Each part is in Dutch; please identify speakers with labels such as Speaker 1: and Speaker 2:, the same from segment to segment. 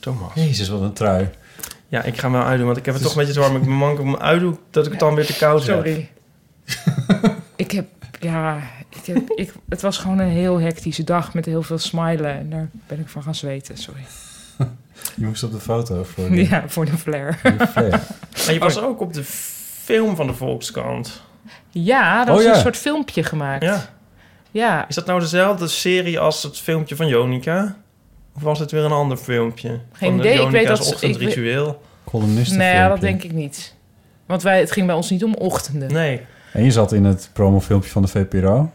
Speaker 1: Thomas.
Speaker 2: Jezus, wat een trui.
Speaker 1: Ja, ik ga me uitdoen, want ik heb het toch een beetje te warm. Ik ben mank op mijn uitdoek dat ik het dan weer te koud heb.
Speaker 3: Sorry. ik heb, ja, ik heb, ik, het was gewoon een heel hectische dag met heel veel smilen. En daar ben ik van gaan zweten, sorry.
Speaker 2: Je moest op de foto voor die,
Speaker 3: Ja, voor de flair.
Speaker 2: die flare.
Speaker 1: Maar je was ook op de film van de Volkskrant.
Speaker 3: Ja, dat
Speaker 2: Oh,
Speaker 3: is
Speaker 2: ja.
Speaker 3: een soort filmpje gemaakt.
Speaker 1: Ja.
Speaker 3: Ja.
Speaker 1: Is dat nou dezelfde serie als het filmpje van Jonica? Of was het weer een ander filmpje?
Speaker 3: Geen
Speaker 1: van
Speaker 3: idee, ik weet
Speaker 1: Jonica's
Speaker 3: dat ze- ik weet-
Speaker 1: ochtendritueel.
Speaker 2: Columnisten
Speaker 3: Nee,
Speaker 2: filmpje.
Speaker 3: dat denk ik niet. Want wij, het ging bij ons niet om ochtenden.
Speaker 1: Nee.
Speaker 2: En je zat in het promofilmpje van de VPRO.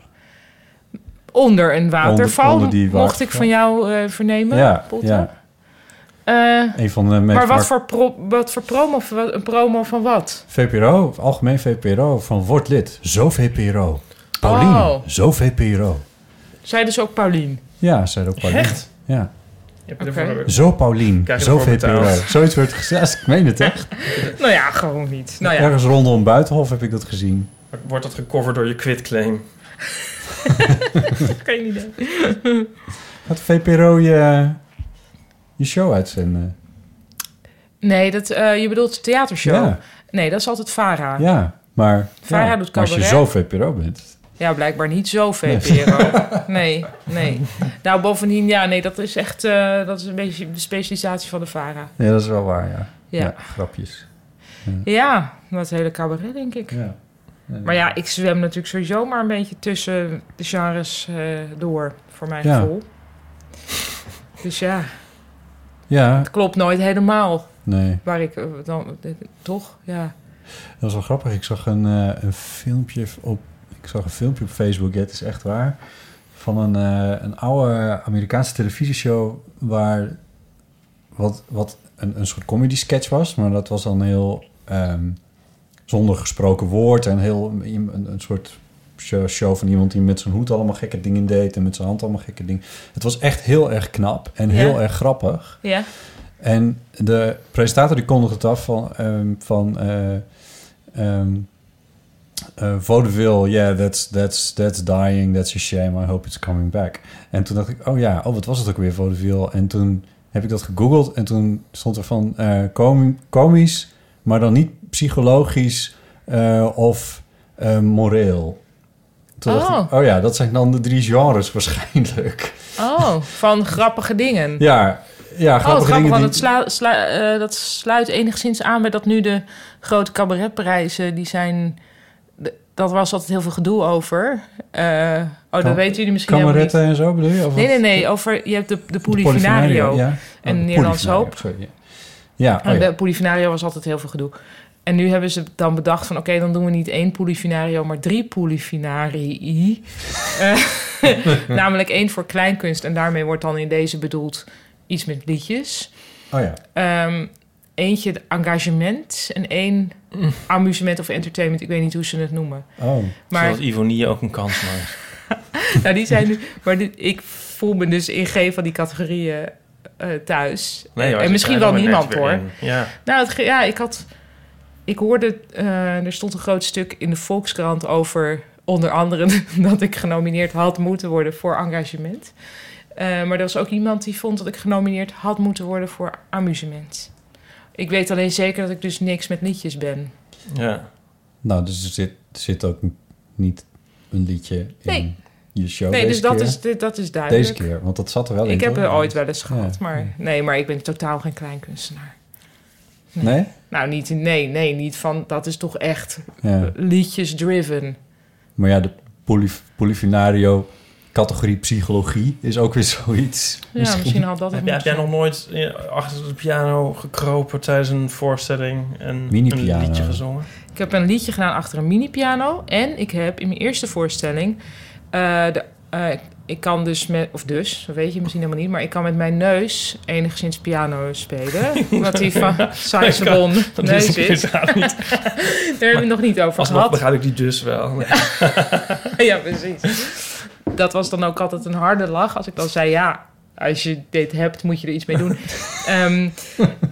Speaker 3: Onder een waterval,
Speaker 2: Onder- onder die
Speaker 3: mocht ik
Speaker 2: waterval.
Speaker 3: van jou eh, vernemen,
Speaker 2: Ja,
Speaker 3: Potter.
Speaker 2: ja.
Speaker 3: Eh,
Speaker 2: Een van de meest
Speaker 3: maar wat
Speaker 2: mark-
Speaker 3: voor, pro- wat voor promo, een promo van wat?
Speaker 2: VPRO, algemeen VPRO, van word lid. Zo VPRO. Paulien,
Speaker 3: Oh.
Speaker 2: zo VPRO.
Speaker 3: Zij dus ook Paulien.
Speaker 2: Ja, zei ook Paulien.
Speaker 1: Echt?
Speaker 2: Ja.
Speaker 1: Je hebt
Speaker 3: Oké.
Speaker 1: ervoor-
Speaker 2: Zo Paulien,
Speaker 1: Krijg je
Speaker 2: zo
Speaker 1: ervoor
Speaker 2: VPRO.
Speaker 1: betaald.
Speaker 2: Zoiets wordt gezegd. Ik meen het echt.
Speaker 3: Nou ja, gewoon niet. Nou ja,
Speaker 2: Ergens rondom Buitenhof heb ik dat gezien.
Speaker 1: Wordt dat gecoverd door je quitclaim?
Speaker 3: geen idee.
Speaker 2: Gaat de VPRO je, je show uitzenden?
Speaker 3: Nee, dat, eh, je bedoelt de theatershow?
Speaker 2: Ja.
Speaker 3: Nee, dat is altijd VARA. Ja,
Speaker 2: Ja, maar
Speaker 3: Vara
Speaker 2: ja,
Speaker 3: doet
Speaker 2: maar als je
Speaker 3: cabaret.
Speaker 2: zo VPRO bent.
Speaker 3: blijkbaar niet zo VPRO. Nee, nee. Nou, bovendien, ja, nee, dat is echt... eh, dat is een beetje de specialisatie van de VARA.
Speaker 2: Ja, dat is wel waar, ja.
Speaker 3: Ja. Ja,
Speaker 2: grapjes.
Speaker 3: dat hele cabaret, denk ik.
Speaker 2: Ja.
Speaker 3: Maar ja, ik zwem natuurlijk sowieso maar een beetje tussen de genres eh, door, voor mijn
Speaker 2: Ja.
Speaker 3: gevoel. Dus ja,
Speaker 2: Ja,
Speaker 3: het klopt nooit helemaal
Speaker 2: nee.
Speaker 3: waar ik eh, dan... eh, toch? Ja.
Speaker 2: Dat is wel grappig. Ik zag een, eh, een filmpje op... Ik zag een filmpje op Facebook, ja, het is echt waar. Van een, eh, een oude Amerikaanse televisieshow waar... Wat, wat een, een soort comedy sketch was, maar dat was dan heel... ehm, zonder gesproken woord en heel een, een soort show show van iemand die met zijn hoed allemaal gekke dingen deed en met zijn hand allemaal gekke dingen. Het was echt heel erg knap en
Speaker 3: Ja.
Speaker 2: heel erg grappig.
Speaker 3: Ja?
Speaker 2: En de presentator die kondigde het af van... ehm van eh ehm, eh, vaudeville, yeah, that's, that's, that's dying, that's a shame, I hope it's coming back. En toen dacht ik, oh ja, oh, wat was het ook weer, vaudeville? En toen heb ik dat gegoogeld en toen stond er van eh, com- komisch, maar dan niet psychologisch eh, of eh, moreel. Toen dacht ik,
Speaker 3: Oh.
Speaker 2: oh ja, dat zijn dan de drie genres waarschijnlijk.
Speaker 3: Oh, van grappige dingen.
Speaker 2: Ja, ja grappige
Speaker 3: Oh, het grappige,
Speaker 2: dingen
Speaker 3: want
Speaker 2: die-
Speaker 3: het sla- sla- eh, dat sluit enigszins aan bij dat nu de grote cabaretprijzen, die zijn... d- Dat was altijd heel veel gedoe over. Eh, oh,
Speaker 2: Cam-
Speaker 3: dat weten jullie misschien helemaal niet.
Speaker 2: Kameretten en zo bedoel je? Of
Speaker 3: Nee,
Speaker 2: wat?
Speaker 3: nee, nee. Over, je hebt de, de
Speaker 2: De
Speaker 3: Polifinario.
Speaker 2: ja.
Speaker 3: en
Speaker 2: Oh, de
Speaker 3: Nederlandse
Speaker 2: Polifinario,
Speaker 3: Hoop.
Speaker 2: sorry, ja. Ja, oh
Speaker 3: En
Speaker 2: ja.
Speaker 3: De Polifinario was altijd heel veel gedoe. En nu hebben ze dan bedacht van... oké, dan doen we niet één Polifinario, maar drie Polifinarii. Eh,
Speaker 2: Hm.
Speaker 3: namelijk één voor kleinkunst. En daarmee wordt dan in deze bedoeld iets met liedjes.
Speaker 2: Oh ja.
Speaker 3: Ehm, eentje de engagement en één amusement of entertainment. Ik weet niet hoe ze het noemen.
Speaker 2: Hm. Oh.
Speaker 3: Maar,
Speaker 1: Zodat Ivonie ook een kans maakt.
Speaker 3: nou, die zijn nu, maar dit- ik voel me dus in geen van die categorieën eh, thuis.
Speaker 1: hoor,
Speaker 3: en
Speaker 1: ze
Speaker 3: misschien wel
Speaker 1: krijgen er
Speaker 3: niemand
Speaker 1: net
Speaker 3: hoor.
Speaker 1: weer in. Ja.
Speaker 3: Nou, het, ge- ja, ik had... Ik hoorde... eh, er stond een groot stuk in de Volkskrant over... onder andere dat ik genomineerd had moeten worden voor engagement. Eh, maar er was ook iemand die vond dat ik genomineerd had moeten worden voor amusement. Ik weet alleen zeker dat ik dus niks met liedjes ben.
Speaker 1: ja.
Speaker 2: Nou, dus er zit, er zit ook niet een liedje in
Speaker 3: Nee.
Speaker 2: je show
Speaker 3: nee,
Speaker 2: deze
Speaker 3: dus dat
Speaker 2: keer.
Speaker 3: is, dit- dat is duidelijk.
Speaker 2: Deze keer, want dat zat er wel in.
Speaker 3: Ik heb
Speaker 2: toch?
Speaker 3: er ooit wel eens gehad,
Speaker 2: Ja.
Speaker 3: maar... Nee, maar ik ben totaal geen kleinkunstenaar.
Speaker 2: Nee?
Speaker 3: Nou, niet, nee, nee, niet van... Dat is toch echt
Speaker 2: Ja.
Speaker 3: liedjes-driven.
Speaker 2: Maar ja, de polyf- Polifinario categorie psychologie is ook weer zoiets.
Speaker 3: Ja, misschien had dat het
Speaker 1: Heb, jij- heb jij
Speaker 3: moeten
Speaker 1: nog nooit eh, achter de piano gekropen tijdens een voorstelling en een
Speaker 2: Mini-piano.
Speaker 1: liedje gezongen?
Speaker 3: zijn. Ik heb een liedje gedaan achter een mini-piano. En ik heb in mijn eerste voorstelling... eh, de, eh, ik- ik kan dus met... Of dus, dat weet je misschien helemaal niet. Maar ik kan met mijn neus enigszins piano spelen. omdat die van Science
Speaker 1: kan-
Speaker 3: Bon
Speaker 1: Dat
Speaker 3: neus
Speaker 1: is
Speaker 3: is.
Speaker 1: inderdaad niet.
Speaker 3: Daar hebben we het nog niet over
Speaker 1: Alsnog
Speaker 3: gehad.
Speaker 1: begrijp ik die dus wel.
Speaker 3: Ja, precies. Dat was dan ook altijd een harde lach. Als ik dan zei, ja, als je dit hebt, moet je er iets mee doen. Ehm,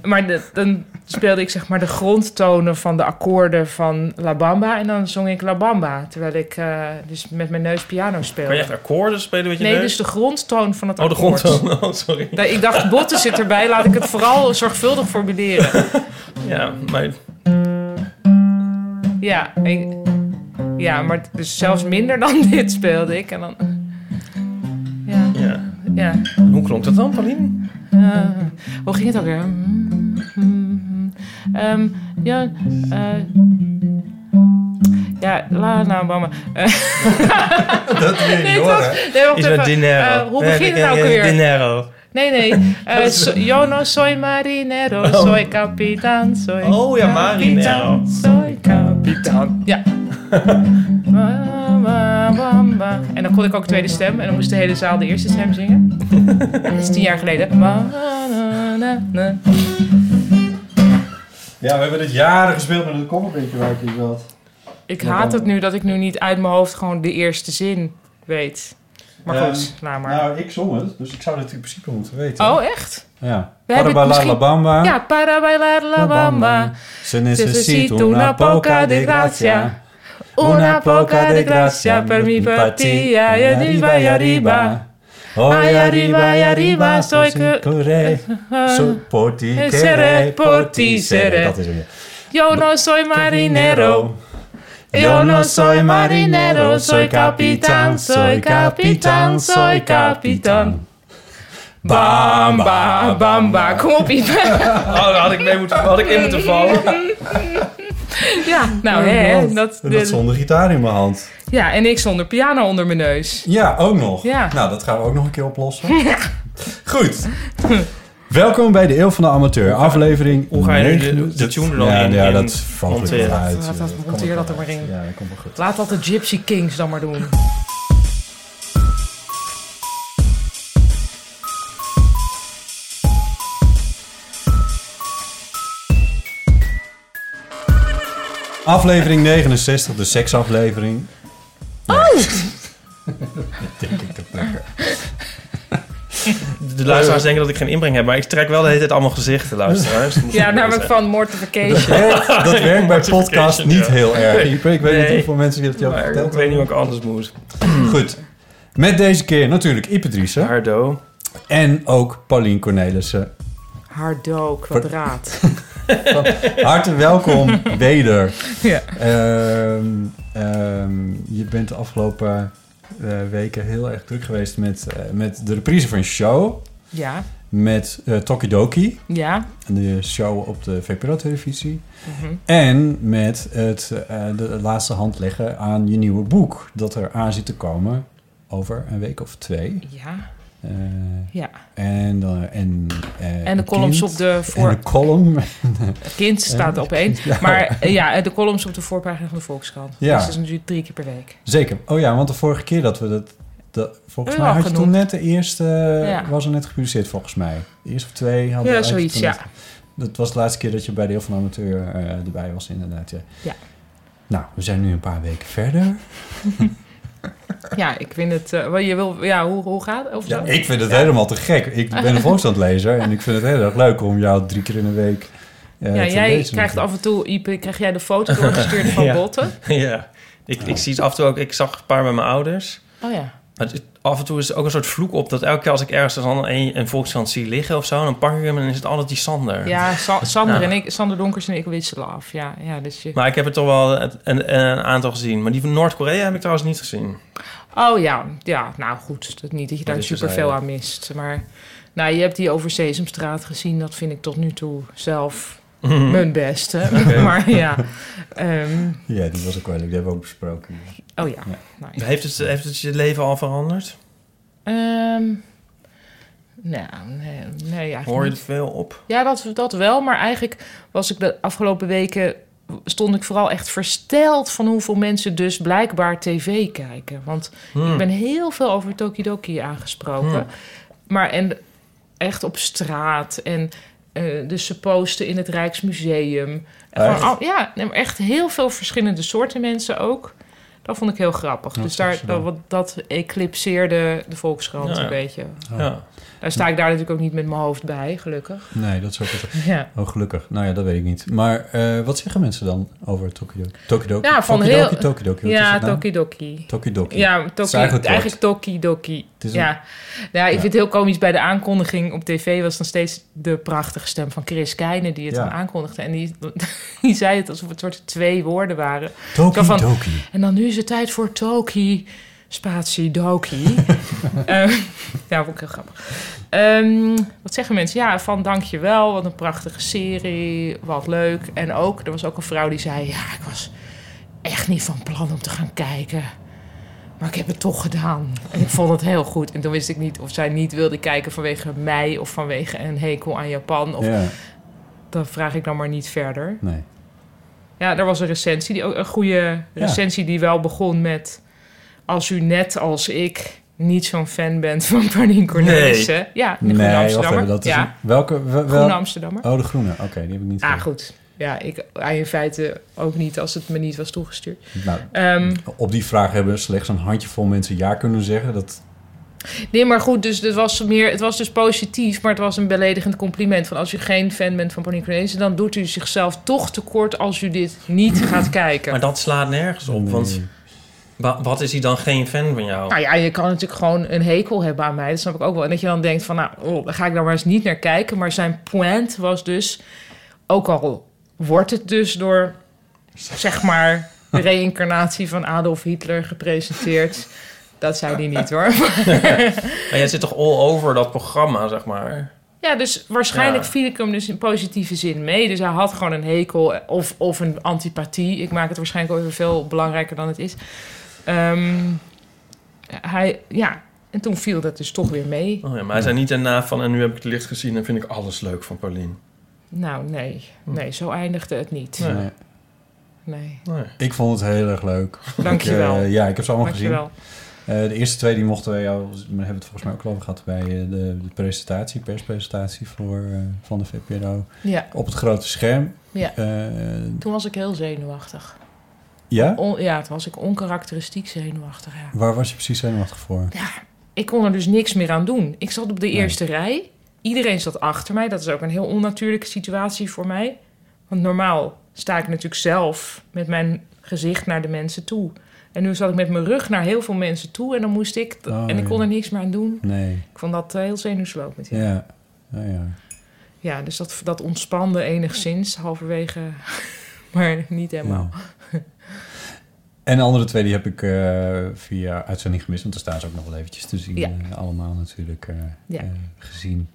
Speaker 3: maar de- dan speelde ik zeg maar de grondtonen van de akkoorden van La Bamba. En dan zong ik La Bamba, terwijl ik eh, dus met mijn neus piano
Speaker 1: Kan je
Speaker 3: speelde.
Speaker 1: echt akkoorden spelen met je
Speaker 3: Nee,
Speaker 1: neus?
Speaker 3: dus de grondtoon van het
Speaker 1: Oh, de
Speaker 3: akkoord.
Speaker 1: grondtoon. Oh, sorry.
Speaker 3: Da- Ik dacht, botten zit erbij, laat ik het vooral zorgvuldig formuleren.
Speaker 1: Ja, maar
Speaker 3: Ja, ik- ja maar dus zelfs minder dan dit speelde ik. En dan... Ja,
Speaker 1: ja.
Speaker 3: ja.
Speaker 1: En hoe klonk dat dan, Paulien?
Speaker 3: Eh, hoe ging het ook weer? Mm, mm, mm. Ehm, ja, eh, ja, la, nou, mama.
Speaker 2: Dat wil je
Speaker 3: Nee, het was, nee, wacht
Speaker 1: Iets met
Speaker 3: even.
Speaker 1: dinero.
Speaker 3: Eh, hoe begint het nou ook weer?
Speaker 1: Dinero.
Speaker 3: Nee, nee. Eh, so- yo no soy marinero, soy capitán, soy
Speaker 1: Oh ja, marinero.
Speaker 3: capitán, soy capitán. Ja. Ba, ba, ba, ba. En dan kon ik ook tweede stem en dan moest de hele zaal de eerste stem zingen. Dat is tien jaar geleden. Ba, na, na, na.
Speaker 2: Ja, we hebben dit jaren gespeeld, maar dat komt een beetje waar ik in zat.
Speaker 3: Ik
Speaker 2: Ja,
Speaker 3: haat
Speaker 2: dan-
Speaker 3: het nu dat ik nu niet uit mijn hoofd gewoon de eerste zin weet. Maar
Speaker 2: Ehm,
Speaker 3: goed, laat maar.
Speaker 2: Nou, ik zong het, dus ik zou dit in principe moeten weten.
Speaker 3: oh, echt?
Speaker 2: Ja.
Speaker 3: We hebben
Speaker 2: Parabala
Speaker 3: het misschien-
Speaker 2: la bamba.
Speaker 3: Ja, para bailar la bamba.
Speaker 2: Se
Speaker 3: necesito
Speaker 2: necesito
Speaker 3: una
Speaker 2: una
Speaker 3: poca
Speaker 2: poca
Speaker 3: de
Speaker 2: de
Speaker 3: gracia.
Speaker 2: gracia.
Speaker 3: Una poca de gracia per mi partida. Y arriba, y arriba. Ay,
Speaker 2: Hoy
Speaker 3: arriba,
Speaker 2: arriba,
Speaker 3: y
Speaker 2: y
Speaker 3: arriba,
Speaker 2: arriba,
Speaker 3: soy
Speaker 2: soy
Speaker 3: que-
Speaker 2: corre. So poti
Speaker 3: eh, seré,
Speaker 2: quere,
Speaker 3: poti
Speaker 2: poti
Speaker 3: seré.
Speaker 2: seré. Dat is het weer.
Speaker 3: Yo no soy marinero.
Speaker 2: Yo no soy marinero, soy capitán, soy capitán, soy capitán.
Speaker 3: Bamba, bamba. Kom op, Ipe.
Speaker 1: Oh, daar had ik, mee moeten, had ik in moeten vallen.
Speaker 3: Ja, nou hè. Dat,
Speaker 2: En dat zonder gitaar in mijn hand.
Speaker 3: ja, en ik zonder piano onder mijn neus.
Speaker 2: Ja, ook nog.
Speaker 3: Ja.
Speaker 2: Nou, dat gaan we ook nog een keer oplossen. Goed. Welkom bij de Eeuw van de Amateur, aflevering
Speaker 1: hoe ga je nu de-
Speaker 2: 9.
Speaker 1: de tune er dan
Speaker 2: ja,
Speaker 1: in-
Speaker 2: Ja,
Speaker 1: in
Speaker 2: dat valt wel
Speaker 1: monteren?
Speaker 2: uit.
Speaker 3: Laat dat-
Speaker 2: Ja, komt
Speaker 3: monteer
Speaker 2: wel
Speaker 3: dat er maar
Speaker 2: uit.
Speaker 3: in.
Speaker 2: Ja, dat komt wel goed.
Speaker 3: Laat dat de Gypsy Kings dan maar doen.
Speaker 2: Aflevering 69, de seksaflevering. Oh! denk ik toch lekker.
Speaker 1: De luisteraars denken dat ik geen inbreng heb, maar ik trek wel de hele tijd allemaal gezichten, luisteraars. Dat moet
Speaker 3: Ja,
Speaker 1: ik
Speaker 3: namelijk
Speaker 1: zeggen.
Speaker 3: van Mortification.
Speaker 2: Dat werkt bij podcast niet
Speaker 1: ja.
Speaker 2: heel erg. Ipe. Ik weet niet
Speaker 1: Nee.
Speaker 2: hoeveel mensen je dat je al
Speaker 1: Maar
Speaker 2: verteld
Speaker 1: Ik weet niet wat ik anders moet.
Speaker 2: hebben. Goed. Met deze keer natuurlijk Ipe Driessen
Speaker 1: Hardo.
Speaker 2: en ook Paulien Cornelissen.
Speaker 3: Hardo, kwadraat.
Speaker 2: Hartelijk welkom weder.
Speaker 3: Ja.
Speaker 2: Ehm, ehm, je bent de afgelopen eh, weken heel erg druk geweest met, eh, met de reprise van je show.
Speaker 3: Ja,
Speaker 2: Met eh Tokidoki,
Speaker 3: ja.
Speaker 2: de show op de VPRO-televisie.
Speaker 3: Mhm.
Speaker 2: En met het eh, de laatste hand leggen aan je nieuwe boek. Dat er aan zit te komen over een week of twee.
Speaker 3: Ja,
Speaker 2: Eh,
Speaker 3: ja.
Speaker 2: en, dan en, eh,
Speaker 3: En de
Speaker 2: een
Speaker 3: columns
Speaker 2: kind.
Speaker 3: op de
Speaker 2: En
Speaker 3: voor...
Speaker 2: de column.
Speaker 3: Kind staat op één. Maar eh, ja, en de columns op de voorpagina van de Volkskrant.
Speaker 2: Ja.
Speaker 3: Dus dat is natuurlijk drie keer per week.
Speaker 2: Zeker. Oh ja, want de vorige keer dat we dat... dat volgens
Speaker 3: Hebben
Speaker 2: mij
Speaker 3: we al
Speaker 2: had je toen
Speaker 3: genoemd.
Speaker 2: net de eerste...
Speaker 3: Ja.
Speaker 2: Was er net gepubliceerd volgens mij. De eerste of twee hadden we
Speaker 3: Ja,
Speaker 2: had je
Speaker 3: zoiets,
Speaker 2: toen
Speaker 3: ja.
Speaker 2: net- Dat was de laatste keer dat je bij de heel van de Amateur eh, erbij was inderdaad. Ja.
Speaker 3: Ja.
Speaker 2: Nou, we zijn nu een paar weken verder.
Speaker 3: Ja, ik vind het... eh, wel, je wil, ja, hoe, hoe gaat het? Of
Speaker 2: Ja,
Speaker 3: zo?
Speaker 2: ik vind het helemaal te gek. Ik ben een volksstandlezer en ik vind het heel erg leuk om jou drie keer in de week eh,
Speaker 3: ja,
Speaker 2: te
Speaker 3: jij
Speaker 2: lezen.
Speaker 3: krijgt af en toe, Ipe, krijg jij de foto doorgestuurd van
Speaker 1: Ja.
Speaker 3: Botten?
Speaker 1: Ja. Ik, ik zie het af en toe ook. Ik zag een paar bij mijn ouders.
Speaker 3: Oh ja.
Speaker 1: Maar het is- af en toe is er ook een soort vloek op dat elke keer als ik ergens dan een, een volkskrant zie liggen of zo, dan pak ik hem en dan is het altijd die Sander.
Speaker 3: Ja, Sa- Sander,
Speaker 2: Nou.
Speaker 1: Ja.
Speaker 3: En ik, Sander Donkers en ik wisselen af. Ja, ja dus je...
Speaker 1: Maar ik heb er toch wel het- een, een aantal gezien. Maar die van Noord-Korea heb ik trouwens niet gezien.
Speaker 3: Oh ja, ja nou goed. Dat niet dat je daar
Speaker 2: is dus
Speaker 3: superveel aan mist. Maar nou, je hebt die over Sesamstraat gezien. Dat vind ik tot nu toe zelf
Speaker 2: Mhm.
Speaker 3: mijn beste. maar ja. ehm,
Speaker 2: Ja, die was ook wel leuk. Die hebben we ook besproken.
Speaker 3: oh ja. Nou, ja.
Speaker 1: Heeft het, heeft het je leven al veranderd?
Speaker 3: Ehm, nou, nee, nee eigenlijk
Speaker 1: Hoor je
Speaker 3: niet.
Speaker 1: het veel op?
Speaker 3: Ja, dat, dat wel. Maar eigenlijk was ik de afgelopen weken... stond ik vooral echt versteld van hoeveel mensen dus blijkbaar tv kijken. Want ik ben heel veel over Tokidoki aangesproken. Maar en echt op straat en... eh dus ze posten in het Rijksmuseum. En
Speaker 2: Echt?
Speaker 3: gewoon al- ja, nee, maar echt heel veel verschillende soorten mensen ook. Dat vond ik heel grappig.
Speaker 2: Dat
Speaker 3: dus
Speaker 2: is
Speaker 3: daar,
Speaker 2: zo.
Speaker 3: dat, wat- dat eclipseerde de Volkskrant
Speaker 1: Ja, ja.
Speaker 3: een beetje.
Speaker 1: Ja.
Speaker 3: Daar sta ik daar natuurlijk ook niet met mijn hoofd bij, gelukkig.
Speaker 2: Nee, dat is ook wat.
Speaker 3: Ja.
Speaker 2: Oh, gelukkig. Nou ja, dat weet ik niet. Maar eh, wat zeggen mensen dan over Tokidoki? Tokidoki?
Speaker 3: Ja, van
Speaker 2: Tokidoki,
Speaker 3: heel-
Speaker 2: Tokidoki, wat is
Speaker 3: ja,
Speaker 2: het nou?
Speaker 3: Tokidoki.
Speaker 2: Tokidoki.
Speaker 3: Ja, toki,
Speaker 2: eigenlijk
Speaker 3: eigenlijk,
Speaker 2: kort.
Speaker 3: Tokidoki.
Speaker 2: Het is
Speaker 3: Ja. ja, ik
Speaker 2: Ja.
Speaker 3: vind het heel komisch. Bij de aankondiging op tv was dan steeds de prachtige stem van Chris Keijne die het
Speaker 2: Ja.
Speaker 3: dan aankondigde. En die, die zei het alsof het soort twee woorden waren.
Speaker 2: Tokidoki.
Speaker 3: Kan En dan nu is het tijd voor Toki, spatie Doki. Ehm, ja, vond ik heel grappig. Ehm, wat zeggen mensen? Ja, van dankjewel, wat een prachtige serie, wat leuk. En ook, er was ook een vrouw die zei... Ja, ik was echt niet van plan om te gaan kijken. Maar ik heb het toch gedaan. En ik vond het heel goed. En toen wist ik niet of zij niet wilde kijken vanwege mij... of vanwege een hekel aan Japan. Of,
Speaker 2: Ja,
Speaker 3: Dat vraag ik dan maar niet verder.
Speaker 2: nee.
Speaker 3: Ja, er was een recensie, die, ook- een goede recensie die wel begon met... Als u net als ik niet zo'n fan bent van Pardien Cornelissen. Ja, de
Speaker 2: Nee,
Speaker 3: Groene
Speaker 2: wacht
Speaker 3: Amsterdammer.
Speaker 2: even, dat is
Speaker 3: ja,
Speaker 2: een- welke? wel- wel-
Speaker 3: Groene Amsterdammer.
Speaker 2: Oh, de groene. Oké, die heb ik niet.
Speaker 3: Ah,
Speaker 2: gezien.
Speaker 3: goed. Ja, ik hij in feite ook niet als het me niet was toegestuurd.
Speaker 2: Nou,
Speaker 3: Ehm,
Speaker 2: op die vraag hebben slechts een handjevol mensen ja kunnen zeggen. Dat,
Speaker 3: nee, maar goed, dus het was, meer, het was dus positief, maar het was een beledigend compliment. Van als u geen fan bent van Pardien Cornelissen, dan doet u zichzelf toch tekort als u dit niet gaat kijken.
Speaker 1: Maar dat slaat nergens op, want wa- wat is hij dan geen fan van jou?
Speaker 3: Nou ja, je kan natuurlijk gewoon een hekel hebben aan mij. Dat snap ik ook wel. En dat je dan denkt van, nou, oh, daar ga ik dan maar eens niet naar kijken. Maar zijn point was dus, ook al wordt het dus door, zeg maar, de reïncarnatie van Adolf Hitler gepresenteerd. Dat zei hij niet hoor.
Speaker 1: Maar jij zit toch all over dat programma, zeg maar?
Speaker 3: Ja, dus waarschijnlijk
Speaker 1: Ja.
Speaker 3: viel ik hem dus in positieve zin mee. Dus hij had gewoon een hekel of, of een antipathie. Ik maak het waarschijnlijk ook even veel belangrijker dan het is. Ehm, hij, ja, en toen viel dat dus toch weer mee.
Speaker 1: Oh ja, maar hij zei niet daarna van... en nu heb ik het licht gezien en vind ik alles leuk van Paulien.
Speaker 3: Nou, nee. Nee, zo eindigde het niet.
Speaker 1: Nee.
Speaker 2: Nee.
Speaker 3: Nee.
Speaker 1: Nee.
Speaker 2: Ik vond het heel erg leuk.
Speaker 3: Dankjewel.
Speaker 2: Ik, eh, ja, ik heb ze allemaal gezien.
Speaker 3: Dankjewel.
Speaker 2: Eh, de eerste twee die mochten wij jou, we hebben het volgens mij ook al over gehad bij eh, de, de presentatie, perspresentatie voor, eh, van de VPRO.
Speaker 3: Ja,
Speaker 2: Op het grote scherm.
Speaker 3: Ja.
Speaker 2: Eh,
Speaker 3: toen was ik heel zenuwachtig.
Speaker 2: ja?
Speaker 3: On- ja, toen was ik onkarakteristiek zenuwachtig, ja.
Speaker 2: Waar was je precies zenuwachtig voor?
Speaker 3: Ik kon er dus niks meer aan doen. Ik zat op de eerste rij. Iedereen zat achter mij. Dat is ook een heel onnatuurlijke situatie voor mij. Want normaal sta ik natuurlijk zelf met mijn gezicht naar de mensen toe. En nu zat ik met mijn rug naar heel veel mensen toe. En dan moest ik...
Speaker 2: Oh,
Speaker 3: en ik kon
Speaker 2: ja.
Speaker 3: er niks meer aan doen.
Speaker 2: Nee.
Speaker 3: Ik vond dat eh, heel zenuwslopend. Ja.
Speaker 2: Ja. Nou ja.
Speaker 3: Ja, dus dat, dat ontspande enigszins, halverwege, maar niet helemaal.
Speaker 2: Ja. En de andere twee die heb ik eh, via uitzending gemist. Want daar staan ze ook nog wel eventjes te zien.
Speaker 3: Ja.
Speaker 2: eh, allemaal natuurlijk eh,
Speaker 3: Ja.
Speaker 2: eh, gezien.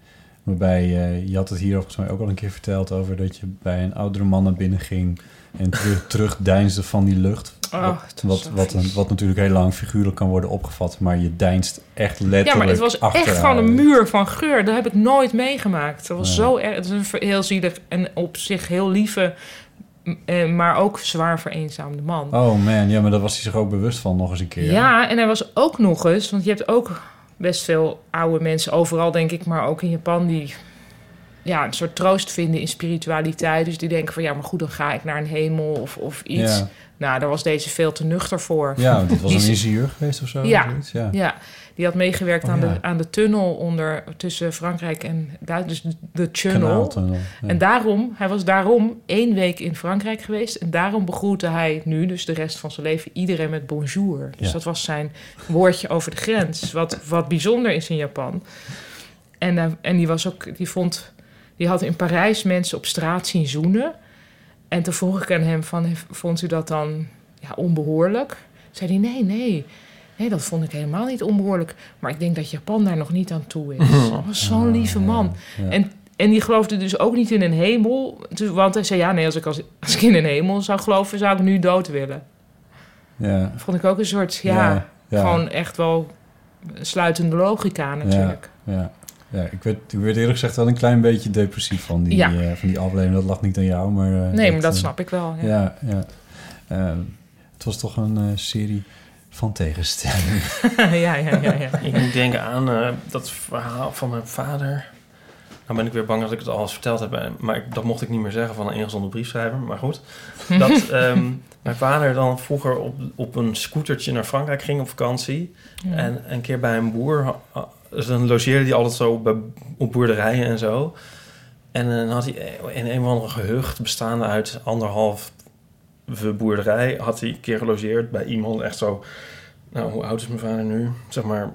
Speaker 2: Waarbij eh, je had het hier volgens mij ook al een keer verteld over dat je bij een oudere man naar binnen ging. En terug, terugdeinsde van die lucht.
Speaker 3: Oh,
Speaker 2: wat,
Speaker 3: het was
Speaker 2: wat,
Speaker 3: zo
Speaker 2: wat, een-
Speaker 3: vies.
Speaker 2: wat natuurlijk heel lang figuurlijk kan worden opgevat. Maar je deinst echt letterlijk
Speaker 3: Ja, maar het was echt
Speaker 2: achteruit.
Speaker 3: gewoon een muur van geur. Dat heb ik nooit meegemaakt. Dat was
Speaker 2: Nee.
Speaker 3: zo erg. Het is een ver- heel zielig en op zich heel lieve, m- eh, maar ook zwaar vereenzaamde man.
Speaker 2: Oh man, ja, maar daar was hij zich ook bewust van nog eens een keer.
Speaker 3: Ja, en hij was ook nog eens, want je hebt ook best veel oude mensen overal, denk ik, maar ook in Japan, die ja, een soort troost vinden in spiritualiteit. Dus die denken van ja, maar goed, dan ga ik naar een hemel of, of iets.
Speaker 2: Ja.
Speaker 3: Nou, daar was deze veel te nuchter voor.
Speaker 2: Ja, want dit was
Speaker 3: Die
Speaker 2: een
Speaker 3: is-
Speaker 2: ingenieur geweest of zo.
Speaker 3: Ja.
Speaker 2: zoiets, ja.
Speaker 3: Ja, die had meegewerkt
Speaker 2: Oh,
Speaker 3: aan,
Speaker 2: ja.
Speaker 3: de, aan de tunnel onder, tussen Frankrijk en Duitsland. Dus de- de tunnel.
Speaker 2: Kanaaltunnel, ja.
Speaker 3: En daarom, hij was daarom één week in Frankrijk geweest. En daarom begroette hij nu, dus de rest van zijn leven, iedereen met bonjour. Dus
Speaker 2: Ja.
Speaker 3: dat was zijn woordje over de grens. Wat, wat bijzonder is in Japan. En, eh, en die was ook, die vond, die had in Parijs mensen op straat zien zoenen. En toen vroeg ik aan hem van, vond u dat dan ja, onbehoorlijk? Zei hij, nee, nee. Nee, dat vond ik helemaal niet onbehoorlijk. Maar ik denk dat Japan daar nog niet aan toe is. Dat was
Speaker 2: Ah,
Speaker 3: zo'n lieve man. En, en die geloofde dus ook niet in een hemel. Dus- Want hij zei, ja, nee, als ik, als, als ik in een hemel zou geloven... zou ik nu dood willen.
Speaker 2: Ja.
Speaker 3: Vond ik ook een soort, ja,
Speaker 2: Ja, ja.
Speaker 3: gewoon echt wel sluitende logica natuurlijk.
Speaker 2: Ja, ja. ik, werd, ik werd eerlijk gezegd wel een klein beetje depressief van die,
Speaker 3: Ja.
Speaker 2: eh, van die aflevering. Dat lag niet aan jou, maar... eh,
Speaker 3: nee, maar dat
Speaker 2: eh,
Speaker 3: snap ik wel. Ja.
Speaker 2: Ja, ja. Ehm, het was toch een eh, serie van tegenstellingen.
Speaker 3: ja, ja, ja, ja.
Speaker 1: Ik moet denken aan eh, dat verhaal van mijn vader. Nou ben ik weer bang dat ik het alles verteld heb. eh, Maar ik- dat mocht ik niet meer zeggen van een ingezonde briefschrijver. Maar goed. Dat ehm, mijn vader dan vroeger op, op een scootertje naar Frankrijk ging op vakantie. En een keer bij een boer. ha- ha- Dus dan logeerde hij altijd zo bij, op boerderijen en zo. En eh, dan had hij in een of andere gehucht bestaande uit anderhalf boerderij... had hij een keer gelogeerd bij iemand echt zo... Nou, hoe oud is mijn vader nu? Zeg maar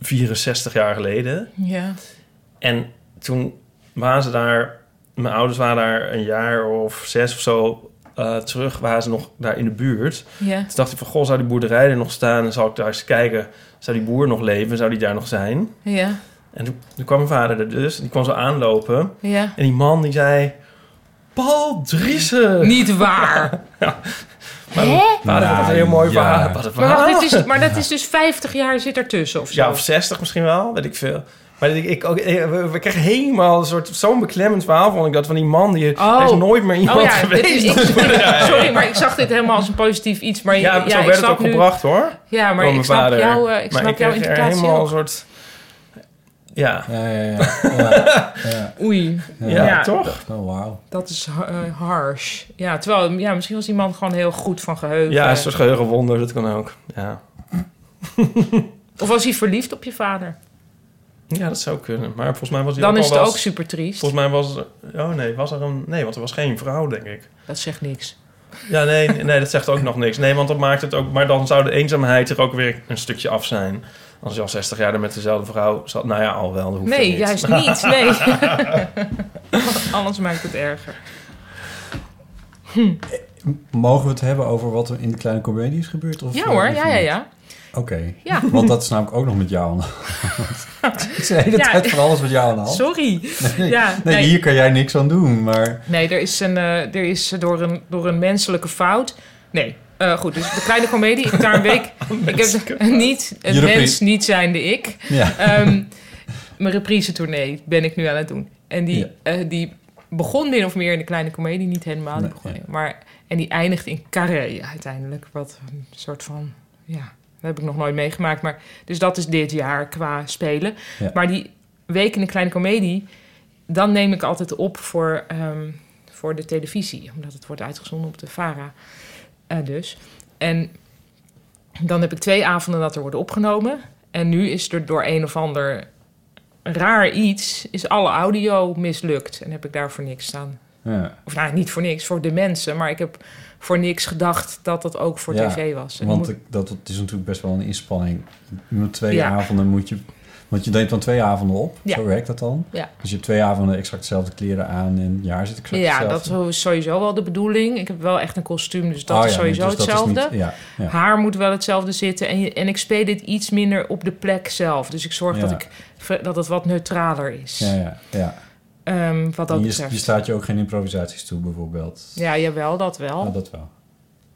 Speaker 1: 64 jaar geleden.
Speaker 3: ja.
Speaker 1: En toen waren ze daar... Mijn ouders waren daar een jaar of zes of zo eh, terug... waren ze nog daar in de buurt.
Speaker 3: ja.
Speaker 1: Toen dacht ik van, goh, zou die boerderij er nog staan? En zal ik daar eens kijken, zou die boer nog leven? Zou die daar nog zijn?
Speaker 3: Ja,
Speaker 1: En toen, toen kwam mijn vader er dus. Die kwam zo aanlopen.
Speaker 3: ja.
Speaker 1: En die man die zei... Paul Driessen!
Speaker 3: Niet waar.
Speaker 1: Maar
Speaker 3: Hè?
Speaker 1: mijn vader vond dat een heel mooi
Speaker 2: Nou, ja.
Speaker 1: verhaal. Wat een
Speaker 3: Maar,
Speaker 1: verhaal.
Speaker 3: wacht, dit is, maar dat is dus 50 jaar zit ertussen of zo.
Speaker 1: Ja, of 60 misschien wel, weet ik veel. Maar ik, ik, ook, eh, we, we kregen helemaal een soort, zo'n beklemmend verhaal, vond ik dat, van die man. Die,
Speaker 3: Oh.
Speaker 1: Er is nooit meer iemand
Speaker 3: oh ja, dit
Speaker 1: geweest.
Speaker 3: is, ik, sorry, maar ik zag dit helemaal als een positief iets. Maar
Speaker 1: ja,
Speaker 3: ja,
Speaker 1: zo
Speaker 3: ik
Speaker 1: werd het
Speaker 3: snap
Speaker 1: ook
Speaker 3: nu,
Speaker 1: gebracht, hoor.
Speaker 3: Ja, maar
Speaker 1: door mijn
Speaker 3: ik snap,
Speaker 1: vader.
Speaker 3: jou, eh, ik
Speaker 1: maar
Speaker 3: snap jouw
Speaker 1: kreeg er
Speaker 3: interpretatie
Speaker 1: helemaal een
Speaker 3: ook.
Speaker 1: soort... Ja,
Speaker 2: Ja, ja, ja. ja, ja,
Speaker 3: Oei,
Speaker 1: ja,
Speaker 3: Ja.
Speaker 1: toch?
Speaker 2: Oh, wauw.
Speaker 3: dat is ha- eh, harsh. Ja, terwijl ja, misschien was die man gewoon heel goed van geheugen.
Speaker 1: Ja, een soort geheugenwonder, dat kan ook. Ja.
Speaker 3: Of was hij verliefd op je vader?
Speaker 1: ja, dat zou kunnen. Maar volgens mij was hij
Speaker 3: Dan
Speaker 1: ook
Speaker 3: is
Speaker 1: al
Speaker 3: het
Speaker 1: wel
Speaker 3: ook
Speaker 1: eens-
Speaker 3: super triest.
Speaker 1: Volgens mij was er... Oh nee, was er een... Nee, want er was geen vrouw, denk ik.
Speaker 3: Dat zegt niks.
Speaker 1: Ja, nee, nee, dat zegt ook nog niks. Nee, want dat maakt het ook. Maar dan zou de eenzaamheid er ook weer een stukje af zijn. Als je al 60 jaar er met dezelfde vrouw zat. Nou ja, al wel. Dat hoeft
Speaker 3: Nee,
Speaker 1: niet.
Speaker 3: juist niet. Nee. Anders maakt het erger.
Speaker 2: Mogen we het hebben over wat er in de kleine comedie is gebeurd? Of,
Speaker 3: Ja
Speaker 2: eh,
Speaker 3: hoor,
Speaker 2: of
Speaker 3: ja, ja,
Speaker 2: niet?
Speaker 3: ja.
Speaker 2: Oké.
Speaker 3: Ja.
Speaker 2: Want dat is namelijk ook nog met jou aan de hand. Het is de hele
Speaker 3: Ja.
Speaker 2: tijd van alles met jou aan de hand.
Speaker 3: Sorry.
Speaker 2: Nee,
Speaker 3: Ja,
Speaker 2: nee,
Speaker 3: nee.
Speaker 2: hier kan jij niks aan doen, maar...
Speaker 3: Nee, er is, een, eh, er is door, een, door een menselijke fout. Nee, eh, goed. Dus de kleine komedie. Ik heb daar een week. ik heb niet een
Speaker 2: Europees.
Speaker 3: mens, niet zijnde ik.
Speaker 2: Ja.
Speaker 3: Ehm, mijn reprise tournee ben ik nu aan het doen. En die,
Speaker 2: Ja.
Speaker 3: eh, die begon min of meer in de kleine komedie. Niet helemaal. die
Speaker 2: Nee,
Speaker 3: begon,
Speaker 2: ja.
Speaker 3: maar, en die eindigt in Carré uiteindelijk. Wat een soort van. Ja, dat heb ik nog nooit meegemaakt. Maar, dus dat is dit jaar qua spelen.
Speaker 2: Ja.
Speaker 3: Maar die week in de kleine komedie dan neem ik altijd op voor, ehm, voor de televisie. Omdat het wordt uitgezonden op de VARA. eh, dus. En dan heb ik twee avonden dat er wordt opgenomen. En nu is er door een of ander raar iets... is alle audio mislukt. En heb ik daar voor niks staan.
Speaker 2: Ja,
Speaker 3: Of nou, niet voor niks, voor de mensen. Maar ik heb voor niks gedacht dat dat ook voor
Speaker 2: Ja,
Speaker 3: tv was. En dan
Speaker 2: want
Speaker 3: moet-
Speaker 2: ik- dat, dat is natuurlijk best wel een inspanning. Met twee
Speaker 3: Ja.
Speaker 2: avonden moet je... Want je neemt dan twee avonden op,
Speaker 3: Ja.
Speaker 2: zo werkt dat dan.
Speaker 3: Ja.
Speaker 2: Dus je hebt twee avonden exact dezelfde kleren aan en ja, zit exact
Speaker 3: ja,
Speaker 2: hetzelfde.
Speaker 3: dat is sowieso wel de bedoeling. Ik heb wel echt een kostuum, dus dat
Speaker 2: Oh
Speaker 3: is
Speaker 2: ja,
Speaker 3: sowieso
Speaker 2: dus dat is
Speaker 3: hetzelfde.
Speaker 2: niet- ja, ja.
Speaker 3: Haar moet wel hetzelfde zitten. En, je- en ik speel dit iets minder op de plek zelf. Dus ik zorg
Speaker 2: Ja.
Speaker 3: dat, ik, ver- dat het wat neutraler is.
Speaker 2: Ja, ja, ja.
Speaker 3: Ehm, wat dat
Speaker 2: En je,
Speaker 3: betreft.
Speaker 2: je staat je ook geen improvisaties toe, bijvoorbeeld.
Speaker 3: Ja, jawel, dat wel.
Speaker 2: Nou, dat wel.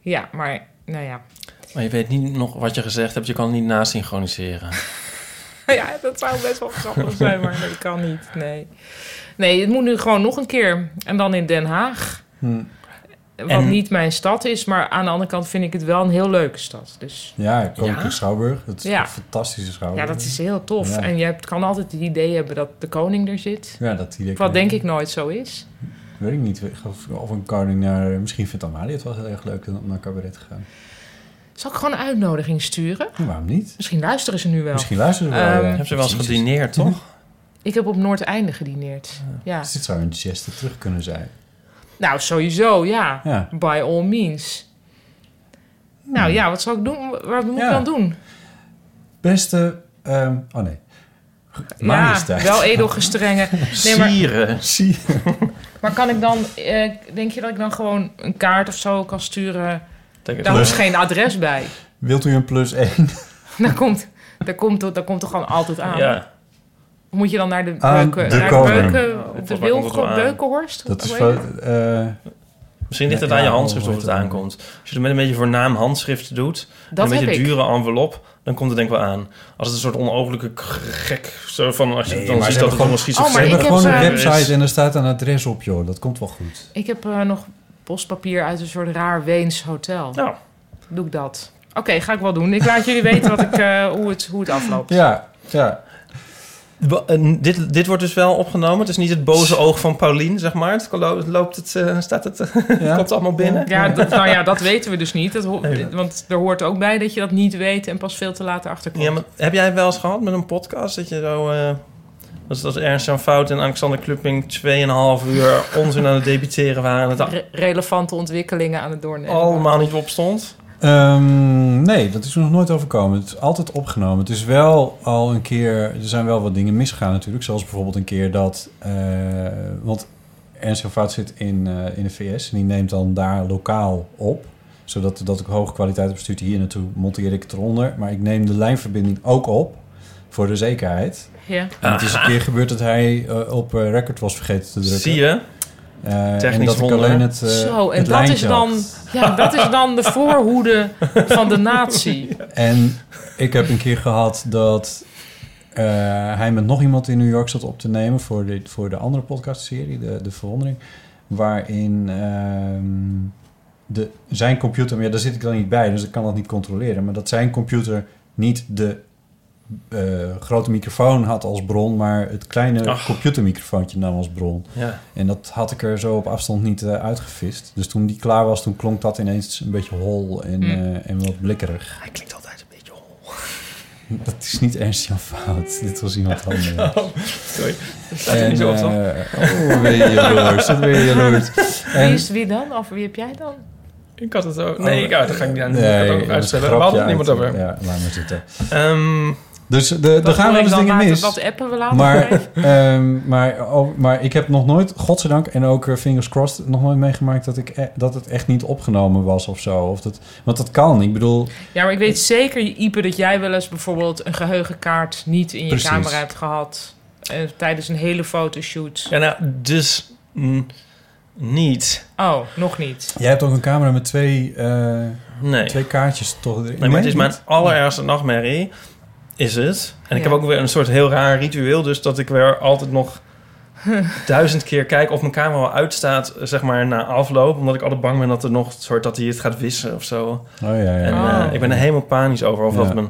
Speaker 3: Ja, maar nou ja.
Speaker 1: Maar je weet niet nog wat je gezegd hebt. Je kan het niet nasyncroniseren.
Speaker 3: ja, dat zou best wel grappig zijn, maar dat kan niet. Nee. nee, het moet nu gewoon nog een keer. En dan in Den Haag.
Speaker 2: Hm.
Speaker 3: Wat
Speaker 1: En-
Speaker 3: niet mijn stad is, maar aan de andere kant vind ik het wel een heel leuke stad. Dus
Speaker 2: Ja, Koninklijke
Speaker 1: Ja?
Speaker 2: Schouwburg. Dat is
Speaker 3: Ja.
Speaker 2: een fantastische
Speaker 3: ja,
Speaker 2: schouwburg.
Speaker 3: dat is heel tof.
Speaker 2: Ja.
Speaker 3: En je hebt, kan altijd het idee hebben dat de koning er zit.
Speaker 2: Ja, dat idee
Speaker 3: Wat
Speaker 2: kan-
Speaker 3: denk ik nooit zo is.
Speaker 2: Weet ik niet. Of, of een koning naar... Misschien vindt Amalie het wel heel erg leuk om naar cabaret te gaan.
Speaker 3: Zal ik gewoon een uitnodiging sturen?
Speaker 2: Ja, waarom niet?
Speaker 3: Misschien luisteren ze nu wel.
Speaker 2: Misschien luisteren ze wel.
Speaker 3: Ehm,
Speaker 2: ja.
Speaker 1: Heb je wel eens
Speaker 2: Precies.
Speaker 1: gedineerd, toch?
Speaker 3: Ik heb op Noordeinde gedineerd. Ja.
Speaker 2: Dus dit zou een geste terug kunnen zijn.
Speaker 3: Nou, sowieso, ja.
Speaker 2: Ja. Hmm.
Speaker 3: By all means. Nou ja, wat zal ik doen? Wat moet
Speaker 2: Ja.
Speaker 3: ik dan doen?
Speaker 2: Beste... ehm, oh nee.
Speaker 3: Ja,
Speaker 2: Majesteit.
Speaker 3: wel edelgestrengen. Nee, maar,
Speaker 1: Sieren.
Speaker 2: Zie
Speaker 3: maar kan ik dan... eh, denk je dat ik dan gewoon een kaart of zo kan sturen?
Speaker 1: Denk ik
Speaker 3: Daar
Speaker 1: wel.
Speaker 3: hoeft geen adres bij.
Speaker 2: Wilt u een plus één?
Speaker 3: Daar komt, daar komt, daar komt toch gewoon altijd aan?
Speaker 1: Ja.
Speaker 3: Moet je dan naar de
Speaker 2: Aan
Speaker 3: beuken...
Speaker 2: de
Speaker 3: naar
Speaker 2: koning.
Speaker 3: de beuken, op de
Speaker 1: Volgens mij komt het wel
Speaker 3: Wilgo-
Speaker 1: aan.
Speaker 3: Beukenhorst?
Speaker 2: Dat is
Speaker 3: Hoe heet
Speaker 2: wel... eh,
Speaker 1: Misschien ligt
Speaker 2: Ja,
Speaker 1: het aan je
Speaker 2: ja,
Speaker 1: handschrift
Speaker 2: hoe
Speaker 1: of
Speaker 2: heet
Speaker 1: het
Speaker 2: het dan?
Speaker 1: aankomt. Als je het met een beetje voornaam handschrift doet... en
Speaker 3: Dat
Speaker 1: een beetje
Speaker 3: heb ik.
Speaker 1: dure envelop, dan komt het denk ik wel aan. Als het een soort onogelijke k- gek... Zo van, als je
Speaker 2: Nee,
Speaker 1: dan
Speaker 2: maar
Speaker 1: ziet
Speaker 2: ze
Speaker 1: dat
Speaker 2: hebben
Speaker 1: het
Speaker 2: gewoon-
Speaker 1: allemaal
Speaker 3: Oh,
Speaker 2: Ze
Speaker 3: maar
Speaker 1: schizofreen
Speaker 3: ik heb
Speaker 2: hebben gewoon
Speaker 3: ze-
Speaker 2: een
Speaker 1: is.
Speaker 2: website en er staat een adres op, joh. Dat komt wel goed.
Speaker 3: Ik heb eh, nog postpapier uit een soort raar Weens hotel.
Speaker 1: Nou,
Speaker 3: Doe ik dat? Oké, ga ik wel doen. Ik laat jullie weten wat ik, eh, hoe, het, hoe het afloopt.
Speaker 2: Ja, ja.
Speaker 1: Wa- en dit, dit wordt dus wel opgenomen. Het is niet het boze oog van Paulien, zeg maar. Het lo- loopt het, eh, staat het,
Speaker 2: Ja.
Speaker 1: komt allemaal binnen.
Speaker 3: Ja, dat, nou ja, dat weten we dus niet. Dat ho-
Speaker 1: Nee, dat-
Speaker 3: Want er hoort ook bij dat je dat niet weet en pas veel te laat achterkomt.
Speaker 1: Ja, maar heb jij wel eens gehad met een podcast dat je zo... eh dat, dat Ernst Jan Fout en Alexander Klupping 2,5 uur onzin aan het debiteren waren... en het
Speaker 3: Re- relevante ontwikkelingen aan het doornemen.
Speaker 1: allemaal niet opstond?
Speaker 2: Ehm, nee, dat is nog nooit overkomen. Het is altijd opgenomen. Het is wel al een keer... Er zijn wel wat dingen misgegaan natuurlijk. Zoals bijvoorbeeld een keer dat... eh, want Ernst Fout zit in, eh, in de VS. En die neemt dan daar lokaal op. Zodat dat ik hoge kwaliteit heb stuurde hier naartoe. Monteer ik het eronder. Maar ik neem de lijnverbinding ook op. Voor de zekerheid.
Speaker 3: Ja.
Speaker 2: En het is een keer gebeurd dat hij eh, op eh, record was vergeten te drukken.
Speaker 1: Zie je?
Speaker 2: Eh, en
Speaker 1: Technisch
Speaker 2: dat ik
Speaker 1: wonder.
Speaker 2: alleen het, eh
Speaker 3: Zo, en
Speaker 2: het
Speaker 3: dat is,
Speaker 2: lijntje
Speaker 3: dan,
Speaker 2: had.
Speaker 3: ja, dat is dan de voorhoede van de natie.
Speaker 2: En ik heb een keer gehad dat eh, hij met nog iemand in New York zat op te nemen voor de, voor de andere podcastserie, de, de Verwondering. Waarin ehm, de, zijn computer, maar ja, daar zit ik dan niet bij, dus ik kan dat niet controleren. Maar dat zijn computer niet de eh, grote microfoon had als bron, maar het kleine
Speaker 1: Ach.
Speaker 2: computermicrofoontje nam als bron.
Speaker 1: Ja.
Speaker 2: En dat had ik er zo op afstand niet eh, uitgevist. Dus toen die klaar was, toen klonk dat ineens een beetje hol en,
Speaker 3: Hmm.
Speaker 2: eh, en wat blikkerig.
Speaker 1: Hij klinkt altijd een beetje hol.
Speaker 2: Dat is niet Ernst Jan Fout. Dit was iemand anders.
Speaker 1: Oh, Sorry. Dat staat er
Speaker 2: En,
Speaker 1: niet zo op, toch?
Speaker 2: eh, oh, weer je jaloers. Dat weer je jaloers.
Speaker 3: Wie
Speaker 2: En,
Speaker 3: is wie dan? Of wie heb jij dan?
Speaker 1: Ik had het ook. Nee, ik, ja, dat ga ik niet aan. ik
Speaker 2: Nee,
Speaker 1: had het ook
Speaker 2: dat
Speaker 1: uitstellen.
Speaker 2: is een
Speaker 1: We hadden het
Speaker 2: grapje
Speaker 1: niet meer over.
Speaker 2: uit- Ja, laat maar zitten.
Speaker 1: Ehm,
Speaker 2: Dus de- er
Speaker 3: Dat wil
Speaker 2: gaan wel
Speaker 3: ik
Speaker 2: eens
Speaker 3: dan
Speaker 2: dingen
Speaker 3: later-
Speaker 2: mis.
Speaker 3: Dat appen we later.
Speaker 2: Maar,
Speaker 3: even.
Speaker 2: ehm, maar, oh, maar ik heb nog nooit, godzijdank, en ook eh, fingers crossed, nog nooit meegemaakt dat, ik, e- dat het echt niet opgenomen was of zo. Of dat, want dat kan. Ik bedoel,
Speaker 3: Ja, maar ik weet zeker, Ipe, dat jij wel eens bijvoorbeeld een geheugenkaart niet in je
Speaker 2: Precies.
Speaker 3: camera hebt gehad. eh, tijdens een hele fotoshoot.
Speaker 1: ja, nou, dus mm, niet.
Speaker 3: Oh, nog niet.
Speaker 2: jij hebt ook een camera met twee, eh,
Speaker 1: Nee.
Speaker 2: twee kaartjes toch erin.
Speaker 1: nee, maar het is mijn
Speaker 2: niet?
Speaker 1: allerergste nachtmerrie. Is het. En ik
Speaker 3: Ja.
Speaker 1: heb ook weer een soort heel raar ritueel. Dus dat ik weer altijd nog duizend keer kijk of mijn camera al uitstaat. eh, Zeg maar na afloop. Omdat ik altijd bang ben dat er nog een soort dat hij het gaat wissen of zo.
Speaker 2: Oh ja, ja.
Speaker 1: En
Speaker 2: ja.
Speaker 1: eh, ik ben er helemaal panisch over. Of
Speaker 2: Ja.
Speaker 1: dat mijn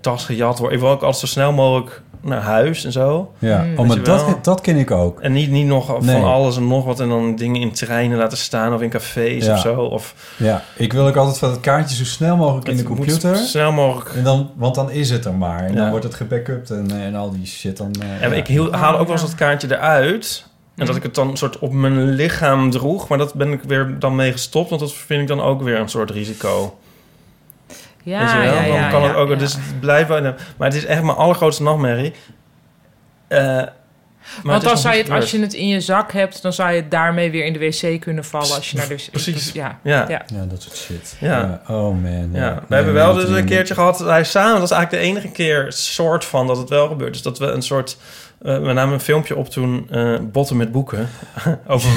Speaker 1: tas gejat wordt. Ik wil ook altijd zo snel mogelijk naar huis en zo.
Speaker 2: Ja,
Speaker 3: Mm.
Speaker 2: oh, maar
Speaker 1: Weet je
Speaker 2: dat,
Speaker 1: wel.
Speaker 2: dat ken ik ook.
Speaker 1: En niet, niet nog van
Speaker 2: Nee.
Speaker 1: alles en nog wat en dan dingen in treinen laten staan of in cafés
Speaker 2: Ja.
Speaker 1: of zo. Of
Speaker 2: Ja, ik wil ook altijd van het kaartje zo snel mogelijk in de
Speaker 1: het moet
Speaker 2: computer.
Speaker 1: zo snel mogelijk.
Speaker 2: En dan, want dan is het er maar. En dan
Speaker 1: Ja.
Speaker 2: wordt het gebackupt en, eh, en al die shit. Dan, eh,
Speaker 1: En
Speaker 2: ja.
Speaker 1: ik hiel, haal ook wel eens
Speaker 3: Oh, Ja. Hmm.
Speaker 1: dat kaartje eruit. En dat ik het dan een soort op mijn lichaam droeg. Maar dat ben ik weer dan mee gestopt. Want dat vind ik dan ook weer een soort risico.
Speaker 3: Ja,
Speaker 1: weet je wel?
Speaker 3: ja,
Speaker 1: dan
Speaker 3: ja,
Speaker 1: kan
Speaker 3: ja,
Speaker 1: het ook.
Speaker 3: ja.
Speaker 1: Dus het blijft wel. Maar het is echt mijn allergrootste nachtmerrie. Eh, maar het
Speaker 3: Want
Speaker 1: is
Speaker 3: dan
Speaker 1: nog
Speaker 3: zou je
Speaker 1: niet
Speaker 3: het, als
Speaker 1: gebeurd.
Speaker 3: je het in je zak hebt, dan zou je daarmee weer in de wc kunnen vallen. Als je naar de,
Speaker 1: Precies.
Speaker 3: Ja.
Speaker 1: Ja.
Speaker 3: Ja.
Speaker 2: Ja, dat soort shit.
Speaker 1: Ja.
Speaker 2: oh man. Ja.
Speaker 1: Ja, we
Speaker 2: Nee,
Speaker 1: hebben wel
Speaker 2: dat
Speaker 1: dus
Speaker 2: doe
Speaker 1: een
Speaker 2: je
Speaker 1: keertje gehad dat hij samen, dat is eigenlijk de enige keer soort van dat het wel gebeurt. Dus dat we een soort, eh, we namen een filmpje op toen, eh, Botten met boeken, over,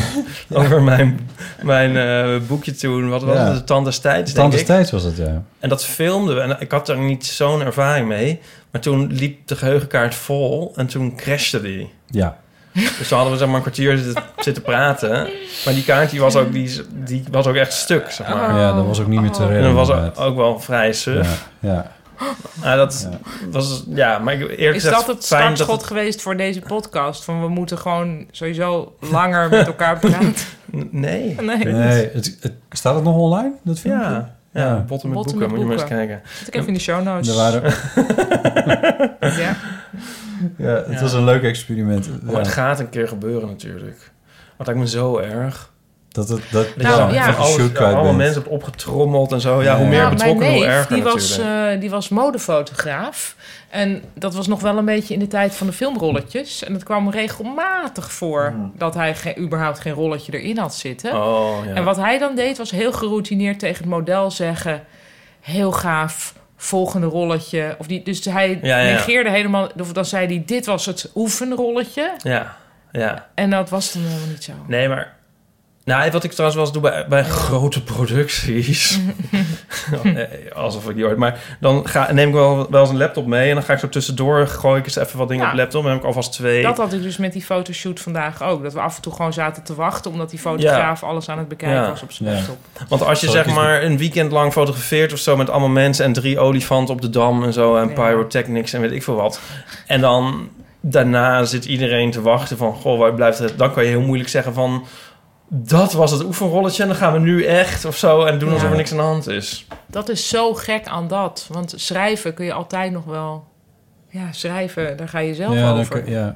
Speaker 1: over mijn, mijn eh, boekje toen, wat was
Speaker 2: Ja.
Speaker 1: het, de Tand des Tijds,
Speaker 2: niet.
Speaker 1: denk
Speaker 2: Tand
Speaker 1: ik.
Speaker 2: des tijds was het, ja.
Speaker 1: En dat filmden we. En ik had daar niet zo'n ervaring mee. Maar toen liep de geheugenkaart vol en toen crashte die.
Speaker 2: Ja.
Speaker 1: Dus toen hadden we zeg maar een kwartier zitten, zitten praten. Maar die kaart die was, ook, die, die was ook echt stuk, zeg maar.
Speaker 3: Oh.
Speaker 2: Ah, ja, dat was ook niet meer te
Speaker 1: En
Speaker 2: redden.
Speaker 1: dat was ook,
Speaker 2: inderdaad.
Speaker 1: ook wel vrij suf.
Speaker 2: ja, ja.
Speaker 1: Ah, dat was... Ja, maar ik, eerlijk
Speaker 3: Is
Speaker 1: gezegd...
Speaker 3: dat het
Speaker 1: fijn
Speaker 3: startschot
Speaker 1: Dat
Speaker 3: geweest voor deze podcast? Van we moeten gewoon sowieso langer met elkaar praten.
Speaker 1: het- nee.
Speaker 3: Nee.
Speaker 1: Ik weet niet.
Speaker 2: Nee, het, het- staat het nog online, dat filmpje?
Speaker 1: Ja. Ja,
Speaker 2: Ja.
Speaker 1: botten met
Speaker 3: Botten
Speaker 1: boeken.
Speaker 3: met
Speaker 1: Moet je maar eens
Speaker 3: boeken.
Speaker 1: kijken.
Speaker 3: Zet ik even in de show notes.
Speaker 2: Er waren,
Speaker 3: Ja.
Speaker 2: ja, het
Speaker 1: Ja.
Speaker 2: was een leuk experiment. Ja.
Speaker 1: Maar Oh, het gaat een keer gebeuren natuurlijk. Want lijkt me zo erg.
Speaker 2: Dat het dat,
Speaker 3: Nou, ja.
Speaker 2: dat
Speaker 1: Van
Speaker 2: je shoot
Speaker 1: alles,
Speaker 2: kwijt
Speaker 1: allemaal
Speaker 2: bent.
Speaker 1: mensen hebt opgetrommeld en zo. Ja,
Speaker 2: Ja.
Speaker 1: hoe meer
Speaker 2: Nou,
Speaker 1: betrokken,
Speaker 3: mijn
Speaker 1: hoe
Speaker 3: neef,
Speaker 1: erger
Speaker 3: die was,
Speaker 1: natuurlijk.
Speaker 3: eh, die was modefotograaf. En dat was nog wel een beetje in de tijd van de filmrolletjes. En het kwam regelmatig voor dat hij ge- überhaupt geen rolletje erin had zitten.
Speaker 1: Hmm. oh, ja.
Speaker 3: En wat hij dan deed, was heel geroutineerd tegen het model zeggen... heel gaaf, volgende rolletje. Of die, dus hij
Speaker 1: Ja, ja, ja.
Speaker 3: negeerde helemaal... Of dan zei hij, dit was het oefenrolletje.
Speaker 1: ja, ja.
Speaker 3: En dat was toen helemaal niet zo.
Speaker 1: Nee, maar Nou, wat ik trouwens wel eens doe bij, bij grote producties. Eh, Alsof ik die ooit... Maar dan ga, neem ik wel, wel eens een laptop mee... en dan ga ik zo tussendoor, gooi ik eens even wat dingen
Speaker 3: Ja.
Speaker 1: op de laptop... en dan heb ik alvast twee...
Speaker 3: Dat had ik dus met die fotoshoot vandaag ook. Dat we af en toe gewoon zaten te wachten... omdat die fotograaf alles aan het bekijken
Speaker 1: Ja.
Speaker 3: was op zijn
Speaker 2: Ja.
Speaker 3: laptop.
Speaker 1: Want als je
Speaker 2: Zal ik
Speaker 1: zeg
Speaker 2: eens
Speaker 1: maar een weekend lang fotografeert of zo met allemaal mensen en drie olifanten op de dam en zo en
Speaker 3: Ja.
Speaker 1: pyrotechnics en weet ik veel wat. En dan daarna zit iedereen te wachten van goh, waar blijft het? Dan kan je heel moeilijk zeggen van dat was het oefenrolletje en dan gaan we nu echt of zo en doen
Speaker 3: Ja.
Speaker 1: alsof er niks aan de hand is.
Speaker 3: Dat is zo gek aan dat. Want schrijven kun je altijd nog wel... Ja, schrijven, daar ga je zelf
Speaker 2: ja, dan
Speaker 3: over.
Speaker 2: kun- ja.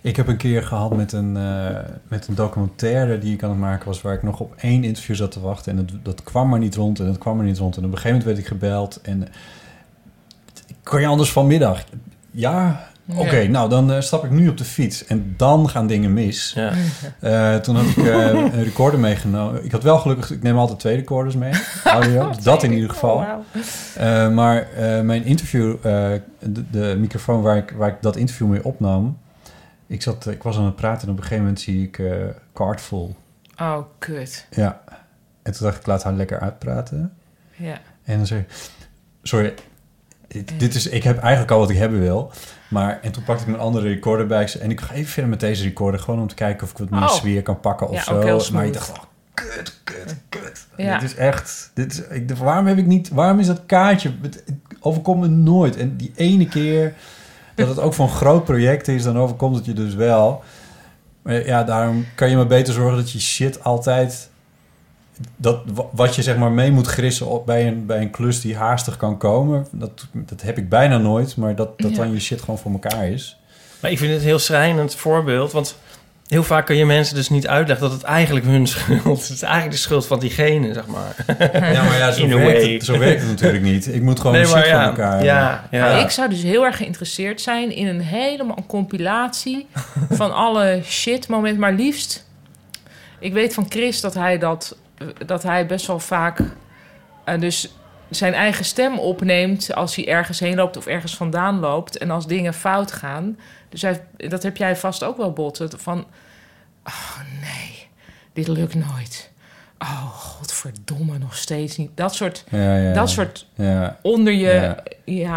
Speaker 2: Ik heb een keer gehad met een, eh, met een documentaire die ik aan het maken was... waar ik nog op één interview zat te wachten. En dat, dat kwam maar niet rond en dat kwam maar niet rond. En op een gegeven moment werd ik gebeld. En eh, kon je anders vanmiddag? Ja, oké. nou, dan eh, stap ik nu op de fiets. En dan gaan dingen mis.
Speaker 1: Ja.
Speaker 2: Eh, toen heb ik eh, een recorder meegenomen. Ik had wel gelukkig... Ik neem altijd twee recorders mee. Audio, dat in ieder geval.
Speaker 3: Oh, wauw.
Speaker 2: Eh, maar eh, mijn interview, eh, de, de microfoon waar ik, waar ik dat interview mee opnam, ik, zat, eh, ik was aan het praten en op een gegeven moment zie ik eh Cardful.
Speaker 3: Oh, kut.
Speaker 2: Ja. En toen dacht ik, laat haar lekker uitpraten.
Speaker 3: Ja.
Speaker 2: En dan zei ik, sorry, dit- dit is, ik heb eigenlijk al wat ik hebben wil. Maar, en toen pakte ik mijn andere recorder bij ze- en ik ga even verder met deze recorder, gewoon om te kijken of ik wat meer
Speaker 3: Oh.
Speaker 2: sfeer kan pakken of
Speaker 3: Ja,
Speaker 2: zo.
Speaker 3: ook heel
Speaker 2: maar
Speaker 3: smooth.
Speaker 2: ik dacht, oh, kut, kut, kut.
Speaker 3: Ja.
Speaker 2: Dit is echt, dit is, ik, dacht, waarom heb ik niet, waarom is dat kaartje, het, het overkomt me nooit. En die ene keer dat het ook voor een groot project is, dan overkomt het je dus wel. Maar ja, daarom kan je maar beter zorgen dat je shit altijd... Dat, wa- wat je zeg maar mee moet grissen op bij, een, bij een klus die haastig kan komen... dat, dat heb ik bijna nooit, maar dat, dat
Speaker 3: Ja.
Speaker 2: dan je shit gewoon voor elkaar is.
Speaker 1: Maar ik vind het een heel schrijnend voorbeeld, want heel vaak kun je mensen dus niet uitleggen dat het eigenlijk hun schuld is. Het is eigenlijk de schuld van diegene, zeg maar.
Speaker 2: Ja, maar ja,
Speaker 1: zo In a werkt way.
Speaker 2: Het,
Speaker 1: het-
Speaker 2: zo werkt het natuurlijk niet. Ik moet gewoon shit
Speaker 1: maar
Speaker 2: voor
Speaker 1: ja,
Speaker 2: elkaar
Speaker 1: ja, ja.
Speaker 3: Nou, ik zou dus heel erg geïnteresseerd zijn in een helemaal een compilatie van alle shit momenten. Maar liefst, ik weet van Chris dat hij dat, dat hij best wel vaak eh, dus zijn eigen stem opneemt als hij ergens heen loopt of ergens vandaan loopt en als dingen fout gaan. Dus hij, dat heb jij vast ook wel botten van, oh nee, dit lukt nooit. Oh, godverdomme, nog steeds niet. Dat soort,
Speaker 2: Ja, ja,
Speaker 3: dat soort
Speaker 2: Ja,
Speaker 3: onder je,
Speaker 2: Ja.
Speaker 3: ja,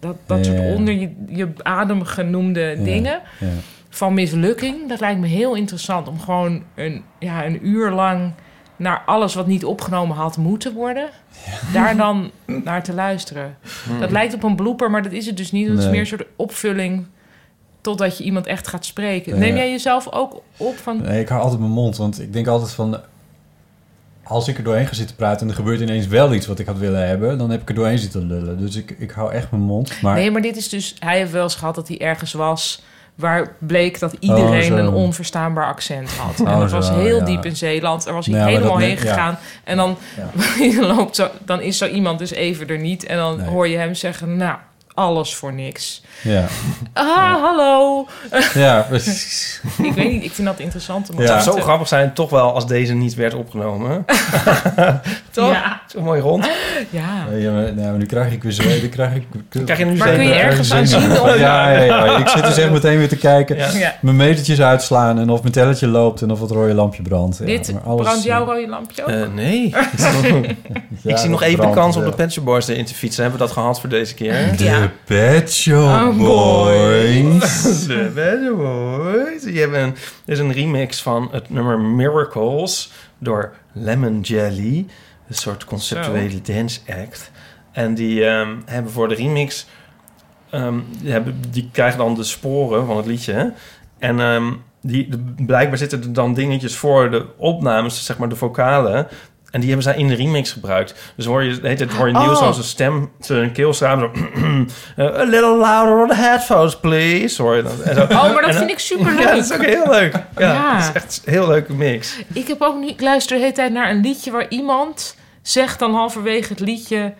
Speaker 3: dat, dat
Speaker 2: Ja, ja, ja.
Speaker 3: soort onder je, je adem genoemde dingen
Speaker 2: ja.
Speaker 3: van mislukking. Dat lijkt me heel interessant om gewoon een, ja, een uur lang naar alles wat niet opgenomen had moeten worden, daar dan naar te luisteren. Dat lijkt op een blooper, maar dat is het dus niet. want Het is
Speaker 2: Nee.
Speaker 3: meer een soort opvulling totdat je iemand echt gaat spreken.
Speaker 2: Ja.
Speaker 3: Neem jij jezelf ook op van...
Speaker 2: Nee, ik hou altijd mijn mond, want ik denk altijd van... Als ik er doorheen ga zitten praten en er gebeurt ineens wel iets wat ik had willen hebben... dan heb ik er doorheen zitten lullen. Dus ik, ik hou echt mijn mond. Maar
Speaker 3: Nee, maar dit is dus... Hij heeft wel eens gehad dat hij ergens was... waar bleek dat iedereen
Speaker 2: Oh, zo.
Speaker 3: een onverstaanbaar accent had. en
Speaker 2: Oh,
Speaker 3: dat was
Speaker 2: zo,
Speaker 3: heel
Speaker 2: ja.
Speaker 3: diep in Zeeland. Daar was hij
Speaker 2: Ja, maar
Speaker 3: helemaal
Speaker 2: dat
Speaker 3: heen
Speaker 2: net- ja.
Speaker 3: gegaan. En dan, je loopt zo, dan is zo iemand dus even er niet. En dan
Speaker 2: Nee.
Speaker 3: hoor je hem zeggen... Nou, alles voor niks.
Speaker 2: ja.
Speaker 3: Ah, hallo.
Speaker 2: ja, precies.
Speaker 3: Ik weet niet, ik vind dat interessant. Om
Speaker 2: Ja.
Speaker 1: Het
Speaker 3: te-
Speaker 1: zou zo grappig zijn, toch wel, als deze niet werd opgenomen. toch?
Speaker 3: Ja,
Speaker 1: Zo mooi rond.
Speaker 3: ja.
Speaker 2: Ja, maar, nou, maar nu krijg ik weer zweet, dan krijg ik...
Speaker 1: Krijg je nu
Speaker 3: Maar kun je
Speaker 1: zeker-
Speaker 3: ergens aan zien?
Speaker 2: Ja, ja, ja. Ik zit dus echt meteen weer te kijken.
Speaker 1: Ja.
Speaker 3: Ja.
Speaker 2: Mijn metertjes uitslaan en of mijn telletje loopt en of het rode lampje brandt. Ja,
Speaker 3: Dit
Speaker 2: maar alles-
Speaker 3: brandt jouw rode lampje ook?
Speaker 1: Eh, nee.
Speaker 2: Ja,
Speaker 1: ik zie nog
Speaker 2: dat
Speaker 1: even de
Speaker 2: brandt
Speaker 1: kans om
Speaker 2: wel.
Speaker 1: de Pet Shop Boys erin te fietsen. Hebben we dat gehad voor deze keer?
Speaker 2: De
Speaker 3: Ja.
Speaker 2: Pet Shop
Speaker 3: Oh,
Speaker 2: Boys.
Speaker 1: De Pet Shop Boys. Die hebben een, er is een remix van het nummer Miracles door Lemon Jelly. Een soort conceptuele dance act. En die ehm, hebben voor de remix... ehm, die, hebben, die krijgen dan de sporen van het liedje. En ehm, die, de- blijkbaar zitten er dan dingetjes voor de opnames, zeg maar de vocalen. En die hebben zij in de remix gebruikt. Dus hoor je, heet het, hoor je Niels
Speaker 3: Oh.
Speaker 1: zo zijn stem, zijn keel staan. Zo, eh, a little louder on the headphones, please. Hoor je dat? En zo.
Speaker 3: Oh, maar
Speaker 1: En
Speaker 3: dat
Speaker 1: dan-
Speaker 3: vind ik superleuk.
Speaker 1: Ja, dat is ook heel leuk. Ja,
Speaker 3: Ja.
Speaker 1: Dat is echt een heel leuke mix.
Speaker 3: Ik heb ook nu, ik luister de hele tijd naar een liedje waar iemand zegt dan halverwege het liedje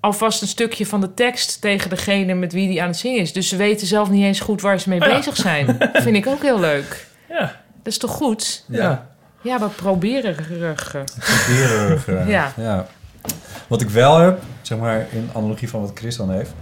Speaker 3: alvast een stukje van de tekst tegen degene met wie die aan het zingen is. Dus ze weten zelf niet eens goed waar ze mee
Speaker 1: Oh ja.
Speaker 3: bezig zijn. Dat vind ik ook heel leuk.
Speaker 1: Ja.
Speaker 3: Dat is toch goed?
Speaker 1: Ja.
Speaker 3: Ja, we proberen geruggen.
Speaker 2: Berenburger.
Speaker 3: Ja.
Speaker 2: ja. Wat ik wel heb, zeg maar in analogie van wat Chris dan heeft,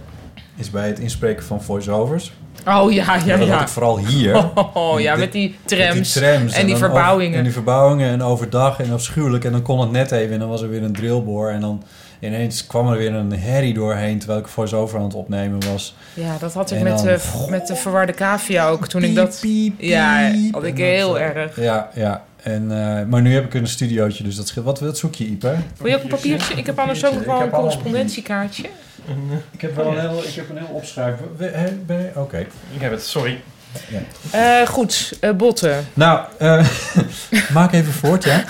Speaker 2: is bij het inspreken van voiceovers.
Speaker 3: Oh ja, ja,
Speaker 2: Maar dat had
Speaker 3: ja.
Speaker 2: ik vooral hier.
Speaker 3: Oh ja,
Speaker 2: Dit-
Speaker 3: met die
Speaker 2: Met
Speaker 3: trams,
Speaker 2: trams
Speaker 3: en die
Speaker 2: dan over-
Speaker 3: verbouwingen.
Speaker 2: en die verbouwingen en overdag en afschuwelijk. En dan kon het net even en dan was er weer een drillboor. En dan ineens kwam er weer een herrie doorheen terwijl ik voice-over aan het opnemen was.
Speaker 3: Ja, dat had ik
Speaker 2: En
Speaker 3: met,
Speaker 2: dan-
Speaker 3: de, met de verwarde cavia ook. Toen ik dat...
Speaker 2: Piep, piep,
Speaker 3: Ja,
Speaker 2: piep.
Speaker 3: had ik
Speaker 2: En dat,
Speaker 3: heel
Speaker 2: eh,
Speaker 3: erg.
Speaker 2: Ja, ja. En, eh, maar nu heb ik een studiootje, dus dat scheelt. Wat, wat zoek je, Ipe?
Speaker 3: Wil je ook een papiertje? Ik heb anders ook nog wel
Speaker 2: Ik
Speaker 3: een
Speaker 2: heb allemaal-
Speaker 3: correspondentiekaartje.
Speaker 2: Ik heb wel een heel, ik heb een heel opschrijven. We- hè, ben je- Oké.
Speaker 1: Ik heb het, sorry.
Speaker 3: Eh, goed, eh, botten.
Speaker 2: Nou, eh, maak even voort, ja.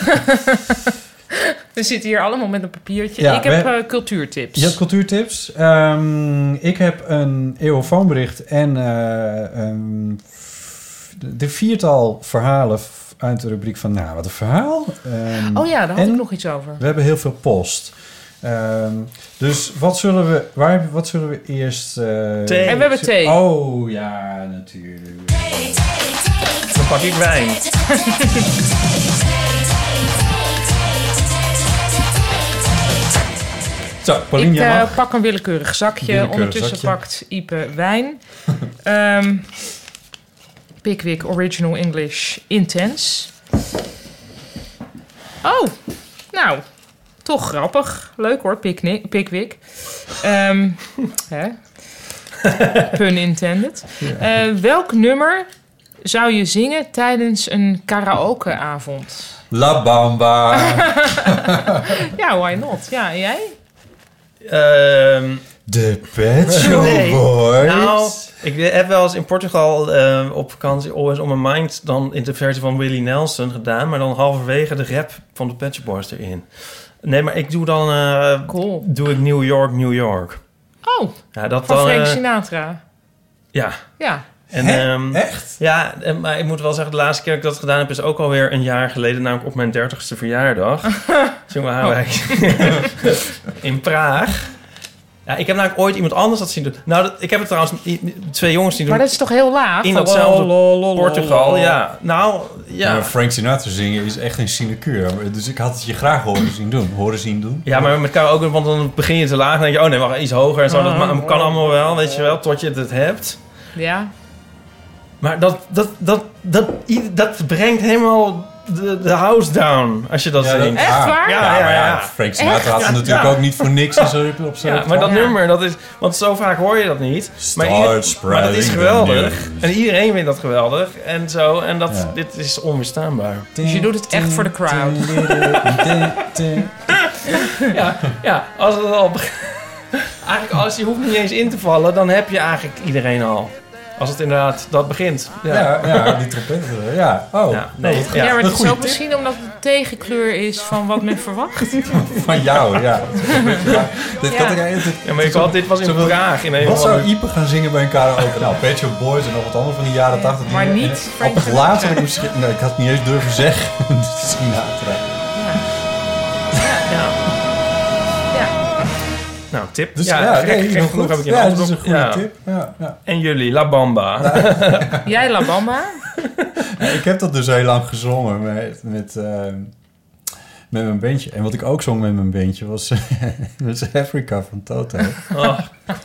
Speaker 3: We zitten hier allemaal met een papiertje.
Speaker 2: Ja,
Speaker 3: ik heb
Speaker 2: we-
Speaker 3: eh, cultuurtips.
Speaker 2: Je hebt cultuurtips. Ehm, ik heb een eeuwofoonbericht en eh, ehm, f- de, de viertal verhalen f- uit de rubriek van... Nou, wat een verhaal. Ehm,
Speaker 3: oh ja, daar had
Speaker 2: en-
Speaker 3: ik nog iets over.
Speaker 2: We hebben heel veel post. Ehm, dus wat zullen we, waar, wat zullen we eerst... eh,
Speaker 1: Thee.
Speaker 3: En we hebben thee.
Speaker 2: Oh ja, natuurlijk.
Speaker 1: Dan pak ik wijn.
Speaker 2: Zo, Pauline,
Speaker 3: ik
Speaker 2: jij
Speaker 3: eh,
Speaker 2: mag.
Speaker 3: pak een willekeurig zakje.
Speaker 2: Willekeurig
Speaker 3: Ondertussen
Speaker 2: zakje.
Speaker 3: pakt Ipe wijn. Ehm Pickwick Original English Intense. Oh, nou, toch grappig. Leuk hoor, Pickni- Pickwick. Ehm, hè? Pun intended. Eh, welk nummer zou je zingen tijdens een karaokeavond?
Speaker 2: La Bamba.
Speaker 3: Ja, why not? Ja, en jij?
Speaker 1: Ehm,
Speaker 2: De Pet Shop
Speaker 1: Nee.
Speaker 2: Boys.
Speaker 1: nou, ik heb wel eens in Portugal eh, op vakantie Always On My Mind... dan in de versie van Willie Nelson gedaan... maar dan halverwege de rap van de Patch Boys erin. Nee, maar ik doe dan... eh,
Speaker 3: Cool.
Speaker 1: doe ik New York, New York.
Speaker 3: Oh,
Speaker 1: Ja, dat
Speaker 3: van
Speaker 1: dan...
Speaker 3: Frank
Speaker 1: eh,
Speaker 3: Sinatra.
Speaker 1: ja.
Speaker 3: Ja.
Speaker 1: En, ehm,
Speaker 2: Echt?
Speaker 1: Ja, en- maar ik moet wel zeggen, de laatste keer dat ik dat gedaan heb... is ook alweer een jaar geleden, namelijk op mijn dertigste verjaardag. Jongen,
Speaker 3: Oh.
Speaker 1: Haarwijk. In Praag. Ja, ik heb namelijk ooit iemand anders dat zien doen. Nou, dat- ik heb het trouwens i- twee jongens zien doen.
Speaker 3: Maar dat is toch heel laag? Oh,
Speaker 1: in
Speaker 3: Van
Speaker 1: datzelfde
Speaker 3: lol, lol, lol,
Speaker 1: Portugal,
Speaker 3: lol.
Speaker 1: ja. Nou, ja.
Speaker 2: Maar Frank Sinatra zingen is echt een sinecure. Dus ik had het je graag horen zien doen. Horen zien doen.
Speaker 1: Ja, maar met ook want dan begin je te laag en denk je... oh nee, wacht, iets hoger en zo. Dat ma- kan allemaal wel, weet je wel, tot je het hebt.
Speaker 3: Ja.
Speaker 1: Maar dat, dat, dat, dat, i- dat brengt helemaal de, de house down, als je dat
Speaker 2: Ja, dat-
Speaker 1: zingt.
Speaker 3: Echt
Speaker 2: Ah,
Speaker 3: waar?
Speaker 1: ja.
Speaker 2: Ja, maar ja,
Speaker 1: ja.
Speaker 2: Frank Sinatra had ze
Speaker 1: Ja,
Speaker 2: natuurlijk
Speaker 1: ja.
Speaker 2: ook niet voor niks en zo op zijn
Speaker 1: Ja, maar dat
Speaker 3: Ja.
Speaker 1: nummer, dat is, want zo vaak hoor je dat niet. Maar,
Speaker 2: Start
Speaker 1: maar dat
Speaker 2: spreading
Speaker 1: is
Speaker 2: the
Speaker 1: geweldig.
Speaker 2: news.
Speaker 1: En iedereen vindt dat geweldig. En zo, en dat,
Speaker 2: Ja.
Speaker 1: dit is onweerstaanbaar.
Speaker 3: Dus je doet het echt voor de crowd.
Speaker 1: Ja, als het al. beg- Eigenlijk, als je hoeft niet eens in te vallen, dan heb je eigenlijk iedereen al. Als het inderdaad dat begint. Ja, ja.
Speaker 2: Ja, ja, die trompetten. Ja, oh.
Speaker 1: Ja, nee,
Speaker 2: wat
Speaker 3: Ja,
Speaker 1: ja.
Speaker 3: maar
Speaker 2: Een
Speaker 3: het is
Speaker 2: goede
Speaker 3: ook
Speaker 2: tip.
Speaker 3: misschien omdat het een tegenkleur is van wat men verwacht.
Speaker 2: Van jou, ja. Ja, Dit had ik eigenlijk...
Speaker 1: maar ik had, dit was in
Speaker 2: Zullen we-
Speaker 1: Praag. In een
Speaker 2: Wat
Speaker 1: van
Speaker 2: zou
Speaker 1: de,
Speaker 2: Ipe gaan zingen bij een karaoke? Nou, Pet Shop Boys en nog wat andere van de jaren 80. die-
Speaker 3: Maar niet
Speaker 2: eh,
Speaker 3: Frank
Speaker 2: Op het laatst had ik misschien... Nee, ik had het niet eens durven zeggen. Sinatra.
Speaker 1: ja.
Speaker 3: Ja.
Speaker 1: Nou, tip.
Speaker 2: Dus
Speaker 1: ja,
Speaker 2: ja,
Speaker 1: gek,
Speaker 2: nee,
Speaker 1: gek
Speaker 2: nog
Speaker 1: genoeg
Speaker 2: goed.
Speaker 1: heb ik je
Speaker 2: Ja, dat
Speaker 1: antwoord
Speaker 2: is een
Speaker 1: op.
Speaker 2: goede
Speaker 1: Ja.
Speaker 2: tip. Ja, ja.
Speaker 1: En jullie, La Bamba.
Speaker 3: Jij, La Bamba.
Speaker 2: Ik heb dat dus heel lang gezongen met, met, eh, met mijn bandje. En wat ik ook zong met mijn bandje was, was Africa van Toto.
Speaker 1: Oh,
Speaker 2: Wat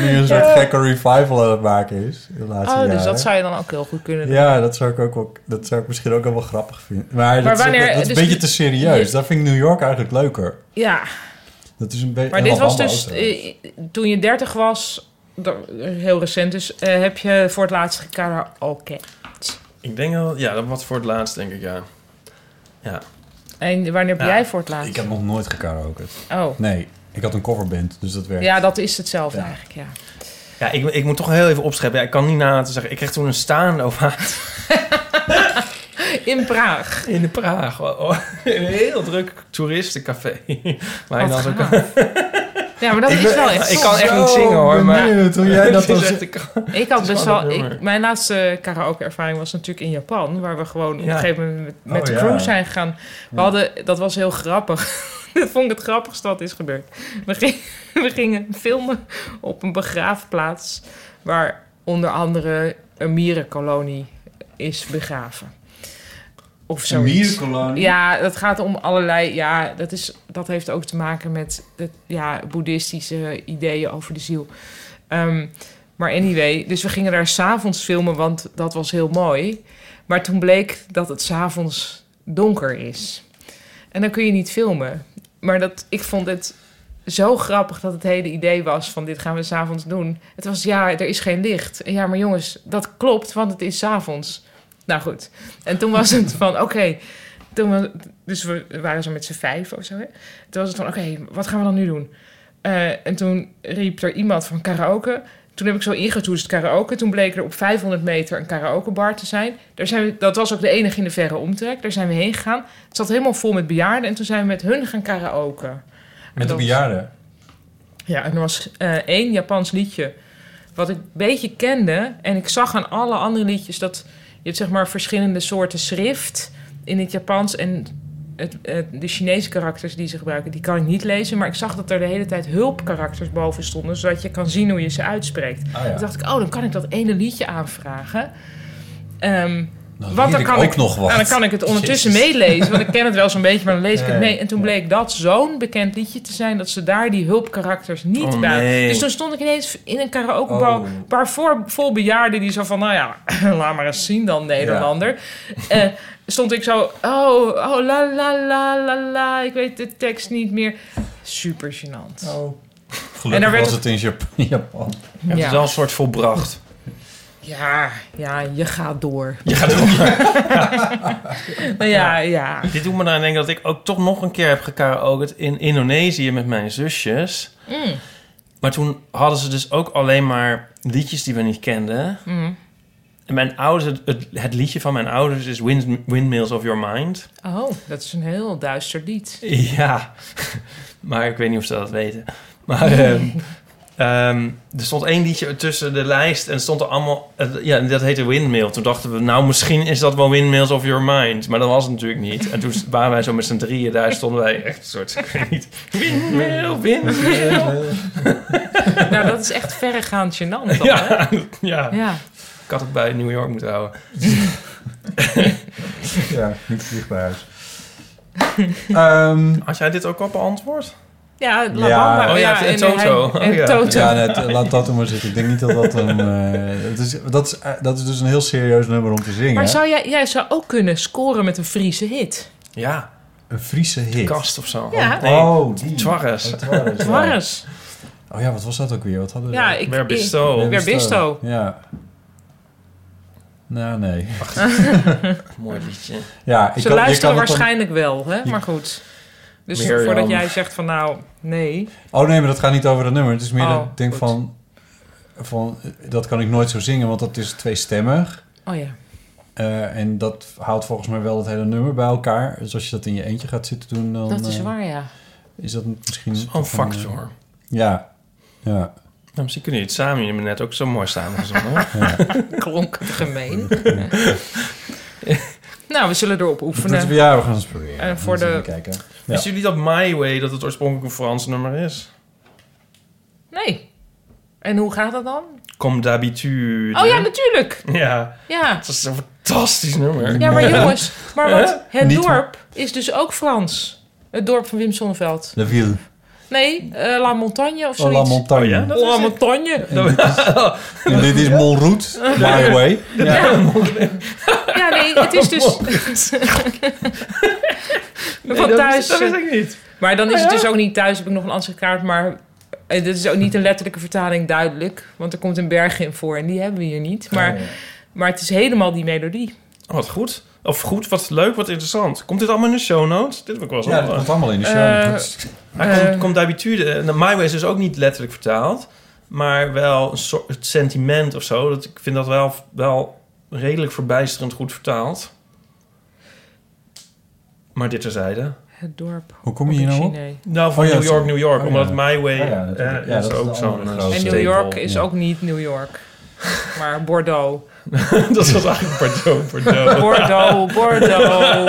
Speaker 2: nu een soort gekke revival aan het maken is. De laatste
Speaker 3: Oh, dus
Speaker 2: jaren.
Speaker 3: dat zou je dan ook heel goed kunnen doen.
Speaker 2: Ja, dat zou, ik ook wel, dat zou ik misschien ook wel wel grappig vinden. Maar, dat, is-
Speaker 3: wanneer-
Speaker 2: dat is
Speaker 3: dus
Speaker 2: een beetje
Speaker 3: nu-
Speaker 2: te serieus. Daar vind ik New York eigenlijk leuker.
Speaker 3: Ja,
Speaker 2: Dat is een beetje...
Speaker 3: maar
Speaker 2: en
Speaker 3: dit
Speaker 2: La
Speaker 3: was
Speaker 2: Bamba
Speaker 3: dus...
Speaker 2: ook, hè.
Speaker 3: eh, toen je dertig was, d- heel recent dus, eh, heb je voor het laatst gekaraoke.
Speaker 1: ik denk wel, ja, dat was voor het laatst, denk ik, ja. Ja.
Speaker 3: En wanneer ben
Speaker 1: Ja,
Speaker 3: jij voor het laatst?
Speaker 2: Ik heb nog nooit gekaraoke.
Speaker 3: Oh,
Speaker 2: Nee, ik had een coverband, dus dat werkt.
Speaker 3: ja, dat is hetzelfde
Speaker 2: Ja.
Speaker 3: eigenlijk, ja.
Speaker 1: Ja, ik, ik moet toch heel even opscheppen. Ja, ik kan niet na te zeggen. Ik kreeg toen een staande ovatie
Speaker 3: In Praag.
Speaker 1: in de Praag. Oh, oh, een heel druk toeristencafé. Waar
Speaker 3: Wat
Speaker 1: je dan zo
Speaker 3: gaaf.
Speaker 1: kan-
Speaker 3: Ja, maar dat
Speaker 1: Ik
Speaker 3: is
Speaker 1: ben-
Speaker 3: wel
Speaker 1: ik
Speaker 3: echt
Speaker 1: kan
Speaker 3: soms.
Speaker 1: echt niet zingen, hoor,
Speaker 2: Ik
Speaker 1: maar-
Speaker 2: benieuwd hoe jij
Speaker 1: Het
Speaker 2: dat dan
Speaker 1: is echt-
Speaker 2: zegt.
Speaker 3: Ik had best
Speaker 1: wel
Speaker 3: wel.
Speaker 1: een
Speaker 3: Ik,
Speaker 1: nummer.
Speaker 3: mijn laatste karaoke-ervaring was natuurlijk in Japan, waar we gewoon op
Speaker 1: Ja.
Speaker 3: een gegeven moment met, met
Speaker 2: Oh,
Speaker 3: de
Speaker 2: ja.
Speaker 3: crew zijn gegaan. We hadden, dat was heel grappig. dat vond ik het grappigste wat is gebeurd. We, ging- we gingen filmen op een begraafplaats waar onder andere een mierenkolonie is begraven. Of
Speaker 2: Een
Speaker 3: zoiets.
Speaker 2: mierenkolonne.
Speaker 3: Ja, dat gaat om allerlei. Ja, dat, is, dat heeft ook te maken met de, ja, boeddhistische ideeën over de ziel. Ehm, maar anyway, dus we gingen daar s'avonds filmen, want dat was heel mooi. Maar toen bleek dat het s'avonds donker is. En dan kun je niet filmen. Maar dat, ik vond het zo grappig dat het hele idee was van dit gaan we s'avonds doen. Het was ja, er is geen licht. En ja, maar jongens, dat klopt, want het is s'avonds. Nou goed. En toen was het van oké, toen we, dus we waren zo met z'n vijf of zo. Hè? Toen was het van, oké, wat gaan we dan nu doen? Eh, en toen riep er iemand van karaoke. Toen heb ik zo ingetoetst karaoke. Toen bleek er op 500 meter een karaokebar te zijn. Daar zijn we, dat was ook de enige in de verre omtrek. Daar zijn we heen gegaan. Het zat helemaal vol met bejaarden. En toen zijn we met hun gaan karaoke.
Speaker 2: Met de
Speaker 3: Dat-
Speaker 2: bejaarden.
Speaker 3: Ja, en er was eh, één Japans liedje wat ik een beetje kende. En ik zag aan alle andere liedjes dat je hebt zeg maar verschillende soorten schrift in het Japans. En het, het- de Chinese karakters die ze gebruiken, die kan ik niet lezen. Maar ik zag dat er de hele tijd hulpkarakters boven stonden, zodat je kan zien hoe je ze uitspreekt.
Speaker 2: Ah,
Speaker 3: Toen
Speaker 2: ja.
Speaker 3: dacht ik, oh, dan kan ik dat ene liedje aanvragen. Ehm,
Speaker 2: Dan
Speaker 3: want
Speaker 2: leer
Speaker 3: dan
Speaker 2: ik
Speaker 3: kan,
Speaker 2: ook
Speaker 3: ik,
Speaker 2: nog wat.
Speaker 3: en dan kan ik het ondertussen
Speaker 2: Jezus.
Speaker 3: meelezen. Want ik ken het wel zo'n beetje, maar dan lees ik het
Speaker 2: Nee.
Speaker 3: mee. En toen bleek dat zo'n bekend liedje te zijn... dat ze daar die hulpkarakters niet
Speaker 1: Oh,
Speaker 3: bij hadden.
Speaker 1: nee.
Speaker 3: Dus toen stond ik ineens in een karaokebar...
Speaker 2: Oh.
Speaker 3: waar voor, vol bejaarden die zo van... nou ja, laat maar eens zien dan, Nederlander. Eh, stond ik zo... oh, oh, la, la, la, la, la... ik weet de tekst niet meer. Super gênant.
Speaker 2: Oh.
Speaker 3: En
Speaker 2: Gelukkig
Speaker 3: daar werd
Speaker 2: was
Speaker 3: het-
Speaker 2: het in Jap- Japan.
Speaker 1: Je hebt
Speaker 3: ja.
Speaker 1: het wel een soort volbracht.
Speaker 3: ja, ja, je gaat door.
Speaker 1: Je gaat ook-
Speaker 3: Nou ja, ja.
Speaker 1: Dit doet me dan denken dat ik ook toch nog een keer heb gekaraokerd in Indonesië met mijn zusjes.
Speaker 3: Mm.
Speaker 1: Maar toen hadden ze dus ook alleen maar liedjes die we niet kenden.
Speaker 3: Mm.
Speaker 1: En mijn ouders, het, het liedje van mijn ouders is Wind- Windmills of Your Mind.
Speaker 3: Oh, dat is een heel duister lied.
Speaker 1: Ja, maar ik weet niet of ze dat weten. Maar ehm, ehm, er stond één liedje tussen de lijst en het stond er allemaal... eh, ja, dat heette Windmill. Toen dachten we, nou misschien is dat wel Windmills of Your Mind. Maar dat was het natuurlijk niet. En toen waren wij zo met z'n drieën daar, stonden wij echt een soort... Ik weet niet, Windmill, Windmill.
Speaker 3: Nou, dat is echt verregaand gênant dan, hè?
Speaker 1: Ja, ja,
Speaker 3: Ja.
Speaker 1: ik had het bij New York moeten houden.
Speaker 2: Ja, niet te dicht bij huis. Ehm,
Speaker 1: Had jij dit ook al beantwoord?
Speaker 3: Ja, La
Speaker 2: Ja.
Speaker 3: Bamba.
Speaker 1: Oh ja, en Toto.
Speaker 3: hij- En,
Speaker 1: Oh ja.
Speaker 3: Toto.
Speaker 2: ja, net, eh, laat dat er maar zitten. Ik denk niet dat dat een... eh, het is, dat, is, eh, dat is dus een heel serieus nummer om te zingen.
Speaker 3: Maar zou jij, jij zou ook kunnen scoren met een Friese hit.
Speaker 1: Ja,
Speaker 2: Een Friese hit.
Speaker 1: kast of zo.
Speaker 3: Ja.
Speaker 1: Nee,
Speaker 2: oh, die.
Speaker 1: Twarres.
Speaker 2: Oh, Twarres, ja.
Speaker 3: Warres.
Speaker 2: Oh ja, wat was dat ook weer? Wat hadden we
Speaker 3: Ja,
Speaker 2: daar?
Speaker 3: ik...
Speaker 1: Where
Speaker 3: ik-
Speaker 1: Bisto.
Speaker 3: Weer Bisto.
Speaker 2: Ja. Nou, nee.
Speaker 1: Mooi liedje.
Speaker 2: Ja, ik
Speaker 3: Ze luisteren
Speaker 2: kan- je kan het dan-
Speaker 3: waarschijnlijk wel, hè? Maar goed. Dus
Speaker 1: Mirjam.
Speaker 3: voordat jij zegt van nou, nee.
Speaker 2: Oh nee, maar dat gaat niet over dat nummer. Het is meer
Speaker 3: Oh,
Speaker 2: dat ik denk
Speaker 3: goed.
Speaker 2: van, van... eh, Dat kan ik nooit zo zingen, want dat is tweestemmig.
Speaker 3: Oh ja.
Speaker 2: Eh, en dat houdt volgens mij wel het hele nummer bij elkaar. Dus als je dat in je eentje gaat zitten doen, dan...
Speaker 3: Dat is
Speaker 2: eh,
Speaker 3: waar, ja.
Speaker 2: Is dat misschien...
Speaker 1: Dat is wel een
Speaker 2: toch een,
Speaker 1: factor.
Speaker 2: eh, Ja. Ja.
Speaker 1: Nou, misschien kunnen jullie het samen. Jullie hebben net ook zo mooi samen gezongen.
Speaker 3: Klonk gemeen. nou, we zullen erop
Speaker 2: Dat we,
Speaker 3: oefenen.
Speaker 2: ja, we gaan eens proberen.
Speaker 3: En voor
Speaker 2: We gaan
Speaker 3: de-
Speaker 2: eens even Kijken. Ja.
Speaker 1: Wisten jullie dat My Way, dat het oorspronkelijk een Frans nummer is?
Speaker 3: Nee. En hoe gaat dat dan?
Speaker 1: Comme d'habitude.
Speaker 3: Oh ja, natuurlijk.
Speaker 1: Ja,
Speaker 3: Ja.
Speaker 1: dat is een fantastisch nummer.
Speaker 3: Ja, maar jongens, maar wat, het
Speaker 2: Niet
Speaker 3: dorp is dus ook Frans. Het dorp van Wim Sonneveld.
Speaker 2: La Ville.
Speaker 3: Nee, eh, La Montagne of
Speaker 2: Oh, La
Speaker 3: zoiets.
Speaker 2: Montagne.
Speaker 1: Oh ja, dat-
Speaker 3: La Montagne.
Speaker 2: En dit is, en dit is Monroet, by the way. Ja.
Speaker 3: Ja, nee, het is dus
Speaker 1: Nee,
Speaker 3: van
Speaker 1: dat
Speaker 3: thuis.
Speaker 1: wist- Dat wist ik niet.
Speaker 3: Maar dan is het dus ook niet thuis, heb ik nog een andere kaart. Maar eh, dit is ook niet een letterlijke vertaling duidelijk. Want er komt een berg in voor en die hebben we hier niet. Maar, maar het is helemaal die melodie.
Speaker 1: Oh, wat goed. Of goed, wat leuk, wat interessant. Komt dit allemaal in de show notes? Dit heb ik wel eens
Speaker 2: Ja, dat
Speaker 1: allemaal.
Speaker 2: komt allemaal in de show.
Speaker 3: Eh,
Speaker 2: Dat is-
Speaker 1: Maar komt-
Speaker 3: Eh.
Speaker 1: komt d'habitude... eh, nou, My Way is dus ook niet letterlijk vertaald. Maar wel een soort sentiment of zo. Dat, ik vind dat wel, wel redelijk verbijsterend goed vertaald. Maar dit terzijde.
Speaker 3: Het dorp.
Speaker 2: hoe kom je hier nou op?
Speaker 3: Origineel.
Speaker 1: Nou, van
Speaker 2: Oh ja,
Speaker 1: New York,
Speaker 2: zo-
Speaker 1: New York.
Speaker 2: oh ja.
Speaker 1: omdat My Way
Speaker 2: Oh ja,
Speaker 1: eh,
Speaker 2: natuurlijk. Ja,
Speaker 1: is
Speaker 2: dat is
Speaker 1: ook
Speaker 2: de
Speaker 1: zo'n
Speaker 2: andere
Speaker 1: eh,
Speaker 2: grote.
Speaker 3: En
Speaker 1: staple.
Speaker 3: New York is
Speaker 2: ja.
Speaker 3: ook niet New York. Maar Bordeaux.
Speaker 1: dat was eigenlijk Bordeaux, Bordeaux.
Speaker 3: Bordeaux, Bordeaux.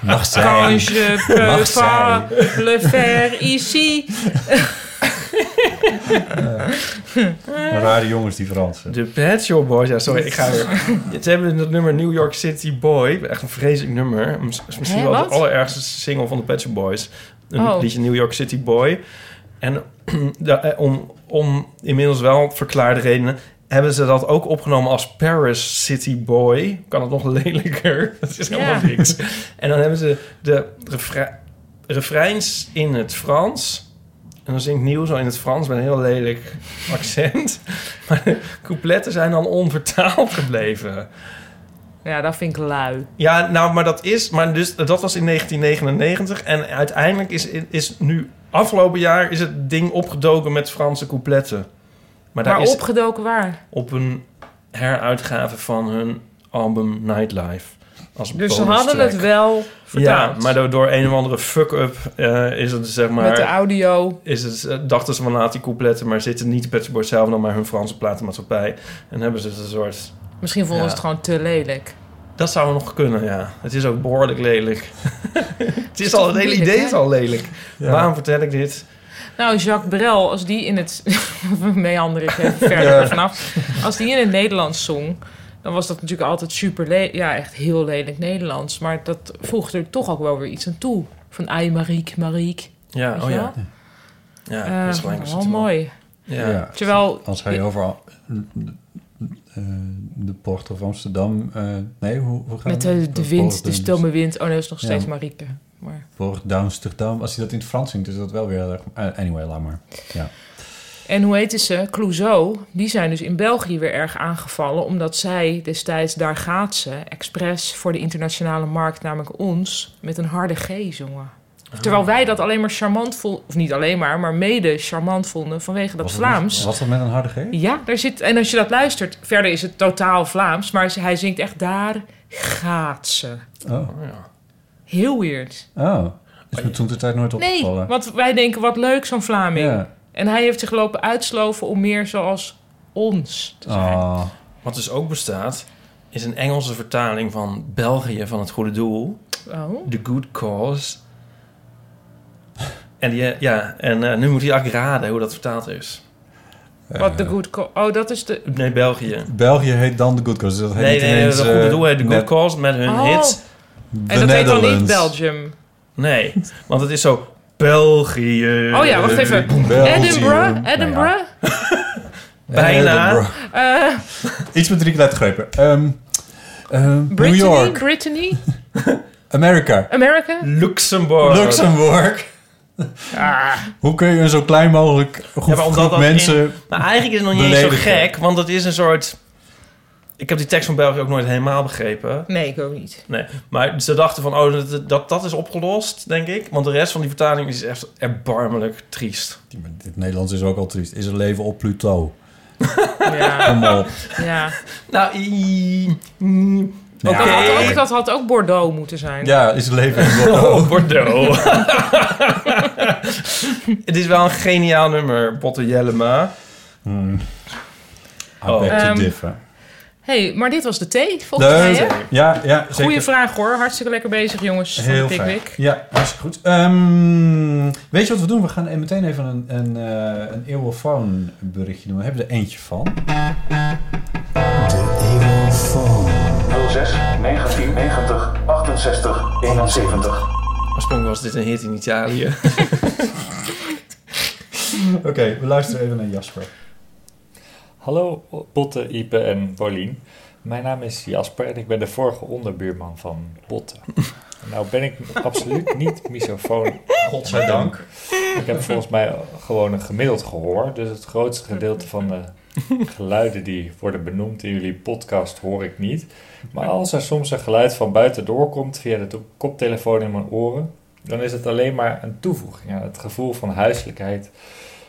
Speaker 2: Mag
Speaker 3: Quand
Speaker 2: zijn.
Speaker 3: je peux
Speaker 2: Mag
Speaker 3: pas le faire ici.
Speaker 2: Rare jongens, die Fransen.
Speaker 1: De Pet Shop Boys, ja sorry, ik ga weer. Ze hebben het nummer New York City Boy, echt een vreselijk nummer. Mis- is Misschien
Speaker 3: Hè,
Speaker 1: wel de
Speaker 3: wat?
Speaker 1: allerergste single van de Pet Shop Boys. Een
Speaker 3: Oh.
Speaker 1: liedje New York City Boy. En da- eh, om, om inmiddels wel verklaarde redenen hebben ze dat ook opgenomen als Paris City Boy. Kan het nog lelijker? Dat is helemaal
Speaker 3: Ja.
Speaker 1: niks. En dan hebben ze de refre- refreins in het Frans. En dan zingt Nieuw zo in het Frans met een heel lelijk accent. Maar de coupletten zijn dan onvertaald gebleven.
Speaker 3: Ja, dat vind ik lui.
Speaker 1: Ja, nou, maar dat is... Maar dus, dat was in 1999. En uiteindelijk is, is nu... Afgelopen jaar is het ding opgedoken met Franse coupletten. Maar daar
Speaker 3: Maar
Speaker 1: is
Speaker 3: opgedoken waar?
Speaker 1: op een heruitgave van hun album Nightlife. Als
Speaker 3: Dus ze
Speaker 1: bonus
Speaker 3: hadden
Speaker 1: track.
Speaker 3: het wel vertaald.
Speaker 1: Ja, maar door, door een of andere fuck-up eh, is het zeg maar...
Speaker 3: Met de audio.
Speaker 1: is het, eh, dachten ze van laat die coupletten, maar zitten niet de Pet Shop Boys zelf, dan maar hun Franse platenmaatschappij. En hebben ze het een soort...
Speaker 3: Misschien vonden
Speaker 1: Ja.
Speaker 3: ze het gewoon te lelijk.
Speaker 1: Dat zou nog kunnen, ja. Het is ook behoorlijk lelijk. het is al, het hele
Speaker 3: moeilijk,
Speaker 1: idee
Speaker 3: hè?
Speaker 1: is al lelijk.
Speaker 2: Ja.
Speaker 1: Waarom vertel ik dit?
Speaker 3: Nou, Jacques Brel, als die in het... Meander ik even verder vanaf. Als die in het Nederlands zong... dan was dat natuurlijk altijd super... le- Ja, echt heel lelijk Nederlands. Maar dat voegde er toch ook wel weer iets aan toe. Van, ai, Mariek, Mariek.
Speaker 1: Ja,
Speaker 3: Weet
Speaker 1: oh
Speaker 3: je
Speaker 1: ja.
Speaker 3: wel?
Speaker 1: Ja,
Speaker 3: Eh,
Speaker 1: dat is gelijk een
Speaker 3: wel
Speaker 1: stil.
Speaker 3: mooi.
Speaker 1: Ja.
Speaker 2: Ja.
Speaker 3: Terwijl...
Speaker 2: Als hij overal... eh, de poort of Amsterdam... eh, nee, hoe, hoe gaat
Speaker 3: Met
Speaker 2: het?
Speaker 3: de, de wind,
Speaker 2: Poort
Speaker 3: de
Speaker 2: dus-
Speaker 3: stomme wind. Oh, nee, dat is nog
Speaker 2: Ja.
Speaker 3: steeds Marieke. Maar,
Speaker 2: Poort Amsterdam. Als hij dat in het Frans zingt, is dat wel weer... heel erg- eh, anyway, laat maar. Ja.
Speaker 3: en hoe heette ze? Clouseau. Die zijn dus in België weer erg aangevallen. Omdat zij destijds, daar gaat ze, expres voor de internationale markt, namelijk ons, met een harde G zongen.
Speaker 2: Ah.
Speaker 3: Terwijl wij dat alleen maar charmant vonden, of niet alleen maar, maar mede charmant vonden vanwege dat
Speaker 2: Was het-
Speaker 3: Vlaams.
Speaker 2: Was dat met een harde G?
Speaker 3: Ja, daar zit, en als je dat luistert, verder is het totaal Vlaams, maar hij zingt echt daar gaat ze.
Speaker 2: Oh.
Speaker 1: Oh, ja.
Speaker 3: Heel weird.
Speaker 2: Oh, is me toen de tijd nooit
Speaker 3: Nee,
Speaker 2: opgevallen.
Speaker 3: want wij denken wat leuk zo'n Vlaming.
Speaker 2: Ja.
Speaker 3: En hij heeft zich lopen uitsloven om meer zoals ons te zijn.
Speaker 2: Oh,
Speaker 1: Wat dus ook bestaat, is een Engelse vertaling van België van het goede doel.
Speaker 3: Oh.
Speaker 1: The Good Cause. En, die, eh, ja, en eh, nu moet hij eigenlijk raden hoe dat vertaald is.
Speaker 3: Wat
Speaker 2: Eh.
Speaker 3: de good call. Oh, dat is de.
Speaker 1: Nee, België.
Speaker 2: België heet dan de Good Cause. Dus dat heet
Speaker 1: Nee,
Speaker 2: niet
Speaker 1: nee,
Speaker 2: ineens,
Speaker 1: dat goede
Speaker 2: eh,
Speaker 1: doel heet The Good
Speaker 2: net
Speaker 1: Cause met hun
Speaker 3: Oh.
Speaker 1: hits.
Speaker 2: The
Speaker 3: En dat heet dan niet
Speaker 2: Netherlands.
Speaker 3: Belgium.
Speaker 1: Nee, want het is zo België.
Speaker 3: Oh ja, wacht even.
Speaker 2: België.
Speaker 3: Edinburgh?
Speaker 2: Nou ja.
Speaker 3: Edinburgh?
Speaker 1: Bijna.
Speaker 2: Edinburgh.
Speaker 3: Eh,
Speaker 2: Iets met drie lettergrepen. Ehm ehm, New
Speaker 3: Brittany?
Speaker 2: York,
Speaker 3: Brittany?
Speaker 2: Amerika,
Speaker 3: Amerika?
Speaker 1: Luxemburg.
Speaker 2: Luxemburg.
Speaker 3: Ah,
Speaker 2: Hoe kun je een zo klein mogelijk groep,
Speaker 1: Ja, maar omdat
Speaker 2: groep
Speaker 1: dat
Speaker 2: mensen...
Speaker 1: in- maar eigenlijk is het nog niet eens zo
Speaker 2: beledigen.
Speaker 1: gek, want het is een soort... Ik heb die tekst van België ook nooit helemaal begrepen.
Speaker 3: Nee, ik ook niet.
Speaker 1: Nee, maar ze dachten van, oh, dat, dat, dat is opgelost, denk ik. Want de rest van die vertaling is echt erbarmelijk triest.
Speaker 2: Dit Nederlands is ook al triest. Is er leven op Pluto?
Speaker 3: Ja.
Speaker 2: Kom op.
Speaker 3: ja.
Speaker 1: Nou, i- mm,
Speaker 2: Ja.
Speaker 1: oké.
Speaker 3: Dat, had ook, dat had ook Bordeaux moeten zijn.
Speaker 2: Ja, is er leven op Pluto?
Speaker 1: Oh, Bordeaux. het is wel een geniaal nummer, Botte Jellema.
Speaker 2: Hmm.
Speaker 1: Oh.
Speaker 2: I beg to
Speaker 3: Ehm,
Speaker 2: differ.
Speaker 3: hey, maar dit was de thee volgens mij.
Speaker 2: De,
Speaker 3: hè?
Speaker 2: ja, ja, zeker.
Speaker 3: Goeie vraag hoor. Hartstikke lekker bezig, jongens. van
Speaker 2: Heel
Speaker 3: de
Speaker 2: fijn.
Speaker 3: Pickwick.
Speaker 2: Ja, hartstikke goed. Ehm, weet je wat we doen? We gaan e- meteen even een, een, eh een eeuwofoon berichtje doen. We hebben er eentje van.
Speaker 4: 06 1990 68 71.
Speaker 1: Oorspronkelijk was dit een hit in Italië.
Speaker 2: Oké, we luisteren even naar Jasper.
Speaker 5: Hallo Botte, Ipe en Paulien. Mijn naam is Jasper en ik ben de vorige onderbuurman van Botte. Nou ben ik absoluut niet misofoon.
Speaker 2: Godzijdank.
Speaker 5: Ik heb volgens mij gewoon een gemiddeld gehoor. Dus het grootste gedeelte van de geluiden die worden benoemd in jullie podcast hoor ik niet. Maar als er soms een geluid van buitendoor komt via de to- koptelefoon in mijn oren, dan is het alleen maar een toevoeging aan het gevoel van huiselijkheid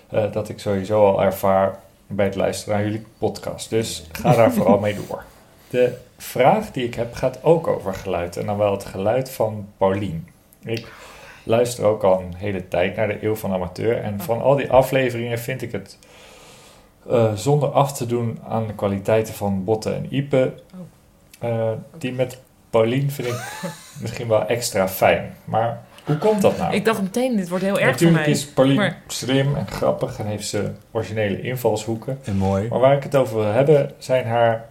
Speaker 5: eh, dat ik sowieso al ervaar bij het luisteren naar jullie podcast. Dus ga daar vooral mee door. De vraag die ik heb gaat ook over geluid en dan wel het geluid van Paulien. Ik luister ook al een hele tijd naar de Eeuw van Amateur en van al die afleveringen vind ik het eh, zonder af te doen aan de kwaliteiten van Botte en Ipe.
Speaker 3: Oh.
Speaker 5: eh, die met Paulien vind ik misschien wel extra fijn. Maar Hoe komt dat nou?
Speaker 3: Ik dacht meteen, dit wordt heel erg voor
Speaker 5: Natuurlijk
Speaker 3: mij.
Speaker 5: is Pauline
Speaker 3: Maar-
Speaker 5: slim en grappig en heeft ze originele invalshoeken.
Speaker 2: En mooi.
Speaker 5: Maar waar ik het over wil hebben zijn haar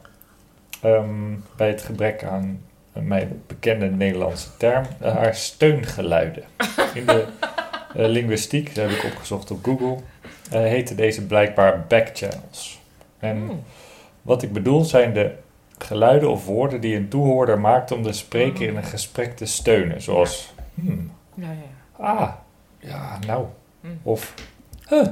Speaker 5: ehm, bij het gebrek aan mijn bekende Nederlandse term, eh, haar steungeluiden. In de eh, linguïstiek, dat heb ik opgezocht op Google, eh heten deze blijkbaar backchannels. En
Speaker 3: Hmm.
Speaker 5: wat ik bedoel zijn de geluiden of woorden die een toehoorder maakt om de spreker
Speaker 3: Hmm.
Speaker 5: in een gesprek te steunen. Zoals, hmm,
Speaker 3: Ja, ja, ja.
Speaker 5: Ah, ja, nou.
Speaker 3: Mm.
Speaker 5: Of, huh.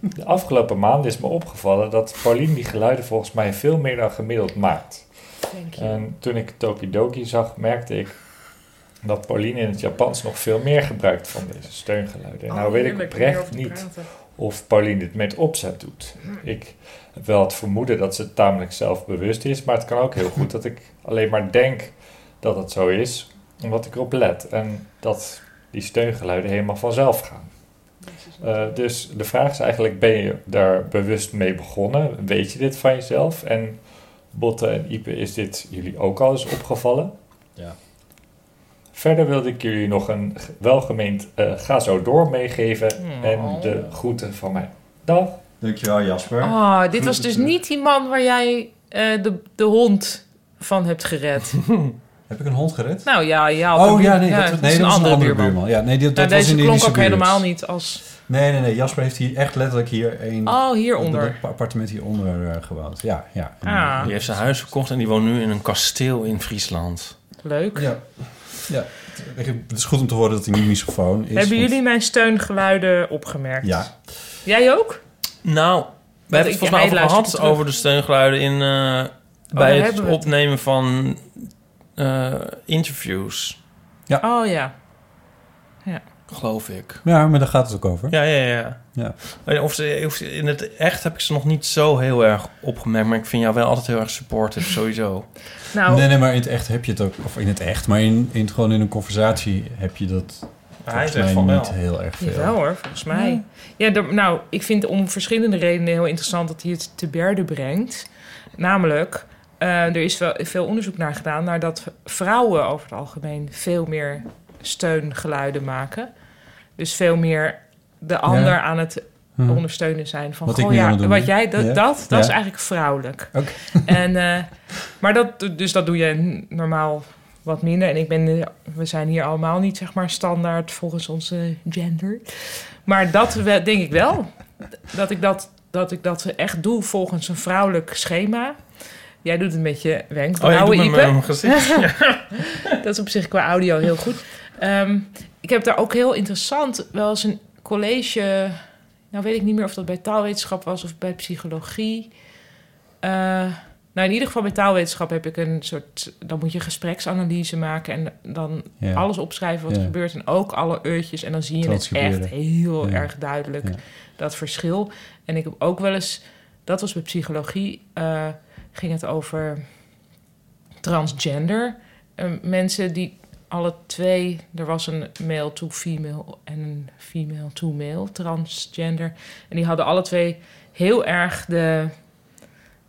Speaker 5: De afgelopen maand is me opgevallen dat Pauline die geluiden volgens mij veel meer dan gemiddeld maakt.
Speaker 3: Thank you.
Speaker 5: En toen ik Tokidoki zag, merkte ik dat Pauline in het Japans nog veel meer gebruikt van deze steungeluiden. En nou
Speaker 3: Oh,
Speaker 5: weet ik
Speaker 3: heerlijk, om hierover
Speaker 5: oprecht
Speaker 3: te
Speaker 5: niet
Speaker 3: praten. Hm.
Speaker 5: of Pauline dit met opzet doet. Ik heb wel het vermoeden dat ze het tamelijk zelfbewust is, maar het kan ook heel goed dat ik alleen maar denk dat het zo is, omdat ik erop let en dat die steungeluiden helemaal vanzelf gaan. Eh, dus de vraag is eigenlijk, ben je daar bewust mee begonnen? Weet je dit van jezelf? En Botte en Ipe, is dit jullie ook al eens opgevallen?
Speaker 2: Ja.
Speaker 5: Verder wilde ik jullie nog een g- welgemeend eh, ga zo door meegeven en
Speaker 3: Oh.
Speaker 5: de groeten van mij. Dag!
Speaker 2: Dankjewel Jasper.
Speaker 3: Oh, dit was dus niet die man waar jij eh, de, de hond van hebt gered.
Speaker 2: Heb ik een hond gered?
Speaker 3: Nou ja, ja. op
Speaker 2: Oh
Speaker 3: een buur-
Speaker 2: ja, nee, dat, nee, dat was een andere buurman. Ja, nee, die, dat
Speaker 3: Nou,
Speaker 2: was
Speaker 3: deze
Speaker 2: in de
Speaker 3: klonk
Speaker 2: Indische
Speaker 3: ook
Speaker 2: buurt.
Speaker 3: helemaal niet als...
Speaker 2: Nee, nee, nee. Jasper heeft hier echt letterlijk hier een
Speaker 3: Oh,
Speaker 2: een
Speaker 3: hieronder.
Speaker 2: appartement hieronder eh, gewoond. Ja, ja.
Speaker 3: Ah,
Speaker 1: Die heeft zijn huis verkocht en die woont nu in een kasteel in Friesland.
Speaker 3: leuk.
Speaker 2: Ja. ja. Ik heb- Het is goed om te horen dat hij niet misofoon is.
Speaker 3: Hebben
Speaker 2: want-
Speaker 3: jullie mijn steungeluiden opgemerkt?
Speaker 2: Ja.
Speaker 3: Jij ook?
Speaker 1: Nou, we hebben het
Speaker 3: ik-
Speaker 1: volgens mij
Speaker 3: hij
Speaker 1: over
Speaker 3: luistert
Speaker 1: gehad
Speaker 3: terug.
Speaker 1: over de steungeluiden in, eh,
Speaker 3: Oh,
Speaker 1: bij
Speaker 3: daar
Speaker 1: het
Speaker 3: hebben we het.
Speaker 1: opnemen van eh, interviews,
Speaker 3: Oh ja.
Speaker 1: geloof ik.
Speaker 2: Ja, maar daar gaat het ook over.
Speaker 1: Ja, ja, ja.
Speaker 2: Ja.
Speaker 1: Maar Of ze, of ze- in het echt heb ik ze nog niet zo heel erg opgemerkt, maar ik vind jou wel altijd heel erg supportive, sowieso.
Speaker 3: Nou,
Speaker 2: Nee, nee, maar in het echt heb je het ook... Of in het echt, maar in, in, het- gewoon in een conversatie heb je dat
Speaker 1: Hij
Speaker 2: volgens
Speaker 1: zegt
Speaker 2: mij
Speaker 1: van wel.
Speaker 2: niet heel erg veel.
Speaker 3: Jawel hoor, volgens mij. Ja, d- nou, ik vind om verschillende redenen heel interessant dat hij het te berde brengt. Namelijk, eh, er is wel veel onderzoek naar gedaan... naar dat vrouwen over het algemeen veel meer steungeluiden maken. Dus veel meer de ander aan het
Speaker 2: Hm.
Speaker 3: ondersteunen zijn. Van,
Speaker 2: Wat
Speaker 3: wat
Speaker 2: ik nu aan
Speaker 3: ja,
Speaker 2: het doen
Speaker 3: wat
Speaker 2: ben.
Speaker 3: jij, dat,
Speaker 2: Ja.
Speaker 3: dat, dat
Speaker 2: Ja.
Speaker 3: is eigenlijk vrouwelijk.
Speaker 2: Oké.
Speaker 3: En, eh, maar dat, dus dat doe je normaal wat minder. En ik ben, eh, we zijn hier allemaal niet zeg maar standaard volgens onze gender. Maar dat we- denk ik wel. Dat ik dat, dat ik dat echt doe volgens een vrouwelijk schema. Jij doet het met je
Speaker 1: Oh, ja, ik
Speaker 3: wenkbrauwen,
Speaker 1: doe met
Speaker 3: Ipe.
Speaker 1: mijn gezicht.
Speaker 3: Dat is op zich qua audio heel goed. Ehm, ik heb daar ook heel interessant wel eens een college... Nou weet ik niet meer of dat bij taalwetenschap was of bij psychologie. Eh, nou, in ieder geval bij taalwetenschap heb ik een soort... Dan moet je gespreksanalyse maken en dan
Speaker 2: Ja.
Speaker 3: alles opschrijven wat
Speaker 2: Ja.
Speaker 3: er gebeurt. En ook alle eurtjes. En dan zie je het
Speaker 2: Transcriberen.
Speaker 3: echt heel
Speaker 2: Ja.
Speaker 3: erg duidelijk,
Speaker 2: Ja.
Speaker 3: dat verschil. En ik heb ook wel eens... Dat was bij psychologie. eh, ging het over transgender. eh, mensen die alle twee, er was een male to female en een female to male, transgender. En die hadden alle twee heel erg de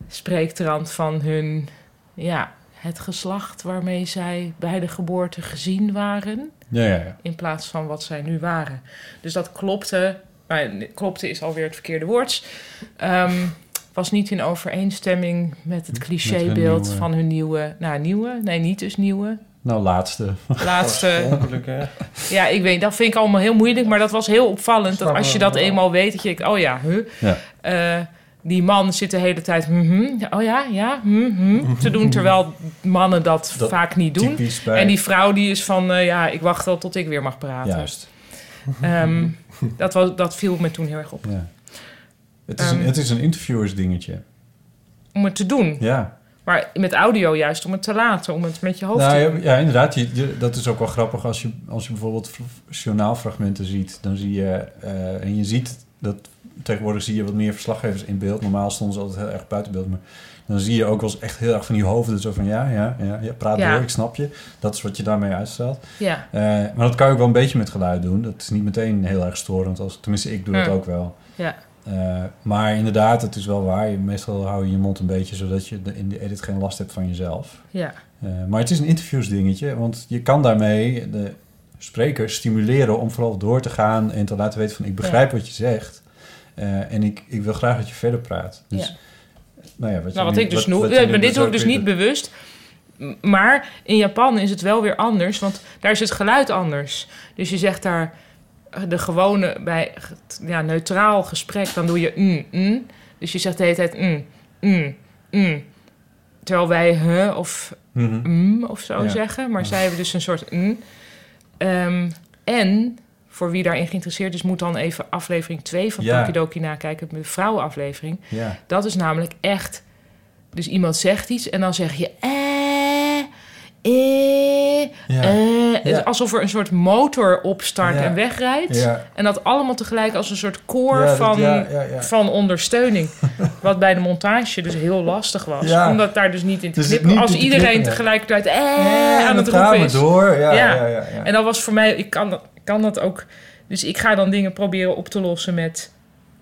Speaker 3: spreektrand van hun, ja, het geslacht waarmee zij bij de geboorte gezien waren
Speaker 2: Ja, ja, ja.
Speaker 3: in plaats van wat zij nu waren. Dus dat klopte. Maar klopte is alweer het verkeerde woord. Ehm, was niet in overeenstemming met het
Speaker 2: hun
Speaker 3: clichébeeld
Speaker 2: nieuwe-
Speaker 3: van hun nieuwe. Nou, nieuwe? Nee, niet dus nieuwe.
Speaker 2: Nou, laatste.
Speaker 3: Laatste.
Speaker 1: Ongeluk, hè?
Speaker 3: Ja, ik weet, dat vind ik allemaal heel moeilijk. Maar dat was heel opvallend. Dat als je dat eenmaal weet, dat je denkt, oh ja, huh.
Speaker 2: Ja.
Speaker 3: Eh, die man zit de hele tijd, mhm, oh ja, ja, mhm, te doen. Terwijl mannen dat,
Speaker 2: Mm-hmm. Dat
Speaker 3: vaak niet doen.
Speaker 2: Typisch bij...
Speaker 3: En die vrouw die is van, eh, ja, ik wacht al tot ik weer mag praten.
Speaker 2: Juist.
Speaker 3: Ehm, dat, was, dat viel me toen heel erg op.
Speaker 2: Ja. Het, is
Speaker 3: Ehm.
Speaker 2: een, het is een interviewers dingetje.
Speaker 3: Om het te doen.
Speaker 2: Ja.
Speaker 3: Maar met audio juist, om het te laten. Om het met je hoofd
Speaker 2: Nou,
Speaker 3: te
Speaker 2: ja, ja, inderdaad. Je, je- dat is ook wel grappig als je, als je bijvoorbeeld v- journaalfragmenten ziet. Dan zie je, eh, en je ziet dat tegenwoordig zie je wat meer verslaggevers in beeld. Normaal stonden ze altijd heel erg buiten beeld. Maar dan zie je ook wel eens echt heel erg van die hoofden. Zo van ja, ja, ja, ja praat
Speaker 3: Ja.
Speaker 2: door, ik snap je. Dat is wat je daarmee uitstraalt.
Speaker 3: Ja,
Speaker 2: Eh, maar dat kan je ook wel een beetje met geluid doen. Dat is niet meteen heel erg storend. Als, tenminste, ik doe dat
Speaker 3: Hmm.
Speaker 2: ook wel.
Speaker 3: ja.
Speaker 2: Eh, maar inderdaad, het is wel waar. Je- Meestal hou je je mond een beetje, zodat je de- in de edit geen last hebt van jezelf.
Speaker 3: ja.
Speaker 2: Eh, maar het is een interviews dingetje, want je kan daarmee de, sprekers stimuleren om vooral door te gaan en te laten weten van ik begrijp wat je zegt. eh, en ik, ik wil graag dat je verder praat. Dus, nou ja, wat, je
Speaker 3: Nou, wat
Speaker 2: nu-
Speaker 3: ik dus
Speaker 2: wat
Speaker 3: noem,
Speaker 2: je
Speaker 3: ja,
Speaker 2: nu
Speaker 3: maar dit doe ik
Speaker 2: ook
Speaker 3: dus
Speaker 2: weer
Speaker 3: niet bewust. M- Maar in Japan is het wel weer anders, want daar is het geluid anders. Dus je zegt daar eh, de gewone, bij het, ja, neutraal gesprek, dan doe je mm, mm. Dus je zegt de hele tijd mm, mm, mm. Terwijl wij he of
Speaker 2: Mhm.
Speaker 3: mm of zo
Speaker 2: Ja.
Speaker 3: zeggen, maar zij hebben dus een soort mm. Ehm, en, voor wie daarin geïnteresseerd is, moet dan even aflevering 2 van
Speaker 2: Ja.
Speaker 3: Tokidoki nakijken, de vrouwenaflevering.
Speaker 2: Ja.
Speaker 3: Dat is namelijk echt. Dus iemand zegt iets en dan zeg je. Eh, eh,
Speaker 2: Ja.
Speaker 3: eh. Het
Speaker 2: Ja.
Speaker 3: is Alsof er een soort motor opstart
Speaker 2: Ja.
Speaker 3: en wegrijdt.
Speaker 2: Ja.
Speaker 3: En dat allemaal tegelijk als een soort koor
Speaker 2: Ja, dat-
Speaker 3: van,
Speaker 2: ja, ja, ja.
Speaker 3: van ondersteuning. Wat bij de montage dus heel lastig was.
Speaker 2: Ja.
Speaker 3: Omdat daar dus niet in te
Speaker 2: Dus
Speaker 3: knippen.
Speaker 2: niet
Speaker 3: als
Speaker 2: in te
Speaker 3: iedereen
Speaker 2: knippen, ja.
Speaker 3: tegelijkertijd eh,
Speaker 2: En
Speaker 3: aan het
Speaker 2: dan gaan
Speaker 3: roepen
Speaker 2: we
Speaker 3: is.
Speaker 2: door. Ja, ja.
Speaker 3: Ja.
Speaker 2: Ja, ja.
Speaker 3: En dat was voor mij, ik kan dat, ik kan dat ook. Dus ik ga dan dingen proberen op te lossen met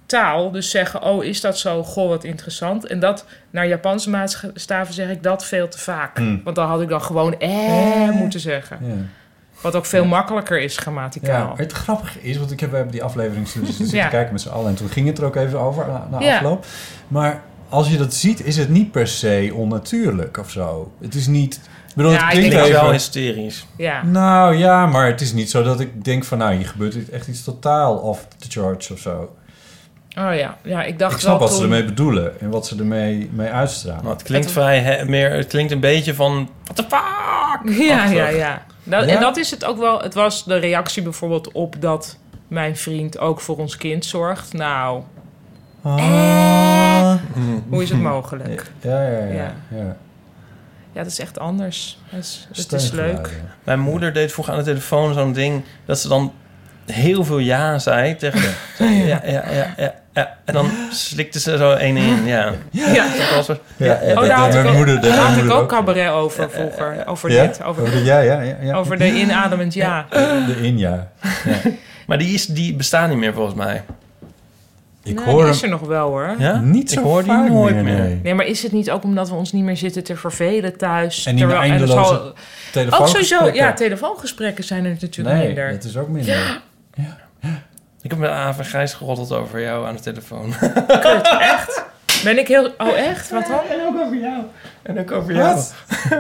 Speaker 3: taal. Dus zeggen, oh, is dat zo? Goh, wat interessant. En dat, naar Japanse maatstaven zeg ik dat veel te vaak. Want dan had ik dan gewoon eh moeten zeggen.
Speaker 2: Hmm. Ja.
Speaker 3: Wat ook veel makkelijker is
Speaker 2: Ja,
Speaker 3: grammaticaal.
Speaker 2: maar het grappige is, want ik heb, we hebben die aflevering zitten zitten
Speaker 3: Ja.
Speaker 2: kijken met z'n allen. En toen ging het er ook even over na, na
Speaker 3: Ja.
Speaker 2: afloop. Maar als je dat ziet, is het niet per se onnatuurlijk of zo. Het is niet... Ik bedoel,
Speaker 3: Ja,
Speaker 2: het
Speaker 3: ik
Speaker 2: klinkt
Speaker 1: Ik ben
Speaker 3: denk
Speaker 2: even...
Speaker 1: wel hysterisch.
Speaker 3: Ja.
Speaker 2: Nou ja, maar het is niet zo dat ik denk van... Nou, hier gebeurt echt iets totaal off the charts of zo.
Speaker 3: Oh ja. ja, ik dacht
Speaker 2: ik snap
Speaker 3: wel
Speaker 2: wat ze
Speaker 3: toen-
Speaker 2: ermee bedoelen en wat ze ermee mee uitstralen.
Speaker 1: Nou, het klinkt vrij hè, meer, het klinkt een beetje van. What the fuck?
Speaker 3: Ja,
Speaker 1: Achtig.
Speaker 3: ja, ja. Dat,
Speaker 2: Ja?
Speaker 3: En dat is het ook wel. Het was de reactie bijvoorbeeld op dat mijn vriend ook voor ons kind zorgt. Nou,
Speaker 2: Ah.
Speaker 3: Eh. hoe is het mogelijk?
Speaker 2: Ja, ja, ja. ja.
Speaker 3: Ja.
Speaker 2: ja.
Speaker 3: Ja, dat is echt anders. Het is, het is
Speaker 2: Steungeluiden.
Speaker 3: leuk.
Speaker 1: Mijn moeder deed vroeger aan de telefoon zo'n ding dat ze dan heel veel ja zei tegen. Ja, ja, ja, ja. ja, En dan slikte ze zo één in. Ja.
Speaker 3: Ja.
Speaker 1: Dat was-
Speaker 2: Ja, ja, dat
Speaker 3: Oh, daar
Speaker 2: deed
Speaker 3: had ik
Speaker 2: mijn
Speaker 3: ook,
Speaker 2: moeder, deed
Speaker 3: daar
Speaker 2: mijn
Speaker 3: had ik
Speaker 2: moeder
Speaker 3: ook cabaret over vroeger. Over
Speaker 2: Ja?
Speaker 3: dit. Over,
Speaker 2: Over de- ja, ja, ja, ja.
Speaker 3: over de inademend ja.
Speaker 2: De in, ja.
Speaker 1: Maar die, is, die bestaan niet meer volgens mij.
Speaker 2: Ik
Speaker 3: Nou,
Speaker 2: hoor
Speaker 3: die
Speaker 2: hem
Speaker 3: is er nog wel hoor.
Speaker 1: Ja?
Speaker 2: niet zo
Speaker 1: Ik hoor die
Speaker 2: vaak
Speaker 1: nooit
Speaker 2: meer.
Speaker 1: meer.
Speaker 2: nee.
Speaker 3: Nee, maar is het niet ook omdat we ons niet meer zitten te vervelen thuis?
Speaker 2: En die
Speaker 3: het
Speaker 2: eindeloze
Speaker 3: zal- ook sowieso,
Speaker 2: Telefoongesprekken.
Speaker 3: ja, telefoongesprekken zijn er natuurlijk
Speaker 2: nee,
Speaker 3: minder.
Speaker 2: dat is ook minder.
Speaker 1: Ik heb met Aven Grijs geroddeld over jou aan de telefoon.
Speaker 3: Ben ik heel... Oh echt? Wat dan?
Speaker 1: En ook over jou. En ook over jou.
Speaker 2: Wat?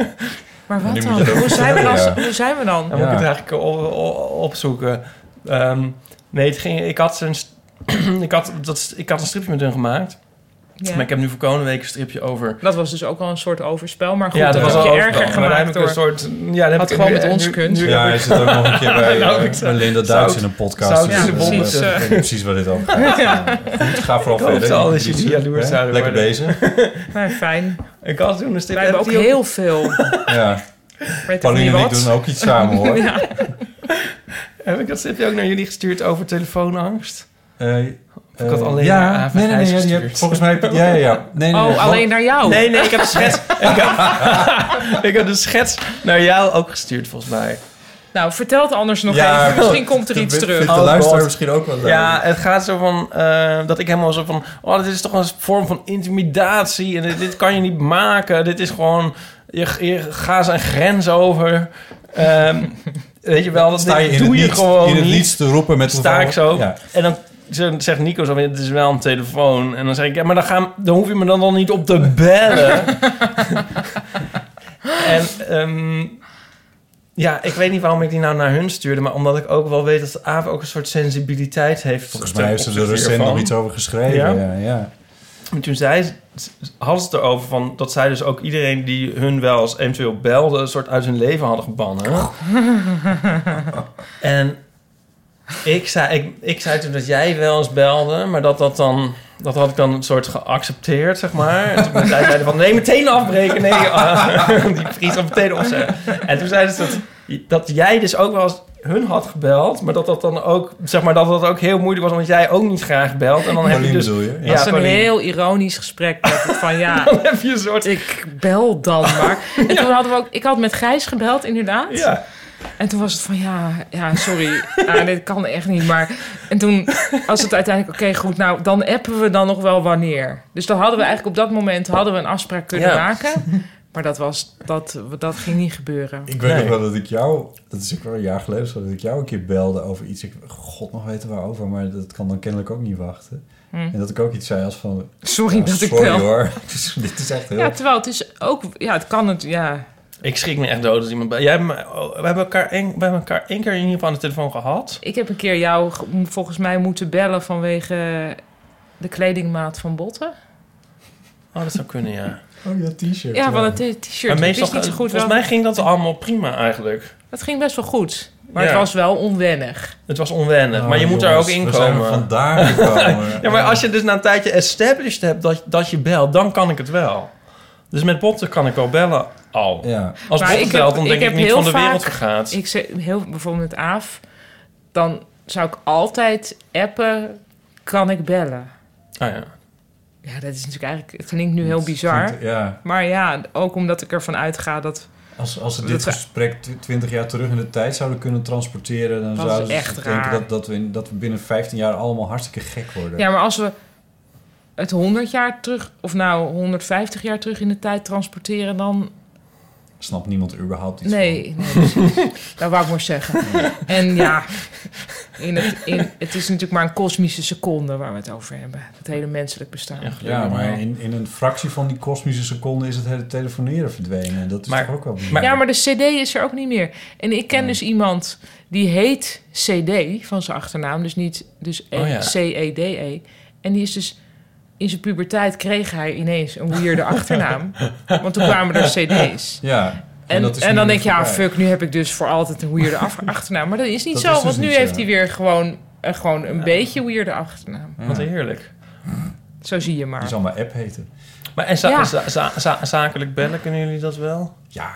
Speaker 3: Maar wat
Speaker 2: nu moet
Speaker 3: dan?
Speaker 2: je dat
Speaker 3: Hoe
Speaker 2: ook
Speaker 3: zijn, we dan?
Speaker 2: vertellen,
Speaker 3: Hoe zijn we dan?
Speaker 1: Dan moet ik
Speaker 2: Ja.
Speaker 1: het eigenlijk o- o- opzoeken. Ehm, nee, het ging, ik, had een, st- ik, had, dat, st- ik had een stripje met hun gemaakt.
Speaker 3: Ja.
Speaker 1: Maar ik heb nu voor komende week een stripje over...
Speaker 3: Dat was dus ook al een soort overspel. Maar goed,
Speaker 1: ja,
Speaker 3: dat was
Speaker 1: al
Speaker 3: je
Speaker 1: overal.
Speaker 3: erger
Speaker 1: Maar daar heb
Speaker 3: gemaakt
Speaker 1: ik een
Speaker 3: door...
Speaker 1: soort... Ja, dat heb
Speaker 3: Had
Speaker 1: ik
Speaker 3: gewoon
Speaker 1: nu-
Speaker 3: met ons
Speaker 1: nu-
Speaker 3: kunt.
Speaker 1: nu-
Speaker 2: Ja, hij zit ook nog een keer bij
Speaker 1: Nou,
Speaker 2: eh,
Speaker 1: ik zou-
Speaker 2: Linda
Speaker 1: zou
Speaker 2: Duits
Speaker 1: ik-
Speaker 2: in een podcast.
Speaker 1: zou ik
Speaker 2: Dus,
Speaker 1: ze
Speaker 2: eh,
Speaker 1: precies,
Speaker 2: ik weet niet precies waar dit over gaat. Goed, ga vooral
Speaker 1: hoopte
Speaker 2: verder.
Speaker 1: al dat jullie
Speaker 2: Drie,
Speaker 1: jaloers
Speaker 2: hè?
Speaker 1: zouden
Speaker 2: Lekker
Speaker 1: worden.
Speaker 2: bezig.
Speaker 3: Nou, fijn.
Speaker 1: Ik had toen een
Speaker 3: Wij
Speaker 1: stripje...
Speaker 3: hebben ook
Speaker 1: heb ik die
Speaker 3: heel veel.
Speaker 2: Ja.
Speaker 3: Weet ik niet
Speaker 2: Pauline en ik
Speaker 3: wat.
Speaker 2: doen ook iets samen hoor.
Speaker 3: Ja.
Speaker 1: Heb ik dat stripje ook naar jullie gestuurd over telefoonangst?
Speaker 2: Eh,
Speaker 1: ik had
Speaker 2: eh,
Speaker 1: alleen
Speaker 2: ja,
Speaker 1: maar AVG's
Speaker 2: nee, nee, nee, ja, die
Speaker 1: gestuurd.
Speaker 2: heb- volgens mij heb je- ja, ja, ja. Nee, nee, nee,
Speaker 3: Oh, alleen naar jou?
Speaker 1: Nee, nee, ik heb een schets... ik, heb, ik heb de schets naar jou ook gestuurd, volgens mij.
Speaker 3: Nou, vertel het anders nog
Speaker 2: Ja,
Speaker 3: even. Misschien komt er
Speaker 2: dat
Speaker 3: iets
Speaker 2: vindt-
Speaker 3: terug.
Speaker 2: vindt De
Speaker 1: Oh,
Speaker 2: luisteraar
Speaker 1: God.
Speaker 2: misschien ook wel leuk.
Speaker 1: Ja, het gaat zo van eh, dat ik helemaal zo van, oh, dit is toch een vorm van intimidatie en dit, dit kan je niet maken. Dit is gewoon, je, je gaat zijn grens over. Ehm, weet je wel, dat
Speaker 2: Sta je
Speaker 1: dit
Speaker 2: in
Speaker 1: doe
Speaker 2: het
Speaker 1: je
Speaker 2: lied-
Speaker 1: gewoon
Speaker 2: in het
Speaker 1: niet.
Speaker 2: lied te roepen met
Speaker 1: Sta ik zo.
Speaker 2: Ja.
Speaker 1: En dan z- zegt Nico zo, van, het is wel een telefoon. En dan zeg ik, ja, maar dan, gaan, dan hoef je me dan, dan niet op te bellen. en ehm, ja, ik weet niet waarom ik die nou naar hun stuurde, maar omdat ik ook wel weet dat de AVE ook een soort sensibiliteit heeft.
Speaker 2: Volgens
Speaker 1: ten
Speaker 2: mij heeft ze er
Speaker 1: opzichte
Speaker 2: recent
Speaker 1: hiervan.
Speaker 2: nog iets over geschreven. Ja,
Speaker 1: Ja?
Speaker 2: ja. ja.
Speaker 1: En toen zei, had ze het erover van dat zij dus ook iedereen die hun wel eens eventueel belde, een soort uit hun leven hadden gebannen. en ik zei, ik, ik zei toen dat jij wel eens belde, maar dat dat dan. Dat had ik dan een soort geaccepteerd, zeg maar. En toen zei zij van, nee, meteen afbreken. Nee, ah, die vries dan meteen opzeggen. En toen zei ze dat, dat jij dus ook wel eens hun had gebeld... maar dat dat dan ook, zeg maar, dat dat ook heel moeilijk was... omdat jij ook niet graag belt. En dan heb je
Speaker 2: Pauline
Speaker 1: dus
Speaker 2: bedoel je?
Speaker 1: Ja.
Speaker 3: dat is een
Speaker 1: Pauline.
Speaker 3: heel ironisch gesprek. met het Van ja,
Speaker 1: heb je een soort...
Speaker 3: ik bel dan maar. En toen hadden we ook... Ik had met Gijs gebeld, inderdaad.
Speaker 1: Ja.
Speaker 3: En toen was het van, ja, ja sorry, ja, dit kan echt niet. Maar en toen was het uiteindelijk, oké, goed, nou, dan appen we dan nog wel wanneer. Dus dan hadden we eigenlijk op dat moment hadden we een afspraak kunnen
Speaker 1: Ja.
Speaker 3: maken. Maar dat, was, dat, dat ging niet gebeuren.
Speaker 2: Ik weet
Speaker 1: Nee.
Speaker 2: nog wel dat ik jou, dat is ook wel een jaar geleden, zo, dat ik jou een keer belde over iets. Ik, god nog weten waarover, maar dat kan dan kennelijk ook niet wachten. En dat ik ook iets zei als van,
Speaker 3: Hm. Sorry
Speaker 2: ja,
Speaker 3: dat ik
Speaker 2: sorry
Speaker 3: wel.
Speaker 2: hoor, dit is echt heel...
Speaker 3: Ja, terwijl het is ook... Ja, het kan het... Ja,
Speaker 1: Ik schrik me echt dood als iemand bij... Jij hebt me- oh, we, hebben elkaar één, we hebben elkaar één keer in ieder geval aan de telefoon gehad.
Speaker 3: ik heb een keer jou ge- volgens mij moeten bellen vanwege de kledingmaat van Botten.
Speaker 1: Oh, dat zou kunnen, ja.
Speaker 2: Oh ja, t-shirt.
Speaker 3: Ja, van het t- t-shirt. Het is niet zo goed.
Speaker 1: Volgens
Speaker 3: wel-
Speaker 1: mij ging dat allemaal prima eigenlijk.
Speaker 3: Het ging best wel goed. Maar het
Speaker 1: Ja.
Speaker 3: was wel onwennig.
Speaker 1: Het was onwennig,
Speaker 2: Oh,
Speaker 1: maar je moet daar ook
Speaker 2: jongens,
Speaker 1: in
Speaker 2: we zijn er
Speaker 1: komen.
Speaker 2: vandaar gekomen.
Speaker 1: Ja, maar als je dus na een tijdje established hebt dat, dat je belt, dan kan ik het wel. Dus met botten kan ik wel bellen al.
Speaker 2: Ja,
Speaker 1: Als
Speaker 3: Maar
Speaker 1: botten
Speaker 3: ik heb-
Speaker 1: belt, dan
Speaker 3: ik
Speaker 1: denk ik,
Speaker 3: heb
Speaker 1: niet
Speaker 3: heel
Speaker 1: van de wereld
Speaker 3: vaak-
Speaker 1: vergaat.
Speaker 3: Ik zeg heel bijvoorbeeld met Aaf, dan zou ik altijd appen, kan ik bellen?
Speaker 1: Ah, ja.
Speaker 3: Ja, dat is natuurlijk eigenlijk, het klinkt nu heel bizar.
Speaker 2: Ja,
Speaker 3: Maar ja, ook omdat ik ervan uitga dat
Speaker 2: als, als we
Speaker 3: Dat
Speaker 2: dit
Speaker 3: we-
Speaker 2: gesprek tw- 20 jaar terug in de tijd zouden kunnen transporteren... dan
Speaker 3: Dat is
Speaker 2: zouden ze
Speaker 3: echt
Speaker 2: denken
Speaker 3: raar.
Speaker 2: dat, dat, we in- dat we binnen 15 jaar allemaal hartstikke gek worden.
Speaker 3: Ja, maar als we het 100 jaar terug, of nou 150 jaar terug in de tijd transporteren, dan.
Speaker 2: Snapt niemand er überhaupt iets van.
Speaker 3: Nee, nee precies. dat wou ik maar zeggen. En ja, in het, in, het is natuurlijk maar een kosmische seconde waar we het over hebben. Het hele menselijk bestaan.
Speaker 2: Ja, maar in, in een fractie van die kosmische seconde is het hele telefoneren verdwenen. Dat is
Speaker 1: Maar-
Speaker 2: toch ook wel bijzonder.
Speaker 1: maar-
Speaker 3: Ja, maar de CD is er ook niet meer. En ik ken dus iemand die heet CD van zijn achternaam, dus niet dus
Speaker 1: Oh ja.
Speaker 3: C-E-D-E. E. En die is dus in zijn puberteit kreeg hij ineens een weirde achternaam, want toen kwamen er CD's.
Speaker 2: Ja,
Speaker 3: En,
Speaker 2: dat
Speaker 3: en,
Speaker 2: is
Speaker 3: dan
Speaker 2: nu weer
Speaker 3: denk je, ja,
Speaker 2: voorbij.
Speaker 3: fuck, nu heb ik dus voor altijd een weirde af- achternaam. Maar dat is niet
Speaker 2: Dat
Speaker 3: zo,
Speaker 2: is dus
Speaker 3: want nu
Speaker 2: niet zo.
Speaker 3: heeft hij weer gewoon, eh, gewoon een beetje weirde achternaam.
Speaker 1: Wat heerlijk.
Speaker 3: Zo zie je
Speaker 2: Die
Speaker 3: maar.
Speaker 2: zal maar app heten.
Speaker 1: Maar en za-
Speaker 3: Ja.
Speaker 1: za- za- za- zakelijk bellen, kunnen jullie dat wel?
Speaker 2: Ja.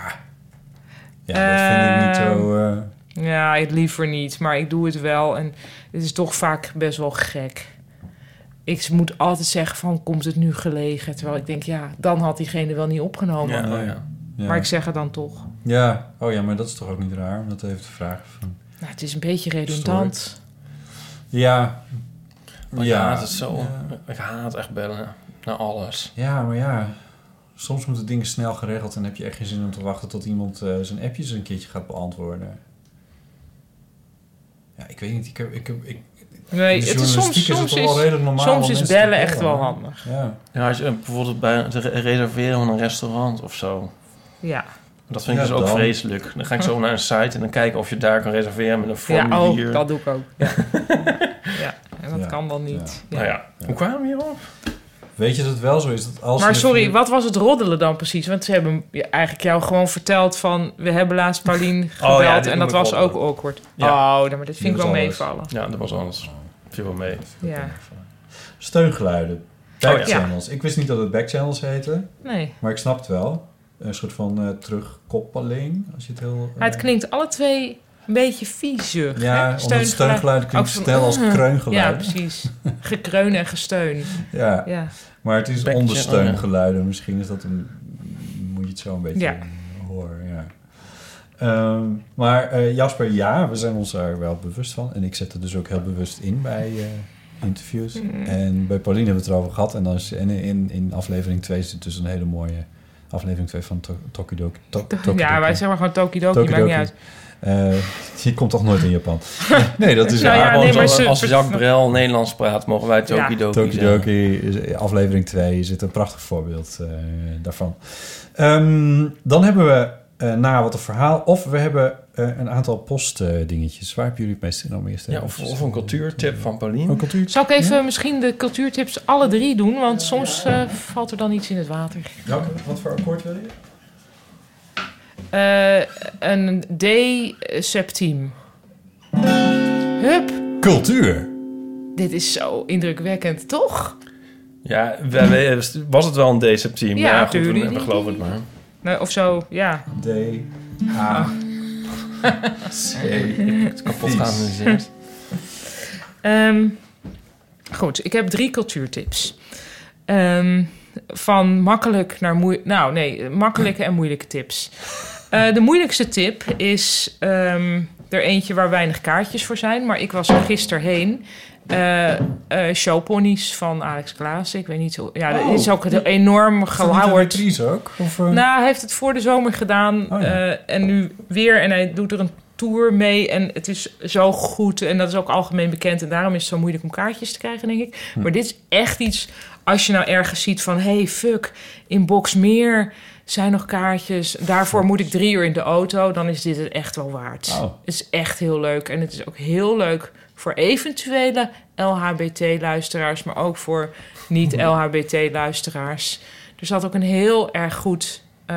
Speaker 2: Ja, dat vind ik niet zo... eh,
Speaker 3: Ehm, Ja, ik liever niet, maar ik doe het wel. En het is toch vaak best wel gek. Ik moet altijd zeggen van, komt het nu gelegen? Terwijl ik denk, ja, dan had diegene wel niet opgenomen.
Speaker 1: Ja,
Speaker 2: nee.
Speaker 1: oh ja.
Speaker 2: ja.
Speaker 3: Maar ik zeg het dan toch.
Speaker 2: ja. Oh ja, maar dat is toch ook niet raar? Want dat heeft de vraag van...
Speaker 3: Nou, het is een beetje redundant.
Speaker 2: Ja.
Speaker 1: Maar ik haat het zo.
Speaker 2: Ja.
Speaker 1: Ik haat echt bellen naar alles.
Speaker 2: Ja, maar ja. Soms moeten dingen snel geregeld en heb je echt geen zin om te wachten tot iemand eh, zijn appjes een keertje gaat beantwoorden. Ja, ik weet niet. Ik heb, ik heb, ik, in
Speaker 3: Nee,
Speaker 2: de
Speaker 3: het is
Speaker 2: journalistiek
Speaker 3: soms,
Speaker 2: het
Speaker 3: soms
Speaker 2: toch wel
Speaker 3: is,
Speaker 2: redelijk normaal
Speaker 3: soms
Speaker 2: om
Speaker 3: is
Speaker 2: mensen te
Speaker 3: bellen echt wel
Speaker 2: hoor.
Speaker 3: handig.
Speaker 2: Ja.
Speaker 1: Ja, als je eh, bijvoorbeeld bij het re- reserveren van een restaurant of zo.
Speaker 3: Ja.
Speaker 1: Dat vind ik
Speaker 2: Ja,
Speaker 1: dus ook
Speaker 2: dan.
Speaker 1: vreselijk. Dan ga ik zo naar een site en dan kijken of je daar kan reserveren met een
Speaker 3: Ja,
Speaker 1: formulier.
Speaker 3: oh, dat doe ik ook. Ja, ja. en dat
Speaker 2: Ja,
Speaker 3: kan dan niet. Ja.
Speaker 1: Nou ja, hoe kwamen we hierop?
Speaker 2: Weet je dat het wel zo is? Dat als
Speaker 3: Maar
Speaker 2: je-
Speaker 3: sorry, wat was het roddelen dan precies? Want ze hebben je- eigenlijk jou gewoon verteld van... we hebben laatst Paulien
Speaker 2: Oh
Speaker 3: gebeld
Speaker 1: Oh, ja, dit
Speaker 3: en
Speaker 1: noem
Speaker 3: dat
Speaker 1: ik
Speaker 3: was
Speaker 1: roddelen.
Speaker 3: ook awkward.
Speaker 1: Ja.
Speaker 3: Oh, nou, maar dit vind ik
Speaker 2: was
Speaker 3: wel
Speaker 2: alles.
Speaker 3: meevallen.
Speaker 1: Ja, dat was alles. Viel wel mee.
Speaker 3: Ja,
Speaker 2: Steungeluiden.
Speaker 1: ja.
Speaker 2: Backchannels. Ik wist niet dat het backchannels heette,
Speaker 3: Oh, nee.
Speaker 2: maar ik snap het wel. Een soort van eh, terugkoppeling, als je het heel... eh,
Speaker 3: Maar het klinkt alle twee een beetje viezig.
Speaker 2: Ja,
Speaker 3: hè?
Speaker 2: omdat
Speaker 3: Steungeluid-
Speaker 2: steungeluid klinkt
Speaker 3: ook van-
Speaker 2: stel als kreungeluid.
Speaker 3: Ja, precies. Gekreun en gesteun.
Speaker 2: Ja.
Speaker 3: Ja.
Speaker 2: Maar het is
Speaker 1: Backchannel,
Speaker 2: ondersteungeluiden. Misschien is dat een... Moet je het zo een beetje
Speaker 3: Ja.
Speaker 2: horen, ja. Ehm, maar eh, Jasper, ja, we zijn ons daar wel bewust van. En ik zet er dus ook heel bewust in bij eh, interviews.
Speaker 3: Mm.
Speaker 2: En bij Pauline hebben we het erover gehad. En, dan is, en in, in aflevering 2 zit dus een hele mooie... Aflevering 2 van To- Tokidoki. To- Tokidoki.
Speaker 3: ja, wij zeggen maar gewoon Tokidoki, maakt niet
Speaker 2: Tokidoki.
Speaker 3: uit.
Speaker 2: Eh, die komt toch nooit in Japan? nee, dat is
Speaker 3: Nou ja,
Speaker 2: waar.
Speaker 1: Gewoon
Speaker 3: nee,
Speaker 1: zo,
Speaker 3: maar ze-
Speaker 1: als Jacques Brel Nederlands praat, mogen wij Tokidoki zeggen.
Speaker 2: Tokidoki, is- eh, aflevering 2, zit een prachtig voorbeeld eh, daarvan. Ehm, dan hebben we eh, na wat een verhaal, of we hebben eh, een aantal postdingetjes. Waar hebben jullie het meest in om eerst
Speaker 1: Ja,
Speaker 2: even-
Speaker 1: of, of een cultuurtip van
Speaker 2: Een
Speaker 1: Paulien.
Speaker 2: cultuur?
Speaker 3: Zal ik even misschien de cultuurtips alle drie doen? Want soms eh, valt er dan iets in het water.
Speaker 2: Welke- wat voor akkoord wil je?
Speaker 3: Eh, een D-septiem. Hup,
Speaker 2: Cultuur.
Speaker 3: dit is zo indrukwekkend, toch?
Speaker 1: Ja, wij- wij- was het wel een deceptie? Maar
Speaker 3: Ja,
Speaker 1: ja, goed,
Speaker 3: tuurlijk.
Speaker 1: we, we geloven het maar.
Speaker 3: Nou, of zo, ja. Oh.
Speaker 2: D. A. C.
Speaker 1: Het is kapot geanalyseerd.
Speaker 3: Ehm, goed, ik heb drie cultuurtips. Ehm, van makkelijk naar moeilijk. Nou, nee, makkelijke en moeilijke tips. Eh, de moeilijkste tip is ehm, er eentje waar weinig kaartjes voor zijn. Maar ik was er gisteren heen. Eh, eh, showponies van Alex Klaas. Ik weet niet hoe... Ja, dat
Speaker 2: Oh.
Speaker 3: is ook een enorm gelauwerd.
Speaker 2: Is ook? Of, eh,
Speaker 3: Nou, hij heeft het voor de zomer gedaan
Speaker 2: Oh ja.
Speaker 3: eh, en nu weer. En hij doet er een tour mee en het is zo goed. En dat is ook algemeen bekend. En daarom is het zo moeilijk om kaartjes te krijgen, denk ik.
Speaker 2: Hm.
Speaker 3: Maar dit is echt iets, als je nou ergens ziet van... hey, fuck, in Boxmeer zijn nog kaartjes. Daarvoor moet ik drie uur in de auto. Dan is dit het echt wel waard.
Speaker 2: Oh.
Speaker 3: Het is echt heel leuk. En het is ook heel leuk voor eventuele LHBT-luisteraars... maar ook voor niet-LHBT-luisteraars. Er zat ook een heel erg goed eh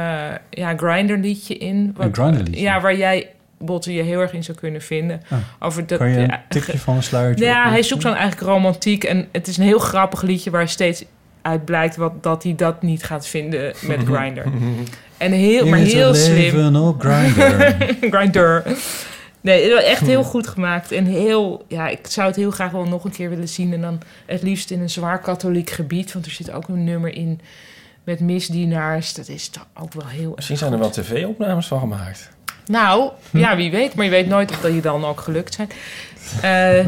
Speaker 3: ja, Grindr-liedje in.
Speaker 2: Een Grindr-liedje?
Speaker 3: Ja, waar jij, Botte, je heel erg in zou kunnen vinden.
Speaker 2: Ah.
Speaker 3: Over dat,
Speaker 2: kan je
Speaker 3: ja,
Speaker 2: een tipje van een sluiertje?
Speaker 3: nou ja,
Speaker 2: opdoen?
Speaker 3: hij zoekt dan eigenlijk romantiek. En het is een heel grappig liedje waar steeds uit blijkt wat, dat hij dat niet gaat vinden met Grindr. En heel, maar
Speaker 2: In het
Speaker 3: heel slim.
Speaker 2: leven op Grindr.
Speaker 3: Grindr. Nee, echt heel goed gemaakt. En heel, ja, ik zou het heel graag wel nog een keer willen zien. En dan het liefst in een zwaar katholiek gebied. Want er zit ook een nummer in met misdienaars. Dat is toch ook wel heel erg
Speaker 1: Misschien zijn er
Speaker 3: goed.
Speaker 1: wel tv-opnames van gemaakt.
Speaker 3: Nou, ja, wie weet. Maar je weet nooit of dat je dan ook gelukt zijn. Eh,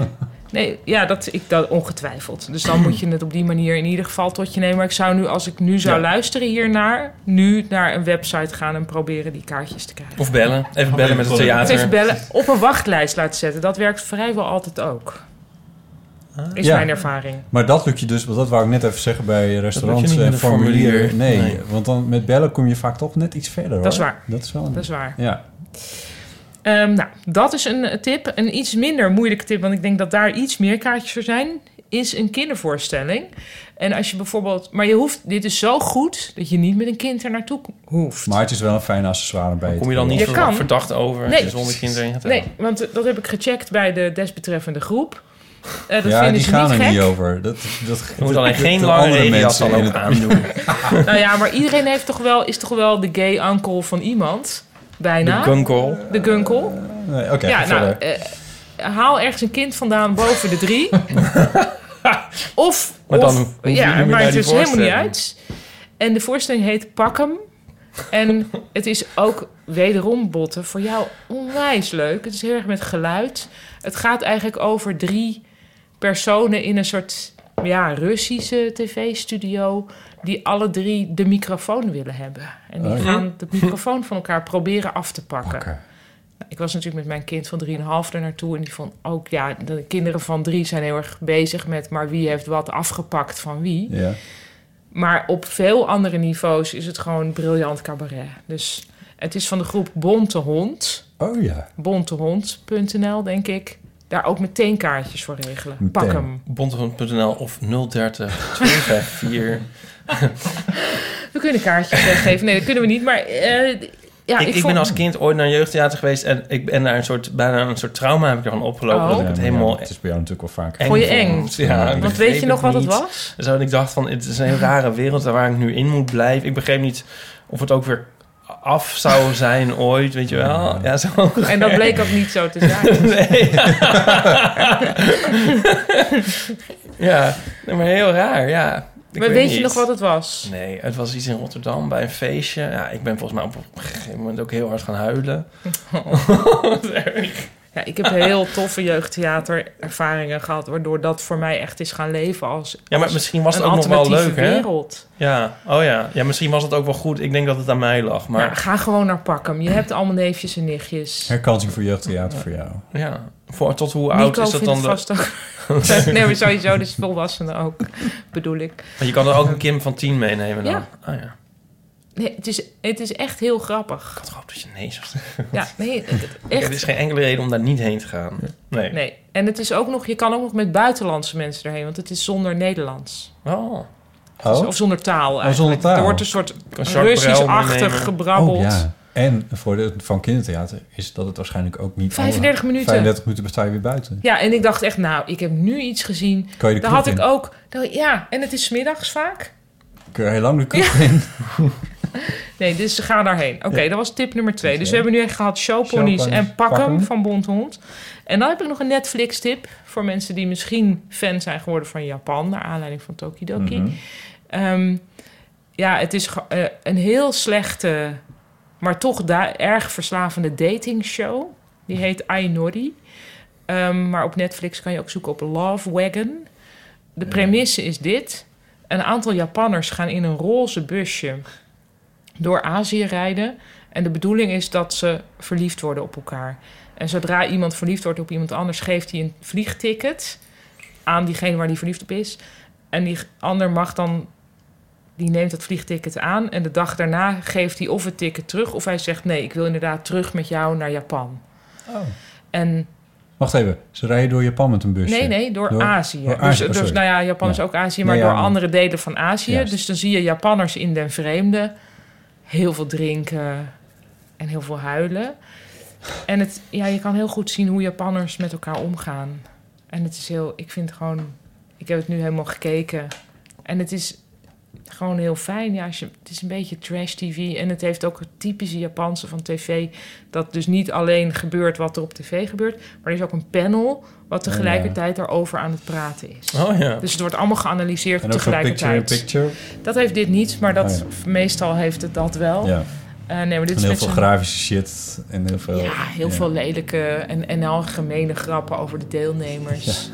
Speaker 3: nee, ja, dat, ik, dat ongetwijfeld. Dus dan moet je het op die manier in ieder geval tot je nemen. Maar ik zou nu, als ik nu zou
Speaker 1: Ja.
Speaker 3: luisteren hiernaar... nu naar een website gaan en proberen die kaartjes te krijgen.
Speaker 1: Of bellen.
Speaker 2: Oh,
Speaker 1: Even bellen met het
Speaker 3: Even
Speaker 1: theater.
Speaker 3: bellen. Op een wachtlijst laten zetten. Dat werkt vrijwel altijd ook. Is
Speaker 2: Ja.
Speaker 3: mijn ervaring.
Speaker 2: Maar dat lukt je dus, want dat wou ik net even zeggen bij restaurants
Speaker 1: lukt je niet
Speaker 2: en
Speaker 1: met een
Speaker 2: formulier.
Speaker 1: formulier.
Speaker 2: Nee,
Speaker 1: Nee.
Speaker 2: want dan met bellen kom je vaak toch net iets verder.
Speaker 3: Dat is
Speaker 2: hoor.
Speaker 3: waar.
Speaker 2: Dat is wel een...
Speaker 3: Dat is waar.
Speaker 2: Ja,
Speaker 3: Ehm, nou, dat is een eh, tip. Een iets minder moeilijke tip, want ik denk dat daar iets meer kaartjes voor zijn, is een kindervoorstelling. En als je bijvoorbeeld, maar je hoeft, dit is zo goed dat je niet met een kind er naartoe hoeft.
Speaker 2: maar het is wel een fijn accessoire bij het
Speaker 1: Kom je dan niet
Speaker 3: Je
Speaker 1: ver-
Speaker 3: kan.
Speaker 1: verdacht over
Speaker 3: Nee.
Speaker 1: zonder kinderen in het
Speaker 3: Nee, want eh, dat heb ik gecheckt bij de desbetreffende groep. Eh, dat
Speaker 2: ja,
Speaker 3: vinden
Speaker 2: die
Speaker 3: ze
Speaker 2: gaan
Speaker 3: niet
Speaker 2: er
Speaker 3: gek.
Speaker 2: niet over. Dat, dat,
Speaker 1: Je moet alleen geen
Speaker 2: de
Speaker 1: lange
Speaker 2: andere
Speaker 1: regenjas
Speaker 2: mensen
Speaker 1: dan
Speaker 2: in
Speaker 1: ook
Speaker 2: het-
Speaker 1: aandoen.
Speaker 3: Nou ja, maar iedereen heeft toch wel, is toch wel de gay uncle van iemand? Bijna.
Speaker 1: De gunkel.
Speaker 3: De gunkel.
Speaker 2: Nee, Oké,
Speaker 3: nou, ja,
Speaker 2: ga verder.
Speaker 3: nou, eh, haal ergens een kind vandaan boven de drie. of,
Speaker 1: Maar
Speaker 3: of-
Speaker 1: dan hoef je niet
Speaker 3: ja, maar
Speaker 1: meer naar
Speaker 3: het
Speaker 1: die
Speaker 3: is helemaal niet
Speaker 1: voorstelling.
Speaker 3: uit. En de voorstelling heet Pak hem. En het is ook wederom botten voor jou onwijs leuk. Het is heel erg met geluid. Het gaat eigenlijk over drie personen in een soort ja, Russische tv-studio die alle drie de microfoon willen hebben. En die
Speaker 2: Oh ja.
Speaker 3: gaan de microfoon van elkaar proberen af te pakken.
Speaker 2: Oké.
Speaker 3: Ik was natuurlijk met mijn kind van 3,5 er naartoe. En die vond ook, ja, de kinderen van drie zijn heel erg bezig met... maar wie heeft wat afgepakt van wie.
Speaker 2: Ja.
Speaker 3: Maar op veel andere niveaus is het gewoon briljant cabaret. Dus het is van de groep Bonte Hond.
Speaker 2: Oh ja.
Speaker 3: Bontehond.nl, denk ik. Daar ook meteen kaartjes voor regelen. Pak
Speaker 2: Meteen.
Speaker 3: hem.
Speaker 1: Bontegrond.nl of 030 254.
Speaker 3: We kunnen kaartjes weggeven. Nee, dat kunnen we niet. Maar eh, ja, ik,
Speaker 1: ik, ik,
Speaker 3: vond-
Speaker 1: ben als kind ooit naar een jeugdtheater geweest en ik ben daar een soort, bijna een soort trauma heb ik ervan opgelopen.
Speaker 3: Oh.
Speaker 1: Dat
Speaker 2: Ja,
Speaker 1: ik het
Speaker 2: maar
Speaker 1: helemaal
Speaker 2: ja, het is bij jou natuurlijk wel vaak.
Speaker 1: eng
Speaker 3: Vond je eng?
Speaker 1: Ja, ik
Speaker 3: Want weet
Speaker 1: begreep
Speaker 3: je nog wat het
Speaker 1: niet.
Speaker 3: was?
Speaker 1: Zo, en ik dacht van, het is een heel rare wereld waar ik nu in moet blijven. Ik begreep niet of het ook weer af zou zijn ooit, weet je wel. Ja, zo.
Speaker 3: En dat bleek ook niet zo te zijn.
Speaker 1: Nee. ja, nee, maar heel raar, ja. Ik
Speaker 3: maar weet je
Speaker 1: niet.
Speaker 3: nog wat het was?
Speaker 1: Nee, het was iets in Rotterdam bij een feestje. Ja, ik ben volgens mij op een gegeven moment ook heel hard gaan huilen. Wat erg.
Speaker 3: Ja, ik heb heel toffe jeugdtheaterervaringen gehad, waardoor dat voor mij echt is gaan leven als
Speaker 1: Ja, maar misschien was
Speaker 3: een
Speaker 1: het ook nog wel
Speaker 3: alternatieve
Speaker 1: leuk, hè?
Speaker 3: wereld.
Speaker 1: Ja, oh ja. Ja, misschien was het ook wel goed. Ik denk dat het aan mij lag,
Speaker 3: Maar
Speaker 1: maar
Speaker 3: ga gewoon naar Pakkem. Je hebt allemaal neefjes en nichtjes.
Speaker 2: Herkansing voor jeugdtheater voor jou.
Speaker 1: ja. Voor, tot hoe oud
Speaker 3: Nico
Speaker 1: is dat
Speaker 3: vindt
Speaker 1: dan?
Speaker 3: het
Speaker 1: De...
Speaker 3: vast ook. nee, maar sowieso, dus volwassenen ook, bedoel ik.
Speaker 1: Maar je kan er ook een Kim van 10 meenemen dan.
Speaker 3: Ja.
Speaker 1: Ah ja.
Speaker 3: Nee, het, is, het is echt heel grappig.
Speaker 1: Ik had gehoopt dat je nee zou zeggen.
Speaker 3: Ja, nee, het-
Speaker 1: Er is
Speaker 3: echt.
Speaker 1: geen enkele reden om daar niet heen te gaan. Nee.
Speaker 3: Nee. En het is ook nog, je kan ook nog met buitenlandse mensen erheen, want het is zonder Nederlands.
Speaker 1: Oh,
Speaker 3: Dus- of zonder taal eigenlijk.
Speaker 2: Oh, taal.
Speaker 3: Er wordt een soort
Speaker 1: kan Jacques Brel meenemen.
Speaker 3: Russisch-achtig gebrabbeld.
Speaker 2: Oh, ja. En het voordeel van kindertheater is dat het waarschijnlijk ook niet...
Speaker 3: 35 minuten.
Speaker 2: 35 minuten besta je weer buiten.
Speaker 3: Ja, en ik dacht echt, nou, ik heb nu iets gezien.
Speaker 2: Kan je de
Speaker 3: Daar
Speaker 2: kroeg
Speaker 3: had ik
Speaker 2: in?
Speaker 3: ook. daar- ja, en het is 's middags vaak.
Speaker 2: Kun je eh, heel lang de kroeg in.
Speaker 3: Nee, dus ze gaan daarheen. Oké, dat was tip nummer twee. Dus we hebben nu echt gehad showponies
Speaker 2: Showponies,
Speaker 3: en pakken
Speaker 2: pakken.
Speaker 3: van Bond Hond. En dan heb ik nog een Netflix tip voor mensen die misschien fan zijn geworden van Japan, naar aanleiding van Tokidoki.
Speaker 2: Mhm.
Speaker 3: Ehm, ja, het is ge- eh, een heel slechte, maar toch da- erg verslavende datingshow. Die heet Ainori. Ehm, maar op Netflix kan je ook zoeken op Love Wagon. De premisse is dit. Een aantal Japanners gaan in een roze busje door Azië rijden. En de bedoeling is dat ze verliefd worden op elkaar. En zodra iemand verliefd wordt op iemand anders, geeft hij een vliegticket aan diegene waar hij verliefd op is. En die ander mag dan, die neemt dat vliegticket aan. En de dag daarna geeft hij of het ticket terug, of hij zegt: Nee, ik wil inderdaad terug met jou naar Japan.
Speaker 2: Oh.
Speaker 3: En
Speaker 2: Wacht even, ze rijden door Japan met een busje.
Speaker 3: Nee, nee, door, Azië.
Speaker 2: Dus, eh, door
Speaker 3: Dus,
Speaker 2: Azië, oh,
Speaker 3: dus,
Speaker 2: sorry.
Speaker 3: nou ja, Japan is
Speaker 2: Ja.
Speaker 3: ook Azië,
Speaker 2: Nee,
Speaker 3: maar
Speaker 2: ja,
Speaker 3: door
Speaker 2: maar-
Speaker 3: andere delen van Azië.
Speaker 2: Juist.
Speaker 3: Dus dan zie je Japanners in den vreemde heel veel drinken en heel veel huilen. En het, ja, je kan heel goed zien hoe Japanners met elkaar omgaan. En het is heel, ik vind gewoon, ik heb het nu helemaal gekeken. En het is gewoon heel fijn. Ja, als je, het is een beetje trash tv. En het heeft ook het typische Japanse van tv. Dat dus niet alleen gebeurt wat er op tv gebeurt. Maar er is ook een panel wat
Speaker 2: Oh,
Speaker 3: tegelijkertijd daarover aan het praten is.
Speaker 1: Oh ja.
Speaker 3: Dus het wordt allemaal geanalyseerd
Speaker 2: En ook zo'n picture in
Speaker 3: tegelijkertijd.
Speaker 2: picture.
Speaker 3: Dat heeft dit niet, maar dat,
Speaker 2: Oh
Speaker 3: meestal heeft het dat wel.
Speaker 2: Ja.
Speaker 3: Eh, nee, maar dit
Speaker 2: En
Speaker 3: is
Speaker 2: heel
Speaker 3: met
Speaker 2: veel
Speaker 3: zo'n-
Speaker 2: grafische shit. En heel veel...
Speaker 3: ja, heel veel lelijke en, en algemene grappen over de deelnemers.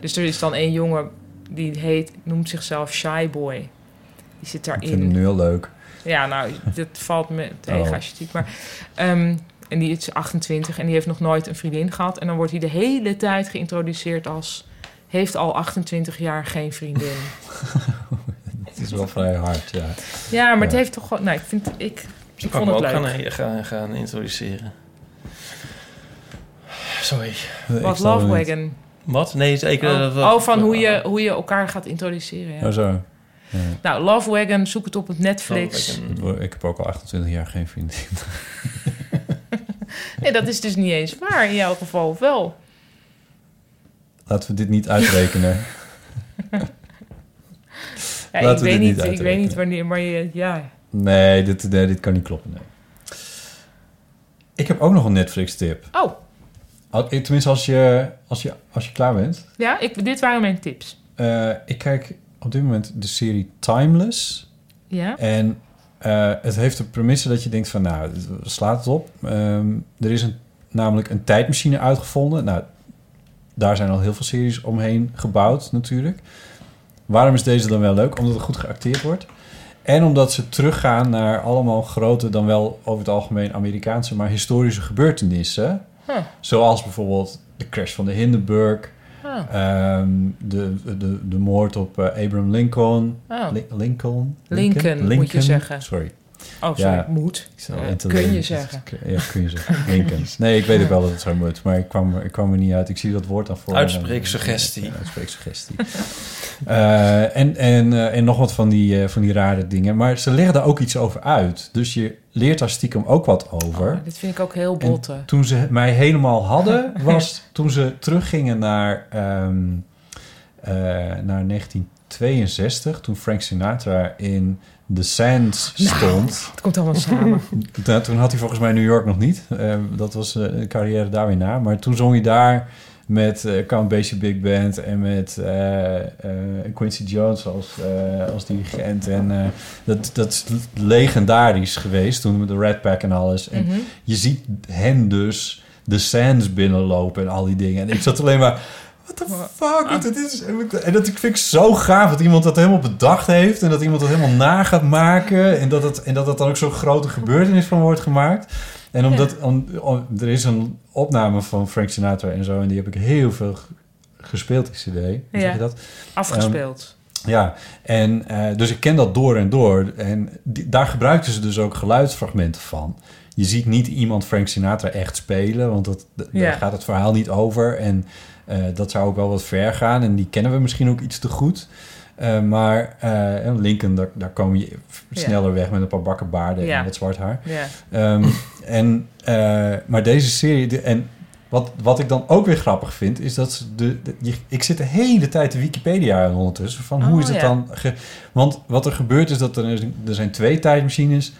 Speaker 3: Dus er is dan één jongen die heet, noemt zichzelf Shy Boy. Die zit
Speaker 2: Ik vind hem
Speaker 3: daarin.
Speaker 2: nu heel leuk.
Speaker 3: Ja, nou, dat valt me tegen
Speaker 2: Oh.
Speaker 3: als je het ziet. Maar, ehm, en die is 28 en die heeft nog nooit een vriendin gehad. En dan wordt hij de hele tijd geïntroduceerd als... heeft al 28 jaar geen vriendin.
Speaker 2: Het is wel vrij hard, ja.
Speaker 3: ja, maar het
Speaker 2: Ja.
Speaker 3: heeft toch gewoon... Nou, ik, vind, ik, ik
Speaker 1: kan
Speaker 3: vond
Speaker 1: me
Speaker 3: het
Speaker 1: ook
Speaker 3: leuk.
Speaker 1: gaan, gaan, gaan introduceren. Sorry.
Speaker 2: Ik
Speaker 3: Wat
Speaker 2: snap
Speaker 3: Love
Speaker 2: het niet.
Speaker 3: Wagon.
Speaker 1: Wat? Nee, is ik...
Speaker 3: Oh,
Speaker 1: eh, wat-
Speaker 3: oh, van hoe je, hoe je elkaar gaat introduceren. ja.
Speaker 2: Oh, zo.
Speaker 3: Nou, Love Wagon, zoek het op op
Speaker 1: Oh,
Speaker 3: Netflix.
Speaker 1: ik-
Speaker 2: Ik heb ook al 28 jaar geen vriendin.
Speaker 3: Nee, dat is dus niet eens waar in jouw geval, of wel?
Speaker 2: Laten we dit niet uitrekenen.
Speaker 3: Ja,
Speaker 2: Laten
Speaker 3: ik weet
Speaker 2: we dit niet
Speaker 3: niet, ik weet
Speaker 2: uitrekenen.
Speaker 3: niet wanneer, maar je, ja.
Speaker 2: Nee, dit, nee, dit kan niet kloppen. nee. Ik heb ook nog een Netflix-tip.
Speaker 3: Oh,
Speaker 2: Al- eh, Tenminste, als je, als je, als je klaar bent.
Speaker 3: ja, ik, dit waren mijn tips.
Speaker 2: Eh, ik kijk op dit moment de serie Timeless.
Speaker 3: Ja,
Speaker 2: En eh, het heeft de premisse dat je denkt van, nou, het slaat het op. Ehm, er is een, namelijk een tijdmachine uitgevonden. Nou, daar zijn al heel veel series omheen gebouwd natuurlijk. Waarom is deze dan wel leuk? Omdat het goed geacteerd wordt. En omdat ze teruggaan naar allemaal grote, dan wel over het algemeen Amerikaanse, maar historische gebeurtenissen.
Speaker 3: Huh.
Speaker 2: Zoals bijvoorbeeld de crash van de Hindenburg,
Speaker 3: oh,
Speaker 2: ehm, de, de, de moord op eh, Abraham Lincoln.
Speaker 3: oh.
Speaker 2: Lin- Lincoln?
Speaker 3: Lincoln, moet je zeggen.
Speaker 2: Sorry.
Speaker 3: oh sorry,
Speaker 2: ja.
Speaker 3: moet.
Speaker 2: Ik zal
Speaker 3: Ja,
Speaker 2: het
Speaker 3: kun je
Speaker 2: alleen-
Speaker 3: zeggen.
Speaker 2: Ja, kun je zeggen. Lincoln. Nee, ik weet ook wel dat het zo moet, maar ik kwam, er- ik kwam er niet uit. Ik zie dat woord dan voor. me.
Speaker 1: Uitspreeksuggestie.
Speaker 2: Ja, uitspreeksuggestie. Eh, en, en, eh, en nog wat van die, eh, van die rare dingen. Maar ze leggen daar ook iets over uit. Dus je leert daar stiekem ook wat over.
Speaker 3: Dit vind ik ook heel
Speaker 2: En
Speaker 3: botte.
Speaker 2: toen ze mij helemaal hadden, was toen ze teruggingen naar, ehm, eh, naar 1962, toen Frank Sinatra in The Sands
Speaker 3: Nou.
Speaker 2: stond.
Speaker 3: Het komt allemaal samen.
Speaker 2: Da- toen had hij volgens mij New York nog niet. Eh, dat was eh, een carrière daar weer na. Maar toen zong hij daar met eh, Count Basie Big Band en met eh, eh, Quincy Jones als, eh, als dirigent. En eh, dat, dat is legendarisch geweest toen met de Red Pack en alles. En
Speaker 3: Mhm.
Speaker 2: je ziet hen dus de sands binnenlopen en al die dingen. En ik zat alleen maar... What the fuck? Dit is... En dat vind ik zo gaaf dat iemand dat helemaal bedacht heeft... en dat iemand dat helemaal na gaat maken... en dat het, en dat het dan ook zo'n grote gebeurtenis van wordt gemaakt. En omdat... om- om- er is een opname van Frank Sinatra en zo... en die heb ik heel veel g- gespeeld, die cd. Hoe zeg
Speaker 3: Ja.
Speaker 2: je dat?
Speaker 3: Afgespeeld.
Speaker 2: Ja, en eh, dus ik ken dat door en door. En die- daar gebruikten ze dus ook geluidsfragmenten van. Je ziet niet iemand Frank Sinatra echt spelen, want dat, d-
Speaker 3: Ja.
Speaker 2: daar gaat het verhaal niet over. En eh, dat zou ook wel wat ver gaan. En die kennen we misschien ook iets te goed. Eh, maar eh, en Lincoln, daar, daar kom je
Speaker 3: Ja.
Speaker 2: sneller weg met een paar bakken baarden
Speaker 3: Ja.
Speaker 2: en wat zwart haar.
Speaker 3: ja.
Speaker 2: Ehm, en, eh, maar deze serie... de- en wat, wat ik dan ook weer grappig vind... is dat ze de, de- je- ik zit de hele tijd de Wikipedia aan ondertussen... van hoe
Speaker 3: Oh,
Speaker 2: is dat
Speaker 3: ja.
Speaker 2: dan... ge- want wat er gebeurt is dat er, is- er zijn twee tijdmachines...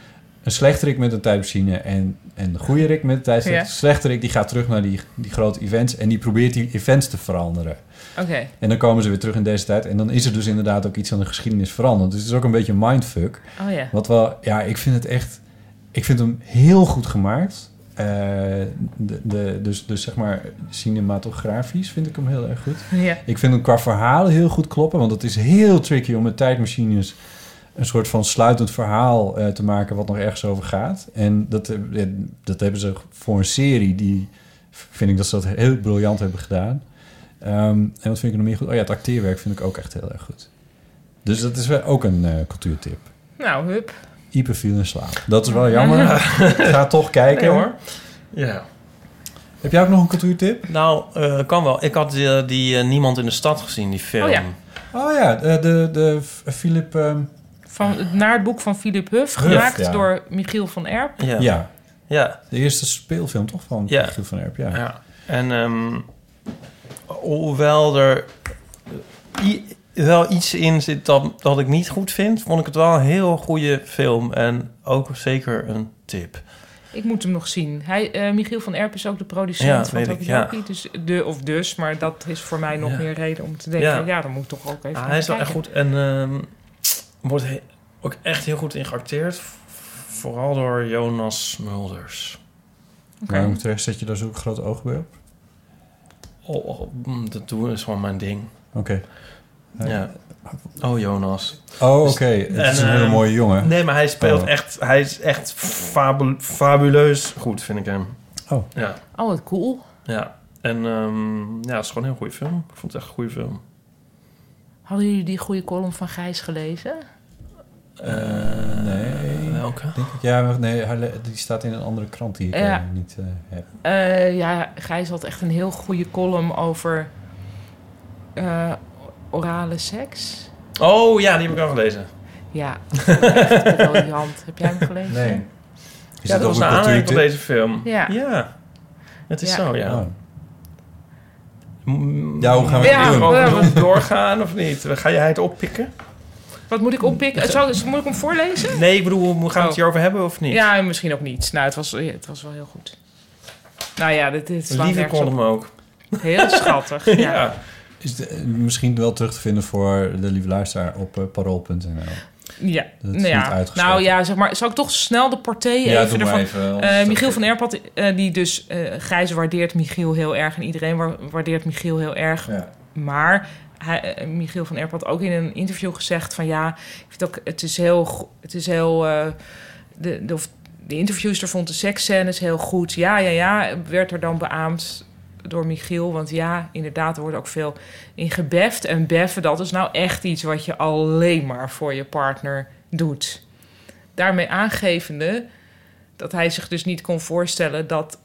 Speaker 2: Een slechterik met een tijdmachine en, en de goede rik met een tijdmachine.
Speaker 3: Ja.
Speaker 2: De slechterik die gaat terug naar die, die grote events... en die probeert die events te veranderen.
Speaker 3: Oké,
Speaker 2: En dan komen ze weer terug in deze tijd. En dan is er dus inderdaad ook iets aan de geschiedenis veranderd. Dus het is ook een beetje een mindfuck.
Speaker 3: oh ja.
Speaker 2: Wat wel, ja, ik vind het echt. Ik vind hem heel goed gemaakt. Eh, eh, de, de, dus, dus zeg maar cinematografisch vind ik hem heel erg goed.
Speaker 3: Ja.
Speaker 2: Ik vind hem qua verhalen heel goed kloppen, want het is heel tricky om met tijdmachines een soort van sluitend verhaal eh, te maken wat nog ergens over gaat. En dat, heb- ja, dat hebben ze voor een serie die vind ik dat ze dat heel briljant hebben gedaan. Ehm, en wat vind ik nog meer goed? Oh ja, het acteerwerk vind ik ook echt heel erg goed. Dus dat is wel ook een eh, cultuurtip.
Speaker 3: Nou, hup.
Speaker 2: Ieper viel in slaap. Dat is wel jammer. Ga toch kijken.
Speaker 1: Nee, hoor. Ja.
Speaker 2: Heb jij ook nog een cultuurtip?
Speaker 1: Nou, eh, kan wel. Ik had eh, die eh, Niemand in de Stad gezien, die film.
Speaker 3: Oh ja.
Speaker 2: Oh ja, de, de, de Philip... ehm,
Speaker 3: Van het naardboek van Philip Huff,
Speaker 2: Huff,
Speaker 3: gemaakt
Speaker 2: ja.
Speaker 3: door Michiel van Erp.
Speaker 1: Ja.
Speaker 2: ja.
Speaker 1: Ja.
Speaker 2: de eerste speelfilm toch van
Speaker 1: Ja.
Speaker 2: Giel van Erp. Ja.
Speaker 1: Ja. En ehm, hoewel er eh, i- wel iets in zit dat, dat ik niet goed vind, vond ik het wel een heel goede film. En ook zeker een tip.
Speaker 3: Ik moet hem nog zien. Hij, eh, Michiel van Erp is ook de
Speaker 1: Ja,
Speaker 3: producent van
Speaker 1: weet ik,
Speaker 3: Toki
Speaker 1: ja.
Speaker 3: Doki. Dus de, of dus, maar dat is voor mij nog
Speaker 1: Ja.
Speaker 3: meer reden om te denken...
Speaker 1: Ja.
Speaker 3: ja, dan moet ik toch ook even
Speaker 1: Ah,
Speaker 3: naar
Speaker 1: hij is wel echt
Speaker 3: kijken.
Speaker 1: goed. En ehm, wordt he- ook echt heel goed in geacteerd. V- Vooral door Jonas Mulders.
Speaker 3: Oké.
Speaker 2: Waarom terecht zet je daar zo'n grote ogen bij op?
Speaker 1: Oh, oh, mm, dat doen is gewoon mijn ding.
Speaker 2: Oké.
Speaker 1: Ja. Oh, Jonas.
Speaker 2: Oh, oké. Het is
Speaker 1: En,
Speaker 2: een hele
Speaker 1: eh,
Speaker 2: mooie jongen.
Speaker 1: Nee, maar hij speelt
Speaker 2: Oh.
Speaker 1: echt... Hij is echt fabu- fabuleus goed, vind ik hem.
Speaker 2: Oh.
Speaker 1: Ja.
Speaker 3: Oh, wat cool.
Speaker 1: Ja. En ehm, ja, het is gewoon een heel goede film. Ik vond het echt een goede film.
Speaker 3: Hadden jullie die goede column van Gijs gelezen?
Speaker 1: Eh,
Speaker 2: nee.
Speaker 1: Welke?
Speaker 2: Denk ik, ja, maar nee, hij le- die staat in een andere krant die ik
Speaker 3: Ja.
Speaker 2: eh, niet eh, heb.
Speaker 3: Eh, ja, Gijs had echt een heel goede column over eh, orale seks.
Speaker 1: Oh ja, die heb ik al gelezen.
Speaker 3: Ja, echt briljant. Heb jij hem gelezen?
Speaker 2: Nee. Is
Speaker 1: ja, dat was
Speaker 2: ook
Speaker 1: de
Speaker 2: een
Speaker 1: aanleiding van
Speaker 2: cultuurtip?
Speaker 1: deze film.
Speaker 3: Ja.
Speaker 1: Het
Speaker 3: Ja.
Speaker 1: is zo, ja.
Speaker 2: Oh.
Speaker 1: Mm,
Speaker 2: Ja, hoe gaan we
Speaker 3: Ja,
Speaker 2: het
Speaker 1: Wil
Speaker 2: doen?
Speaker 1: je
Speaker 3: we-
Speaker 1: erover doorgaan of niet? Ga jij het oppikken?
Speaker 3: Wat moet ik oppikken?
Speaker 1: Mm.
Speaker 3: Eh, Zou, moet ik hem voorlezen?
Speaker 1: Nee, ik bedoel, gaan we het
Speaker 3: Oh.
Speaker 1: hierover hebben of niet?
Speaker 3: Ja, en misschien ook niet. Nou, het was, het was wel heel goed. Nou ja, dit, dit slaat
Speaker 1: Lieve
Speaker 3: nergens
Speaker 1: kon
Speaker 3: op.
Speaker 1: hem ook.
Speaker 3: Heel schattig. Ja.
Speaker 1: Ja.
Speaker 2: Is de- eh, misschien wel terug te vinden voor de lieve luisteraar op eh, parool.nl.
Speaker 3: Ja.
Speaker 2: Dat
Speaker 3: nou,
Speaker 2: is niet
Speaker 3: ja.
Speaker 2: uitgesloten.
Speaker 3: nou ja, zeg maar. Zou ik toch snel de porté
Speaker 2: Ja, doe
Speaker 3: even
Speaker 2: maar
Speaker 3: ervan...
Speaker 2: even.
Speaker 3: Eh,
Speaker 2: anders-
Speaker 3: Michiel van Erp had, eh, die dus... eh Gijs waardeert Michiel heel erg. En iedereen wa- waardeert Michiel heel erg.
Speaker 2: Ja.
Speaker 3: Maar hij, eh, Michiel van Erp had ook in een interview gezegd van ja, ik vind ook, het is heel, go- het is heel, eh, de, de, of de interviewster vond de seksscènes heel goed. Ja, ja, ja, werd er dan beaamd door Michiel, want ja, inderdaad, er wordt ook veel in gebeft. En beffen, dat is nou echt iets wat je alleen maar voor je partner doet. Daarmee aangevende dat hij zich dus niet kon voorstellen dat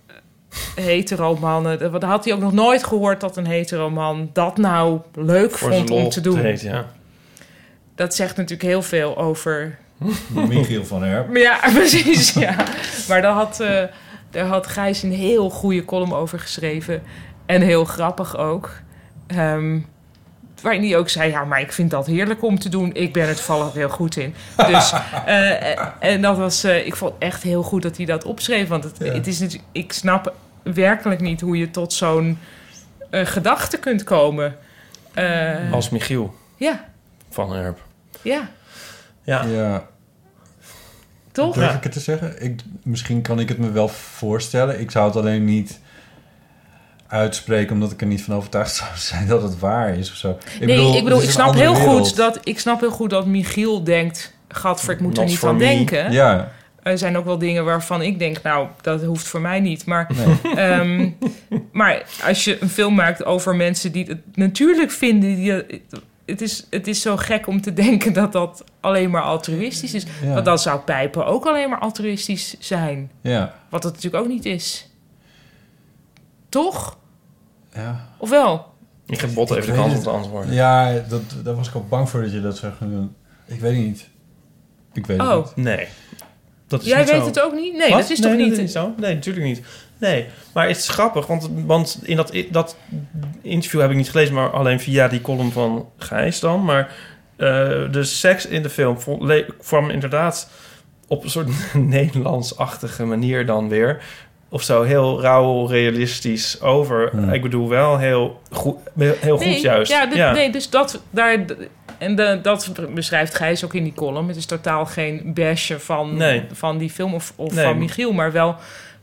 Speaker 3: eh, hetero mannen. dat- Want dan had hij ook nog nooit gehoord dat een hetero man dat nou leuk
Speaker 1: Voor zijn
Speaker 3: vond om
Speaker 1: lol
Speaker 3: te doen.
Speaker 1: eten, ja.
Speaker 3: Dat zegt natuurlijk heel veel over.
Speaker 1: Hm?
Speaker 2: Michiel van Erp.
Speaker 3: Maar ja, precies. Ja. Maar daar had, eh, daar had Gijs een heel goede column over geschreven. En heel grappig ook. Ehm, waarin hij ook zei: Ja, maar ik vind dat heerlijk om te doen. Ik ben er toevallig heel goed in. Dus, eh, eh, en dat was, eh, ik vond echt heel goed dat hij dat opschreef. Want het,
Speaker 2: Ja.
Speaker 3: het is natuurlijk, ik snap werkelijk niet hoe je tot zo'n eh, gedachte kunt komen. Eh,
Speaker 1: Als Michiel
Speaker 3: ja,
Speaker 1: van Herp.
Speaker 3: ja,
Speaker 1: Ja.
Speaker 2: Ja,
Speaker 3: toch?
Speaker 2: durf ik het te zeggen? Ik, misschien kan ik het me wel voorstellen. Ik zou het alleen niet uitspreken omdat ik er niet van overtuigd zou zijn dat het waar is of zo. Ik
Speaker 3: nee, ik
Speaker 2: het
Speaker 3: bedoel,
Speaker 2: is
Speaker 3: ik
Speaker 2: een
Speaker 3: snap,
Speaker 2: andere
Speaker 3: heel goed
Speaker 2: wereld.
Speaker 3: dat, ik snap heel goed dat Michiel denkt... Gadver, ik moet er
Speaker 1: Not
Speaker 3: niet
Speaker 1: for
Speaker 3: aan
Speaker 1: me.
Speaker 3: denken.
Speaker 2: Ja,
Speaker 3: Er zijn ook wel dingen waarvan ik denk... nou, dat hoeft voor mij niet. Maar,
Speaker 2: nee.
Speaker 3: ehm, maar als je een film maakt over mensen die het natuurlijk vinden... Die, het, is, het is zo gek om te denken dat dat alleen maar altruïstisch is.
Speaker 2: Ja.
Speaker 3: Want dan zou pijpen ook alleen maar altruïstisch zijn.
Speaker 2: ja.
Speaker 3: Wat dat natuurlijk ook niet is. Toch?
Speaker 2: Ja,
Speaker 3: Of wel?
Speaker 1: Ik geef Bot even de
Speaker 2: weet
Speaker 1: kans om
Speaker 2: het.
Speaker 1: te antwoorden.
Speaker 2: ja dat, daar was ik al bang voor dat je dat zou gaan doen. Ik weet het niet. Ik weet het
Speaker 3: Oh.
Speaker 2: niet.
Speaker 1: Nee. Dat is
Speaker 3: Jij
Speaker 1: niet
Speaker 3: weet
Speaker 1: zo.
Speaker 3: het ook niet? Nee,
Speaker 1: Wat?
Speaker 3: dat is
Speaker 1: Nee,
Speaker 3: toch niet...
Speaker 1: zo? Nee, natuurlijk niet. Nee, maar het is grappig, want, want in dat, dat interview heb ik niet gelezen, maar alleen via die column van Gijs dan. Maar eh, de seks in de film vo- le- kwam inderdaad op een soort Nederlandsachtige manier dan weer. Of zo heel rauw realistisch over.
Speaker 2: Hmm.
Speaker 1: Ik bedoel, wel heel goed, heel goed
Speaker 3: nee,
Speaker 1: juist.
Speaker 3: Ja, dit- Nee, dus dat daar. d- En de, dat beschrijft Gijs ook in die column. Het is totaal geen basje van,
Speaker 1: Nee.
Speaker 3: van die film of, of
Speaker 1: Nee.
Speaker 3: van Michiel, maar wel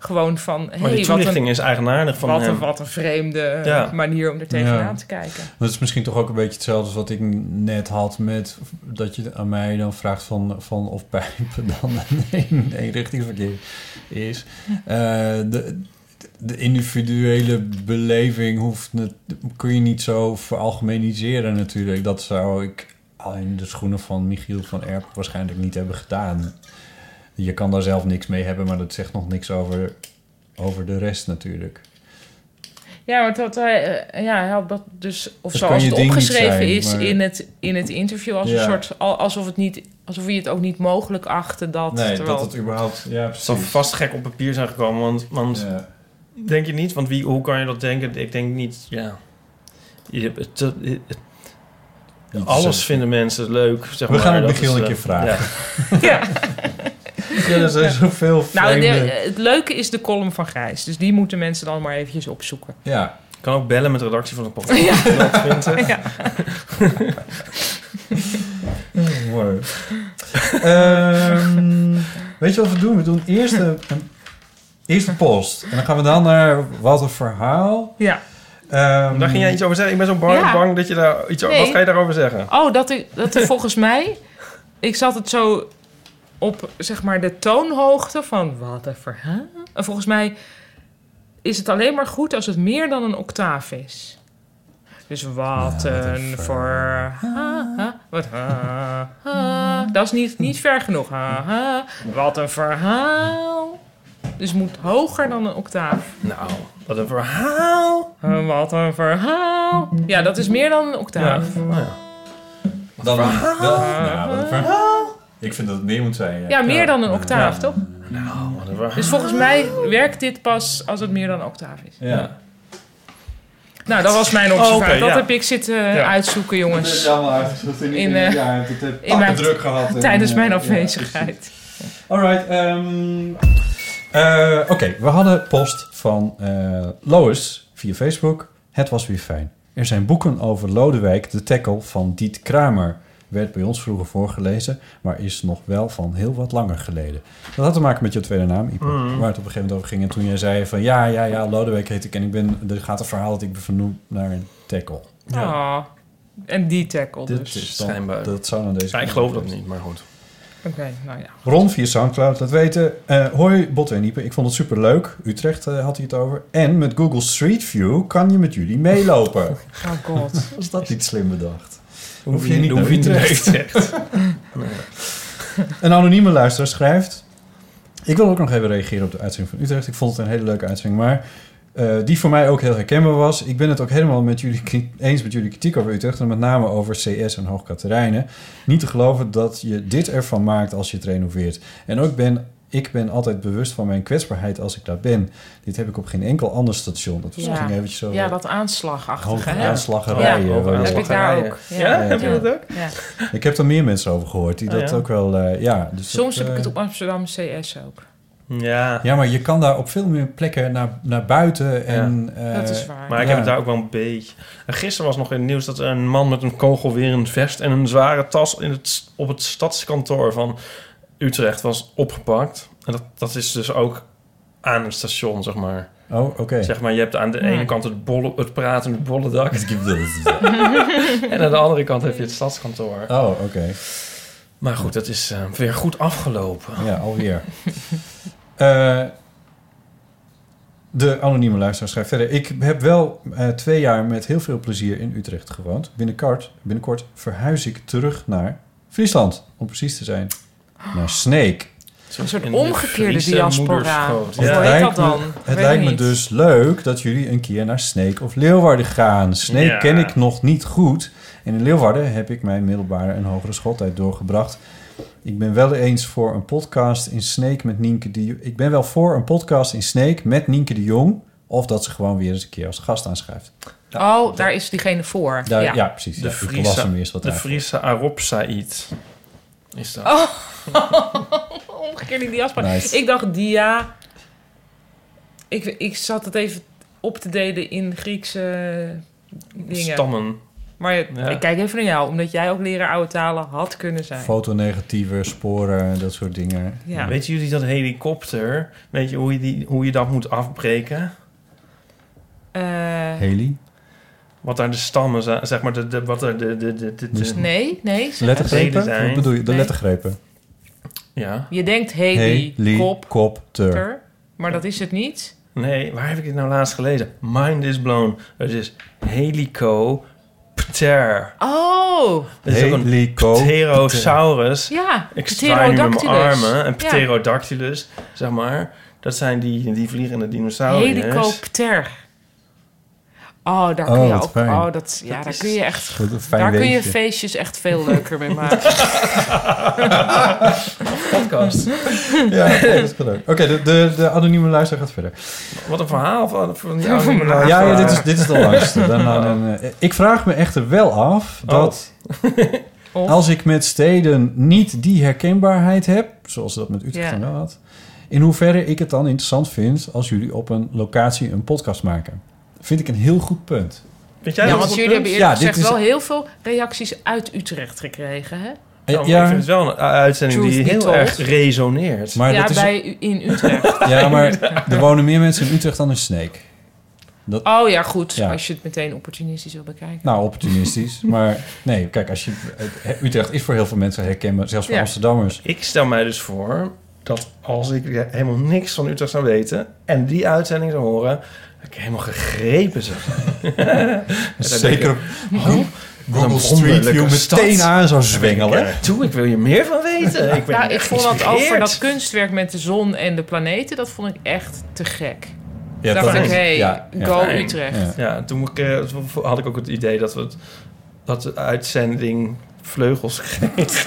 Speaker 3: Gewoon van,
Speaker 1: Maar
Speaker 3: hey,
Speaker 1: die
Speaker 3: wat
Speaker 1: toelichting
Speaker 3: een,
Speaker 1: is eigenaardig van
Speaker 3: wat
Speaker 1: hem.
Speaker 3: een, wat een vreemde eh,
Speaker 1: Ja.
Speaker 3: manier om er tegenaan
Speaker 2: Ja.
Speaker 3: te kijken.
Speaker 2: Dat is misschien toch ook een beetje hetzelfde als wat ik net had met... dat je aan mij dan vraagt van, van of pijpen dan een eenrichtingsverkeer is. Eh, de, de individuele beleving hoeft net, kun je niet zo veralgemeniseren natuurlijk. Dat zou ik al in de schoenen van Michiel van Erp waarschijnlijk niet hebben gedaan. Je kan daar zelf niks mee hebben, maar dat zegt nog niks over, over de rest natuurlijk.
Speaker 3: Ja, want dat, hij, eh, ja, hij had dat dus, of
Speaker 2: Dat kan
Speaker 3: zoals
Speaker 2: je
Speaker 3: het
Speaker 2: ding niet
Speaker 3: opgeschreven
Speaker 2: zijn,
Speaker 3: is
Speaker 2: maar-
Speaker 3: in, het, in het interview, als
Speaker 2: Ja.
Speaker 3: een soort, al- alsof, het niet, alsof je het ook niet mogelijk achtte dat.
Speaker 2: Nee,
Speaker 3: terwijl-
Speaker 2: dat het überhaupt... Ja,
Speaker 1: Het zal
Speaker 2: precies.
Speaker 1: vast gek op papier zijn gekomen, want, want
Speaker 2: Ja.
Speaker 1: denk je niet? Want wie, hoe kan je dat denken? Ik denk niet, ja. Je, het- het-
Speaker 2: Niet
Speaker 1: alles
Speaker 2: zo-
Speaker 1: vinden mensen leuk. Zeg
Speaker 2: We
Speaker 1: maar.
Speaker 2: gaan het
Speaker 1: Dat
Speaker 2: Michiel
Speaker 1: is,
Speaker 2: een
Speaker 1: eh,
Speaker 2: keer vragen.
Speaker 3: Ja.
Speaker 2: Ja, er zijn zoveel
Speaker 3: Nou,
Speaker 2: vreemde-
Speaker 3: de- het leuke is de column van Grijs. Dus die moeten mensen dan maar eventjes opzoeken.
Speaker 2: Ja,
Speaker 1: ja. kan ook bellen met de redactie van het programma. Dat vindt, hè?
Speaker 2: Mm, mooi. Ehm, weet je wat we doen? We doen eerst een, een- eerst een post. En dan gaan we dan naar wat een verhaal.
Speaker 3: Ja.
Speaker 2: Ehm,
Speaker 1: Daar ging jij iets over zeggen. Ik ben zo bang,
Speaker 3: Ja.
Speaker 1: bang dat je daar iets over...
Speaker 3: Nee.
Speaker 1: Wat ga je daarover zeggen?
Speaker 3: Oh, dat, ik, dat er volgens mij... Ik zat het zo op, zeg maar, de toonhoogte van... Wat een verhaal. En volgens mij is het alleen maar goed als het meer dan een octaaf is. Dus wat een verhaal. Wat ha, ha. Dat is niet, niet ver genoeg. Ha, ha. Wat een verhaal. Dus het moet hoger dan een octaaf.
Speaker 1: Nou, wat een verhaal.
Speaker 3: Eh, Wat een verhaal. Ja, dat is meer dan een
Speaker 1: Ja,
Speaker 3: octaaf.
Speaker 1: nou ja.
Speaker 2: Oh dan, dan- nou, wat een verhaal. Ik vind dat het meer moet zijn. Ja,
Speaker 3: Ja, meer dan een octaaf, toch?
Speaker 1: Nou, wat een verhaal.
Speaker 3: Dus volgens mij werkt dit pas als het meer dan een octaaf is.
Speaker 2: Ja.
Speaker 3: Nou, dat was mijn observatie.
Speaker 1: Oh, oké,
Speaker 3: dat
Speaker 1: ja.
Speaker 3: heb ik zitten uitzoeken, jongens.
Speaker 2: in,
Speaker 3: In, eh,
Speaker 2: ja, dat heb
Speaker 3: in mijn-
Speaker 2: druk gehad. en,
Speaker 3: Tijdens
Speaker 2: eh,
Speaker 3: mijn
Speaker 2: ja,
Speaker 3: afwezigheid.
Speaker 2: Alright, ehm, eh, oké, we hadden post van eh, Lois via Facebook. Het was weer fijn. Er zijn boeken over Lodewijk, de tackle van Diet Kramer. Werd bij ons vroeger voorgelezen, maar is nog wel van heel wat langer geleden. Dat had te maken met je tweede naam, Ipe, waar het op een gegeven moment over ging. En toen jij zei van ja, ja, ja, Lodewijk heet ik en ik ben, er gaat een verhaal dat ik ben vernoemd naar een tackle.
Speaker 3: Oh. En die tackle
Speaker 2: Dit
Speaker 3: dus.
Speaker 2: is dan-
Speaker 1: schijnbaar.
Speaker 2: Dat zou dan deze
Speaker 1: Ja, ik
Speaker 2: kant
Speaker 1: geloof
Speaker 2: op
Speaker 1: dat niet, maar goed.
Speaker 3: Oké, nou ja.
Speaker 2: Ron via Soundcloud laat weten. eh, hoi Botte en Ieper, ik vond het superleuk. Utrecht eh, had hij het over. En met Google Street View kan je met jullie meelopen.
Speaker 3: Oh god.
Speaker 2: Was dat niet slim bedacht?
Speaker 1: Hoef
Speaker 2: je niet
Speaker 1: hoef
Speaker 2: naar Utrecht.
Speaker 1: naar Utrecht.
Speaker 2: Een anonieme luisteraar schrijft... Ik wil ook nog even reageren op de uitzending van Utrecht. Ik vond het een hele leuke uitzending, maar... eh, die voor mij ook heel herkenbaar was. Ik ben het ook helemaal met jullie, kri- eens met jullie kritiek over Utrecht... en met name over CS en Hoogkaterijnen. Niet te geloven dat je dit ervan maakt als je het renoveert. En ook ben... Ik ben altijd bewust van mijn kwetsbaarheid als ik daar ben. Dit heb ik op geen enkel ander station. Dat was
Speaker 3: Ja.
Speaker 2: ging eventjes zo eh,
Speaker 3: Ja, dat aanslagachtige,
Speaker 2: hoge
Speaker 3: hè?
Speaker 2: aanslagerijen.
Speaker 1: Ja, hoge
Speaker 2: waar je-
Speaker 3: Heb ik daar ook.
Speaker 1: Aanslagerijen.
Speaker 3: Ja.
Speaker 1: Ja, heb je
Speaker 2: Ja.
Speaker 1: dat ook?
Speaker 3: Ja.
Speaker 2: Ik heb er meer mensen over gehoord die
Speaker 1: Oh,
Speaker 2: dat
Speaker 1: ja?
Speaker 2: ook wel... eh, ja, dus
Speaker 3: Soms
Speaker 2: dat,
Speaker 3: heb ik het
Speaker 2: eh,
Speaker 3: op Amsterdam CS ook.
Speaker 1: Ja,
Speaker 2: Ja, maar je kan daar op veel meer plekken naar, naar buiten. En, eh,
Speaker 3: Dat is waar.
Speaker 1: maar ik
Speaker 2: Ja.
Speaker 1: heb het daar ook wel een beetje... En Gisteren was nog in het nieuws dat een man met een kogelwerend vest... en een zware tas in het, op het stadskantoor van Utrecht was opgepakt. En dat, dat is dus ook aan het station, zeg maar.
Speaker 2: Oh, oké.
Speaker 1: Zeg maar, je hebt aan de ene kant het, bolle, het pratende bolle dak... en aan de andere kant heb je het stadskantoor.
Speaker 2: Oh, oké.
Speaker 1: Maar goed, dat is eh, weer goed afgelopen.
Speaker 2: Ja, alweer. Eh, de anonieme luisteraar schrijft verder. Ik heb wel eh, twee jaar met heel veel plezier in Utrecht gewoond. Binnenkort, binnenkort verhuis ik terug naar Friesland. Om precies te zijn. Naar Sneek.
Speaker 3: Een soort
Speaker 1: In de
Speaker 3: omgekeerde
Speaker 1: Friese
Speaker 3: diaspora.
Speaker 1: moederschoot.
Speaker 3: Of
Speaker 1: Ja.
Speaker 3: hoe heet dat
Speaker 2: Lijkt me-
Speaker 3: dan? Weet
Speaker 2: Het lijkt
Speaker 3: ik
Speaker 2: me
Speaker 3: niet.
Speaker 2: dus leuk dat jullie een keer naar Sneek of Leeuwarden gaan. Sneek
Speaker 1: Ja.
Speaker 2: ken ik nog niet goed. En in Leeuwarden heb ik mijn middelbare en hogere schooltijd doorgebracht. Ik ben wel eens voor een podcast in Sneek met Nienke de Jong. Ik ben wel voor een podcast in Sneek met Nienke de Jong. Of dat ze gewoon weer eens een keer als gast aanschrijft.
Speaker 3: Oh, daar is diegene voor.
Speaker 2: Daar, ja.
Speaker 3: ja.
Speaker 2: precies.
Speaker 1: De
Speaker 2: ja, ik las
Speaker 1: Friese,
Speaker 2: hem eerst wat
Speaker 1: de
Speaker 2: uit.
Speaker 1: Friese Arop Said. Is dat?
Speaker 3: Oh. Omgekeerde diaspora.
Speaker 2: Nice.
Speaker 3: Ik dacht dia. Ik, ik zat het even op te delen in Griekse dingen.
Speaker 1: Stammen.
Speaker 3: Maar ik kijk even naar jou, omdat jij ook leraar oude talen had kunnen zijn.
Speaker 2: Fotonegatieven, sporen, dat soort dingen.
Speaker 3: Ja.
Speaker 1: Weten jullie dat helikopter? Weet je hoe je, die, hoe je dat moet afbreken?
Speaker 3: Eh,
Speaker 2: Heli?
Speaker 1: Wat daar de stammen zijn, zeg maar, de, de, wat er de, de, de, de, de-
Speaker 2: Dus-
Speaker 3: nee, nee. zeg-
Speaker 1: Leden
Speaker 2: Lettergrepen?
Speaker 1: zijn.
Speaker 2: Wat bedoel je? De
Speaker 3: Nee.
Speaker 2: lettergrepen.
Speaker 1: Ja,
Speaker 3: Je denkt heli, kop,
Speaker 2: Helikopter.
Speaker 3: ter, maar dat is het niet.
Speaker 1: nee, waar heb ik dit nou laatst gelezen? Mind is blown. Het is helicopter.
Speaker 3: Oh,
Speaker 1: Het is ook een
Speaker 2: Helikopter.
Speaker 1: pterosaurus.
Speaker 3: ja.
Speaker 1: Ik zwaai nu met mijn
Speaker 3: pterodactylus.
Speaker 1: armen. Een
Speaker 3: Ja.
Speaker 1: pterodactylus, zeg maar. Dat zijn die, die vliegende
Speaker 2: Oh,
Speaker 1: dinosauriërs.
Speaker 3: Helikopter. Oh, daar
Speaker 2: Oh,
Speaker 3: kun je
Speaker 2: wat
Speaker 3: ook.
Speaker 2: fijn.
Speaker 3: Oh, dat, ja, daar kun je echt.
Speaker 2: Wat een fijn
Speaker 3: Daar kun je
Speaker 2: weetje.
Speaker 3: feestjes echt veel leuker mee maken.
Speaker 1: podcast.
Speaker 2: Ja, oké, dat kan ook. Oké, de, de, de anonieme luisteraar gaat verder.
Speaker 1: Wat een verhaal van, van jou.
Speaker 2: Ja, ja, dit, is, dit is de langste. Dan, dan,
Speaker 1: Oh.
Speaker 2: dan, eh, ik vraag me echter wel af dat
Speaker 1: Oh.
Speaker 3: Of?
Speaker 2: als ik met steden niet die herkenbaarheid heb, zoals ze dat met
Speaker 3: Ja.
Speaker 2: Utrecht dan wel had, in hoeverre ik het dan interessant vind als jullie op een locatie een podcast maken. Vind ik een heel goed punt.
Speaker 1: Vind jij
Speaker 3: Ja,
Speaker 1: dat
Speaker 3: want
Speaker 1: goed
Speaker 3: jullie
Speaker 1: punt?
Speaker 3: hebben eerlijk
Speaker 2: Ja, dit
Speaker 3: gezegd
Speaker 2: is-
Speaker 3: wel heel veel reacties uit Utrecht gekregen. Hè?
Speaker 1: Ja, maar
Speaker 2: Eh, ja,
Speaker 1: Ik vind het wel een eh, uitzending
Speaker 3: Truth
Speaker 1: die
Speaker 3: be
Speaker 1: heel
Speaker 3: told.
Speaker 1: erg resoneert.
Speaker 2: maar
Speaker 3: ja,
Speaker 2: dat is,
Speaker 3: bij, u- in Utrecht.
Speaker 2: ja, maar er wonen meer mensen in Utrecht dan in Sneek.
Speaker 3: Oh ja, goed.
Speaker 2: Ja.
Speaker 3: Als je het meteen opportunistisch wil bekijken.
Speaker 2: Nou, opportunistisch. maar nee, kijk, als je, eh, Utrecht is voor heel veel mensen herkenbaar, zelfs voor
Speaker 3: Ja.
Speaker 2: Amsterdammers.
Speaker 1: Ik stel mij dus voor dat als ik helemaal niks van Utrecht zou weten... en die uitzending zou horen, dat ik helemaal gegrepen zou zijn.
Speaker 2: Zeker op
Speaker 1: Wat een
Speaker 2: Google Street View
Speaker 1: wonderlijke
Speaker 2: meteen
Speaker 1: stad.
Speaker 2: aan zou zwengelen.
Speaker 1: Toe, ik wil je meer van weten. Ik ben
Speaker 3: Nou, ik vond dat
Speaker 1: geïnspireerd.
Speaker 3: over dat kunstwerk met de zon en de planeten, dat vond ik echt te gek.
Speaker 2: Ja,
Speaker 3: dacht ik,
Speaker 1: is-
Speaker 3: hey,
Speaker 2: ja, ja.
Speaker 3: go
Speaker 1: Fijn.
Speaker 3: Utrecht.
Speaker 2: Ja.
Speaker 1: Ja, toen ik, eh, had ik ook het idee dat, we het, dat de uitzending vleugels kreeg.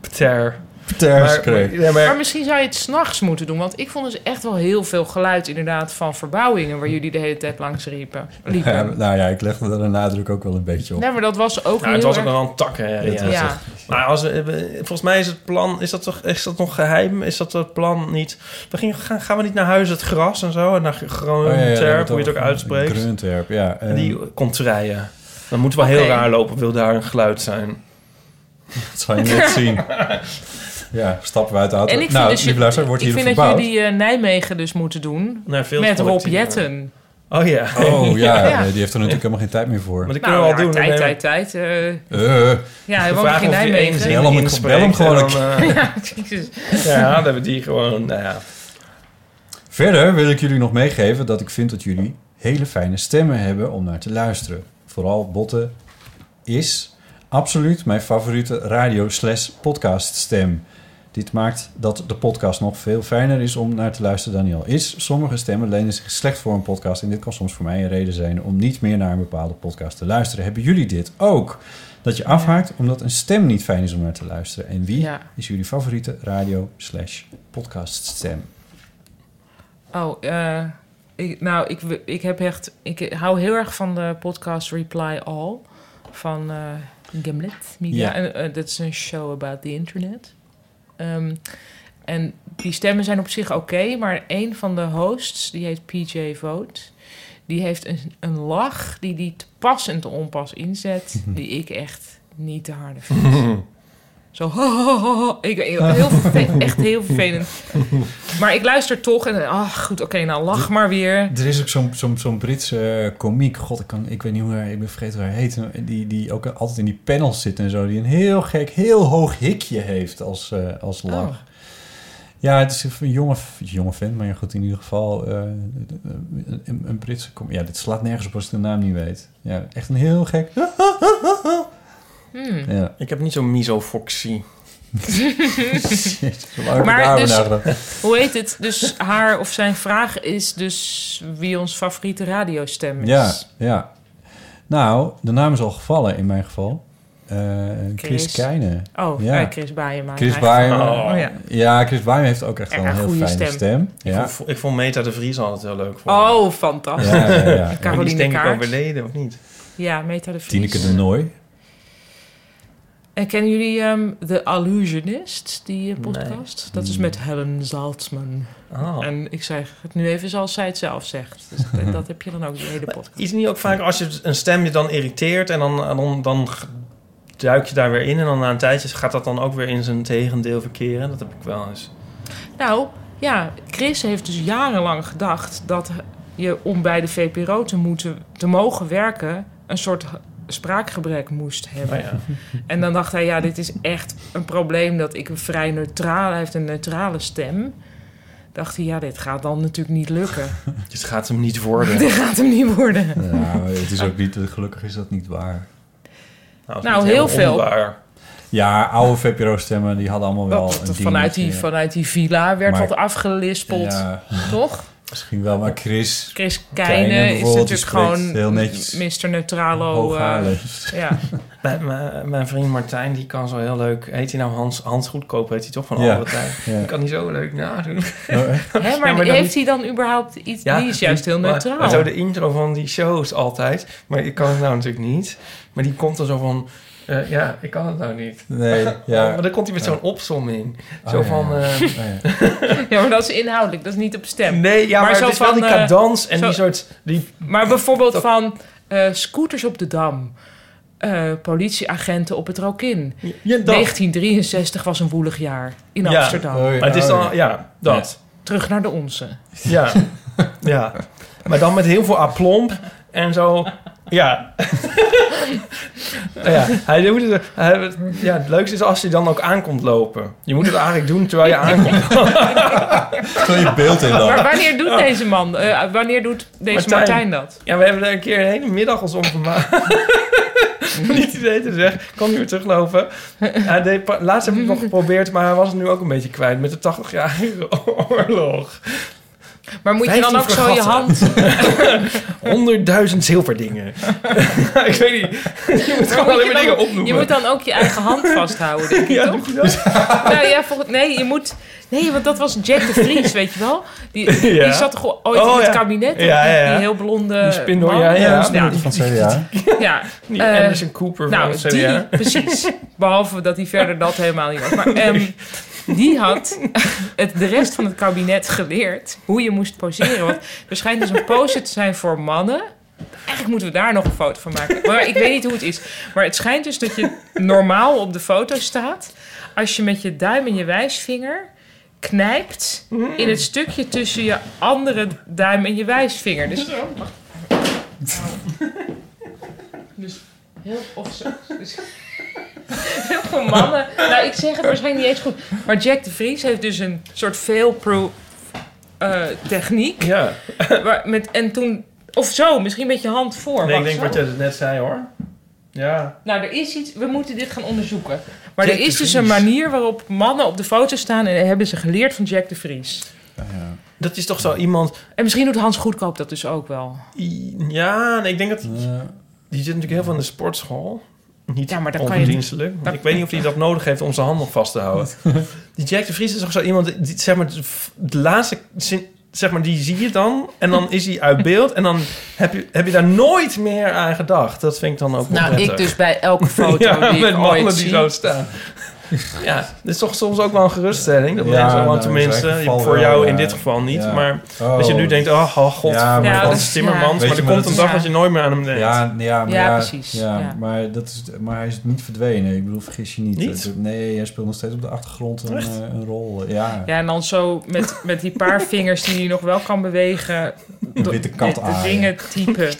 Speaker 1: Ter.
Speaker 2: Terms kreeg.
Speaker 1: ja, maar-
Speaker 3: Maar misschien zou je het s'nachts moeten doen. Want ik vond dus echt wel heel veel geluid inderdaad van verbouwingen... waar jullie de hele tijd langs riepen, liepen.
Speaker 2: Ja, nou ja, ik legde er een nadruk ook wel een beetje op.
Speaker 3: Nee, maar dat was ook
Speaker 1: Nou,
Speaker 3: heel
Speaker 1: het was ook
Speaker 3: erg...
Speaker 1: wel een tak. hè,
Speaker 2: Het
Speaker 1: ja.
Speaker 2: was
Speaker 3: ja.
Speaker 2: echt-
Speaker 1: Maar als we, we- volgens mij is het plan... Is dat, toch, is dat nog geheim? Is dat het plan niet... We gingen, gaan, gaan we niet naar huis het gras en zo? En naar
Speaker 2: Oh, ja, ja,
Speaker 1: Groenterp,
Speaker 2: daar hebben we
Speaker 1: hoe je het ook
Speaker 2: over.
Speaker 1: uitspreekt.
Speaker 2: Gruntwerp, ja. Eh,
Speaker 1: Die contraien. Dan moeten we wel
Speaker 3: Oké.
Speaker 1: heel raar lopen. Wil daar een geluid zijn?
Speaker 2: Dat zal je net zien. Ja, stappen we uit de auto.
Speaker 3: En ik
Speaker 2: nou,
Speaker 3: vind, dus,
Speaker 2: lieve luisteraar, wordt
Speaker 3: ik
Speaker 2: hier
Speaker 3: vind dat
Speaker 2: verbouwd.
Speaker 3: jullie eh, Nijmegen dus moeten doen.
Speaker 1: Naar veel
Speaker 3: met Rob
Speaker 1: collectieven.
Speaker 3: Jetten.
Speaker 1: Oh ja.
Speaker 2: Oh ja,
Speaker 3: Ja.
Speaker 2: nee, die heeft er natuurlijk helemaal geen tijd meer voor.
Speaker 1: Maar dat kunnen
Speaker 3: Nou,
Speaker 1: we
Speaker 3: ja,
Speaker 1: al doen.
Speaker 3: tijd,
Speaker 1: hè?
Speaker 3: tijd, tijd. eh.
Speaker 2: Eh,
Speaker 3: ja, hij
Speaker 1: We
Speaker 3: woont nog
Speaker 1: vragen
Speaker 3: in
Speaker 1: of die één
Speaker 3: Nijmegen.
Speaker 1: zin
Speaker 2: Bel hem,
Speaker 1: inspreekt
Speaker 2: bel hem gewoon.
Speaker 1: en dan, eh,
Speaker 3: Jezus.
Speaker 1: ja, dan hebben die gewoon... Nou ja.
Speaker 2: Verder wil ik jullie nog meegeven dat ik vind dat jullie hele fijne stemmen hebben om naar te luisteren. Vooral Botte is absoluut mijn favoriete radio slash podcast stem. Dit maakt dat de podcast nog veel fijner is om naar te luisteren dan die al is. Sommige stemmen lenen zich slecht voor een podcast en dit kan soms voor mij een reden zijn om niet meer naar een bepaalde podcast te luisteren. Hebben jullie dit ook? Dat je afhaakt omdat een stem niet fijn is om naar te luisteren. En wie
Speaker 3: Ja.
Speaker 2: is jullie favoriete radio slash podcast stem?
Speaker 3: Oh, eh, ik, nou, ik, w- ik heb echt... Ik hou heel erg van de podcast Reply All van eh Gimlet Media.
Speaker 2: Ja.
Speaker 3: En, eh, Dat is een show about the internet. Ehm, en die stemmen zijn op zich oké, maar een van de hosts, die heet PJ Vote... die heeft een, een lach die die te pas en te onpas inzet... die ik echt niet te harde vind. Zo, ho, ho, ho, ho. Ik, heel, heel verve- echt heel vervelend. Maar ik luister toch en ah, goed, oké, nou lach maar weer.
Speaker 2: Er is ook zo'n zo'n zo'n Britse eh, komiek. God, ik, kan, ik weet niet hoe hij, ik ben vergeten hoe hij heet. Die, die ook altijd in die panels zit en zo. Die een heel gek, heel hoog hikje heeft als, eh, als lach.
Speaker 3: Oh.
Speaker 2: Ja, het is een jonge, jonge vent, maar ja, goed, in ieder geval eh, een, een Britse kom. Ja, dit slaat nergens op als ik de naam niet weet. Ja, echt een heel gek.
Speaker 3: Hmm.
Speaker 2: Ja,
Speaker 1: Ik heb niet zo'n misofoxie.
Speaker 2: shit. Waar heb ik
Speaker 3: Maar
Speaker 2: daar
Speaker 3: dus-
Speaker 2: weer nagedacht?
Speaker 3: Hoe heet het? Dus haar of zijn vraag is dus wie ons favoriete radiostem is.
Speaker 2: Ja, ja. Nou, de naam is al gevallen in mijn geval. Eh, Chris,
Speaker 3: Chris.
Speaker 2: Keijne.
Speaker 3: Oh,
Speaker 2: Ja.
Speaker 3: eh, Chris Baaema.
Speaker 2: Chris
Speaker 3: Eigenlijk.
Speaker 2: Baaier.
Speaker 3: Oh, ja.
Speaker 2: ja. Chris Baaier heeft ook echt wel
Speaker 3: Ja,
Speaker 2: een heel
Speaker 3: goede
Speaker 2: fijne stem.
Speaker 3: stem.
Speaker 2: Ja.
Speaker 1: Ik, vond, ik vond Meta de Vries altijd heel leuk. Voor me.
Speaker 3: Oh,
Speaker 2: Ja,
Speaker 3: fantastisch.
Speaker 2: ja, ja, ja.
Speaker 3: Kan-
Speaker 1: Maar die is
Speaker 3: Caroline
Speaker 1: denk ik
Speaker 3: Kaart.
Speaker 1: overleden, of niet?
Speaker 3: Ja, Meta de Vries.
Speaker 2: Tineke de Nooi.
Speaker 3: En kennen jullie ehm The Allusionist, die eh, podcast?
Speaker 1: Nee.
Speaker 3: Dat
Speaker 2: Hmm.
Speaker 3: is met Helen Zaltzman.
Speaker 1: Oh.
Speaker 3: En ik zeg het nu even zoals zij het zelf zegt. Dus dat, dat heb je dan ook de hele podcast.
Speaker 1: Is het niet ook vaak als je een stem je dan irriteert en dan, dan, dan g- duik je daar weer in en dan na een tijdje gaat dat dan ook weer in zijn tegendeel verkeren? Dat heb ik wel eens.
Speaker 3: Nou, ja, Chris heeft dus jarenlang gedacht dat je om bij de VPRO te moeten, te mogen werken, een soort h- spraakgebrek moest hebben.
Speaker 1: Oh ja.
Speaker 3: En dan dacht hij, ja, dit is echt een probleem dat ik een vrij neutrale, hij heeft een neutrale stem. Dacht hij, ja, dit gaat dan natuurlijk niet lukken.
Speaker 1: Dit gaat hem niet worden.
Speaker 3: dit gaat hem niet worden.
Speaker 2: Ja, maar Nou, het is ook niet, gelukkig is dat niet waar.
Speaker 1: Nou,
Speaker 3: Nou, heel veel.
Speaker 2: Ja, oude VPRO-stemmen, die hadden allemaal wel
Speaker 3: Dat-
Speaker 2: een
Speaker 3: vanuit, die,
Speaker 2: dingetje.
Speaker 3: vanuit die villa werd
Speaker 2: Maar-
Speaker 3: wat afgelispeld,
Speaker 2: Ja.
Speaker 3: toch?
Speaker 2: Misschien wel, maar Chris...
Speaker 3: Chris
Speaker 2: Keijne
Speaker 3: Keijne is
Speaker 2: bijvoorbeeld, die
Speaker 3: natuurlijk
Speaker 2: spreekt
Speaker 3: gewoon
Speaker 2: heel netjes.
Speaker 3: Mr. Neutralo. eh,
Speaker 2: Hooghaarlijk.
Speaker 3: ja.
Speaker 1: Mijn, mijn, mijn vriend Martijn, die kan zo heel leuk... Heet hij nou Hans, Hans Goedkoop? Heet hij toch van
Speaker 2: Ja.
Speaker 1: alle tijden?
Speaker 2: Ja. Oh,
Speaker 1: Die kan hij zo leuk nadoen.
Speaker 3: Hè, maar,
Speaker 1: maar dan-
Speaker 3: heeft hij dan überhaupt iets? die is juist heel
Speaker 1: maar-
Speaker 3: neutraal.
Speaker 1: Maar zo de intro van die shows altijd. Maar ik kan het nou natuurlijk niet. Maar die komt dan zo van... eh, ja, ik kan het nou niet.
Speaker 2: Nee, ja.
Speaker 1: maar dan komt hij met zo'n opzomming.
Speaker 2: Oh,
Speaker 1: zo
Speaker 2: ja,
Speaker 1: van...
Speaker 2: ja.
Speaker 1: eh,
Speaker 2: Oh,
Speaker 3: Ja, maar dat is inhoudelijk, dat is niet op stem.
Speaker 1: nee, ja, maar,
Speaker 3: zo
Speaker 1: het is wel die
Speaker 3: van, eh,
Speaker 1: cadans en
Speaker 3: zo-
Speaker 1: die soort... Die,
Speaker 3: Maar bijvoorbeeld van eh, scooters op de dam. eh, politieagenten op het Rokin.
Speaker 1: ja, dat.
Speaker 3: 1963 was een woelig jaar in
Speaker 1: Ja.
Speaker 3: Amsterdam.
Speaker 2: Oh, ja.
Speaker 1: Maar het is dan... Ja, dat.
Speaker 3: Terug naar de onze.
Speaker 1: Ja. ja. Maar dan met heel veel aplomb en zo. Ja. ja, hij doet het, hij- ja, het leukste is als hij dan ook aankomt lopen. Je moet het eigenlijk doen terwijl je aankomt. Oh.
Speaker 2: Stel je beeld in dan.
Speaker 3: Maar wanneer doet deze man, eh, wanneer doet deze
Speaker 1: Martijn.
Speaker 3: Martijn dat?
Speaker 1: Ja, we hebben er een keer een hele middag ons om gemaakt. Niet idee te zeggen. Kan nu weer teruglopen. Hij deed pa- laatst heb ik het nog geprobeerd, maar hij was het nu ook een beetje kwijt met de 80-jarige oorlog.
Speaker 3: Maar moet je dan ook zo je hand...
Speaker 1: 100.000 zilverdingen. ik weet niet. Je moet
Speaker 3: Maar
Speaker 1: gewoon
Speaker 3: moet je
Speaker 1: alleen maar
Speaker 3: dan-
Speaker 1: dingen opnoemen.
Speaker 3: Je moet dan ook je eigen hand vasthouden, denk ik, toch? Nou ja, volgens- nee, je moet... Nee, want dat was Jack de Vries, weet je wel? Die,
Speaker 1: Ja.
Speaker 3: die zat toch ooit
Speaker 1: Oh,
Speaker 3: in het
Speaker 1: ja.
Speaker 3: kabinet?
Speaker 1: Ja, ja, ja.
Speaker 3: Die heel blonde
Speaker 1: Die spindel,
Speaker 3: man.
Speaker 1: ja, ja.
Speaker 3: Nou,
Speaker 2: Van het CDA.
Speaker 3: ja.
Speaker 1: Die
Speaker 3: Eh,
Speaker 1: Anderson Cooper
Speaker 3: Nou,
Speaker 1: van
Speaker 3: die,
Speaker 1: CDA.
Speaker 3: precies. Behalve dat hij verder dat helemaal niet was. Maar ehm, die had het, de rest van het kabinet geleerd hoe je moest poseren. Want er schijnt dus een pose te zijn voor mannen. Eigenlijk moeten we daar nog een foto van maken. Maar ik weet niet hoe het is. Maar het schijnt dus dat je normaal op de foto staat... als je met je duim en je wijsvinger knijpt...
Speaker 1: Mhm.
Speaker 3: in het stukje tussen je andere duim en je wijsvinger. Dus Dus heel of zo. Dus, heel veel mannen. Nou, ik zeg het waarschijnlijk niet eens goed. Maar Jack de Vries heeft dus een soort fail-proof eh, techniek.
Speaker 1: Ja,
Speaker 3: Waar, met, en toen. Of zo, misschien met je hand voor.
Speaker 1: nee, ik
Speaker 3: wacht,
Speaker 1: denk
Speaker 3: zo.
Speaker 1: wat jij dus net zei hoor. Ja.
Speaker 3: Nou, er is iets. We moeten dit gaan onderzoeken. Maar
Speaker 1: Jack
Speaker 3: er
Speaker 1: de
Speaker 3: is dus een
Speaker 1: Vries.
Speaker 3: manier waarop mannen op de foto staan en hebben ze geleerd van Jack de Vries.
Speaker 1: Dat is toch zo iemand...
Speaker 3: En misschien doet Hans Goedkoop dat dus ook wel.
Speaker 1: i- Ja, nee, ik denk dat... Die
Speaker 2: Eh,
Speaker 1: zit natuurlijk heel veel in de sportschool. Niet
Speaker 3: Ja, maar dan kan je-
Speaker 1: onverdienstelijk. Want Ik weet niet of hij dat nodig heeft om zijn handen vast te
Speaker 2: Oh.
Speaker 1: houden. Die Jack de Vries is toch zo iemand... Die, zeg maar, de, f- de laatste... zin- Zeg maar, die zie je dan en dan is hij uit beeld. En dan heb je, heb je daar nooit meer aan gedacht. Dat vind ik dan ook wel
Speaker 3: Nou, ik
Speaker 1: prettig.
Speaker 3: dus bij elke foto
Speaker 1: ja,
Speaker 3: die
Speaker 1: met
Speaker 3: ik ooit
Speaker 1: mannen die
Speaker 3: zie.
Speaker 1: zo staan. ja, dat is toch soms ook wel een geruststelling. Dat
Speaker 2: Ja,
Speaker 1: mensen, want
Speaker 2: nou, in
Speaker 1: tenminste,
Speaker 2: zijn geval
Speaker 1: voor
Speaker 2: wel,
Speaker 1: jou
Speaker 2: ja.
Speaker 1: in dit geval niet.
Speaker 2: Ja.
Speaker 1: Maar
Speaker 2: oh.
Speaker 1: dat je nu denkt, oh, oh god,
Speaker 2: Ja, maar
Speaker 1: ja,
Speaker 2: dat
Speaker 1: dat is
Speaker 3: is-
Speaker 1: Timmermans.
Speaker 2: ja.
Speaker 1: Maar
Speaker 2: Weet
Speaker 1: er
Speaker 2: je, maar
Speaker 1: komt
Speaker 2: dat
Speaker 1: een
Speaker 2: is-
Speaker 1: dag
Speaker 3: ja.
Speaker 1: dat je nooit meer aan hem denkt.
Speaker 2: Ja, ja, maar
Speaker 3: Ja,
Speaker 2: ja,
Speaker 3: precies,
Speaker 2: Ja,
Speaker 3: ja.
Speaker 2: Maar, dat is, maar hij is niet verdwenen. Ik bedoel, vergis je niet.
Speaker 1: Niet?
Speaker 2: Het- Nee, hij speelt nog steeds op de achtergrond een, eh, een rol. Ja,
Speaker 3: Ja, en dan zo met, met die paar vingers die je nog wel kan bewegen.
Speaker 2: een witte kat
Speaker 3: de,
Speaker 2: aan.
Speaker 3: dingen typen.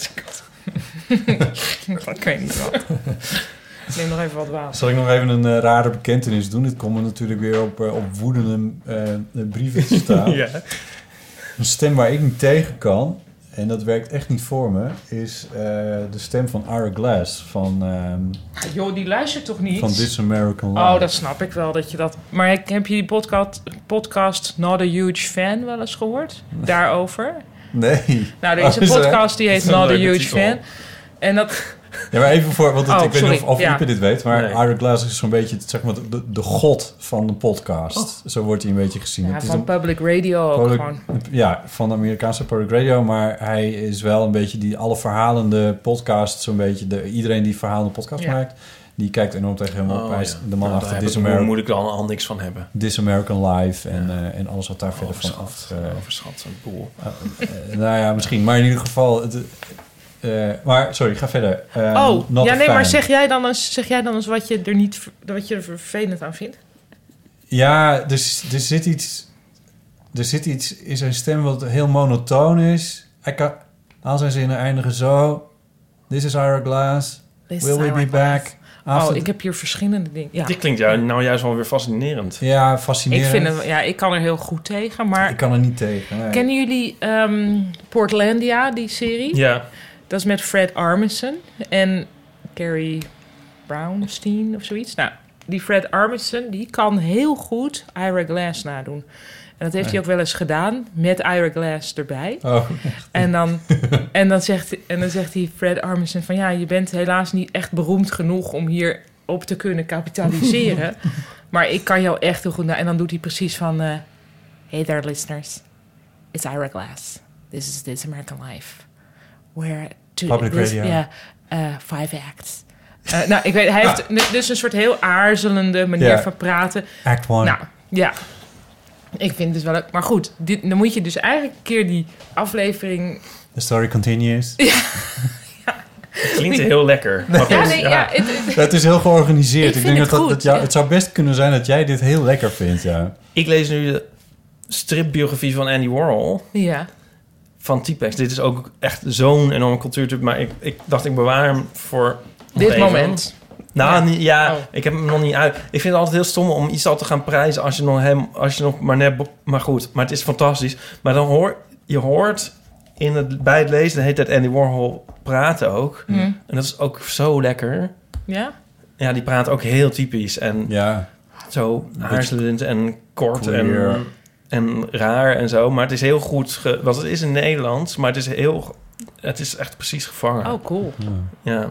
Speaker 3: dat kan je niet wat. Ik neem nog even wat water.
Speaker 2: Zal ik nog even een eh, rare bekentenis doen? Dit komt natuurlijk weer op, eh, op woedende eh, brieven te staan.
Speaker 1: Ja.
Speaker 2: Een stem waar ik niet tegen kan, en dat werkt echt niet voor me, is eh, de stem van Ira Glass van, ehm,
Speaker 3: Joh, die luistert toch niet?
Speaker 2: van This American Life.
Speaker 3: oh, dat snap ik wel dat je dat. Maar ik- heb je die podcast, podcast Not a Huge Fan wel eens gehoord? Daarover?
Speaker 2: Nee.
Speaker 3: Nou, er is
Speaker 2: Oh,
Speaker 3: een
Speaker 2: is er, hè?
Speaker 3: podcast die heet
Speaker 1: Dat is een
Speaker 3: Not a
Speaker 1: leuke
Speaker 3: Huge
Speaker 1: titel.
Speaker 3: Fan. En dat.
Speaker 2: Ja, maar even voor, want het-
Speaker 3: Oh,
Speaker 2: ik weet niet of,
Speaker 3: sorry,
Speaker 2: of
Speaker 3: ja.
Speaker 2: Ipe dit weet, maar
Speaker 1: Nee.
Speaker 2: Ira Glass is zo'n beetje zeg maar, de, de god van de podcast.
Speaker 3: Oh.
Speaker 2: Zo wordt hij een beetje gezien.
Speaker 3: Ja,
Speaker 2: Het is
Speaker 3: van
Speaker 2: een
Speaker 3: Public Radio ook
Speaker 2: Public-
Speaker 3: gewoon.
Speaker 2: ja, van de Amerikaanse Public Radio. Maar hij is wel een beetje die alle verhalende podcast. Zo'n beetje de, iedereen die verhalende podcast
Speaker 3: Ja.
Speaker 2: maakt. Die kijkt enorm tegen hem op.
Speaker 1: Oh,
Speaker 2: Hij is
Speaker 1: ja.
Speaker 2: de man
Speaker 1: Nou,
Speaker 2: achter
Speaker 1: daar
Speaker 2: This,
Speaker 1: heb ik-
Speaker 2: Ameri-
Speaker 1: moet ik dan al niks van hebben.
Speaker 2: This American Life en, eh, en alles wat daar verder van af...
Speaker 1: Overschat,
Speaker 2: eh,
Speaker 1: overschat, een boel.
Speaker 2: eh, nou ja, misschien. Maar in ieder geval... Het, eh, maar, sorry, ga verder. Ehm,
Speaker 3: oh,
Speaker 2: Not
Speaker 3: ja,
Speaker 2: a
Speaker 3: nee, maar
Speaker 2: Fan.
Speaker 3: zeg jij dan eens, zeg jij dan eens wat, je er niet, ver- wat je er vervelend aan vindt?
Speaker 2: Ja, dus er zit iets. Er zit iets in zijn stem wat heel monotoon is. Hij kan, al zijn zinnen eindigen zo. This is our glass.
Speaker 3: This
Speaker 2: Will
Speaker 3: is
Speaker 2: we
Speaker 3: our
Speaker 2: be
Speaker 3: glass.
Speaker 2: back?
Speaker 3: Oh,
Speaker 2: After-
Speaker 3: ik heb hier verschillende dingen. Ja.
Speaker 1: Dit klinkt jou, nou juist wel weer fascinerend.
Speaker 2: Ja,
Speaker 3: Ik,
Speaker 2: fascinerend.
Speaker 3: vind hem, ja, ik kan er heel goed tegen, maar...
Speaker 2: Ik kan er niet tegen. nee.
Speaker 3: Kennen jullie ehm, Portlandia, die serie?
Speaker 1: Ja,
Speaker 3: Dat is met Fred Armisen en Carrie Brownstein of zoiets. Nou, die Fred Armisen, die kan heel goed Ira Glass nadoen. En dat heeft hij ook wel eens gedaan, met Ira Glass erbij.
Speaker 2: Oh,
Speaker 3: En dan, en, dan zegt, en dan zegt hij Fred Armisen van... ja, je bent helaas niet echt beroemd genoeg om hier op te kunnen kapitaliseren. maar ik kan jou echt heel goed... na- En dan doet hij precies van... eh, hey there, listeners. It's Ira Glass. This is This American Life. We're... To
Speaker 2: Public
Speaker 3: this-
Speaker 2: radio.
Speaker 3: yeah, eh, five acts. Eh, nou, ik weet, hij heeft nu- dus een soort heel aarzelende manier
Speaker 2: Ah. Ja.
Speaker 3: van praten.
Speaker 2: act one.
Speaker 3: Nou, ja. Ik vind het dus wel leuk. Maar goed, dit, dan moet je dus eigenlijk een keer die aflevering
Speaker 2: The story continues.
Speaker 1: het klinkt heel lekker. Maar goed,
Speaker 3: Ja, nee, ja. het, het-
Speaker 2: Het is heel georganiseerd.
Speaker 3: Ik
Speaker 2: Ik,
Speaker 3: vind
Speaker 2: denk dat,
Speaker 3: het
Speaker 2: dat,
Speaker 3: goed,
Speaker 2: dat jou-
Speaker 3: ja.
Speaker 2: het zou best kunnen zijn dat jij dit heel lekker vindt. Ja.
Speaker 1: Ik lees nu de stripbiografie van Andy Warhol
Speaker 3: ja.
Speaker 1: van T-Pax. Dit is ook echt zo'n enorme cultuurtip, maar ik, ik dacht ik bewaar hem voor... nog
Speaker 3: Dit
Speaker 1: even.
Speaker 3: moment.
Speaker 1: Nou,
Speaker 3: Ja.
Speaker 1: niet- ja,
Speaker 3: Oh.
Speaker 1: ik heb hem nog niet uit. Ik vind het altijd heel stom om iets al te gaan prijzen als je nog, hem, als je nog maar net... be- Maar goed, maar het is fantastisch. Maar dan hoor je hoort in het, bij het lezen de hele tijd Andy Warhol praten ook.
Speaker 3: Mm.
Speaker 1: En dat is ook zo lekker.
Speaker 3: Ja?
Speaker 1: Ja, die praat ook heel typisch en
Speaker 2: ja.
Speaker 1: zo aarzelend en kort
Speaker 2: Queer.
Speaker 1: en, en raar en zo. Maar het is heel goed, ge, want het is in Nederlands, maar het is heel... Het is echt precies gevangen.
Speaker 3: Oh, cool.
Speaker 1: Ja.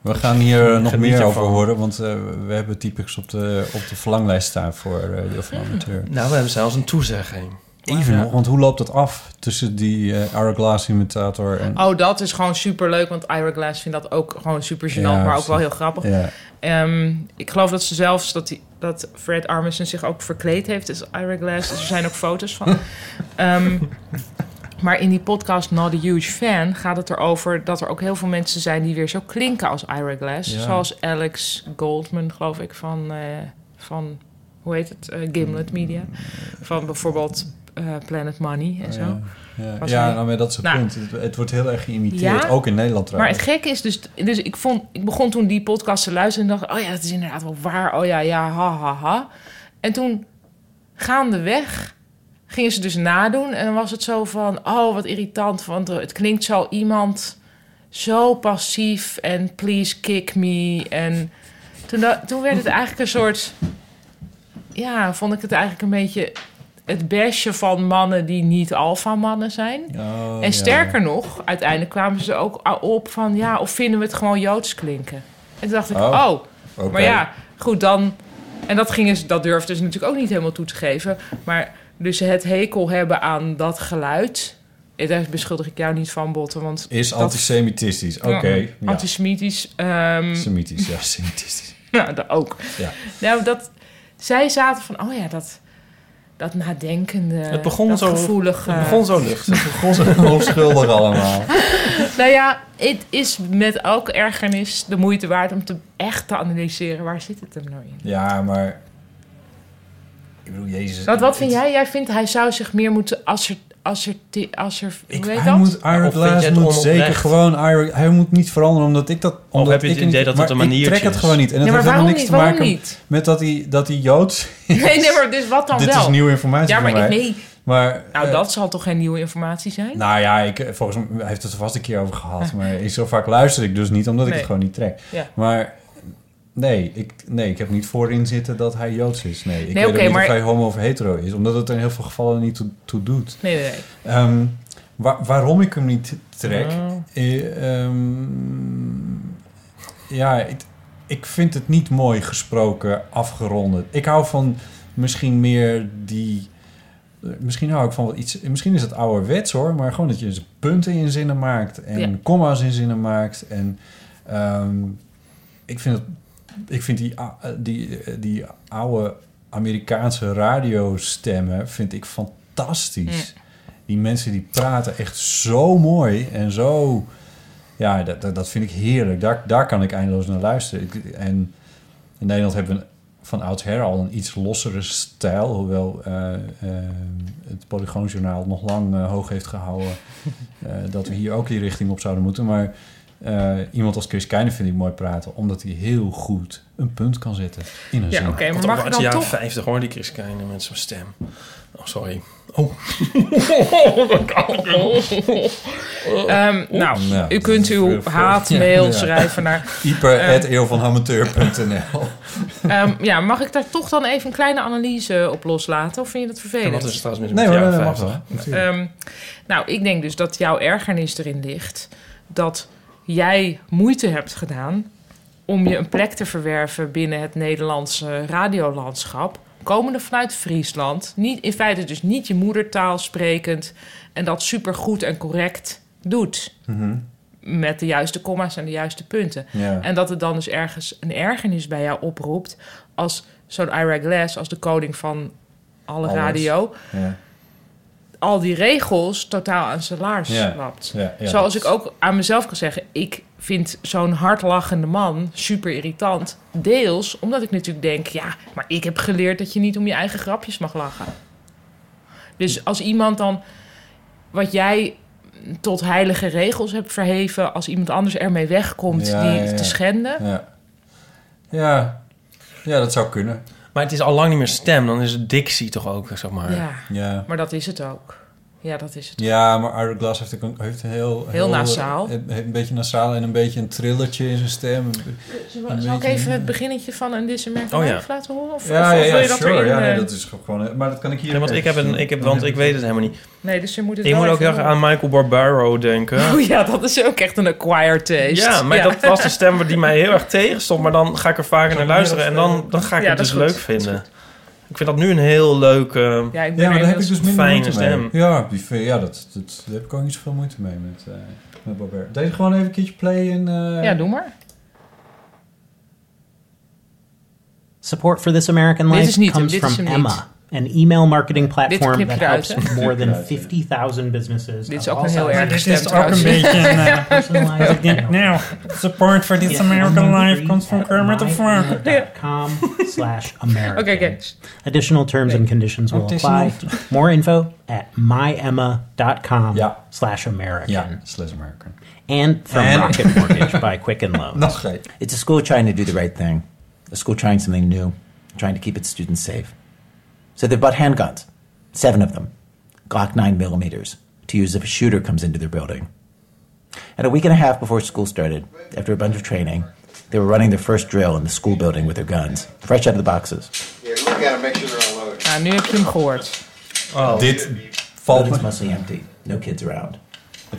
Speaker 2: We gaan hier nog
Speaker 1: Geniet
Speaker 2: meer
Speaker 1: ervan.
Speaker 2: over horen, want eh, we hebben typisch op de, op de verlanglijst staan voor eh de amateur.
Speaker 1: Nou, we hebben zelfs een toezegging.
Speaker 2: Even
Speaker 1: Ja.
Speaker 2: nog, want hoe loopt dat af tussen die eh Hourglass imitator en...
Speaker 3: Oh, dat is gewoon super leuk, want Ira Glass vindt dat ook gewoon super gênant,
Speaker 2: Ja,
Speaker 3: maar ook
Speaker 2: precies.
Speaker 3: wel heel grappig.
Speaker 2: Ja,
Speaker 3: Ehm, ik geloof dat ze zelfs dat, die, dat Fred Armisen zich ook verkleed heeft als Ira Glass. Dus er zijn ook foto's van. Ehm, maar in die podcast Not a Huge Fan gaat het erover dat er ook heel veel mensen zijn die weer zo klinken als Ira Glass.
Speaker 2: Ja.
Speaker 3: Zoals Alex Goldman, geloof ik, van, eh, van hoe heet het? Eh, Gimlet Media. Van bijvoorbeeld eh, Planet Money en zo.
Speaker 2: Oh ja, ja.
Speaker 3: Was
Speaker 2: ja
Speaker 3: hij-
Speaker 2: nou, maar dat is het
Speaker 3: Nou.
Speaker 2: punt. Het, het wordt heel erg geïmiteerd,
Speaker 3: Ja?
Speaker 2: ook in Nederland
Speaker 3: Maar het
Speaker 2: trouwens.
Speaker 3: gekke is dus, dus ik, vond, ik begon toen die podcast te luisteren en dacht, oh ja, dat is inderdaad wel waar. Oh ja, ja, ha, ha, ha. En toen gaandeweg gingen ze dus nadoen en dan was het zo van, oh wat irritant, want het klinkt zo iemand zo passief en please kick me. En toen, da- toen werd het eigenlijk een soort, ja, vond ik het eigenlijk een beetje het besje van mannen die niet alfa mannen zijn.
Speaker 2: Oh, ja.
Speaker 3: En sterker nog, uiteindelijk kwamen ze ook op van ja, of vinden we het gewoon joods klinken? En toen dacht ik,
Speaker 2: Oh,
Speaker 3: oh,
Speaker 2: Oké.
Speaker 3: maar ja, goed dan. En dat, gingen ze, dat durfden ze natuurlijk ook niet helemaal toe te geven. Maar dus het hekel hebben aan dat geluid. eh, Daar beschuldig ik jou niet van, Botten. Want
Speaker 2: Is
Speaker 3: dat-
Speaker 2: antisemitistisch. Oké. Ja.
Speaker 3: Ja, Antisemitisch. ehm,
Speaker 2: Semitisch, ja, semitistisch.
Speaker 3: ja, dat ook.
Speaker 2: Ja.
Speaker 3: Nou, dat, zij zaten van, oh ja, dat, dat nadenkende,
Speaker 1: Het begon
Speaker 3: dat
Speaker 1: zo-
Speaker 3: gevoelige.
Speaker 1: Het begon zo luchtig.
Speaker 2: Onschuldig allemaal.
Speaker 3: Nou ja, het is met elke ergernis de moeite waard om te echt te analyseren waar zit het hem nou in.
Speaker 2: Ja, maar... Ik bedoel, Jezus...
Speaker 3: Want wat vind
Speaker 2: het-
Speaker 3: jij? Jij vindt hij zou zich meer moeten asser, asser, asser,
Speaker 2: Ik,
Speaker 3: hoe heet
Speaker 2: hij
Speaker 3: dat?
Speaker 2: moet Iron
Speaker 1: Of vind
Speaker 2: Glass
Speaker 1: je het
Speaker 2: moet
Speaker 1: onoprecht?
Speaker 2: zeker gewoon Iron, hij moet niet veranderen omdat ik dat omdat
Speaker 1: heb je het
Speaker 2: ik niet-
Speaker 1: idee dat het
Speaker 2: maar
Speaker 1: een maniertje
Speaker 2: ik trek het
Speaker 1: is?
Speaker 2: gewoon niet en dat
Speaker 3: Nee, maar
Speaker 2: heeft helemaal
Speaker 3: waarom
Speaker 2: niks
Speaker 3: niet? Waarom
Speaker 2: te maken
Speaker 3: niet?
Speaker 2: met dat hij dat hij joods
Speaker 3: Nee, nee, maar dus wat dan
Speaker 2: dit
Speaker 3: wel?
Speaker 2: is nieuwe informatie
Speaker 3: ja, maar
Speaker 2: voor
Speaker 3: ik,
Speaker 2: mij
Speaker 3: nee.
Speaker 2: maar
Speaker 3: Nou,
Speaker 2: eh,
Speaker 3: dat zal toch geen nieuwe informatie zijn?
Speaker 2: nou ja ik eh, volgens mij hij heeft het er vast een keer over gehad maar ik, zo vaak luister ik dus niet omdat
Speaker 3: Ah.
Speaker 2: ik
Speaker 3: Nee.
Speaker 2: het gewoon niet trek
Speaker 3: Ja.
Speaker 2: maar nee ik, nee ik heb niet voorin zitten dat hij joods is nee ik weet ook
Speaker 3: oké,
Speaker 2: niet of
Speaker 3: maar-
Speaker 2: hij homo of hetero is omdat het in heel veel gevallen niet toe, toe doet
Speaker 3: Nee, nee, nee.
Speaker 2: Ehm, wa- waarom ik hem niet trek?
Speaker 3: Mm.
Speaker 2: Eh, ehm, ja, ik, ik vind het niet mooi gesproken, afgerond. Ik hou van misschien meer die... eh, Misschien hou ik van wat iets... Misschien is het ouderwets hoor, maar gewoon dat je eens punten in zinnen maakt en
Speaker 3: Ja.
Speaker 2: komma's in zinnen maakt. En ehm, ik vind het ik vind die, a- eh, die, eh, die oude Amerikaanse radiostemmen vind ik fantastisch. Die mensen die praten echt zo mooi en zo... Ja, dat, dat, dat vind ik heerlijk. Daar, daar kan ik eindeloos naar luisteren. Ik- en in Nederland hebben we van oudsher al een iets lossere stijl. Hoewel eh, eh, het Polygoonjournaal nog lang eh, hoog heeft gehouden... eh, dat we hier ook die richting op zouden moeten. Maar eh, iemand als Chris Keijnen vind ik mooi praten... omdat hij heel goed een punt kan zetten in een
Speaker 3: Ja,
Speaker 2: zin.
Speaker 3: oké, maar
Speaker 1: Komt ook
Speaker 3: mag
Speaker 1: wel
Speaker 3: ik
Speaker 1: uit
Speaker 3: dan
Speaker 1: de jaren
Speaker 3: toch...
Speaker 1: 50 hoor, die Chris Keijnen met zo'n stem. Oh, sorry.
Speaker 3: Ehm, nou,
Speaker 2: nou,
Speaker 3: u kunt uw haatmail
Speaker 2: Ja.
Speaker 3: schrijven naar... eh,
Speaker 2: Ieper.eeuwvanamateur.nl
Speaker 3: Ehm, ja, mag ik daar toch dan even een kleine analyse op loslaten? Of vind je dat
Speaker 1: En
Speaker 3: vervelend?
Speaker 1: wat is het trouwens mis
Speaker 2: Nee,
Speaker 1: met de
Speaker 2: maar
Speaker 1: jaren
Speaker 2: dat mag
Speaker 1: 50?
Speaker 2: wel. natuurlijk.
Speaker 3: Ehm, nou, ik denk dus dat jouw ergernis erin ligt dat jij moeite hebt gedaan om je een plek te verwerven binnen het Nederlandse radiolandschap. Komende vanuit Friesland, niet, in feite dus niet je moedertaal sprekend en dat supergoed en correct doet.
Speaker 2: Mhm.
Speaker 3: Met de juiste comma's en de juiste punten.
Speaker 2: Ja.
Speaker 3: En dat het dan dus ergens een ergernis bij jou oproept. als zo'n Ira Glass, als de koning van alle
Speaker 2: Alles.
Speaker 3: radio
Speaker 2: Ja.
Speaker 3: al die regels totaal aan zijn laars
Speaker 2: Ja,
Speaker 3: slapt.
Speaker 2: ja, ja,
Speaker 3: Zoals
Speaker 2: dat-
Speaker 3: ik ook aan mezelf kan zeggen, ik vind zo'n hardlachende man super irritant. Deels omdat ik natuurlijk denk, ja, maar ik heb geleerd dat je niet om je eigen grapjes mag lachen. Dus als iemand dan wat jij tot heilige regels hebt verheven, als iemand anders ermee wegkomt
Speaker 2: Ja,
Speaker 3: die
Speaker 2: ja, ja.
Speaker 3: te schenden.
Speaker 2: Ja. Ja. ja, dat zou kunnen.
Speaker 1: Maar het is al lang niet meer stem, dan is het dictie toch ook, zeg maar.
Speaker 3: Ja,
Speaker 2: Ja.
Speaker 3: maar dat is het ook. Ja, dat is het.
Speaker 2: Ja, maar Ira Glass heeft, ook een, heeft een heel...
Speaker 3: nasaal.
Speaker 2: Een, een beetje nasaal en een beetje een trilletje in zijn stem. Een
Speaker 3: Zal ik
Speaker 2: beetje- eh,
Speaker 3: even het beginnetje van een This American
Speaker 1: Oh ja.
Speaker 3: Life laten horen? Of,
Speaker 2: Ja,
Speaker 3: of-
Speaker 2: ja,
Speaker 3: of
Speaker 2: ja,
Speaker 3: wil je dat
Speaker 2: sure.
Speaker 3: erin?
Speaker 2: ja, nee,
Speaker 3: eh?
Speaker 2: dat is gewoon... Maar dat kan ik hier...
Speaker 1: Nee, want
Speaker 2: ook
Speaker 1: ik heb een,
Speaker 2: even-
Speaker 1: ik heb, want ik weet het helemaal niet.
Speaker 3: Nee, dus je moet het
Speaker 1: Ik
Speaker 3: wel
Speaker 1: moet ook
Speaker 3: even
Speaker 1: heel erg
Speaker 3: horen.
Speaker 1: aan Michael Barbaro denken.
Speaker 3: Oh ja, dat is ook echt een acquired taste.
Speaker 1: Ja, maar dat was de stem die mij heel erg tegenstond. Maar dan ga ik er vaker naar luisteren en dan, dan ga ik
Speaker 3: Ja,
Speaker 1: het
Speaker 3: dat
Speaker 1: dus
Speaker 3: is goed.
Speaker 1: leuk vinden. Ik vind dat nu een heel leuk... eh,
Speaker 3: Ja, ik ben
Speaker 2: Ja,
Speaker 3: er
Speaker 2: maar daar heb
Speaker 3: heel-
Speaker 2: ik dus minder
Speaker 1: fijne
Speaker 2: moeite mee.
Speaker 1: stem.
Speaker 2: Ja, die, vind- ja dat, dat, daar heb ik ook niet zoveel moeite mee met, eh met Bobert. Deze gewoon even een keertje play en... eh,
Speaker 3: Ja, doe maar.
Speaker 6: Support for This American
Speaker 3: Dit
Speaker 6: Life
Speaker 3: is niet hem,
Speaker 6: comes
Speaker 3: dit is
Speaker 6: from
Speaker 3: hem niet.
Speaker 6: Emma, an email marketing
Speaker 3: knip
Speaker 6: platform
Speaker 3: je
Speaker 6: that
Speaker 3: eruit,
Speaker 6: helps more than
Speaker 2: eruit, ja.
Speaker 6: 50,000 businesses.
Speaker 3: Dit is
Speaker 6: of
Speaker 3: ook
Speaker 6: all
Speaker 3: een heel
Speaker 6: sizes to
Speaker 3: erg stem trouwens.
Speaker 6: personalize
Speaker 7: beetje
Speaker 6: personalized
Speaker 7: Now,
Speaker 6: email.
Speaker 7: Nou, support for this
Speaker 6: Get
Speaker 7: American
Speaker 6: one
Speaker 7: life
Speaker 6: degree
Speaker 7: comes from
Speaker 6: at
Speaker 7: Kermit the Frog.
Speaker 6: myemail.com slash American.
Speaker 3: Oké, oké.
Speaker 6: Additional terms and conditions will apply. More info at myemma.com
Speaker 2: Ja.
Speaker 6: slash American.
Speaker 2: Ja, Slash American.
Speaker 6: And from
Speaker 7: And-
Speaker 6: Rocket Mortgage by Quicken Loans.
Speaker 2: Nog geen.
Speaker 8: It's a school trying to do the right thing, a school trying something new, trying to keep its students safe. So they've bought handguns, seven of them, Glock 9 millimeters, to use if a shooter comes into their building. And a week and a half before school started, after a bunch of training, they were running their first drill in the school building with their guns, fresh out of the boxes.
Speaker 3: Nou, nu heb je hem gehoord.
Speaker 2: Dit valt
Speaker 8: Building's
Speaker 2: me...
Speaker 8: mostly empty, no kids around.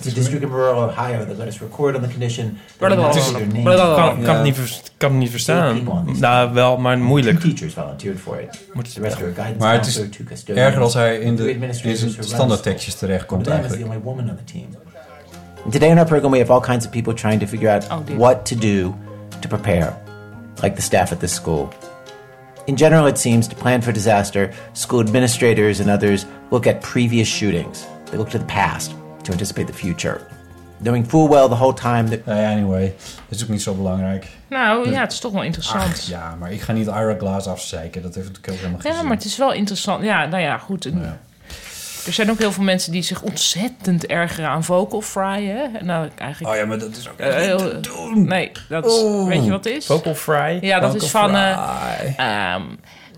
Speaker 8: The district of rural Ohio that let us record on the condition that
Speaker 3: Blablabla.
Speaker 8: announced their names.
Speaker 3: Blablabla.
Speaker 1: kan, kan, het niet, vers- kan het niet verstaan. Nou, wel, maar
Speaker 8: Two
Speaker 1: moeilijk.
Speaker 8: teachers volunteered for it. The rest were guidance
Speaker 2: Maar het is
Speaker 8: counselor, two custodians,
Speaker 2: Erger als hij
Speaker 8: three
Speaker 2: in, de, in
Speaker 8: administrators
Speaker 2: zijn
Speaker 8: who run
Speaker 2: standaardtekstjes terechtkomt
Speaker 8: Madame is the
Speaker 2: eigenlijk.
Speaker 8: only woman on the team. And today in our program, we have all kinds of people trying to figure out
Speaker 3: Oh, dear.
Speaker 8: what to do to prepare, like the staff at this school. In general, it seems to plan for disaster, school administrators and others look at previous shootings. They look to the past to anticipate the future, knowing full well the whole time that
Speaker 2: Nou ja, anyway. Dat is ook niet zo belangrijk.
Speaker 3: Nou ja, het is toch wel interessant.
Speaker 2: Ach,
Speaker 3: ja.
Speaker 2: ja, maar ik ga niet Ira Glass afzeiken. Dat heeft natuurlijk ook helemaal geen zin.
Speaker 3: maar het is wel interessant. Ja, nou ja, goed. En
Speaker 2: ja.
Speaker 3: Er zijn ook heel veel mensen die zich ontzettend ergeren aan vocal fry. Hè? Nou, eigenlijk.
Speaker 2: Oh ja, maar dat is ook...
Speaker 3: eh, heel- nee, dat is. Weet je wat het is?
Speaker 1: Vocal fry.
Speaker 3: Ja, dat is van. eh, um,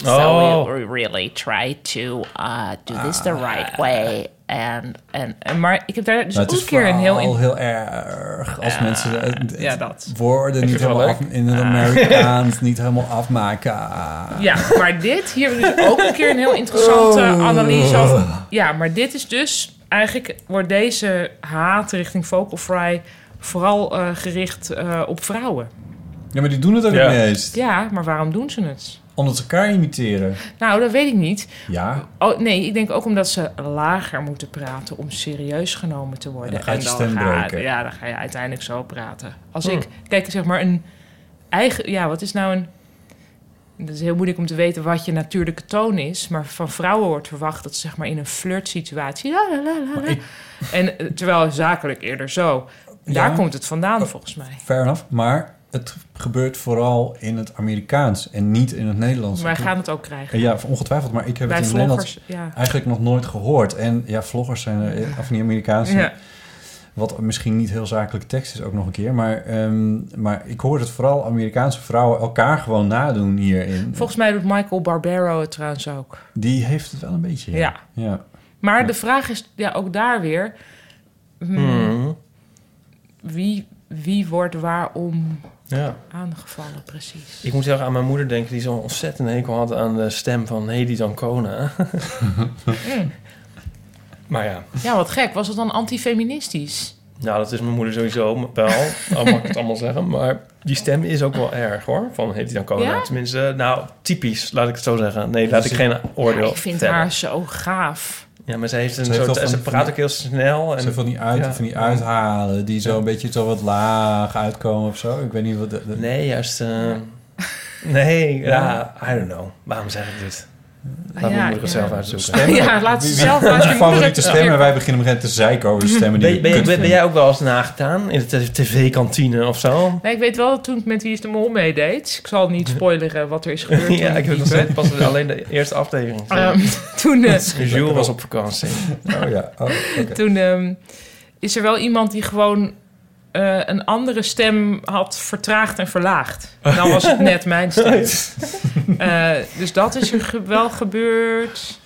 Speaker 3: so
Speaker 1: Oh.
Speaker 3: we really try to uh, do this the right way. En, en, en- maar ik heb daar dus
Speaker 2: Ah. Nou, het
Speaker 3: ook
Speaker 2: is
Speaker 3: een keer een heel...
Speaker 2: vooral
Speaker 3: in-
Speaker 2: heel erg als mensen het, het
Speaker 3: ja, dat.
Speaker 2: woorden niet
Speaker 1: het wel
Speaker 2: helemaal af, in het Amerikaans niet helemaal afmaken.
Speaker 3: Ja, maar dit, hier hebben we dus ook een keer een heel interessante analyse over. Ja, maar dit is dus... Eigenlijk wordt deze haat richting vocal fry vooral eh, gericht eh, op vrouwen.
Speaker 2: Ja, maar die doen het ook
Speaker 1: Ja.
Speaker 2: het meest.
Speaker 3: Ja, maar waarom doen ze het?
Speaker 2: Omdat ze elkaar imiteren.
Speaker 3: Nou, dat weet ik niet.
Speaker 2: Ja,
Speaker 3: Oh, nee, ik denk ook omdat ze lager moeten praten om serieus genomen te worden.
Speaker 2: En dan gaat je stem
Speaker 3: ga-
Speaker 2: breken.
Speaker 3: Ja, dan ga je uiteindelijk zo praten. Als ik, kijk, zeg maar, een, eigen, ja, wat is nou een. Het is heel moeilijk om te weten wat je natuurlijke toon is, maar van vrouwen wordt verwacht dat ze zeg maar in een flirtsituatie. La, la, la, la, la. En eh, terwijl zakelijk eerder zo. Daar
Speaker 2: Ja.
Speaker 3: komt het vandaan volgens mij.
Speaker 2: Fair enough, maar het gebeurt vooral in het Amerikaans en niet in het Nederlands.
Speaker 3: Wij gaan het ook krijgen.
Speaker 2: Ja, ongetwijfeld, maar ik heb
Speaker 3: Wij
Speaker 2: het in het
Speaker 3: vloggers,
Speaker 2: Nederlands
Speaker 3: ja.
Speaker 2: eigenlijk nog nooit gehoord. En ja, vloggers zijn er, of niet Amerikaans.
Speaker 3: Ja.
Speaker 2: Wat misschien niet heel zakelijke tekst is ook nog een keer. Maar, ehm, maar ik hoor het vooral Amerikaanse vrouwen elkaar gewoon nadoen hierin.
Speaker 3: Volgens mij doet Michael Barbero het trouwens ook.
Speaker 2: Die heeft het wel een beetje.
Speaker 3: Ja.
Speaker 2: ja.
Speaker 3: Maar de vraag is ja, ook daar weer. hmm,
Speaker 2: Hmm.
Speaker 3: Wie, wie wordt waarom
Speaker 1: Ja.
Speaker 3: aangevallen, precies?
Speaker 1: Ik moet heel erg aan mijn moeder denken, die zo'n ontzettende hekel had aan de stem van Hedy Dancona.
Speaker 3: Mm.
Speaker 1: maar ja,
Speaker 3: Ja, wat gek. Was het dan antifeministisch?
Speaker 1: nou, dat is mijn moeder sowieso wel, al mag ik het allemaal zeggen. Maar die stem is ook wel erg hoor, van Hedy Dancona.
Speaker 3: Ja?
Speaker 1: Tenminste, nou, typisch, laat ik het zo zeggen.
Speaker 2: Dus
Speaker 1: Nee, laat ik geen oordeel
Speaker 3: Ik vind
Speaker 1: vellen.
Speaker 3: haar zo gaaf.
Speaker 1: Ja, maar ze heeft een
Speaker 2: Ze heeft wel
Speaker 1: soort...
Speaker 2: van
Speaker 1: en Ze
Speaker 2: die-
Speaker 1: praat ook heel snel. En,
Speaker 2: Zo van die, uit,
Speaker 1: ja.
Speaker 2: van die uithalen die zo een beetje zo wat laag uitkomen of zo. Ik weet niet wat... De, de-
Speaker 1: Nee, juist... eh, Nee, ja,
Speaker 2: Ja.
Speaker 1: I don't know. Waarom zeg ik dit? Laat
Speaker 3: Ah, ja,
Speaker 1: mijn moeder het
Speaker 3: ja.
Speaker 1: zelf uitzoeken.
Speaker 3: Stemmen? Ja, laat ze
Speaker 2: Wie-
Speaker 3: zelf
Speaker 2: wie-
Speaker 3: maar
Speaker 2: onze
Speaker 3: eens
Speaker 2: favoriete
Speaker 3: moeilijk-
Speaker 2: stemmen.
Speaker 3: Ja.
Speaker 2: Wij beginnen met te zeiken over de stemmen die
Speaker 1: Ben,
Speaker 2: we
Speaker 1: ben,
Speaker 2: kut
Speaker 1: ben, ben
Speaker 2: vinden.
Speaker 1: jij ook wel eens nagedaan in de tv-kantine of zo?
Speaker 3: Nee, ik weet wel dat toen ik met Wie is de Mol meedeed... ik zal niet spoileren wat er is gebeurd. toen
Speaker 1: ja, ik heb
Speaker 3: liep,
Speaker 1: nog
Speaker 3: hè.
Speaker 1: steeds pas alleen de eerste aflevering.
Speaker 3: Ehm, toen, eh,
Speaker 1: Jules was op vakantie.
Speaker 2: Oh ja, oh, oké.
Speaker 3: Toen ehm, is er wel iemand die gewoon eh, een andere stem had vertraagd en verlaagd. En dan was het net mijn stem. Eh, dus dat is er ge- wel gebeurd.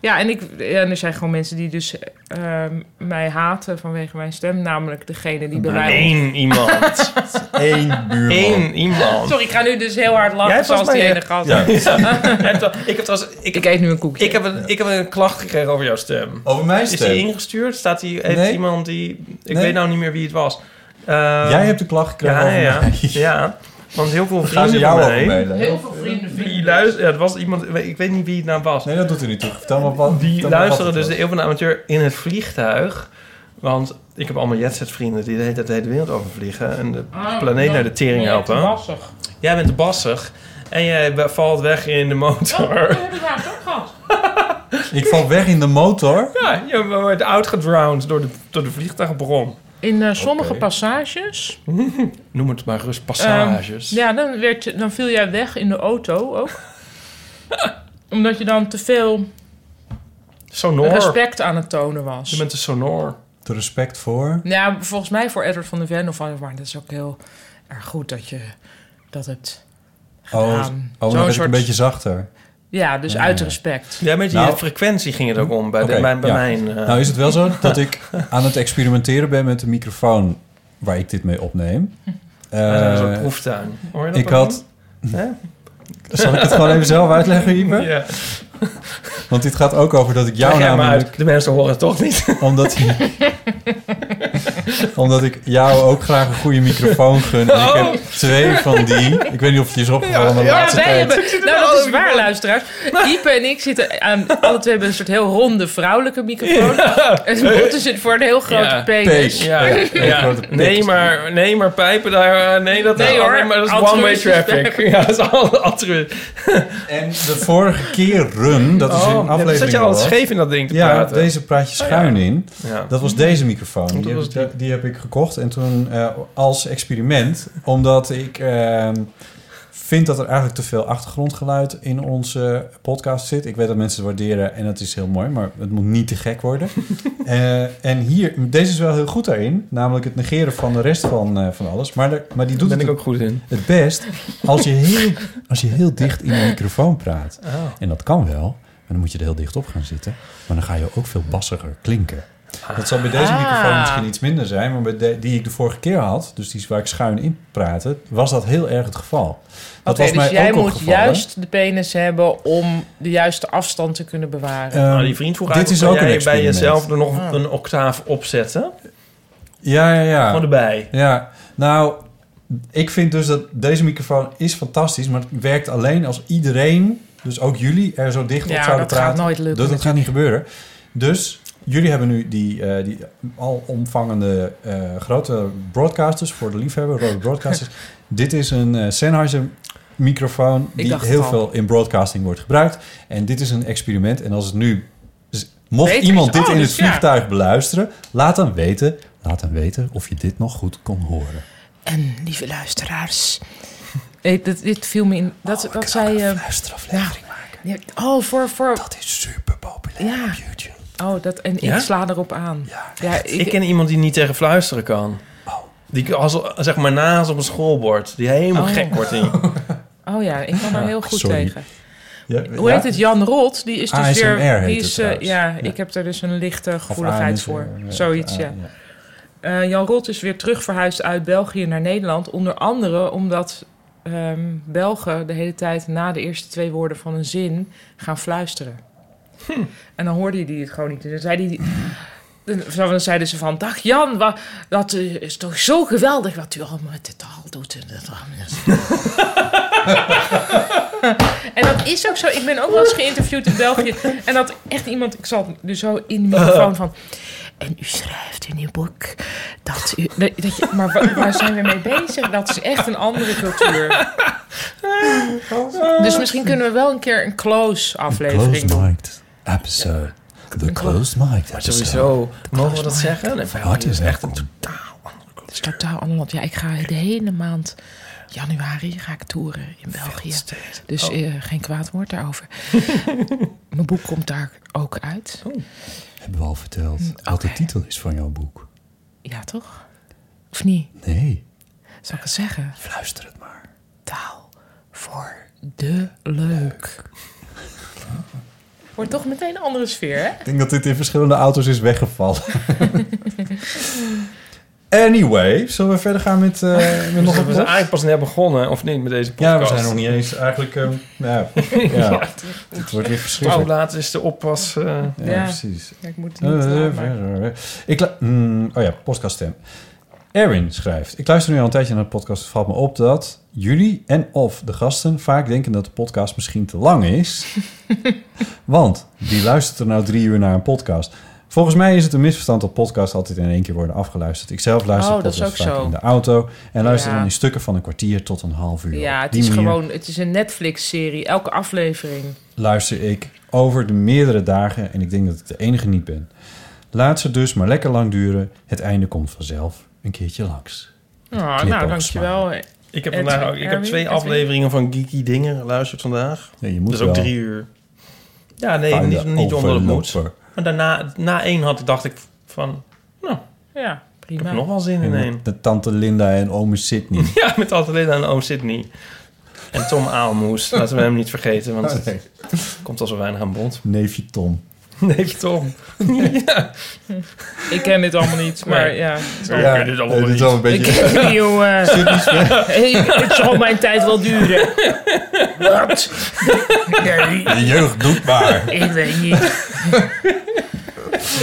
Speaker 3: Ja, en, ik, ja, en er zijn gewoon mensen die dus ehm, mij haten vanwege mijn stem. Namelijk degene die bij mij...
Speaker 1: Eén iemand.
Speaker 2: Eén buurman.
Speaker 1: Eén iemand.
Speaker 3: Sorry, ik ga nu dus heel hard lachen
Speaker 1: Jij hebt
Speaker 3: zoals die
Speaker 1: volgens mij-
Speaker 3: ene gast.
Speaker 1: Ja. Jij hebt wel- Ik heb trouwens... Ik,
Speaker 3: eet nu een koekje.
Speaker 1: Ik heb een, ik heb een klacht gekregen over jouw stem.
Speaker 2: Over mijn
Speaker 1: Is
Speaker 2: stem?
Speaker 1: die ingestuurd? Staat die, heeft
Speaker 2: Nee.
Speaker 1: iemand die... Ik
Speaker 2: Nee.
Speaker 1: weet nou niet meer wie het was. Eh,
Speaker 2: Jij hebt de klacht gekregen
Speaker 1: ja,
Speaker 2: over
Speaker 1: ja,
Speaker 2: mij.
Speaker 1: Ja, want heel veel
Speaker 2: We gaan
Speaker 1: vrienden
Speaker 2: ze
Speaker 1: van
Speaker 2: jou
Speaker 1: mij...
Speaker 2: over mailen. Heel
Speaker 3: veel vrienden
Speaker 1: Die luisteren... Ja, het was iemand... Ik weet niet wie het nou was.
Speaker 2: Nee, dat doet er niet toe. Vertel maar wat...
Speaker 1: Die luisteren dus de Eeuw van de Amateur in het vliegtuig. Want ik heb allemaal jetset vrienden die de hele tijd de hele wereld over vliegen. En de
Speaker 3: Ah,
Speaker 1: planeet
Speaker 3: dan
Speaker 1: naar de tering
Speaker 3: ben jij te
Speaker 1: helpen.
Speaker 3: bassig.
Speaker 1: Jij bent te bassig. En jij be- valt weg in de motor.
Speaker 3: heb ik daar ook gehad.
Speaker 2: Ik val weg in de motor.
Speaker 1: Ja, je wordt outgedrowned door de, door de vliegtuigbron.
Speaker 3: In eh, sommige passages...
Speaker 1: Noem het maar rust passages.
Speaker 3: Ehm, ja, dan, werd, je- dan viel jij weg in de auto ook. Omdat je dan te veel
Speaker 2: Oh,
Speaker 1: sonor.
Speaker 3: respect aan het tonen was.
Speaker 1: Je bent een sonor.
Speaker 2: Te respect voor...
Speaker 3: Ja, volgens mij voor Edward van de Ven of maar dat is ook heel erg goed dat je dat hebt
Speaker 2: Oh,
Speaker 3: gedaan. Zo'n
Speaker 2: oh dan ben ik
Speaker 3: soort-
Speaker 2: een beetje zachter.
Speaker 3: Ja, dus
Speaker 2: Ja,
Speaker 3: uit
Speaker 2: ja.
Speaker 3: respect.
Speaker 1: Ja, met die
Speaker 2: Nou,
Speaker 1: frequentie ging het ook om bij, de-
Speaker 2: Oké,
Speaker 1: bij, bij
Speaker 2: ja.
Speaker 1: mijn... eh,
Speaker 2: Nou is het wel zo dat ik aan het experimenteren ben met de microfoon waar ik dit mee opneem.
Speaker 1: een
Speaker 2: Eh,
Speaker 1: soort proeftuin. Hoor je dat
Speaker 2: ik
Speaker 1: ook
Speaker 2: had...
Speaker 1: niet? Hè?
Speaker 2: Zal ik het gewoon even zelf uitleggen, Ieper?
Speaker 1: Ja.
Speaker 2: Want dit gaat ook over dat ik jou
Speaker 1: Leg jij maar
Speaker 2: namelijk...
Speaker 1: uit. De mensen horen het toch niet.
Speaker 2: Omdat, omdat ik jou ook graag een goede microfoon gun. En
Speaker 3: Oh.
Speaker 2: ik heb twee van die. Ik weet niet of het je is opgevallen, maar de
Speaker 3: Ja,
Speaker 2: laatste
Speaker 3: wij
Speaker 2: tijd...
Speaker 3: hebben, nou, dat is waar, luisteraars. Ipe en ik zitten aan, alle twee hebben een soort heel ronde vrouwelijke microfoon. En Botte zit voor een heel grote
Speaker 1: Ja.
Speaker 3: penis.
Speaker 1: Ja, ja. Nee, maar, nee, maar pijpen daar. eh, Nee, dat,
Speaker 3: Nee,
Speaker 1: oh,
Speaker 3: hoor.
Speaker 1: maar dat is one-way
Speaker 3: Altruïstisch
Speaker 1: traffic.
Speaker 3: pijpen.
Speaker 1: Ja, dat is al altruïst.
Speaker 2: En de vorige keer run, dat is
Speaker 1: Oh,
Speaker 2: een
Speaker 1: ja,
Speaker 2: aflevering...
Speaker 1: zat je al
Speaker 2: al wat.
Speaker 1: scheef in dat ding te
Speaker 2: ja,
Speaker 1: praten?
Speaker 2: deze praat je
Speaker 1: Oh, ja.
Speaker 2: schuin in.
Speaker 1: Ja.
Speaker 2: Dat was deze microfoon. Die,
Speaker 1: was
Speaker 2: heb, ik- die heb ik gekocht. En toen eh, als experiment, omdat ik... ehm, vind dat er eigenlijk te veel achtergrondgeluid in onze podcast zit. Ik weet dat mensen het waarderen en dat is heel mooi, maar het moet niet te gek worden. Eh, en hier, deze is wel heel goed daarin, namelijk het negeren van de rest van, eh, van alles. Maar, de- maar die doet
Speaker 1: ben
Speaker 2: het
Speaker 1: ik ook goed in.
Speaker 2: Het best als je heel, als je heel dicht in de microfoon praat.
Speaker 1: Oh.
Speaker 2: En dat kan wel, maar dan moet je er heel dicht op gaan zitten. Maar dan ga je ook veel bassiger klinken. Dat zal bij deze
Speaker 3: Ah.
Speaker 2: microfoon misschien iets minder zijn, maar bij de- die ik de vorige keer had, dus die is waar ik schuin in praatte, was dat heel erg het geval. Dat
Speaker 3: Oké,
Speaker 2: was
Speaker 3: dus
Speaker 2: mij
Speaker 3: jij
Speaker 2: ook
Speaker 3: moet
Speaker 2: opgevallen.
Speaker 3: juist de penis hebben om de juiste afstand te kunnen bewaren.
Speaker 2: Ehm,
Speaker 1: nou, die vriend vroeg
Speaker 2: dit
Speaker 1: eigenlijk, kan
Speaker 2: is ook
Speaker 1: jij
Speaker 2: een
Speaker 1: bij
Speaker 2: experiment.
Speaker 1: jezelf er nog
Speaker 3: Ah.
Speaker 1: een octaaf opzetten?
Speaker 2: Ja, ja, ja.
Speaker 1: Gewoon erbij.
Speaker 2: Ja, nou, ik vind dus dat deze microfoon is fantastisch, maar het werkt alleen als iedereen, dus ook jullie, er zo dicht
Speaker 3: Ja,
Speaker 2: op zouden
Speaker 3: dat gaat
Speaker 2: praten.
Speaker 3: nooit lukken
Speaker 2: Dus dat gaat niet gebeuren. Dus jullie hebben nu die, eh, die alomvangende eh, grote broadcasters voor de liefhebber, rode broadcasters. Dit is een eh, Sennheiser microfoon
Speaker 3: Ik
Speaker 2: die
Speaker 3: dacht het
Speaker 2: heel
Speaker 3: al.
Speaker 2: veel in broadcasting wordt gebruikt. En dit is een experiment. En als het nu, dus mocht
Speaker 3: Beter is-
Speaker 2: iemand dit
Speaker 3: oh,
Speaker 2: in
Speaker 3: dus
Speaker 2: het
Speaker 3: ja.
Speaker 2: vliegtuig beluisteren, laat dan weten, laat dan weten of je dit nog goed kon horen.
Speaker 3: En lieve luisteraars. Oh, Ik, dat, dit viel me in. Dat, dat zij. eh, ja, Oh, voor, voor. Dat
Speaker 2: is super populair
Speaker 3: ja. Oh, dat, en
Speaker 1: Ja?
Speaker 3: ik sla erop aan. Ja,
Speaker 2: Eh,
Speaker 1: Ik, ken iemand die niet tegen fluisteren kan.
Speaker 2: Oh.
Speaker 1: Die als, zeg maar naast op een schoolbord. Die helemaal
Speaker 3: Oh.
Speaker 1: gek wordt in.
Speaker 3: Oh ja, ik kan daar
Speaker 1: Ja,
Speaker 3: heel goed
Speaker 1: sorry.
Speaker 3: tegen. Hoe heet het? Jan Rot, die is dus
Speaker 1: ASMR
Speaker 3: weer. Die
Speaker 1: heet
Speaker 3: is,
Speaker 1: het
Speaker 3: eh,
Speaker 1: trouwens.
Speaker 3: ja, ik heb er dus een lichte gevoeligheid
Speaker 1: AMS,
Speaker 3: voor.
Speaker 1: eh, ja,
Speaker 3: Zoiets,
Speaker 1: of
Speaker 3: ja.
Speaker 1: A-
Speaker 3: Eh, Jan Rot is weer terug verhuisd uit België naar Nederland. Onder andere omdat ehm, Belgen de hele tijd na de eerste twee woorden van een zin gaan fluisteren. En dan hoorde je die het gewoon niet. Dus dan zei die. Dan- Dan zeiden ze van, dag Jan, wa- dat eh, is toch zo geweldig wat u allemaal met de taal doet. En dat allemaal." En dat is ook zo. Ik ben ook wel eens geïnterviewd in België. En dat echt iemand, ik zal het nu zo in de microfoon van. En u schrijft in uw boek dat u. Dat, dat je, maar wa- waar zijn we mee bezig? Dat is echt een andere cultuur. Dus misschien kunnen we wel een keer een close aflevering doen.
Speaker 2: Closed-mic'd episode. The closed-mic'd
Speaker 1: Maar
Speaker 2: episode.
Speaker 1: sowieso, Oh, mogen we dat zeggen? Nee, wij
Speaker 2: Wat
Speaker 1: houden
Speaker 2: is
Speaker 1: het
Speaker 2: echt
Speaker 1: echt
Speaker 2: een
Speaker 3: Het is totaal ander land. Ja, ik ga de hele maand januari ga ik toeren in België. Dus
Speaker 1: Oh.
Speaker 3: eh, geen kwaad woord daarover. Mijn boek komt daar ook uit.
Speaker 2: Hebben we al verteld
Speaker 3: Mm,
Speaker 2: wat de titel is van jouw boek?
Speaker 3: Ja, toch? Of niet?
Speaker 2: Nee.
Speaker 3: Zal ik het zeggen?
Speaker 2: Fluister het maar.
Speaker 3: Taal voor de leuk. Wordt toch meteen een andere sfeer, hè?
Speaker 2: Ik denk dat dit in verschillende auto's is weggevallen. anyway, zullen we verder gaan met, eh,
Speaker 1: Dus
Speaker 2: met nog
Speaker 1: we
Speaker 2: een
Speaker 1: zijn
Speaker 2: plot?
Speaker 1: eigenlijk pas net begonnen, of niet, met deze podcast.
Speaker 2: Ja, we zijn nog niet eens eigenlijk... ehm, nou, ja, Het wordt weer verschrikkelijk.
Speaker 1: Hoe Oh, laat is de oppas? eh?
Speaker 2: Ja, precies.
Speaker 3: Ja, ik moet
Speaker 1: het niet
Speaker 2: Eh,
Speaker 1: laat
Speaker 2: ik lu- mm, oh ja, podcaststem. Erin schrijft: Ik luister nu al een tijdje naar de podcast. Het valt me op dat jullie en of de gasten vaak denken dat de podcast misschien te lang is. Want wie luistert er nou drie uur naar een podcast? Volgens mij is het een misverstand dat podcasts altijd in één keer worden afgeluisterd. Ik zelf luister
Speaker 3: Oh, dat is
Speaker 2: podcasts
Speaker 3: ook
Speaker 2: vaak
Speaker 3: zo.
Speaker 2: in de auto en luister
Speaker 3: Ja.
Speaker 2: dan in stukken van een kwartier tot een half uur.
Speaker 3: Ja,
Speaker 2: Op
Speaker 3: het
Speaker 2: die
Speaker 3: is
Speaker 2: manier
Speaker 3: gewoon... Het is een Netflix-serie. Elke aflevering. Ah,
Speaker 2: luister ik over de meerdere dagen en ik denk dat ik de enige niet ben. Laat ze dus maar lekker lang duren. Het einde komt vanzelf een keertje langs.
Speaker 3: Oh,
Speaker 2: Knip
Speaker 3: nou,
Speaker 2: ook
Speaker 3: dankjewel.
Speaker 1: Ik heb, vandaag ook, ik heb twee afleveringen van Geeky Dingen geluisterd vandaag.
Speaker 2: Ja, je moet
Speaker 1: dus ook
Speaker 2: wel.
Speaker 1: drie uur. Ja, nee,
Speaker 2: Fijne
Speaker 1: niet, niet onder de moed.
Speaker 2: overloper.
Speaker 1: Maar daarna, na één had, ik- dacht ik van... Nou,
Speaker 3: ja, prima.
Speaker 1: Ik heb nog wel zin in
Speaker 2: En
Speaker 1: één.
Speaker 2: met De tante Linda en ome Sydney.
Speaker 1: Ja, met Adelina en Oom Sydney. En Tom Aalmoes. Laten we hem niet vergeten, want
Speaker 2: Oh, nee.
Speaker 1: het komt al zo weinig aan bod.
Speaker 2: Neefje Tom.
Speaker 1: Nee, Tom. ja.
Speaker 3: Ik ken dit allemaal niet, maar
Speaker 1: Nee.
Speaker 3: ja.
Speaker 1: Ja, ik ken dit allemaal
Speaker 2: eh, dit is wel een
Speaker 3: Ik
Speaker 2: beetje...
Speaker 3: ken niet, jongen.
Speaker 2: Sydney's weg.
Speaker 3: Hey, het zal mijn tijd wel duren. Wat? Nee,
Speaker 2: De jeugd doet maar.
Speaker 3: ik weet niet.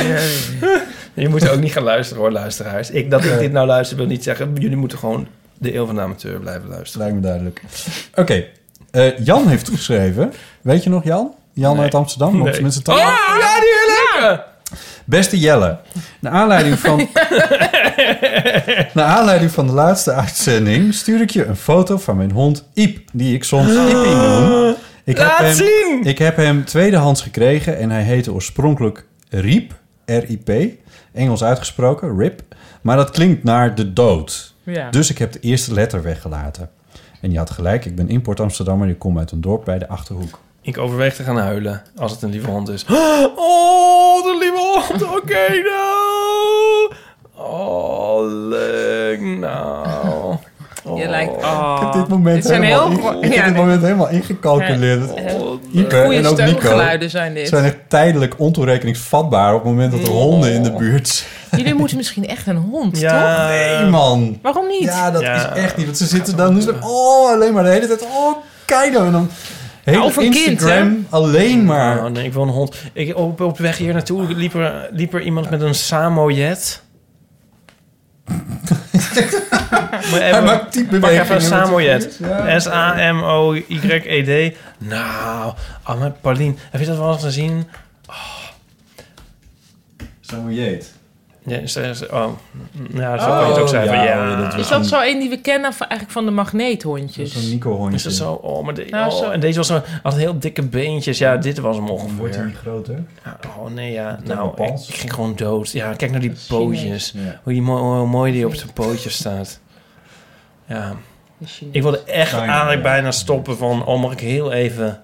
Speaker 1: Je moet ook niet gaan luisteren hoor, luisteraars. Ik dat ik dit nou luister wil niet zeggen. Jullie moeten gewoon de eeuw van de amateur blijven luisteren.
Speaker 2: Lijkt me duidelijk. Oké, eh, Jan heeft geschreven. Weet je nog Jan? Jan uit Amsterdam?
Speaker 1: Nee.
Speaker 2: Met z'n tanden.
Speaker 1: Ah, ja, die leuke!
Speaker 2: Beste Jelle, naar aanleiding van... naar aanleiding van de laatste uitzending stuur ik je een foto van mijn hond Iep, die ik soms Iepie noem. Ik
Speaker 1: Ah. Laat
Speaker 2: hem,
Speaker 1: zien!
Speaker 2: Ik heb hem tweedehands gekregen en hij heette oorspronkelijk Riep, R-I-P, Engels uitgesproken, Rip. Maar dat klinkt naar de dood.
Speaker 3: Ja.
Speaker 2: Dus ik heb de eerste letter weggelaten. En je had gelijk, ik ben import Amsterdammer en ik kom uit een dorp bij de Achterhoek.
Speaker 1: Ik overweeg te gaan huilen als het een lieve hond is. Oh, de lieve hond. Oké, nou. Oh, leuk. Nou.
Speaker 3: Je lijkt...
Speaker 2: Ik heb
Speaker 3: Oh.
Speaker 2: dit moment
Speaker 3: zijn
Speaker 2: helemaal,
Speaker 3: heel...
Speaker 2: inge- ik heb dit moment helemaal ingecalculeerd.
Speaker 3: Ja, ja.
Speaker 2: Ipe
Speaker 3: Goeie
Speaker 2: en ook Nico
Speaker 3: steungeluiden zijn dit.
Speaker 2: zijn echt tijdelijk ontoerekeningsvatbaar op het moment dat er
Speaker 3: Oh.
Speaker 2: honden in de buurt zijn.
Speaker 3: Jullie moeten misschien echt een hond, toch?
Speaker 2: Nee, man.
Speaker 3: Waarom niet?
Speaker 2: Ja, dat
Speaker 3: Ja.
Speaker 2: is echt niet. Want ze zitten dan, doen ze- oh, alleen maar de hele tijd, oh, kijk dan. En dan heel
Speaker 3: Nou, of een kind,
Speaker 2: Instagram alleen maar.
Speaker 1: Oh, nee, ik wil een hond. Ik, op, op weg hier naartoe liep er, liep er iemand met een Samoyed. Maar
Speaker 2: Hij maakt die
Speaker 1: Pak
Speaker 2: bewegingen
Speaker 1: even een
Speaker 2: met zijn
Speaker 1: Samoyed.
Speaker 2: vingers, ja.
Speaker 1: S-A-M-O-Y-E-D. Nou, Ahmed Paulien, heb je dat wel eens gezien? Oh.
Speaker 2: Samuel Yates.
Speaker 1: Ja, ze, ze- oh, ja, zo
Speaker 2: Oh.
Speaker 1: kan je het ook zeggen. Ja,
Speaker 3: is dat zo een die we kennen van, eigenlijk van de magneethondjes?
Speaker 1: Zo'n
Speaker 2: Nico-hondje.
Speaker 1: Is dat zo? Oh, maar de,
Speaker 3: Nou,
Speaker 1: oh,
Speaker 3: zo-
Speaker 1: en deze was zo, had heel dikke beentjes. Ja, dit was hem ongeveer.
Speaker 2: Wordt hij niet groter?
Speaker 1: Oh nee, ja.
Speaker 2: dan
Speaker 1: Nou, ik
Speaker 2: Japans?
Speaker 1: ging gewoon dood. Ja, kijk naar die pootjes.
Speaker 2: Chinees. Ja.
Speaker 1: Hoe, die, mooi- hoe mooi die op zijn pootjes staat. Ja. Ik wilde echt
Speaker 2: China,
Speaker 1: eigenlijk
Speaker 2: ja.
Speaker 1: bijna stoppen van... Oh, mag ik heel even...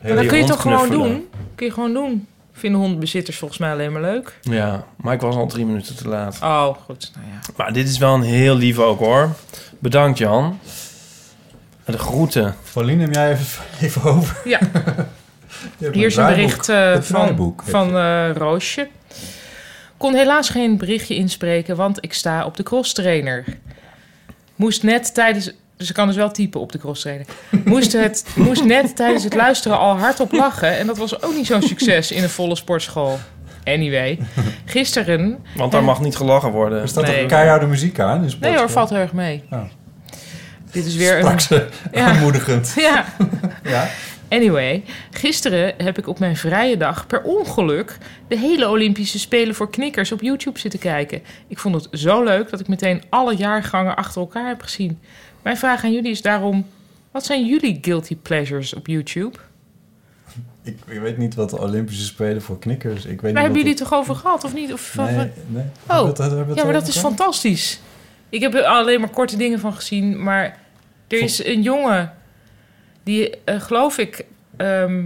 Speaker 3: Maar dat
Speaker 1: die
Speaker 3: kun je
Speaker 1: hond
Speaker 3: toch gewoon
Speaker 1: knuffelen?
Speaker 3: doen? Kun je gewoon doen. Vinden hondbezitters volgens mij alleen maar leuk.
Speaker 1: Ja, maar ik was al drie minuten te laat.
Speaker 3: Oh, goed. Nou ja.
Speaker 1: Maar dit is wel een heel lief ook, hoor. Bedankt, Jan. En De groeten.
Speaker 2: Pauline, neem jij even, even over.
Speaker 3: Ja.
Speaker 2: Je hebt
Speaker 3: Hier is een
Speaker 2: draaiboek.
Speaker 3: bericht eh,
Speaker 2: Het
Speaker 3: van,
Speaker 2: draaiboek.
Speaker 3: van eh, Roosje. Kon helaas geen berichtje inspreken, want ik sta op de crosstrainer. Moest net tijdens... Dus ze kan dus wel typen op de crosstrainer. Moest, het, moest net tijdens het luisteren al hardop lachen. En dat was ook niet zo'n succes in een volle sportschool. Anyway, gisteren...
Speaker 1: Want daar
Speaker 3: Eh,
Speaker 1: mag niet gelachen worden.
Speaker 2: Er staat
Speaker 3: Nee.
Speaker 2: ook keiharde muziek aan. Dus
Speaker 3: Nee hoor, valt heel erg mee.
Speaker 2: Oh.
Speaker 3: Dit is weer
Speaker 2: Sprak ze
Speaker 3: Ja.
Speaker 2: aanmoedigend.
Speaker 3: Ja.
Speaker 2: Ja.
Speaker 3: Anyway, gisteren heb ik op mijn vrije dag per ongeluk de hele Olympische Spelen voor knikkers op YouTube zitten kijken. Ik vond het zo leuk dat ik meteen alle jaargangen achter elkaar heb gezien. Mijn vraag aan jullie is daarom: wat zijn jullie guilty pleasures op YouTube?
Speaker 2: Ik, ik weet niet wat de Olympische Spelen voor knikkers. Ik weet
Speaker 3: Daar hebben jullie
Speaker 2: niet
Speaker 3: het toch over gehad, of niet? Of,
Speaker 2: wat-
Speaker 3: of-
Speaker 2: Nee, nee.
Speaker 3: Oh,
Speaker 2: Hebben we het- hebben we het
Speaker 3: ja, maar dat
Speaker 2: over
Speaker 3: is
Speaker 2: gehad?
Speaker 3: fantastisch. Ik heb er alleen maar korte dingen van gezien, maar er is een jongen die, eh, geloof ik, ehm,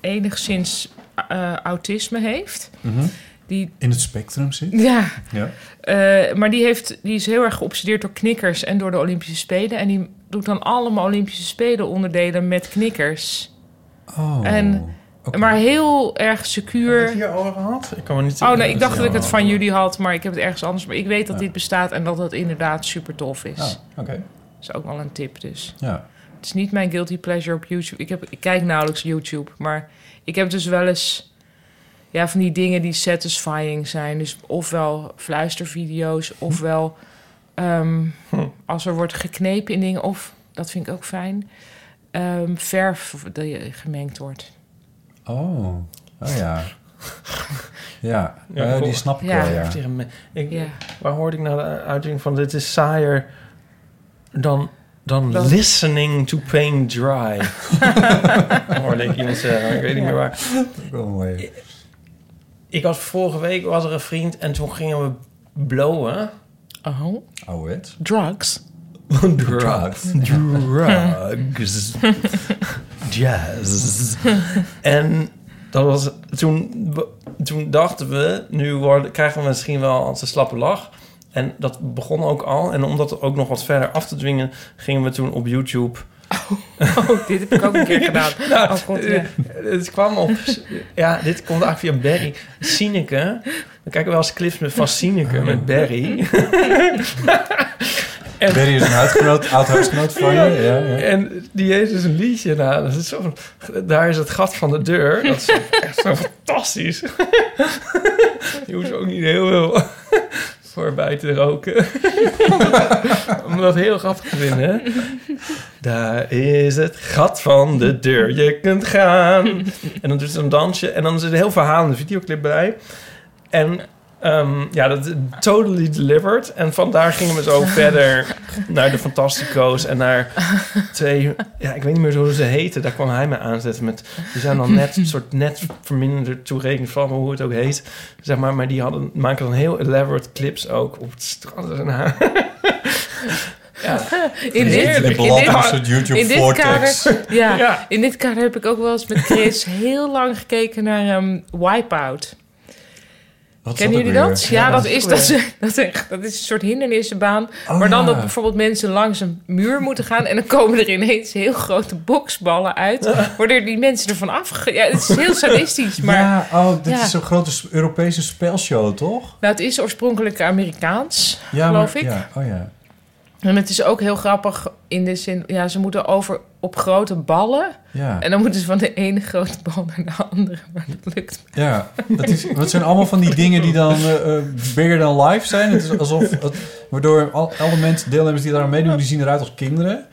Speaker 3: enigszins eh, autisme heeft.
Speaker 2: Mhm.
Speaker 3: Die,
Speaker 2: In het spectrum zit?
Speaker 3: Ja.
Speaker 2: Ja.
Speaker 3: eh, maar die, heeft, die is heel erg geobsedeerd door knikkers en door de Olympische Spelen. En die doet dan allemaal Olympische Spelen onderdelen met knikkers.
Speaker 2: Oh.
Speaker 3: En, Maar heel erg secuur.
Speaker 1: Ik kan me niet
Speaker 3: Oh nee, ik dacht dat ik het
Speaker 1: Ja.
Speaker 3: van jullie had, maar ik heb het ergens anders. Maar ik weet dat dit bestaat en dat het inderdaad super tof is.
Speaker 1: Ah,
Speaker 2: Ja, oké.
Speaker 3: Dat is ook wel een tip dus.
Speaker 2: Ja.
Speaker 3: Het is niet mijn guilty pleasure op YouTube. Ik, heb, ik kijk nauwelijks YouTube, maar ik heb dus wel eens... Ja, van die dingen die satisfying zijn. Dus ofwel fluistervideo's,
Speaker 1: Hm.
Speaker 3: ofwel ehm, als er wordt geknepen in dingen. Of, dat vind ik ook fijn, ehm, verf die eh, gemengd wordt.
Speaker 2: Oh. Oh ja. ja.
Speaker 1: Ja,
Speaker 2: eh, die
Speaker 1: cool.
Speaker 2: snap ik
Speaker 3: Ja.
Speaker 2: wel, ja.
Speaker 1: Tegen me- Ik,
Speaker 3: Ja.
Speaker 1: Waar hoorde ik nou de uitdrukking van? Dit is saaier dan, dan
Speaker 3: Dan-
Speaker 1: listening to pain dry. hoorde ik iemand zeggen. Ik weet niet meer waar. Ik had vorige week was er een vriend en toen gingen we blowen.
Speaker 3: Oh.
Speaker 2: Ouderwets.
Speaker 3: Drugs.
Speaker 1: Drugs. Drugs. Jazz. en dat was, toen, toen dachten we, nu worden, krijgen we misschien wel als een slappe lach. En dat begon ook al. En om dat ook nog wat verder af te dwingen, gingen we toen op YouTube.
Speaker 3: Oh, dit heb ik ook een keer gedaan.
Speaker 1: Nou,
Speaker 3: Oh, god, ja.
Speaker 1: Het kwam op. Ja, dit komt eigenlijk via Barry. Sineke. We kijken wel eens clips met- van Sineke met Barry. En-
Speaker 2: Barry is een huisgenoot, oud huisgenoot van je. Ja, ja.
Speaker 1: En die heeft dus een liedje. Nou, dat is zo, daar is het gat van de deur. Dat is echt zo fantastisch. Je hoeft ook niet heel veel voorbij te roken. Om dat heel grappig te vinden. hè? Daar is het gat van de deur. Je kunt gaan. En dan doet ze een dansje. En dan is er een heel verhaal in de videoclip bij. En ehm, ja, dat totally delivered. En vandaar gingen we zo verder naar de Fantastico's. En naar twee... Ja, ik weet niet meer hoe ze heten. Daar kwam hij me aanzetten met... Die zijn dan net, soort net verminderd toerekening van hoe het ook heet. Zeg maar, maar die hadden, maken dan heel elaborate clips ook op het strand. En haar. Ja.
Speaker 3: In dit, in dit, in dit kader, ja,
Speaker 1: Ja.
Speaker 3: in dit kader heb ik ook wel eens met Chris heel lang gekeken naar ehm Wipeout. Kennen jullie dat? Ja, dat, is, dat, ze, dat, is, dat is een soort hindernissenbaan.
Speaker 2: Oh,
Speaker 3: maar dan
Speaker 2: ja.
Speaker 3: dat bijvoorbeeld mensen langs een muur moeten gaan... en dan komen er ineens heel grote boksballen uit... waardoor die mensen ervan af... Ja, het is heel sadistisch, maar...
Speaker 2: ja, oh, dit
Speaker 3: Ja.
Speaker 2: is zo'n grote s- Europese spelshow, toch?
Speaker 3: Nou, het is oorspronkelijk Amerikaans,
Speaker 2: Ja,
Speaker 3: geloof
Speaker 2: maar-
Speaker 3: ik.
Speaker 2: Ja, oh ja.
Speaker 3: En het is ook heel grappig in de zin... Ja, ze moeten over op grote ballen...
Speaker 2: Ja.
Speaker 3: En dan moeten ze van de ene grote bal naar de andere. Maar dat lukt.
Speaker 2: Ja, dat, is, dat zijn allemaal van die dingen die dan eh, eh, bigger than life zijn. Het is alsof, het- waardoor al, alle mensen, deelnemers die daar aan meedoen, die zien eruit als kinderen.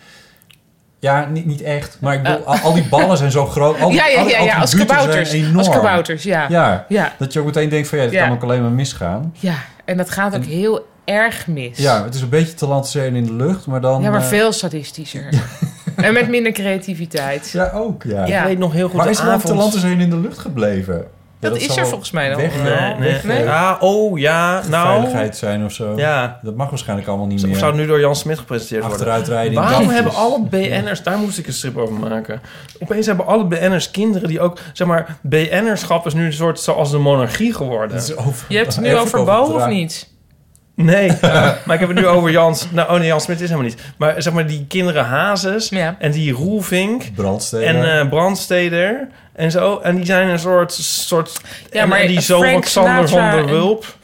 Speaker 2: Ja, niet, niet echt. Maar ik bedoel, al, al die ballen zijn zo groot. Al die,
Speaker 3: ja, ja,
Speaker 2: al die
Speaker 3: ja, ja, als
Speaker 2: attributen zijn
Speaker 3: kabouters.
Speaker 2: enorm.
Speaker 3: Als kabouters, ja.
Speaker 2: Ja,
Speaker 3: Ja.
Speaker 2: dat je ook meteen denkt van ja, dit
Speaker 3: Ja.
Speaker 2: kan ook alleen maar misgaan.
Speaker 3: Ja, en dat gaat ook heel erg mis.
Speaker 2: Ja, het is een beetje te lanceren in de lucht, maar dan...
Speaker 3: Ja, maar
Speaker 2: eh,
Speaker 3: veel sadistischer. en met minder creativiteit.
Speaker 2: Ja, ook, ja.
Speaker 3: Ja. Ik weet nog heel goed
Speaker 2: Waar
Speaker 3: de
Speaker 2: is nou Land
Speaker 3: avond-
Speaker 2: Land in de lucht gebleven? Ja,
Speaker 3: Dat is
Speaker 2: zal
Speaker 3: er
Speaker 2: wel
Speaker 3: volgens mij nog
Speaker 2: Weg,
Speaker 3: wel.
Speaker 1: Nee, nee.
Speaker 3: Nee?
Speaker 1: Ah, oh ja, nou.
Speaker 2: Veiligheid zijn of zo.
Speaker 1: Ja.
Speaker 2: Dat mag waarschijnlijk allemaal niet
Speaker 1: Of
Speaker 2: meer.
Speaker 1: zou het nu door Jan Smit gepresenteerd worden?
Speaker 2: Achteruitrijden in
Speaker 1: Waarom
Speaker 2: dampjes.
Speaker 1: hebben alle BN'ers... Daar moest ik een strip over maken. Opeens hebben alle BN'ers kinderen die ook... Zeg maar, BN'erschap is nu een soort zoals de monarchie geworden.
Speaker 2: Dat is over-
Speaker 3: Je hebt het nu over Bo of niet?
Speaker 1: Nee, maar ik heb het nu over Jans... Nou, oh nee, Jan Smit is helemaal niet. Maar zeg maar, die kinderen Hazes en die Roelvink...
Speaker 2: Brandsteder.
Speaker 1: En eh, Brandsteder en zo. En die zijn een soort... soort
Speaker 3: Ja,
Speaker 1: en-
Speaker 3: maar
Speaker 1: en die zoon
Speaker 3: Frank
Speaker 1: van Xander van
Speaker 3: Sinatra
Speaker 1: der
Speaker 3: en-
Speaker 1: Wulp.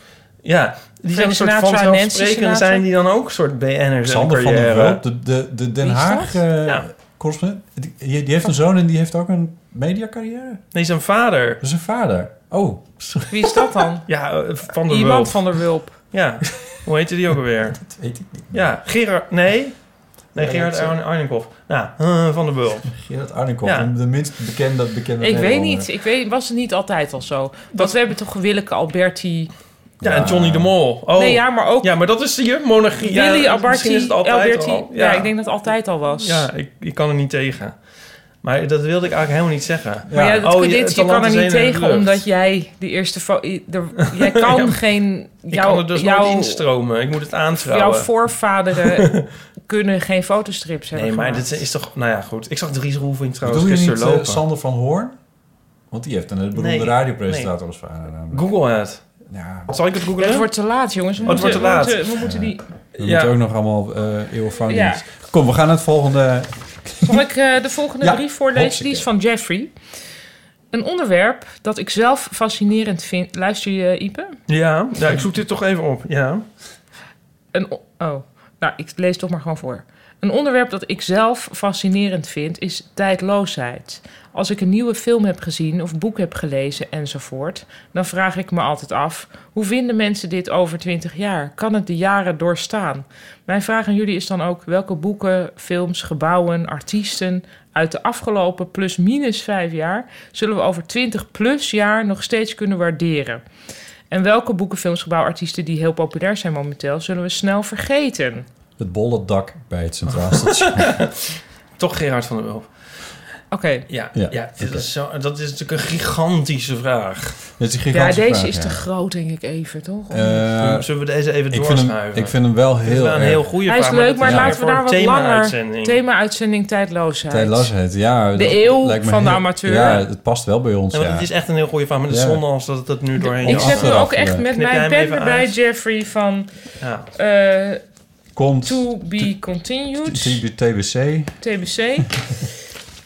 Speaker 1: Ja, die zijn
Speaker 3: Frank
Speaker 1: een soort
Speaker 3: Sinatra en Nancy
Speaker 1: vanzelfsprekend.
Speaker 3: Sinatra.
Speaker 1: Zijn die dan ook een soort BN'ers
Speaker 2: Sander
Speaker 1: en
Speaker 2: van der
Speaker 1: carrière?
Speaker 2: Wulp, de, de, de Den
Speaker 1: Wie is
Speaker 2: Haag
Speaker 1: dat?
Speaker 2: eh,
Speaker 1: Ja.
Speaker 2: correspondent. Die, die heeft een zoon en die heeft ook een mediacarrière.
Speaker 1: Nee, zijn vader.
Speaker 2: Zijn vader. Oh,
Speaker 3: Wie is dat dan?
Speaker 1: Ja, eh, Van der
Speaker 3: Iemand
Speaker 1: Wulp.
Speaker 3: van der Wulp.
Speaker 1: Ja, hoe heette die ook alweer? dat
Speaker 2: weet ik
Speaker 1: niet. Ja, Gerard... Nee? Nee,
Speaker 2: Ja,
Speaker 1: Gerard
Speaker 2: dat-
Speaker 1: Arn- Arnikoff. Nou, eh, Van der Wulp.
Speaker 2: Gerard Arnikoff,
Speaker 1: Ja.
Speaker 2: de minst bekende bekende
Speaker 3: Ik weet
Speaker 2: Nederlander.
Speaker 3: niet. Ik weet, was het niet altijd al zo? Want we hebben toch Willeke Alberti...
Speaker 1: Ja, en Johnny de Mol. Oh.
Speaker 3: Nee, ja, maar ook...
Speaker 1: Ja, maar dat is je monarchie. Ja,
Speaker 3: Willy
Speaker 1: misschien
Speaker 3: Alberti,
Speaker 1: is het altijd
Speaker 3: Alberti.
Speaker 1: al.
Speaker 3: Ja.
Speaker 1: Ja.
Speaker 3: ik denk dat het altijd al was.
Speaker 1: Ja, ik, ik kan er niet tegen. Maar dat wilde ik eigenlijk helemaal niet zeggen.
Speaker 3: Maar ja, dat,
Speaker 1: Oh,
Speaker 3: dit, je
Speaker 1: het
Speaker 3: kan
Speaker 1: talent
Speaker 3: er
Speaker 1: is
Speaker 3: niet
Speaker 1: alleen in de
Speaker 3: tegen,
Speaker 1: lucht.
Speaker 3: omdat jij de eerste... fo- i- er- jij kan
Speaker 1: Ja,
Speaker 3: geen...
Speaker 1: Ik kan er dus
Speaker 3: jouw,
Speaker 1: nooit instromen. Ik moet het aanvragen.
Speaker 3: jouw voorvaderen kunnen geen fotostrips hebben
Speaker 1: Nee, maar
Speaker 3: gemaakt.
Speaker 1: dit is toch... Nou ja, goed. Ik zag Dries Roelvink trouwens
Speaker 2: Bedoel je
Speaker 1: gisteren
Speaker 2: niet eh,
Speaker 1: lopen.
Speaker 2: Sander van Hoorn? Want die heeft een beroemde
Speaker 1: Nee,
Speaker 2: radiopresentator
Speaker 1: nee.
Speaker 2: als vader namelijk.
Speaker 1: Google het. Zal ik het googlen?
Speaker 3: Ja, het wordt te laat, jongens. We
Speaker 1: Oh, het
Speaker 3: moeten,
Speaker 1: wordt te laat.
Speaker 3: We moeten, we moeten die...
Speaker 2: We
Speaker 1: Ja.
Speaker 2: moeten ook nog allemaal eh eeuwenfout
Speaker 3: Ja.
Speaker 2: nieuws. Kom, we gaan naar het volgende.
Speaker 3: Zal ik eh, de volgende
Speaker 2: Ja,
Speaker 3: brief voorlezen? Die
Speaker 2: hopsakee.
Speaker 3: is van Jeffrey. Een onderwerp dat ik zelf fascinerend vind. Luister je, Ipe?
Speaker 1: Ja, ja, ik zoek dit toch even op. Ja.
Speaker 3: Een, o- oh, nou, ik lees toch maar gewoon voor. Een onderwerp dat ik zelf fascinerend vind is tijdloosheid. Als ik een nieuwe film heb gezien of boek heb gelezen enzovoort, dan vraag ik me altijd af: hoe vinden mensen dit over 20 jaar? Kan het de jaren doorstaan? Mijn vraag aan jullie is dan ook: welke boeken, films, gebouwen, artiesten uit de afgelopen plus-minus vijf jaar zullen we over 20 plus jaar nog steeds kunnen waarderen? En welke boeken, films, gebouwen, artiesten die heel populair zijn momenteel, zullen we snel vergeten?
Speaker 2: Het bolle dak bij het Centraal Station.
Speaker 1: Toch Gerard van der Wulp.
Speaker 3: Oké.
Speaker 1: Ja, ja,
Speaker 2: Ja,
Speaker 1: dit
Speaker 2: oké.
Speaker 1: is zo, dat is natuurlijk een gigantische vraag.
Speaker 2: Dit is
Speaker 3: Ja,
Speaker 2: een gigantische
Speaker 3: deze
Speaker 2: vraag,
Speaker 3: is
Speaker 2: ja.
Speaker 3: te groot, denk ik even, toch?
Speaker 2: Eh,
Speaker 1: Zullen we deze even
Speaker 2: ik vind
Speaker 1: doorschuiven?
Speaker 2: hem, ik vind hem wel
Speaker 1: Dit
Speaker 2: heel
Speaker 1: is wel een
Speaker 2: erg-
Speaker 1: heel goede
Speaker 3: Hij
Speaker 1: vraag.
Speaker 3: is leuk, maar
Speaker 1: dat
Speaker 3: laten we
Speaker 1: voor
Speaker 3: daar
Speaker 1: een
Speaker 3: wat langer...
Speaker 1: thema-uitzending.
Speaker 3: Thema-uitzending tijdloosheid.
Speaker 2: Tijdloosheid, ja.
Speaker 3: De
Speaker 2: dat
Speaker 3: eeuw
Speaker 2: lijkt me
Speaker 3: van de
Speaker 2: heel-
Speaker 3: amateur.
Speaker 2: Ja, het past wel bij ons,
Speaker 1: Ja,
Speaker 2: ja.
Speaker 1: want het is echt een heel goede vraag, maar de
Speaker 2: Ja.
Speaker 1: zonde als dat het nu doorheen
Speaker 3: Ik
Speaker 2: Ja,
Speaker 3: zet nu
Speaker 2: achteraf,
Speaker 3: ook echt
Speaker 2: ja.
Speaker 3: met
Speaker 1: Knip jij
Speaker 3: mijn
Speaker 1: hem
Speaker 3: pen
Speaker 1: even
Speaker 3: erbij,
Speaker 1: uit?
Speaker 3: Jeffrey, van
Speaker 1: Ja.
Speaker 3: eh,
Speaker 2: Komt
Speaker 3: To Be Continued,
Speaker 2: TB- TBC.
Speaker 3: TBC.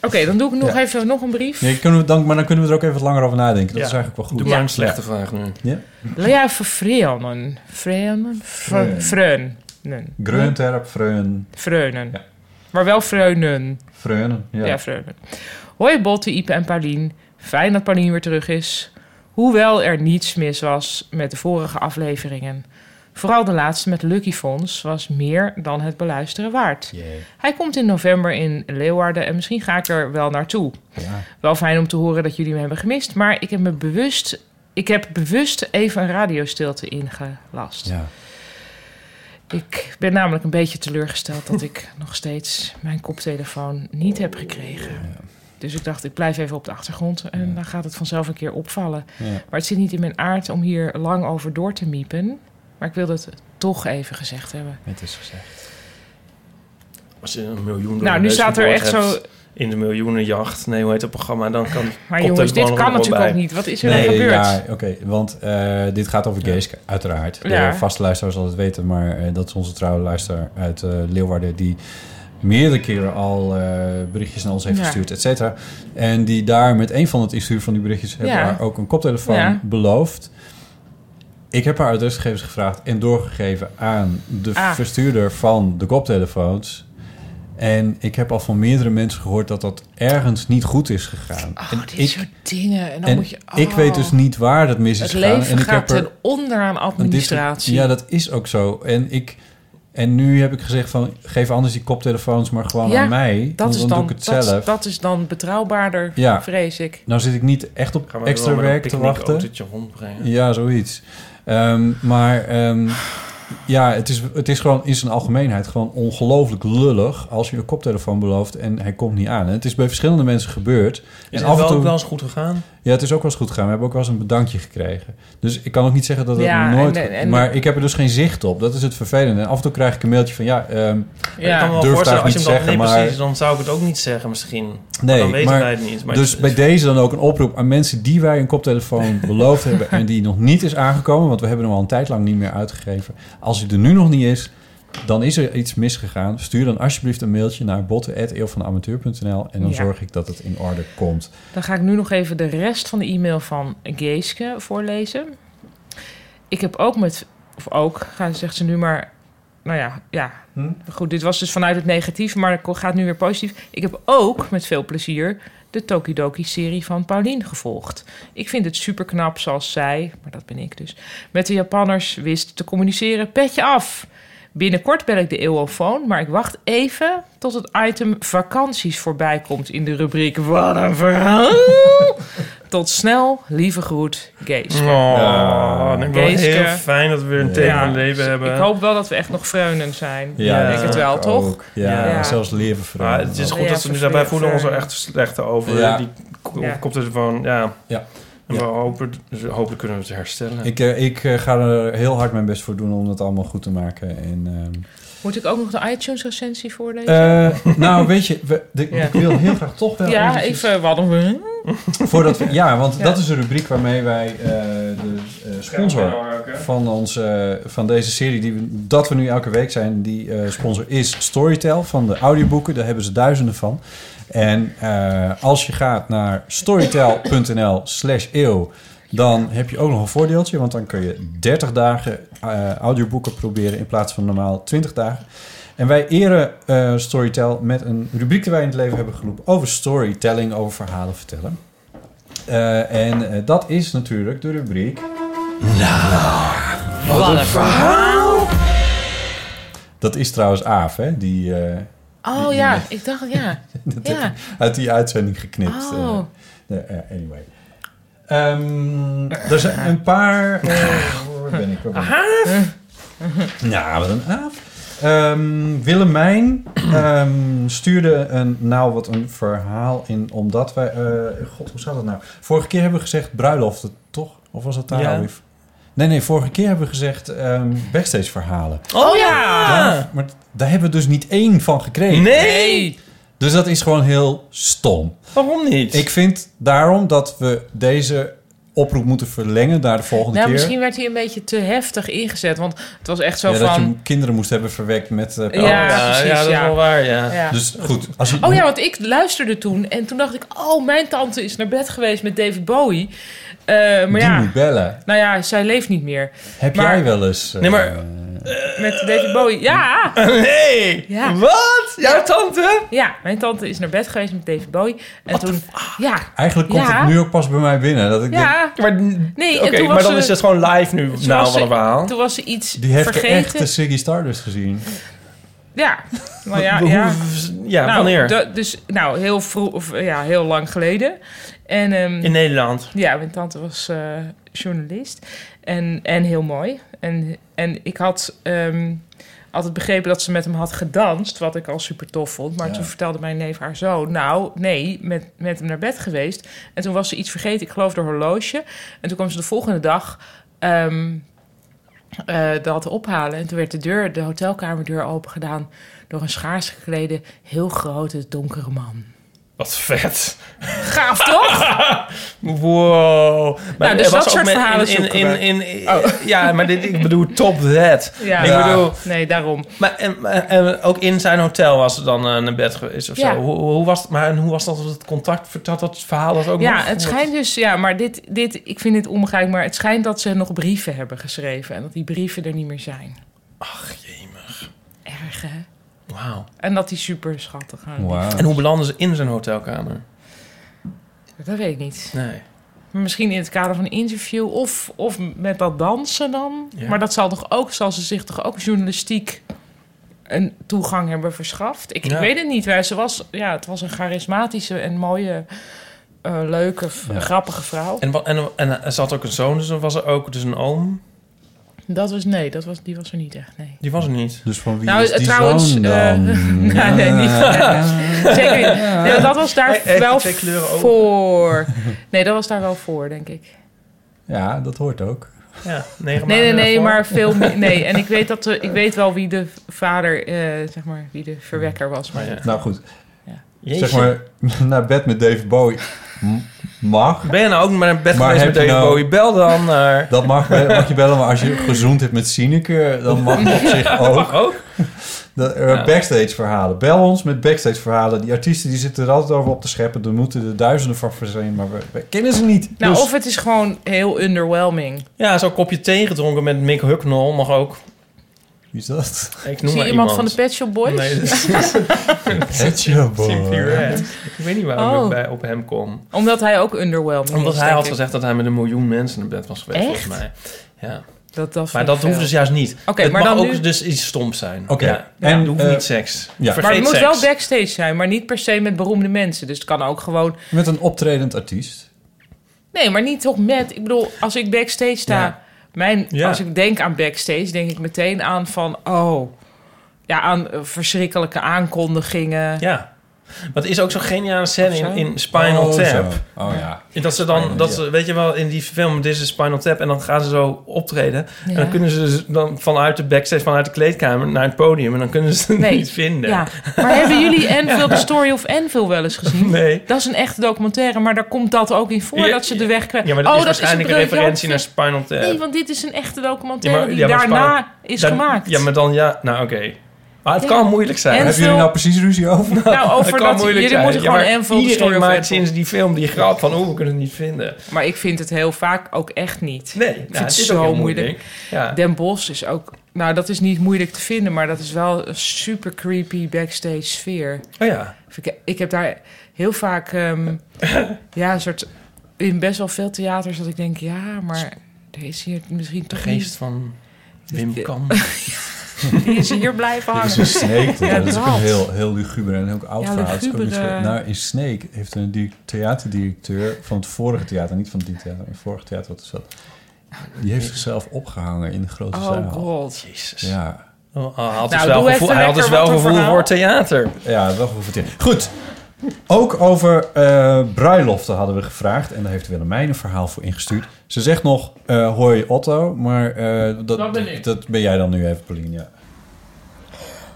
Speaker 3: Oké, dan doe ik nog
Speaker 2: Ja.
Speaker 3: even nog een brief.
Speaker 2: Nee, kunnen we dan, maar dan kunnen we er ook even wat langer over nadenken. Dat
Speaker 1: Ja.
Speaker 2: is eigenlijk wel goed.
Speaker 1: Doe maar een slechte vraag nu.
Speaker 2: Ja.
Speaker 3: Lea Vreunen. Vreunen? Vre-
Speaker 2: Vreun.
Speaker 1: Hm?
Speaker 3: Vreunen.
Speaker 2: Greunterp, Freun,
Speaker 3: Vreunen. Maar wel Vreunen.
Speaker 2: Freunen. Ja.
Speaker 3: Ja, Vreunen. Hoi Botte, Ipe en Paulien. Fijn dat Paulien weer terug is. Hoewel er niets mis was met de vorige afleveringen. Vooral de laatste met Lucky Fons was meer dan het beluisteren waard. Hij komt in november in Leeuwarden en misschien ga ik er wel naartoe. Wel fijn om te horen dat jullie me hebben gemist, maar ik heb me bewust, ik heb bewust even een radiostilte ingelast.
Speaker 2: Ja.
Speaker 3: Ik ben namelijk een beetje teleurgesteld dat ik nog steeds mijn koptelefoon niet heb gekregen. Dus ik dacht, ik blijf even op de achtergrond en dan gaat het vanzelf een keer opvallen.
Speaker 2: Ja.
Speaker 3: Maar het zit niet in mijn aard om hier lang over door te miepen. Maar ik wilde het toch even gezegd hebben.
Speaker 2: Het is gezegd.
Speaker 1: Als je een miljoen door
Speaker 3: Nou,
Speaker 1: de
Speaker 3: nu
Speaker 1: neus
Speaker 3: staat er
Speaker 1: geboord
Speaker 3: echt
Speaker 1: hebt
Speaker 3: zo-
Speaker 1: In de miljoenenjacht. Nee, hoe heet dat programma? Dan kan
Speaker 3: Maar
Speaker 1: komt
Speaker 3: jongens,
Speaker 1: er gewoon
Speaker 3: dit kan
Speaker 1: nog
Speaker 3: natuurlijk
Speaker 1: bij.
Speaker 3: ook niet. Wat is er
Speaker 2: Nee,
Speaker 3: dan gebeurd?
Speaker 2: Ja, oké, want eh, dit gaat over Geesk, uiteraard. De
Speaker 3: Ja.
Speaker 2: vaste luisteraar zal het weten, maar eh, dat is onze trouwe luisteraar uit eh, Leeuwarden... die meerdere keren al eh, berichtjes naar ons heeft
Speaker 3: Ja.
Speaker 2: gestuurd, et cetera. En die daar met een van het insturen van die berichtjes... hebben
Speaker 3: Ja.
Speaker 2: haar ook een koptelefoon
Speaker 3: Ja.
Speaker 2: beloofd. Ik heb haar adresgegevens gevraagd en doorgegeven aan de
Speaker 3: Ah.
Speaker 2: verstuurder van de koptelefoons... En ik heb al van meerdere mensen gehoord dat dat ergens niet goed is gegaan. en
Speaker 3: Oh, dit soort dingen. En dan moet je...
Speaker 2: ik
Speaker 3: oh.
Speaker 2: weet dus niet waar dat mis is
Speaker 3: Het
Speaker 2: gegaan.
Speaker 3: leven
Speaker 2: en ik
Speaker 3: gaat
Speaker 2: heb er-
Speaker 3: ten onder aan
Speaker 2: en dit-
Speaker 3: administratie.
Speaker 2: ja, dat is ook zo. En ik En nu heb ik gezegd van, geef anders die koptelefoons maar gewoon aan mij.
Speaker 3: dat
Speaker 2: want
Speaker 3: is
Speaker 2: dan,
Speaker 3: dan,
Speaker 2: doe ik het zelf.
Speaker 3: Dat, dat is dan betrouwbaarder,
Speaker 2: Ja.
Speaker 3: vrees ik.
Speaker 2: Nou zit ik niet echt op
Speaker 3: Gaan we
Speaker 2: extra
Speaker 3: wel met een
Speaker 2: werk te wachten.
Speaker 1: picknickautootje rondbrengen.
Speaker 2: Ja, zoiets. Ehm, maar ehm, ja, het is, het is gewoon in zijn algemeenheid gewoon ongelooflijk lullig als je een koptelefoon belooft en hij komt niet aan. En het is bij verschillende mensen gebeurd.
Speaker 1: Is
Speaker 2: en
Speaker 1: het wel ook wel eens goed gegaan?
Speaker 2: Ja, het is ook wel eens goed gegaan. We hebben ook wel eens een bedankje gekregen. Dus ik kan ook niet zeggen dat het
Speaker 1: Ja,
Speaker 2: nooit...
Speaker 1: en- en-
Speaker 2: maar ik heb er dus geen zicht op. Dat is het vervelende. En af en toe krijg ik een mailtje van... Ja, ehm
Speaker 1: Ik kan me wel
Speaker 2: durf
Speaker 1: voorstellen,
Speaker 2: daar
Speaker 1: als
Speaker 2: niet
Speaker 1: je hem dan,
Speaker 2: te zeggen,
Speaker 1: nee,
Speaker 2: maar...
Speaker 1: precies, dan zou ik het ook niet zeggen misschien. Maar
Speaker 2: Nee,
Speaker 1: dan weten
Speaker 2: maar,
Speaker 1: wij het niet. Maar
Speaker 2: dus bij deze dan ook een oproep aan mensen die wij een koptelefoon beloofd hebben en die nog niet is aangekomen, want we hebben hem al een tijd lang niet meer uitgegeven. Als hij er nu nog niet is, dan is er iets misgegaan. Stuur dan alsjeblieft een mailtje naar botten@eeuwvanamateur.nl en dan
Speaker 3: Ja.
Speaker 2: zorg ik dat het in orde komt.
Speaker 3: Dan ga ik nu nog even de rest van de e-mail van Geeske voorlezen. Ik heb ook met, of ook, ga- zegt ze nu maar, nou ja, ja.
Speaker 1: Hm?
Speaker 3: Goed, dit was dus vanuit het negatief, maar het gaat nu weer positief. Ik heb ook met veel plezier de Tokidoki-serie van Paulien gevolgd. Ik vind het super knap zoals zij, maar dat ben ik dus, met de Japanners wist te communiceren. Petje af! Binnenkort bel ik de eeuwofoon, maar ik wacht even tot het item vakanties voorbij komt in de rubriek Wat een verhaal! tot snel, lieve groet, Geeske. Nou,
Speaker 1: Oh, ik wel
Speaker 3: Geeske.
Speaker 1: heel fijn dat we weer een thema
Speaker 3: Ja,
Speaker 1: leven
Speaker 3: dus
Speaker 1: hebben.
Speaker 3: Ik hoop wel dat we echt nog vreunen zijn.
Speaker 1: Ja,
Speaker 3: ik denk
Speaker 1: dat
Speaker 3: het wel,
Speaker 1: ook.
Speaker 3: toch?
Speaker 2: Ja, zelfs levervreugde.
Speaker 1: Maar het is goed
Speaker 3: Ja, eh.
Speaker 1: dat we nu
Speaker 3: vervreugde.
Speaker 1: daarbij voelen ons er echt slecht over.
Speaker 2: Ja.
Speaker 1: Die ko-
Speaker 2: Ja.
Speaker 1: koptelefoon, ja.
Speaker 2: ja.
Speaker 1: En we hopen, dus hopelijk kunnen we het herstellen.
Speaker 2: Ik, eh, ik eh, ga er heel hard mijn best voor doen om dat allemaal goed te maken. En, ehm,
Speaker 3: Moet ik ook nog de iTunes-recensie voorlezen?
Speaker 2: Eh, nou, weet je, we- de-
Speaker 3: Ja.
Speaker 2: ik wil heel graag toch wel
Speaker 3: Ja,
Speaker 2: eventjes-
Speaker 3: even wat een verhaal.
Speaker 2: Voordat we, ja, want
Speaker 3: Ja.
Speaker 2: dat is de rubriek waarmee wij eh, de eh, sponsor van, ons, eh, van deze serie, die we, dat we nu elke week zijn, die eh, sponsor is Storytel van de audioboeken. Daar hebben ze duizenden van. En eh, als je gaat naar storytel.nl slash eeuw, dan heb je ook nog een voordeeltje, want dan kun je 30 dagen eh, audioboeken proberen in plaats van normaal 20 dagen. En wij eren eh, Storytel met een rubriek die wij in het leven hebben geroepen over storytelling, over verhalen vertellen. Eh, en eh, dat is natuurlijk de rubriek. Nou,
Speaker 7: wat een verhaal.
Speaker 2: Dat is trouwens Aaf, hè? Die eh,
Speaker 3: Oh ja, ik dacht, ja. ja.
Speaker 2: uit die uitzending geknipt.
Speaker 3: Oh.
Speaker 2: eh. Nee, eh, anyway. Ehm, er zijn een paar. eh, waar ben ik? Waar ben ik? Ja, wat een aaf. Ehm, Willemijn ehm, stuurde een, nou wat een verhaal in, omdat wij, eh, god hoe zat dat nou? Vorige keer hebben we gezegd bruiloften, toch? Of was dat daar
Speaker 1: Ja.
Speaker 2: alweer? Nee, nee, vorige keer hebben we gezegd ehm backstage verhalen.
Speaker 1: Oh ja!
Speaker 2: Daar- maar daar hebben we dus niet één van gekregen.
Speaker 1: Nee!
Speaker 2: Dus dat is gewoon heel stom.
Speaker 1: Waarom niet?
Speaker 2: Ik vind daarom dat we deze oproep moeten verlengen naar de volgende
Speaker 3: Nou,
Speaker 2: keer.
Speaker 3: misschien werd hij een beetje te heftig ingezet, want het was echt zo
Speaker 2: ja, dat
Speaker 3: van...
Speaker 2: je kinderen moest hebben verwekt met... eh,
Speaker 3: Ja,
Speaker 2: pijltjes.
Speaker 3: precies, Ja, dat is ja. wel waar, ja. Ja.
Speaker 2: Dus goed, als je...
Speaker 3: Oh ja, want ik luisterde toen en toen dacht ik... oh, mijn tante is naar bed geweest met David Bowie. Eh, maar
Speaker 2: die
Speaker 3: ja,
Speaker 2: moet bellen.
Speaker 3: nou ja, zij leeft niet meer.
Speaker 2: Heb
Speaker 3: Maar-
Speaker 2: jij wel eens... eh,
Speaker 1: Nee, maar...
Speaker 3: Met David Bowie, ja!
Speaker 1: Nee!
Speaker 3: Ja.
Speaker 1: Wat? Jouw tante?
Speaker 3: Ja, mijn tante is naar bed geweest met David Bowie. En toen... Ja.
Speaker 2: Eigenlijk komt
Speaker 3: Ja.
Speaker 2: het nu ook pas bij mij binnen. Dat ik denk,
Speaker 3: Ja.
Speaker 1: Maar,
Speaker 3: nee,
Speaker 1: Oké,
Speaker 3: en toen was
Speaker 1: maar dan
Speaker 3: ze-
Speaker 1: is het gewoon live nu,
Speaker 3: toen
Speaker 1: nou,
Speaker 3: was
Speaker 1: van een
Speaker 3: ze-
Speaker 1: verhaal.
Speaker 3: Toen was ze iets
Speaker 2: die heeft
Speaker 3: vergeten.
Speaker 2: echt de Ziggy Stardust gezien.
Speaker 3: Ja, nou ja,
Speaker 2: Hoe-
Speaker 3: ja.
Speaker 1: ja,
Speaker 3: nou,
Speaker 1: wanneer?
Speaker 3: da- dus, nou, heel vroeg, of, eh, ja, heel lang geleden. En, ehm,
Speaker 1: In Nederland.
Speaker 3: Ja, mijn tante was eh, journalist en, en heel mooi. En, en ik had ehm, altijd begrepen dat ze met hem had gedanst, wat ik al super tof vond. Maar
Speaker 9: Ja.
Speaker 3: toen vertelde mijn neef haar zo, nou nee, met, met hem naar bed geweest. En toen was ze iets vergeten, ik geloof de horloge. En toen kwam ze de volgende dag ehm, eh, dat ophalen. En toen werd de deur, de hotelkamerdeur open gedaan door een schaars geklede, heel grote, donkere man.
Speaker 1: Wat vet.
Speaker 3: Gaaf toch?
Speaker 1: Wow.
Speaker 3: Nou, dus
Speaker 1: er was
Speaker 3: dat
Speaker 1: ook
Speaker 3: soort
Speaker 1: met-
Speaker 3: verhalen
Speaker 1: in,
Speaker 3: zoeken
Speaker 1: in,
Speaker 3: we.
Speaker 1: in, in- Eh, Ja, maar dit, ik bedoel top that.
Speaker 3: Oh. Ja.
Speaker 1: Ik
Speaker 3: Ja.
Speaker 1: bedoel...
Speaker 3: Nee, daarom.
Speaker 1: Maar en, en ook in zijn hotel was ze dan eh, naar bed geweest of
Speaker 3: Ja.
Speaker 1: zo. Hoe, hoe was, het- maar en hoe was dat het contact? Vertelt dat verhaal dat ook nog?
Speaker 3: Ja, het schijnt dus, ja, maar dit, dit, ik vind dit onbegrijpelijk, maar het schijnt dat ze nog brieven hebben geschreven en dat die brieven er niet meer zijn. Ach, jemig. Erg, hè?
Speaker 1: Wauw.
Speaker 3: En dat die super schattig aan.
Speaker 1: Nou. En hoe belanden ze in zijn hotelkamer?
Speaker 3: Dat weet ik niet.
Speaker 1: Nee.
Speaker 3: Maar Misschien in het kader van een interview of, of met dat dansen dan.
Speaker 1: Ja.
Speaker 3: Maar dat zal toch ook, zal ze zich toch ook journalistiek een toegang hebben verschaft. Ik, ik
Speaker 1: Ja.
Speaker 3: weet het niet. Wij- Ze was, ja, het was een charismatische en mooie, eh, leuke, v-
Speaker 1: Ja.
Speaker 3: grappige vrouw.
Speaker 1: En, wa- en, en, en ze had ook een zoon, dus dan was er ook dus een oom.
Speaker 3: Dat was, nee, dat was, die was er niet echt, nee.
Speaker 1: Die was er niet.
Speaker 2: Dus van
Speaker 3: nou, eh, trouwens, eh, nou, nee, niet, zeker niet. Nee, want dat was daar
Speaker 1: Hey, hey,
Speaker 3: wel
Speaker 1: twee kleuren ogen.
Speaker 3: voor. Nee, dat was daar wel voor, denk ik.
Speaker 2: Ja, dat hoort ook.
Speaker 1: Ja, negen
Speaker 3: Nee, nee,
Speaker 1: maanden
Speaker 3: nee,
Speaker 1: daarvoor.
Speaker 3: maar veel meer. Nee, en ik weet, dat de, ik weet wel wie de vader, eh, zeg maar, wie de verwekker was. Maar
Speaker 2: Nou goed.
Speaker 3: Jeetje.
Speaker 2: Zeg maar, naar bed met Dave Bowie m- mag.
Speaker 1: Ben je nou ook naar bed geweest
Speaker 2: heb
Speaker 1: met
Speaker 2: je nou
Speaker 1: David Bowie? Bel dan naar...
Speaker 2: Dat mag, wel- mag je bellen, maar als je gezoend hebt met Sineke, dan mag het op zich ook. Dat, er
Speaker 1: Ja.
Speaker 2: Backstage verhalen. Bel ons met backstage verhalen. Die artiesten die zitten er altijd over op te scheppen. Er moeten er duizenden van verzinnen, maar we, we kennen ze niet.
Speaker 3: Nou,
Speaker 2: Dus-
Speaker 3: of het is gewoon heel underwhelming.
Speaker 1: Ja, zo'n kopje thee gedronken met Mick Hucknall mag ook.
Speaker 2: Wie is dat?
Speaker 1: Ik
Speaker 3: Zie
Speaker 1: noem
Speaker 3: je
Speaker 1: maar
Speaker 3: iemand, van de Pet Shop Boys?
Speaker 1: Nee, dat is-
Speaker 2: Pet Shop Boys.
Speaker 1: Simply Red. Ik weet niet waarom
Speaker 3: Oh.
Speaker 1: ik bij op hem kom.
Speaker 3: Omdat hij ook underwhelming
Speaker 1: Omdat
Speaker 3: is,
Speaker 1: hij
Speaker 3: denk
Speaker 1: had
Speaker 3: ik.
Speaker 1: gezegd dat hij met een miljoen mensen naar bed was geweest,
Speaker 3: Echt?
Speaker 1: volgens mij. Ja.
Speaker 3: Dat, dat
Speaker 1: maar
Speaker 3: vind
Speaker 1: dat
Speaker 3: ik veel.
Speaker 1: hoeft dus juist niet.
Speaker 3: Oké,
Speaker 1: het
Speaker 3: maar
Speaker 1: mag
Speaker 3: dan
Speaker 1: ook
Speaker 3: nu-
Speaker 1: dus iets stoms zijn. Oké.
Speaker 2: Oké.
Speaker 1: Ja.
Speaker 2: En,
Speaker 1: het hoeft
Speaker 2: eh,
Speaker 1: niet seks.
Speaker 2: ja.
Speaker 1: Vergeet
Speaker 3: maar het moet
Speaker 1: seks.
Speaker 3: wel backstage zijn, maar niet per se met beroemde mensen. Dus het kan ook gewoon...
Speaker 2: Met een optredend artiest.
Speaker 3: Nee, maar niet toch met... Ik bedoel, als ik backstage sta...
Speaker 2: Ja.
Speaker 3: Mijn,
Speaker 2: Ja.
Speaker 3: Als ik denk aan backstage, denk ik meteen aan van... Oh, ja, aan eh, verschrikkelijke aankondigingen.
Speaker 1: Ja. Maar het is ook zo'n geniale scène
Speaker 3: Of
Speaker 1: in,
Speaker 3: zo?
Speaker 1: in Spinal
Speaker 2: Oh, zo.
Speaker 1: Tap.
Speaker 2: Oh, ja.
Speaker 1: Dat ze dan,
Speaker 2: Spinal,
Speaker 1: dat
Speaker 2: ja.
Speaker 1: ze, weet je wel, in die film, dit is Spinal Tap. En dan gaan ze zo optreden. En
Speaker 3: Ja.
Speaker 1: dan kunnen ze dus dan vanuit de backstage, vanuit de kleedkamer naar het podium. En dan kunnen ze het
Speaker 3: Nee.
Speaker 1: niet vinden.
Speaker 3: Ja. Maar hebben jullie Enfield, The
Speaker 1: Ja.
Speaker 3: Story of Enfield wel eens gezien?
Speaker 1: Nee.
Speaker 3: Dat is een echte documentaire, maar daar komt dat ook in voor,
Speaker 1: Ja,
Speaker 3: dat ze de weg kwijt.
Speaker 1: Ja, maar dat
Speaker 3: oh,
Speaker 1: is waarschijnlijk een
Speaker 3: briljant
Speaker 1: referentie naar
Speaker 3: film.
Speaker 1: Spinal Tap.
Speaker 3: Nee, want dit is een echte
Speaker 1: Ja,
Speaker 3: documentaire
Speaker 1: maar-
Speaker 3: die
Speaker 1: ja, maar
Speaker 3: daarna
Speaker 1: Spinal-
Speaker 3: is
Speaker 1: dan-
Speaker 3: gemaakt.
Speaker 1: Ja, maar dan ja. Nou, oké. Maar het
Speaker 3: Ja.
Speaker 1: kan moeilijk zijn.
Speaker 3: Enfield- Hebben jullie nou
Speaker 2: precies ruzie over?
Speaker 3: Nou, over
Speaker 1: Het kan
Speaker 3: dat-
Speaker 1: moeilijk
Speaker 3: jullie
Speaker 1: zijn.
Speaker 3: moeten
Speaker 1: Ja,
Speaker 3: gewoon
Speaker 1: maar
Speaker 3: Enfield,
Speaker 1: iedereen
Speaker 3: Story of
Speaker 1: maakt
Speaker 3: Enfield.
Speaker 1: sinds die film die grap van... Oh, we kunnen het niet vinden.
Speaker 3: Maar ik vind het heel vaak ook echt niet.
Speaker 1: Nee,
Speaker 3: ik vind
Speaker 1: nou,
Speaker 3: het
Speaker 1: het is
Speaker 3: zo
Speaker 1: ook heel
Speaker 3: moeilijk.
Speaker 1: moeilijk. Ja.
Speaker 3: Den Bosch is ook... Nou, dat is niet moeilijk te vinden, maar dat is wel een super creepy backstage sfeer.
Speaker 1: Oh ja.
Speaker 3: Ik, ik heb daar heel vaak... ehm, ja, een soort... In best wel veel theaters dat ik denk... Ja, maar er is hier misschien
Speaker 1: De
Speaker 3: toch niet-
Speaker 1: geest van Wim Kam.
Speaker 3: Die is hier blijven
Speaker 2: Dit
Speaker 3: hangen.
Speaker 2: is een Snake.
Speaker 3: Ja,
Speaker 2: dat is ook
Speaker 3: dat.
Speaker 2: een heel, heel luguber en heel oud
Speaker 3: Ja,
Speaker 2: verhaal. Het is ook
Speaker 3: luguber,
Speaker 2: niet zo-
Speaker 3: eh.
Speaker 2: nou, in Snake heeft een di- theaterdirecteur van het vorige theater, niet van dit theater, maar het vorige theater wat er zat, die heeft zichzelf opgehangen in de grote
Speaker 3: Oh,
Speaker 2: zaal.
Speaker 3: god.
Speaker 1: Jezus.
Speaker 2: Ja.
Speaker 1: Oh, Hij
Speaker 3: Nou,
Speaker 1: had dus wel
Speaker 3: doe
Speaker 1: gevoel,
Speaker 3: even
Speaker 1: hij had dus
Speaker 3: lekker
Speaker 1: wel
Speaker 3: wat een
Speaker 1: gevoel
Speaker 3: verhaal.
Speaker 1: voor theater.
Speaker 2: Ja, wel gehoeven het in. Goed. Ook over eh bruiloften hadden we gevraagd. En daar heeft Willemijn een verhaal voor ingestuurd. Ze zegt nog, eh hoi Otto. Maar eh, dat,
Speaker 9: Dat ben ik.
Speaker 2: dat ben jij dan nu even, Pauline. Ja.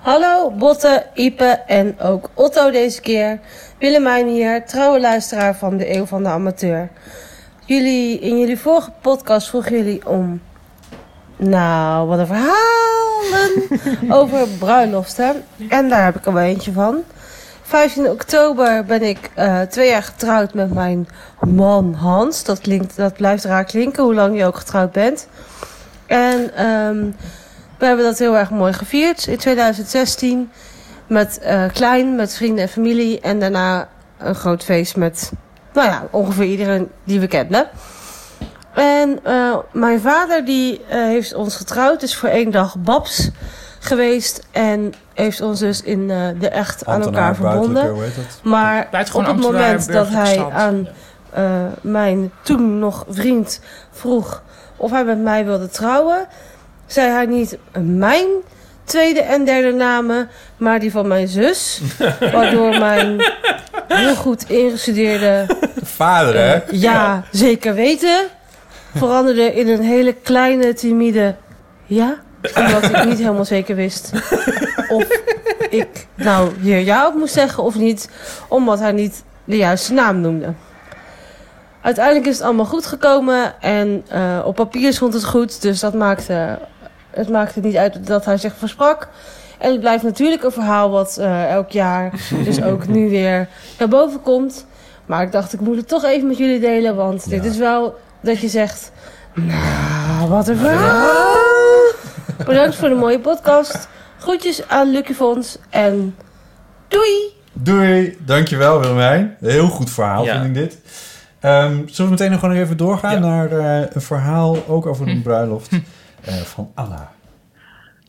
Speaker 9: Hallo Botte, Ipe en ook Otto deze keer. Willemijn hier, trouwe luisteraar van de Eeuw van de Amateur. Jullie, in jullie vorige podcast vroegen jullie om... Nou, wat een verhalen over bruiloften. En daar heb ik er wel eentje van. 15 oktober ben ik eh, twee jaar getrouwd met mijn man Hans. Dat, klinkt, dat blijft raar klinken, hoe lang je ook getrouwd bent. En ehm, we hebben dat heel erg mooi gevierd in 2016. Met eh, klein, met vrienden en familie. En daarna een groot feest met, nou ja, ongeveer iedereen die we kenden. En eh, mijn vader die eh, heeft ons getrouwd. Is voor één dag babs geweest. En heeft ons dus in eh, de echt aan elkaar
Speaker 2: Ambtenaar, buitenlijke,
Speaker 9: verbonden.
Speaker 2: hoe heet dat?
Speaker 9: Maar op
Speaker 3: Buitengewoon
Speaker 9: het
Speaker 3: ambtenaar,
Speaker 9: moment dat hij
Speaker 3: burgerlijke
Speaker 9: aan eh, mijn toen nog vriend vroeg of hij met mij wilde trouwen, zei hij niet "Eh, mijn tweede en derde namen, maar die van mijn zus. waardoor mijn heel goed ingestudeerde
Speaker 2: Vader, hè?
Speaker 9: ja, zeker weten. Veranderde in een hele kleine, timide ja. Omdat ik niet helemaal zeker wist of ik nou hier ja op moest zeggen of niet. Omdat hij niet de juiste naam noemde. Uiteindelijk is het allemaal goed gekomen. En eh, op papier stond het goed. Dus dat maakte, het maakte niet uit dat hij zich versprak. En het blijft natuurlijk een verhaal wat eh, elk jaar, dus ook nu weer, naar boven komt. Maar ik dacht, ik moet het toch even met jullie delen. Want dit is wel dat je zegt... Nou, wat een verhaal! Bedankt voor de mooie podcast. Groetjes aan Lucky Fons en doei!
Speaker 2: Doei. Dankjewel, Willemijn. Heel goed verhaal,
Speaker 1: Ja.
Speaker 2: vind ik dit. Ehm, zullen we meteen nog gewoon even doorgaan naar eh, een verhaal ook over een bruiloft eh, van Anna.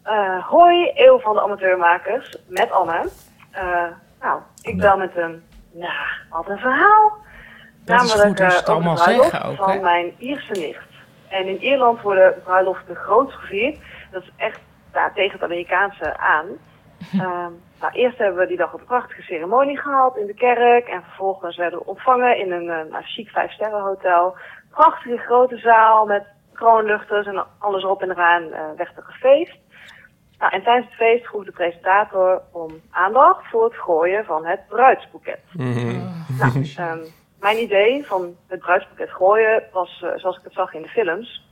Speaker 10: Eh, hoi, Eeuw van de Amateurmakers, met Anne. Eh, nou, ik bel met een, nou, wat een verhaal.
Speaker 3: Dat is goed als
Speaker 10: eh,
Speaker 3: ze het
Speaker 10: over
Speaker 3: allemaal
Speaker 10: de bruiloft
Speaker 3: zeggen ook,
Speaker 10: van
Speaker 3: hè?
Speaker 10: mijn Ierse nicht. En in Ierland worden bruiloften groots gevierd. Dat is echt nou, tegen het Amerikaanse aan. Ehm, nou, eerst hebben we die dag een prachtige ceremonie gehad in de kerk. En vervolgens werden we ontvangen in een eh, nou, chic vijfsterrenhotel. Prachtige grote zaal met kroonluchters en alles op en eraan eh, werd er gefeest. Nou, en tijdens het feest vroeg de presentator om aandacht voor het gooien van het bruidsboeket. Nou, ehm, mijn idee van het bruidsboeket gooien was eh, zoals ik het zag in de films.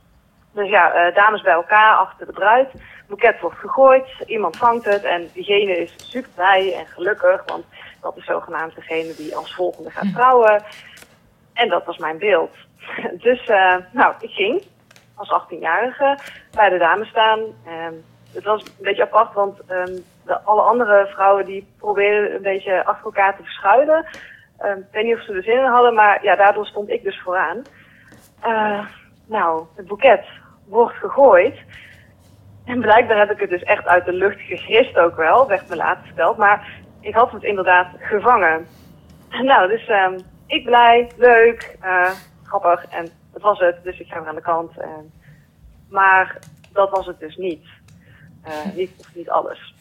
Speaker 10: Dus ja, eh, dames bij elkaar achter de bruid. Boeket wordt gegooid, iemand vangt het en diegene is super blij en gelukkig. Want dat is zogenaamd degene die als volgende gaat trouwen. En dat was mijn beeld. Dus eh, nou, ik ging als 18-jarige bij de dames staan. Ehm, het was een beetje apart, want ehm, de, alle andere vrouwen die probeerden een beetje achter elkaar te verschuilen. Ehm, ik weet niet of ze er zin in hadden, maar ja, daardoor stond ik dus vooraan. Eh, nou, het boeket wordt gegooid. En blijkbaar heb ik het dus echt uit de lucht gegrist ook wel, werd me later verteld. Maar ik had het inderdaad gevangen. Nou, dus ehm, ik blij, leuk, eh, grappig. En dat was het, dus ik ga weer aan de kant. En... Maar dat was het dus niet. Eh, niet of niet alles.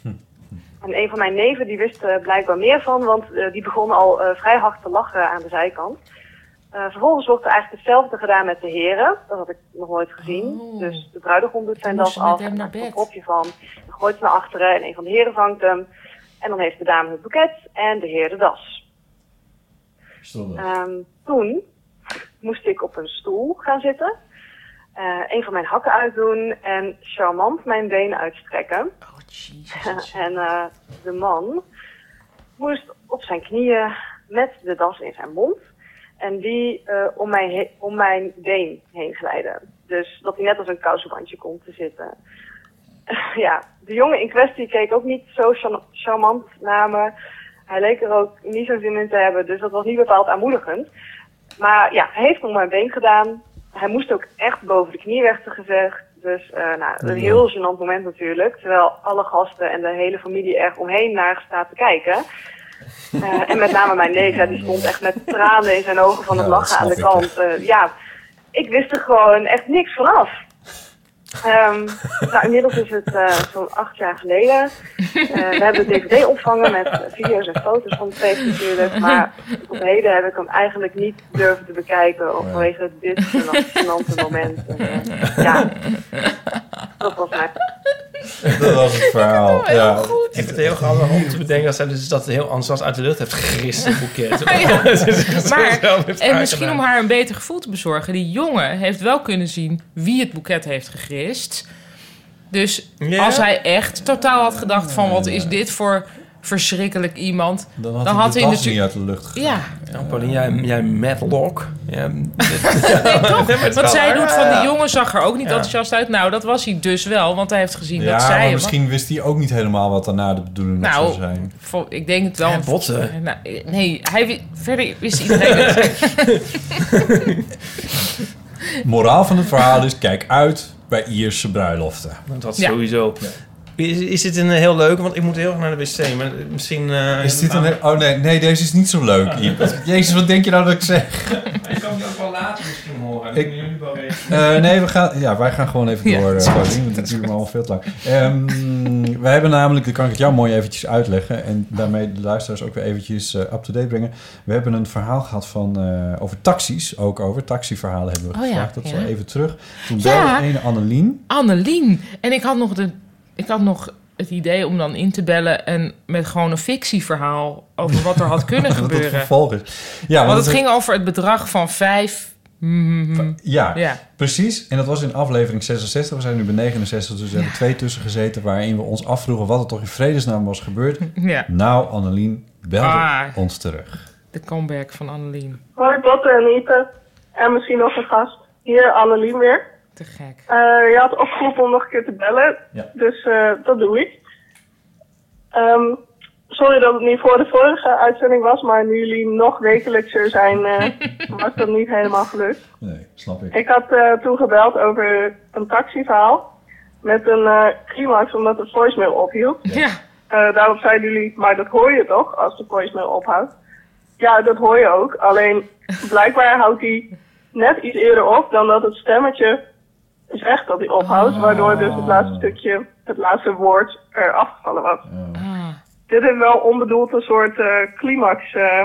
Speaker 10: En een van mijn neven die wist er blijkbaar meer van, want eh, die begon al eh, vrij hard te lachen aan de zijkant. Eh, vervolgens wordt er eigenlijk hetzelfde gedaan met de heren. Dat had ik nog nooit gezien.
Speaker 6: Oh.
Speaker 10: Dus de bruidegom doet zijn
Speaker 3: Toen
Speaker 10: das
Speaker 3: moest je met
Speaker 10: af,
Speaker 3: hem
Speaker 10: en
Speaker 3: naar
Speaker 10: maakt er een
Speaker 3: bed.
Speaker 10: kopje van, en gooit het naar achteren en een van de heren vangt hem. En dan heeft de dame het boeket en de heer de das. Ehm, toen moest ik op een stoel gaan zitten, eh, een van mijn hakken uitdoen en charmant mijn been uitstrekken. Oh, jezus. en eh, de man moest op zijn knieën met de das in zijn mond en die eh, om, mijn he- om mijn been heen glijden. Dus dat hij net als een kousenbandje komt te zitten. ja, de jongen in kwestie keek ook niet zo char- charmant naar me. Hij leek er ook niet zo zin in te hebben, dus dat was niet bepaald aanmoedigend. Maar ja, hij heeft nog mijn been gedaan. Hij moest ook echt boven de knie werd er gezegd. Dus eh, nou, een
Speaker 11: Ja.
Speaker 10: heel gênant moment natuurlijk. Terwijl alle gasten en de hele familie er omheen naar staat te kijken. Eh, en met name mijn neef, ja, die stond echt met tranen in zijn ogen van het
Speaker 11: Ja, dat
Speaker 10: lachen aan
Speaker 11: snap
Speaker 10: de
Speaker 11: ik.
Speaker 10: kant. Eh, ja, ik wist er gewoon echt niks vanaf. Ehm, nou, inmiddels is het eh, zo'n acht jaar geleden. Eh, we hebben de DVD opvangen met eh, video's en foto's van het feest natuurlijk. Maar tot heden heb ik hem eigenlijk niet durven te bekijken. Of vanwege dit genante moment. En, eh, ja, dat was mijn...
Speaker 2: Dat was het verhaal. ja.
Speaker 1: Ik vind het heel grappig om te bedenken dat zij dus dat heel enthousiast uit de lucht heeft gegist, een boeket.
Speaker 3: Ja.
Speaker 1: Ze zichzelf
Speaker 3: Maar,
Speaker 1: heeft
Speaker 3: en
Speaker 1: aangedaan.
Speaker 3: misschien om haar een beter gevoel te bezorgen. Die jongen heeft wel kunnen zien wie het boeket heeft gegrist. Dus
Speaker 1: Ja.
Speaker 3: als hij echt totaal had gedacht van... wat is dit voor verschrikkelijk iemand...
Speaker 2: Dan had hij de das niet uit de lucht
Speaker 3: Ja,
Speaker 1: Nou, Paulien, jij, jij madlock. Ja,
Speaker 3: nee,
Speaker 1: maar het
Speaker 3: toch? Wat
Speaker 1: kan.
Speaker 3: zij doet van
Speaker 1: Ja.
Speaker 3: die jongen zag er ook niet
Speaker 1: Ja.
Speaker 3: enthousiast uit. Nou, dat was hij dus wel, want hij heeft gezien
Speaker 2: Ja,
Speaker 3: dat zij...
Speaker 2: maar
Speaker 3: hem-
Speaker 2: misschien wist hij ook niet helemaal wat daarna de bedoeling nog
Speaker 3: Nou,
Speaker 2: zou zijn.
Speaker 3: vol- ik denk het wel.
Speaker 2: Ja, botten.
Speaker 3: Nou, nee, hij, wi- verder wist iedereen het.
Speaker 2: Moraal van het verhaal is, kijk uit bij Ierse bruiloften.
Speaker 1: Dat
Speaker 2: Ja.
Speaker 1: sowieso. Is, is dit een heel leuke? Want ik moet heel erg naar de wc. Maar misschien... eh,
Speaker 2: Is dit een... Oh nee, nee, deze is niet zo leuk, Iep. Jezus, wat denk je nou dat ik zeg?
Speaker 1: Ik kan het ook wel later misschien horen.
Speaker 2: Ik-
Speaker 1: Kunnen jullie wel weten?
Speaker 2: Eh, nee, we gaan, ja, wij gaan gewoon even
Speaker 1: Ja,
Speaker 2: door,
Speaker 1: dat is
Speaker 2: eh,
Speaker 1: goed.
Speaker 2: Paulien, want het duurt me al veel te lang. Eh, Ehm, wij hebben namelijk, dan kan ik het jou mooi eventjes uitleggen... en daarmee de luisteraars ook weer eventjes eh, up-to-date brengen. We hebben een verhaal gehad van, eh, over taxis, ook over taxiverhalen hebben we
Speaker 3: Oh ja,
Speaker 2: gevraagd. Dat is wel
Speaker 3: ja.
Speaker 2: even terug. Toen
Speaker 3: Ja.
Speaker 2: belde ene Annelien.
Speaker 3: Annelien. En ik had nog, de, ik had nog het idee om dan in te bellen... en met gewoon een fictieverhaal over wat er had kunnen
Speaker 2: Wat het
Speaker 3: gebeuren.
Speaker 2: vervolg is. Ja,
Speaker 3: want het ging over het bedrag van vijf... mhm.
Speaker 2: Ja,
Speaker 3: Ja.
Speaker 2: precies. En dat was in aflevering 66. We zijn nu bij 69, dus er hebben twee tussen gezeten... waarin we ons afvroegen wat er toch in vredesnaam was gebeurd.
Speaker 3: Ja.
Speaker 2: Nou, Annelien belde
Speaker 3: Ah.
Speaker 2: ons terug.
Speaker 3: De comeback van Annelien.
Speaker 12: Hoi Botte en Ipe. En misschien nog een gast. Hier, Annelien weer.
Speaker 3: Te gek.
Speaker 12: Eh, je had opgeroepen om nog een keer te bellen.
Speaker 2: Ja.
Speaker 12: Dus eh, dat doe ik. Ehm, sorry dat het niet voor de vorige uitzending was, maar nu jullie nog wekelijkser zijn, eh, was dat niet helemaal gelukt.
Speaker 2: Nee, snap
Speaker 12: Ik had eh, toen gebeld over een taxiverhaal. met een eh, climax omdat de voicemail ophield.
Speaker 3: Ja.
Speaker 12: Eh, daarop zeiden jullie, maar dat hoor je toch als de voicemail ophoudt? Ja, dat hoor je ook. Alleen blijkbaar houdt hij net iets eerder op dan dat het stemmetje zegt dat hij ophoudt. Waardoor dus het laatste stukje, het laatste woord er afgevallen was. Dit heeft wel onbedoeld een soort eh, climax eh,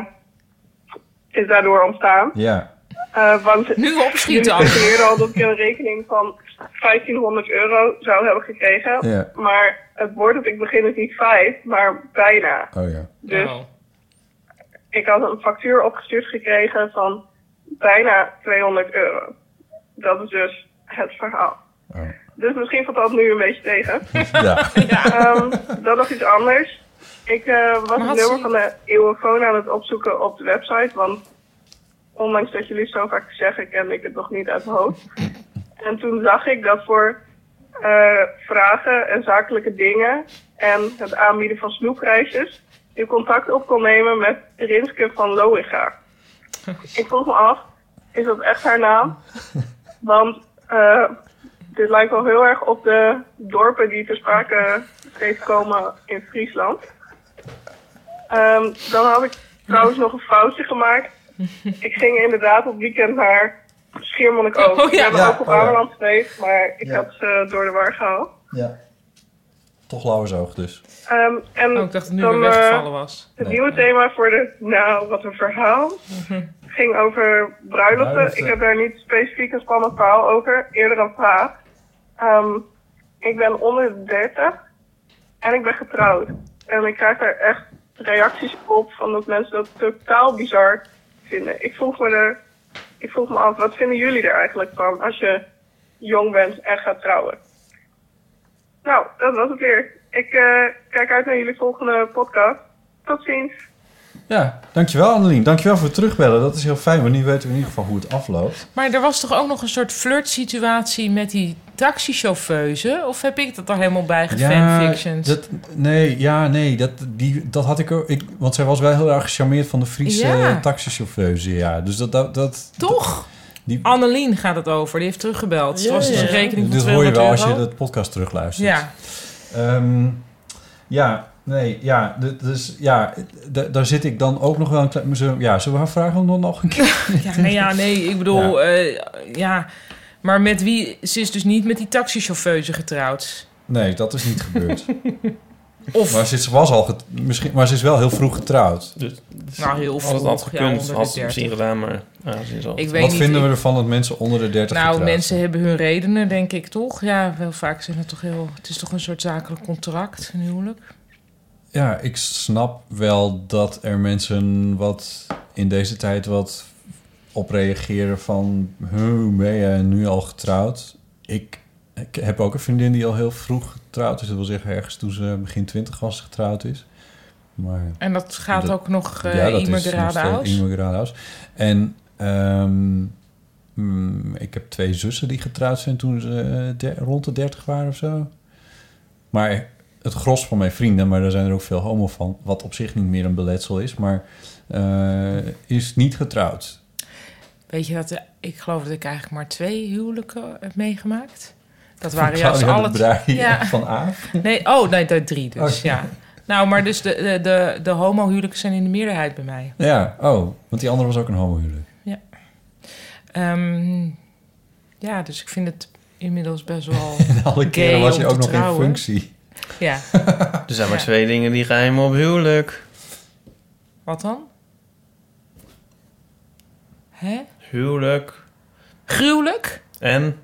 Speaker 12: is daardoor ontstaan.
Speaker 2: Ja.
Speaker 12: Eh, want
Speaker 3: Nu opschieten
Speaker 12: jullie
Speaker 3: al.
Speaker 12: zeiden eerder al dat ik een rekening van 1500 euro zou hebben gekregen.
Speaker 2: Ja.
Speaker 12: Maar het woord dat ik begin is niet 5, maar bijna.
Speaker 2: Oh ja.
Speaker 12: Dus ik had een factuur opgestuurd gekregen van bijna 200 euro. Dat is dus het verhaal. Dus misschien valt dat nu een beetje tegen.
Speaker 2: Oh. Ja.
Speaker 12: Ehm, dan nog iets anders. Ik eh, was
Speaker 3: had
Speaker 12: het nummer van de eeuwenfoon aan het opzoeken op de website, want ondanks dat jullie het zo vaak zeggen, ken ik het nog niet uit mijn hoofd. En toen zag ik dat voor eh, vragen en zakelijke dingen en het aanbieden van snoepreisjes je contact op kon nemen met Rinske van Loiga. Ik vroeg me af, is dat echt haar naam? Want eh, dit lijkt wel heel erg op de dorpen die ter sprake steeds komen in Friesland. Ehm, dan had ik trouwens nog een foutje gemaakt. Ik ging inderdaad op weekend naar Schiermonnikoog.
Speaker 3: Oh, ja.
Speaker 12: Ik ben
Speaker 2: Ja,
Speaker 12: ook op
Speaker 2: oh, ja.
Speaker 12: Ameland geweest, maar ik
Speaker 2: Ja.
Speaker 12: had ze door de war gehaald.
Speaker 2: Ja. Toch Lauwersoog dus.
Speaker 12: Ehm,
Speaker 3: Oh,
Speaker 12: en
Speaker 3: ik dacht dat het nu
Speaker 12: dan,
Speaker 3: weer weggevallen
Speaker 12: eh,
Speaker 3: was.
Speaker 12: Het
Speaker 2: Nee.
Speaker 12: nieuwe thema voor de, nou, wat een verhaal, ging over bruiloften.
Speaker 2: Bruiloften.
Speaker 12: Ik heb daar niet specifiek een spannend verhaal over, eerder een vraag. Ehm, ik ben onder de 30 en ik ben getrouwd. En ik krijg daar echt reacties op van dat mensen dat totaal bizar vinden. Ik vroeg me, er, ik vroeg me af, wat vinden jullie er eigenlijk van als je jong bent en gaat trouwen? Nou, dat was het weer. Ik eh, kijk uit naar jullie volgende podcast. Tot ziens.
Speaker 2: Ja, dankjewel Annelien. Dankjewel voor het terugbellen. Dat is heel fijn, want nu weten we in ieder geval hoe het afloopt.
Speaker 3: Maar er was toch ook nog een soort flirtsituatie met die taxichauffeuse? Of heb ik dat er helemaal bij gefanfictioned?
Speaker 2: dat, nee, ja, nee, dat, die, dat had ik ook. Ik, want zij was wel heel erg gecharmeerd van de Friese
Speaker 3: Ja.
Speaker 2: eh, taxichauffeuse, ja. Dus dat... dat, dat
Speaker 3: Toch?
Speaker 2: Die-
Speaker 3: Annelien gaat het over, die heeft teruggebeld. Het was dus een rekening van
Speaker 2: Dit hoor je
Speaker 3: 200
Speaker 2: wel als je
Speaker 3: euro.
Speaker 2: de podcast terugluistert.
Speaker 3: Ja.
Speaker 2: Ehm, ja, nee, ja. d- Dus ja, d- daar zit ik dan ook nog wel een klein... Zullen, ja, zullen we haar vragen om dan nog een keer...
Speaker 3: Ja, nee, ja, nee, ik bedoel, eh, ja. Maar met wie? Ze is dus niet met die taxichauffeuse getrouwd.
Speaker 2: Nee, dat is niet gebeurd.
Speaker 3: Of-
Speaker 2: Maar ze is- was al get- misschien, maar ze is wel heel vroeg getrouwd.
Speaker 1: Dus,
Speaker 3: Nou, heel
Speaker 1: Als het
Speaker 3: vroeg,
Speaker 1: had
Speaker 3: ja,
Speaker 1: gekund,
Speaker 3: onder de
Speaker 1: had ze het
Speaker 3: 30.
Speaker 1: misschien gedaan, maar aangezien ze al-
Speaker 3: Ik weet
Speaker 2: Wat
Speaker 3: niet,
Speaker 2: vinden we
Speaker 3: ik-
Speaker 2: ervan dat mensen onder de 30
Speaker 3: Nou,
Speaker 2: getrouwd
Speaker 3: mensen hebben hun redenen, denk ik toch? Ja, heel vaak zijn het toch heel. Het is toch een soort zakelijk contract, een huwelijk?
Speaker 2: Ja, ik snap wel dat er mensen wat in deze tijd wat op reageren van... Hoe ben je nu al getrouwd? Ik, ik heb ook een vriendin die al heel vroeg getrouwd is. Dat wil zeggen ergens toen ze begin 20 was getrouwd is. Maar,
Speaker 3: En dat gaat ook nog, eh, Imer
Speaker 2: dat is nog
Speaker 3: Gerade
Speaker 2: steeds
Speaker 3: House?
Speaker 2: Imer Gerade House. En ehm, mm, ik heb twee zussen die getrouwd zijn toen ze eh, der- rond de 30 waren of zo. Maar het gros van mijn vrienden, maar daar zijn er ook veel homo van, wat op zich niet meer een beletsel is, maar eh, is niet getrouwd.
Speaker 3: Weet je dat eh, ik geloof dat ik eigenlijk maar twee huwelijken heb meegemaakt? Dat waren
Speaker 2: Claudia
Speaker 3: juist
Speaker 2: de
Speaker 3: alle
Speaker 2: Braai van Aaf?
Speaker 3: Nee, oh nee, dat drie dus.
Speaker 2: Oh.
Speaker 3: Ja. Nou, maar dus de, de, de, de homohuwelijken zijn in de meerderheid bij mij.
Speaker 2: Ja, oh, want die andere was ook een homohuwelijk.
Speaker 3: Ja. Ehm, ja, dus ik vind het inmiddels best wel.
Speaker 2: En alle keren
Speaker 3: gay
Speaker 2: was
Speaker 3: om
Speaker 2: je
Speaker 3: te
Speaker 2: ook nog in
Speaker 3: trouwen.
Speaker 2: functie.
Speaker 3: Ja.
Speaker 1: Er zijn maar twee dingen die geheim op huwelijk.
Speaker 3: Wat dan? Hè?
Speaker 1: Huwelijk
Speaker 3: Gruwelijk?
Speaker 1: en...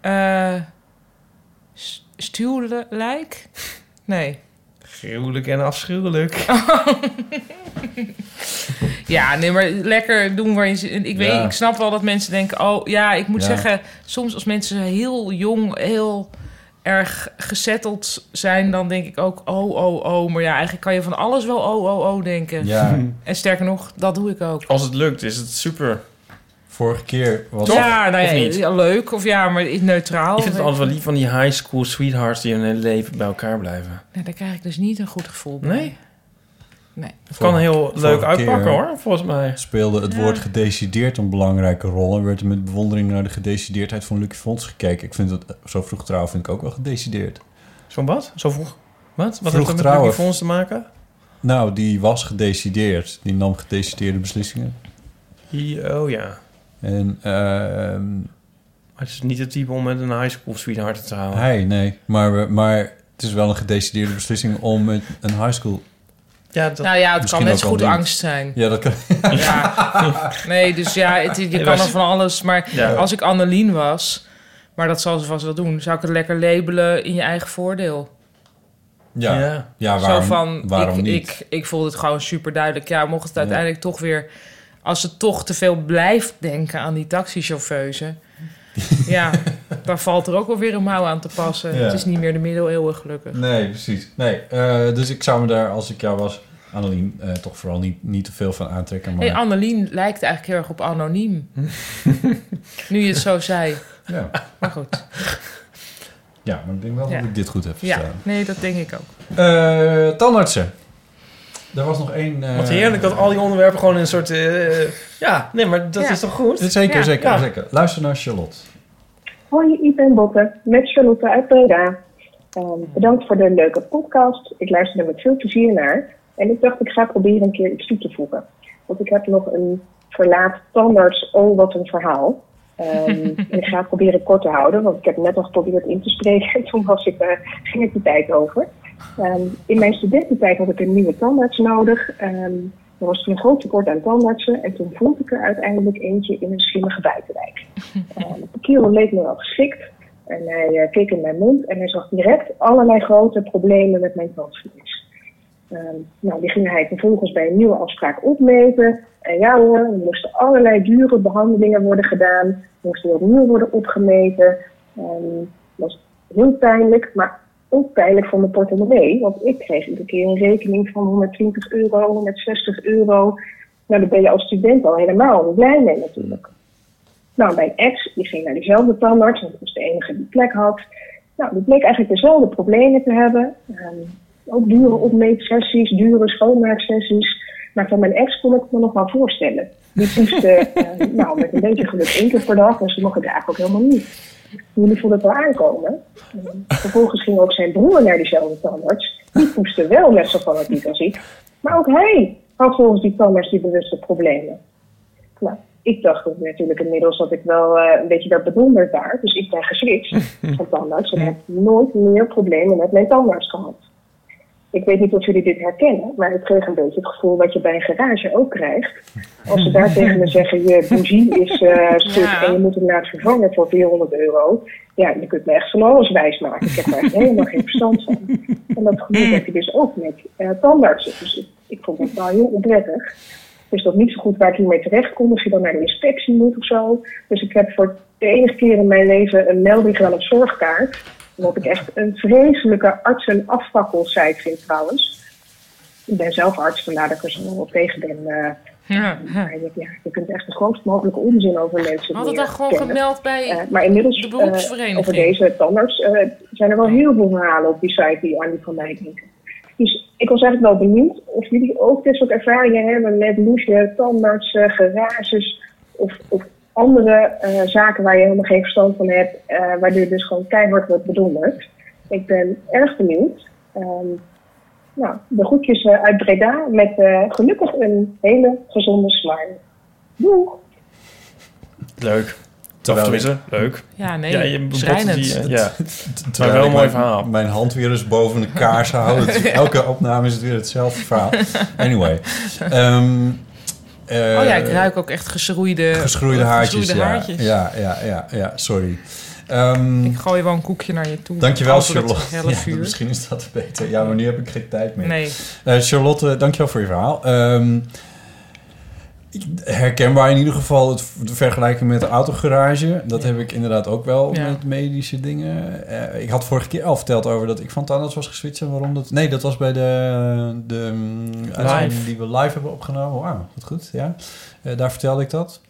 Speaker 3: Eh s- stuwlijk? Nee.
Speaker 1: Gruwelijk en afschuwelijk.
Speaker 3: Ja, nee, maar lekker doen waar je zin- Ik, weet,
Speaker 1: Ja.
Speaker 3: ik snap wel dat mensen denken... Oh, ja, ik moet
Speaker 1: Ja.
Speaker 3: zeggen... Soms als mensen heel jong, heel erg gezetteld zijn... dan denk ik ook, oh, oh, oh. Maar ja, eigenlijk kan je van alles wel oh, oh, oh denken.
Speaker 2: Ja.
Speaker 3: En sterker nog, dat doe ik ook.
Speaker 1: Als het lukt, is het super.
Speaker 2: Vorige keer was
Speaker 3: ja, nou ja,
Speaker 1: of niet?
Speaker 3: ja, leuk. Of ja, maar neutraal.
Speaker 1: Ik vind het
Speaker 3: Weet
Speaker 1: altijd wel
Speaker 3: je.
Speaker 1: lief van die high school sweethearts die hun hele leven bij elkaar blijven.
Speaker 3: Nee, daar krijg ik dus niet een goed gevoel bij. Nee? nee.
Speaker 1: Het kan heel leuk uitpakken hoor, volgens mij.
Speaker 2: Speelde het
Speaker 1: Ja.
Speaker 2: woord gedecideerd een belangrijke rol en werd er met bewondering naar de gedecideerdheid van Lucky Fons gekeken. Ik vind dat eh, zo vroeg trouwen vind ik ook wel gedecideerd.
Speaker 1: Zo'n wat? Zo vroeg? Wat? Wat
Speaker 2: Vroeg
Speaker 1: heeft dat met
Speaker 2: trouwen.
Speaker 1: Lucky Fons te maken?
Speaker 2: Nou, die was gedecideerd. Die nam gedecideerde beslissingen.
Speaker 1: Hier- Oh ja.
Speaker 2: En ehm,
Speaker 1: Maar het is niet het type om met een high school sweetheart te trouwen.
Speaker 2: hij, nee. Maar, we- maar het is wel een gedecideerde beslissing om met een high school...
Speaker 1: Ja, dat...
Speaker 3: Nou ja, het
Speaker 2: Misschien
Speaker 3: kan net
Speaker 2: ook
Speaker 3: zo goed
Speaker 2: wel niet.
Speaker 3: angst zijn.
Speaker 2: Ja, dat kan...
Speaker 3: Ja. Nee, dus ja, het, je
Speaker 2: Ja,
Speaker 3: kan
Speaker 2: was-
Speaker 3: er van alles. Maar
Speaker 2: Ja.
Speaker 3: als ik Annelien was, maar dat zal ze vast wel doen, zou ik het lekker labelen in je eigen voordeel.
Speaker 2: Ja, ja. waarom,
Speaker 3: Zo van,
Speaker 2: waarom
Speaker 3: ik,
Speaker 2: niet?
Speaker 3: Ik, ik voelde het gewoon super duidelijk. Ja, mocht het uiteindelijk toch weer... Als ze toch te veel blijft denken aan die taxichauffeuse... ja, daar valt er ook wel weer een mouw aan te passen.
Speaker 2: Ja.
Speaker 3: Het is niet meer de middeleeuwen, gelukkig.
Speaker 2: Nee, precies. Nee, eh, dus ik zou me daar, als ik jou was, Annelien, eh, toch vooral niet, niet te veel van aantrekken. Maar
Speaker 3: Hey, Annelien lijkt eigenlijk heel erg op anoniem. nu je het zo zei.
Speaker 2: Ja.
Speaker 3: Maar goed.
Speaker 2: ja, maar ik denk wel
Speaker 3: Ja.
Speaker 2: dat ik dit goed heb
Speaker 3: Ja,
Speaker 2: verstaan.
Speaker 3: nee, dat denk ik ook.
Speaker 2: Eh, tandartsen. Er was nog één... eh,
Speaker 1: Wat heerlijk dat al die onderwerpen gewoon in een soort... eh, ja, nee, maar dat
Speaker 3: Ja.
Speaker 1: is toch goed?
Speaker 2: Zeker,
Speaker 1: Ja.
Speaker 2: zeker,
Speaker 1: Ja.
Speaker 2: zeker. Luister naar Charlotte.
Speaker 11: Hoi, ik ben Botte, met Charlotte uit Breda. Ehm, bedankt voor de leuke podcast. Ik luisterde met veel plezier naar. En ik dacht, ik ga proberen een keer iets toe te voegen. Want ik heb nog een verlaat tandarts, oh wat een verhaal. Ehm, en ik ga het proberen kort te houden, want ik heb net al geprobeerd in te spreken. En toen was ik, eh, ging het de tijd over. Ehm, in mijn studententijd had ik een nieuwe tandarts nodig. Ehm, er was toen een groot tekort aan tandartsen. En toen vond ik er uiteindelijk eentje in een slimmige buitenwijk. Ehm, de kerel leek me wel geschikt. En hij eh, keek in mijn mond en hij zag direct allerlei grote problemen met mijn tandvlees. Ehm, nou, die ging hij vervolgens bij een nieuwe afspraak opmeten. En ja hoor, er moesten allerlei dure behandelingen worden gedaan. Er moest weer opnieuw worden opgemeten. Ehm, dat was heel pijnlijk, maar ook pijnlijk voor mijn portemonnee. Want ik kreeg iedere keer een rekening van 120 euro, 160 euro. Nou, daar ben je als student al helemaal niet blij mee natuurlijk. Nou, mijn ex, die ging naar diezelfde tandarts, want dat was de enige die plek had. Nou, die bleek eigenlijk dezelfde problemen te hebben. Ehm, ook dure opmeetsessies, dure schoonmaaksessies. Maar van mijn ex kon ik me nog wel voorstellen. Die poeste, eh, nou, met een beetje geluk één keer per dag en sommige dagen ook helemaal niet. Jullie voelden het wel aankomen. Ehm,
Speaker 12: Mm-hmm.
Speaker 11: Vervolgens ging ook zijn broer naar diezelfde tandarts. Die poeste wel net zo fanatiek als ik. Maar ook hij had volgens die tandarts die bewuste problemen. Nou, ik dacht ook natuurlijk inmiddels dat ik wel eh, een beetje werd bedonderd daar. Dus ik ben geswitcht van tandarts en heb nooit meer problemen met mijn tandarts gehad. Ik weet niet of jullie dit herkennen, maar ik kreeg een beetje het gevoel wat je bij een garage ook krijgt. Als ze daar tegen me zeggen, je bougie is eh stuk en je moet hem laten vervangen voor 400 euro. Ja, je kunt me echt van alles wijs maken. Ik heb er echt helemaal geen verstand van. En dat gevoel heb je dus ook met eh, tandartsen. Dus ik, ik vond het wel heel onprettig. Dus dat niet zo goed waar ik hiermee terecht kon. Of je dan naar de inspectie moet of zo. Dus ik heb voor de enige keer in mijn leven een melding gedaan op zorgkaart. Wat ik echt een vreselijke artsenafvakkelzijd vind trouwens. Ik ben zelf arts, vandaar dat ik er zo op tegen ben. eh. Maar je, ja, je kunt echt de grootst mogelijke onzin over mensen
Speaker 3: Had het
Speaker 11: leren
Speaker 3: dan gewoon
Speaker 11: kennen.
Speaker 3: gemeld bij
Speaker 11: Eh, maar inmiddels,
Speaker 3: de
Speaker 11: eh,
Speaker 3: beroepsvereniging?
Speaker 11: over deze tandarts eh, zijn er wel heel veel verhalen op die site die aan die van mij denken. Dus ik was eigenlijk wel benieuwd of jullie ook dit soort ervaringen hebben met loesje, tandartsen, garages of, of andere eh, zaken waar je helemaal geen verstand van hebt, eh, waardoor je dus gewoon keihard wordt bedonderd. Ik ben erg benieuwd. Ehm, nou, de groetjes eh, uit Breda met eh, gelukkig een hele gezonde smile. Doeg!
Speaker 1: Leuk.
Speaker 2: Terwijl
Speaker 1: Of tenminste,
Speaker 2: ik-
Speaker 1: leuk.
Speaker 3: Ja, nee,
Speaker 1: je botte
Speaker 3: schrijnend.
Speaker 1: die, eh, ja. Maar
Speaker 2: Terwijl
Speaker 1: wel een
Speaker 2: ik
Speaker 1: mooi
Speaker 2: mijn-
Speaker 1: verhaal.
Speaker 2: Mijn hand weer eens boven de kaars houden.
Speaker 3: Ja.
Speaker 2: Elke opname is het weer hetzelfde verhaal. Anyway. ehm, eh,
Speaker 3: oh ja, ik ruik ook echt geschroeide,
Speaker 2: Geschroeide haartjes.
Speaker 3: geschroeide
Speaker 2: ja.
Speaker 3: haartjes.
Speaker 2: Ja, ja, ja, ja, sorry. Ehm,
Speaker 3: Ik gooi wel een koekje naar je toe.
Speaker 2: dankjewel,
Speaker 3: Over dat
Speaker 2: Charlotte.
Speaker 3: helle
Speaker 2: Ja,
Speaker 3: vuur.
Speaker 2: misschien is dat beter. Ja, maar nu heb ik geen tijd meer.
Speaker 3: Nee.
Speaker 2: Eh, Charlotte, dankjewel voor je verhaal. Ehm, ik- herkenbaar in ieder geval het v- de vergelijking met de autogarage. Dat heb ik inderdaad ook wel
Speaker 3: Ja.
Speaker 2: met medische dingen. Eh, ik had vorige keer al verteld over dat ik van tandarts was geswitcht en waarom dat... Nee, dat was bij de, de mm, uitzending
Speaker 1: Live.
Speaker 2: die we live hebben opgenomen. Wauw, wat goed, ja. Eh, daar vertelde ik dat.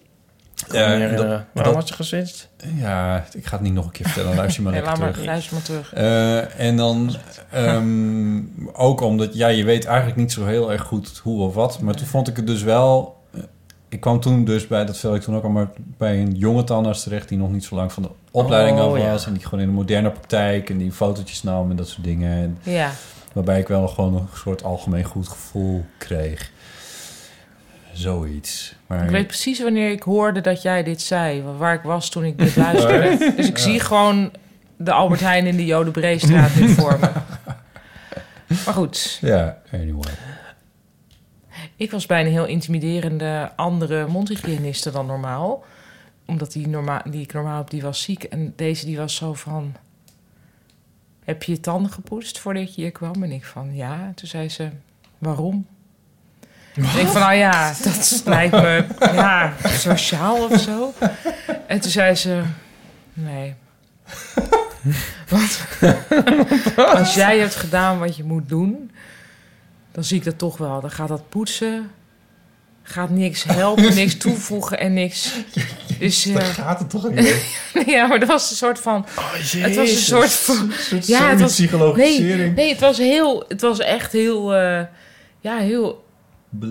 Speaker 1: me
Speaker 2: Eh,
Speaker 1: herinneren.
Speaker 2: dat-
Speaker 1: Waarom
Speaker 2: dat-
Speaker 1: had je gezwitst?
Speaker 2: Ja, ik ga het niet nog een keer vertellen. Luister maar
Speaker 3: Nee,
Speaker 2: lekker
Speaker 3: laat
Speaker 2: terug.
Speaker 3: maar- luister maar terug.
Speaker 2: Eh, en dan ehm, ook omdat, ja, je weet eigenlijk niet zo heel erg goed hoe of wat. Maar toen vond ik het dus wel... eh, Ik kwam toen dus bij, dat vertelde ik toen ook al, maar bij een jonge tandarts terecht... die nog niet zo lang van de opleiding
Speaker 3: Oh,
Speaker 2: af
Speaker 3: ja.
Speaker 2: was. En die gewoon in de moderne praktijk en die fotootjes nam en dat soort dingen. En
Speaker 3: Ja.
Speaker 2: Waarbij ik wel gewoon een soort algemeen goed gevoel kreeg. Zoiets. Maar,
Speaker 3: Ik weet precies wanneer ik hoorde dat jij dit zei. wa- Waar ik was toen ik dit luisterde. Dus ik
Speaker 2: Oh, Ja.
Speaker 3: zie gewoon de Albert Heijn in de Jodenbreestraat nu voor me. Maar goed.
Speaker 2: Ja, anyway.
Speaker 3: Ik was bij een heel intimiderende andere mondhygiëniste dan normaal. Omdat die, norma die ik normaal heb, die was ziek. En deze die was zo van... Heb je je tanden gepoetst voordat je hier kwam? En ik van, ja. Toen zei ze, waarom? En ik van, nou ja, dat lijkt me ja, sociaal of zo. En toen zei ze, nee. Want als jij hebt gedaan wat je moet doen, dan zie ik dat toch wel. Dan gaat dat poetsen, gaat niks helpen, niks toevoegen en niks. Dus,
Speaker 2: Dan
Speaker 3: eh,
Speaker 2: gaat het toch niet?
Speaker 3: ja, maar dat was een soort van. het was een
Speaker 2: jezus.
Speaker 3: soort van.
Speaker 2: Een soort semi-psychologisering.
Speaker 3: Nee, nee, het was heel. Het was echt heel. eh, ja, heel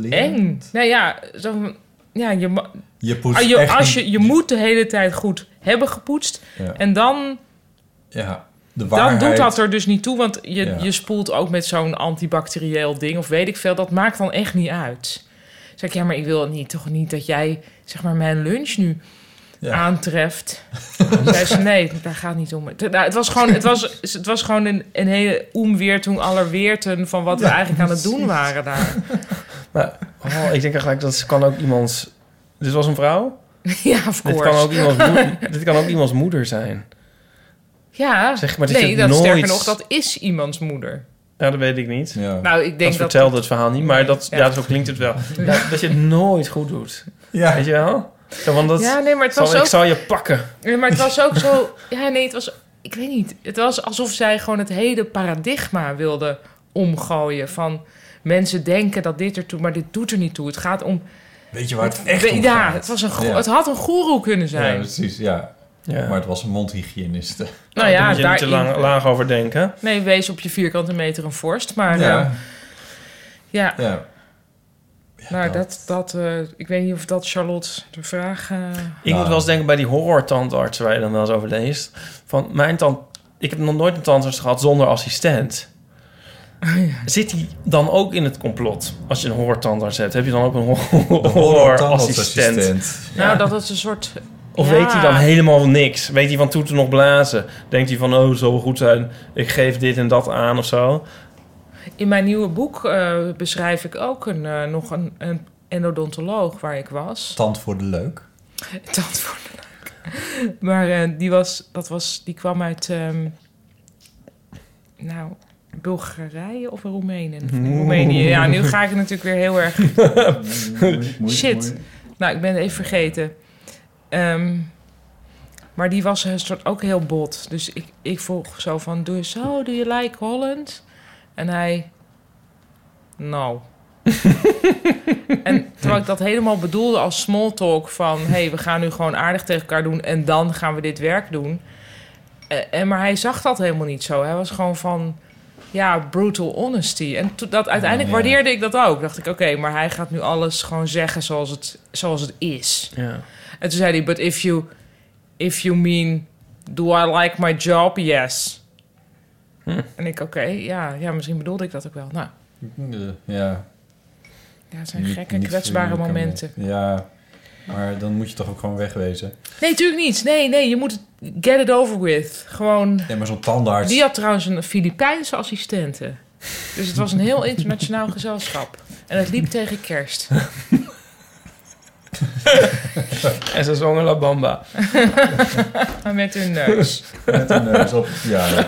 Speaker 3: eng. Nou ja, zo, van- ja je, ma-
Speaker 2: Je poetst
Speaker 3: Ah, je,
Speaker 2: echt
Speaker 3: als
Speaker 2: een-
Speaker 3: je, je moet de hele tijd goed hebben gepoetst.
Speaker 2: Ja.
Speaker 3: En dan,
Speaker 2: Ja, de
Speaker 3: dan
Speaker 2: waarheid.
Speaker 3: doet dat er dus niet toe. Want je,
Speaker 2: Ja.
Speaker 3: je spoelt ook met zo'n antibacterieel ding of weet ik veel. Dat maakt dan echt niet uit. Zeg ik, ja, maar ik wil niet, toch niet dat jij zeg maar, mijn lunch nu
Speaker 2: Ja.
Speaker 3: aantreft. Toen zei ze, nee, daar gaat niet om. Het, nou, het was gewoon, het was, het was gewoon een, een hele omweer toen allerweerten van wat we
Speaker 1: Ja,
Speaker 3: eigenlijk aan het doen
Speaker 1: precies.
Speaker 3: waren daar.
Speaker 1: Maar, oh, ik denk eigenlijk dat ze kan ook iemands... Dit was een vrouw?
Speaker 3: Ja, of
Speaker 1: Dit kan
Speaker 3: course.
Speaker 1: ook iemands, moeder, dit kan ook iemands moeder zijn.
Speaker 3: Ja,
Speaker 1: Zeg maar, dit
Speaker 3: nee,
Speaker 1: is
Speaker 3: dat
Speaker 1: nooit-
Speaker 3: sterker nog, dat is iemands moeder.
Speaker 1: Ja, dat weet ik niet.
Speaker 3: Nou, ik denk
Speaker 1: dat
Speaker 3: dat-
Speaker 1: vertelde het verhaal niet, maar dat, ja. zo klinkt het wel. Ja, dat je het nooit goed doet. Weet je wel? Zo, want dat,
Speaker 3: Ja, nee, maar het
Speaker 1: zal-
Speaker 3: was ook-
Speaker 1: Ik zal je pakken.
Speaker 3: Ja, maar het was ook zo... Ja, nee, het was... Ik weet niet. Het was alsof zij gewoon het hele paradigma wilde omgooien. Van mensen denken dat dit ertoe... Maar dit doet er niet toe. Het gaat om...
Speaker 2: Weet je waar het echt om
Speaker 3: Ja,
Speaker 2: gaat?
Speaker 3: het, was een go-
Speaker 2: Ja.
Speaker 3: het had een goeroe kunnen
Speaker 2: Ja,
Speaker 3: zijn.
Speaker 2: precies, ja.
Speaker 1: Ja.
Speaker 2: Maar het was een mondhygiëniste.
Speaker 3: Nou ja,
Speaker 1: Daar moet je niet te
Speaker 3: daarin-
Speaker 1: lang, laag over denken.
Speaker 3: nee, wees op je vierkante meter een vorst. Maar
Speaker 1: Ja.
Speaker 3: ja... ja.
Speaker 2: Ja.
Speaker 3: nou, dat... dat, eh, ik weet niet of dat Charlotte de vraag... eh,
Speaker 1: Ik
Speaker 2: Nou.
Speaker 1: moet wel eens denken bij die horror-tandartsen waar je dan wel eens over leest. Van mijn tand, ik heb nog nooit een tandarts gehad zonder assistent. Zit die dan ook in het complot? Als je een horror-tandarts hebt, heb je dan ook een ho- horror-assistent?
Speaker 3: Nou, dat het een soort...
Speaker 1: Of
Speaker 3: Ja.
Speaker 1: weet hij dan helemaal niks? Weet hij van toeten nog blazen? Denkt hij van, oh, het zal wel goed zijn. Ik geef dit en dat aan of zo.
Speaker 3: In mijn nieuwe boek eh, beschrijf ik ook een, eh, nog een, een endodontoloog waar ik was.
Speaker 2: Tand voor de leuk.
Speaker 3: Tand voor de leuk. Maar eh, die, was, dat was, die kwam uit ehm, nou, Bulgarije of Roemenen. Roemenië. Ja, nu ga ik het natuurlijk weer heel erg... Shit. Nou, ik ben het even vergeten. Ehm, maar die was een soort ook heel bot. Dus ik, ik vroeg zo van, doe je zo, do you like Holland? En hij, nou. en terwijl ik dat helemaal bedoelde als small talk van... hey, we gaan nu gewoon aardig tegen elkaar doen en dan gaan we dit werk doen. Eh, en, maar hij zag dat helemaal niet zo. Hij was gewoon van, ja, brutal honesty. En to- dat, uiteindelijk
Speaker 1: Ah, ja.
Speaker 3: waardeerde ik dat ook. Dacht ik, oké, maar hij gaat nu alles gewoon zeggen zoals het, zoals het is.
Speaker 1: Ja.
Speaker 3: En toen zei hij, but if you, if you mean, do I like my job? Yes.
Speaker 1: Hm.
Speaker 3: En ik, oké, ja, ja, misschien bedoelde ik dat ook wel. Nou,
Speaker 2: Ja.
Speaker 3: ja, het zijn
Speaker 2: Niet-
Speaker 3: gekke,
Speaker 2: niet
Speaker 3: kwetsbare
Speaker 2: voor je kan-
Speaker 3: momenten.
Speaker 2: Ja, maar dan moet je toch ook gewoon wegwezen.
Speaker 3: Nee, natuurlijk niet. Nee, nee, je moet het get it over with. Gewoon.
Speaker 2: Nee, maar zo'n tandarts...
Speaker 3: Die had trouwens een Filipijnse assistente. Dus het was een heel internationaal gezelschap. En het liep tegen kerst.
Speaker 1: En ze zongen La Bamba.
Speaker 3: Met hun neus.
Speaker 2: dus Met een neus op. Ja, ja.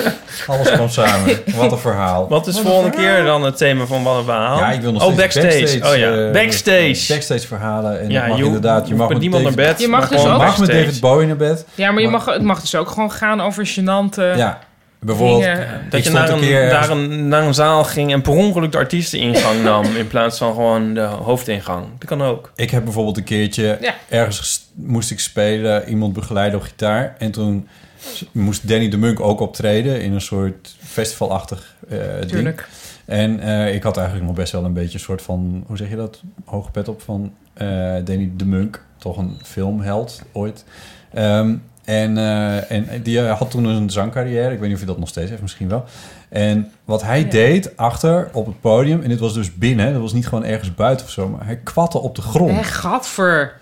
Speaker 2: Alles kwam samen. Wat een verhaal.
Speaker 1: Wat is
Speaker 2: Wat een
Speaker 1: volgende keer dan het thema van wat een verhaal?
Speaker 2: Ja, ik wil nog
Speaker 1: Oh,
Speaker 2: steeds
Speaker 1: backstage. Oh ja,
Speaker 2: eh,
Speaker 1: backstage.
Speaker 2: Backstage verhalen. En
Speaker 1: Ja,
Speaker 2: ja, mag
Speaker 1: je hoeft-
Speaker 2: inderdaad, je
Speaker 1: hoeft met
Speaker 2: mag met
Speaker 1: niemand
Speaker 2: David-
Speaker 1: naar bed,
Speaker 3: Je mag maar dus gewoon ook
Speaker 2: mag met
Speaker 1: backstage.
Speaker 2: David Bowie naar bed.
Speaker 3: Ja, maar je mag, het mag dus ook gewoon gaan over gênante...
Speaker 2: Ja. Bijvoorbeeld,
Speaker 1: Dingen.
Speaker 2: ik
Speaker 1: dat je
Speaker 2: stond
Speaker 1: naar
Speaker 2: een
Speaker 1: een,
Speaker 2: keer ergens-
Speaker 1: naar, een, naar een zaal ging en per ongeluk de artiesteningang nam... in plaats van gewoon de hoofdingang. Dat kan ook.
Speaker 2: Ik heb bijvoorbeeld een keertje
Speaker 1: Ja.
Speaker 2: ergens ges- moest ik spelen, iemand begeleiden op gitaar. En toen s- moest Danny de Munk ook optreden in een soort festivalachtig eh ding.
Speaker 3: Tuurlijk.
Speaker 2: En eh, ik had eigenlijk nog best wel een beetje een soort van, hoe zeg je dat? Hoge pet op van eh, Danny de Munk, toch een filmheld ooit. Ehm, en, eh, en die eh, had toen een zangcarrière. Ik weet niet of hij dat nog steeds heeft, misschien wel. En wat hij deed achter op het podium, en dit was dus binnen, dat was niet gewoon ergens buiten of zo, maar hij kwatte op de grond.
Speaker 3: Hé, gadver.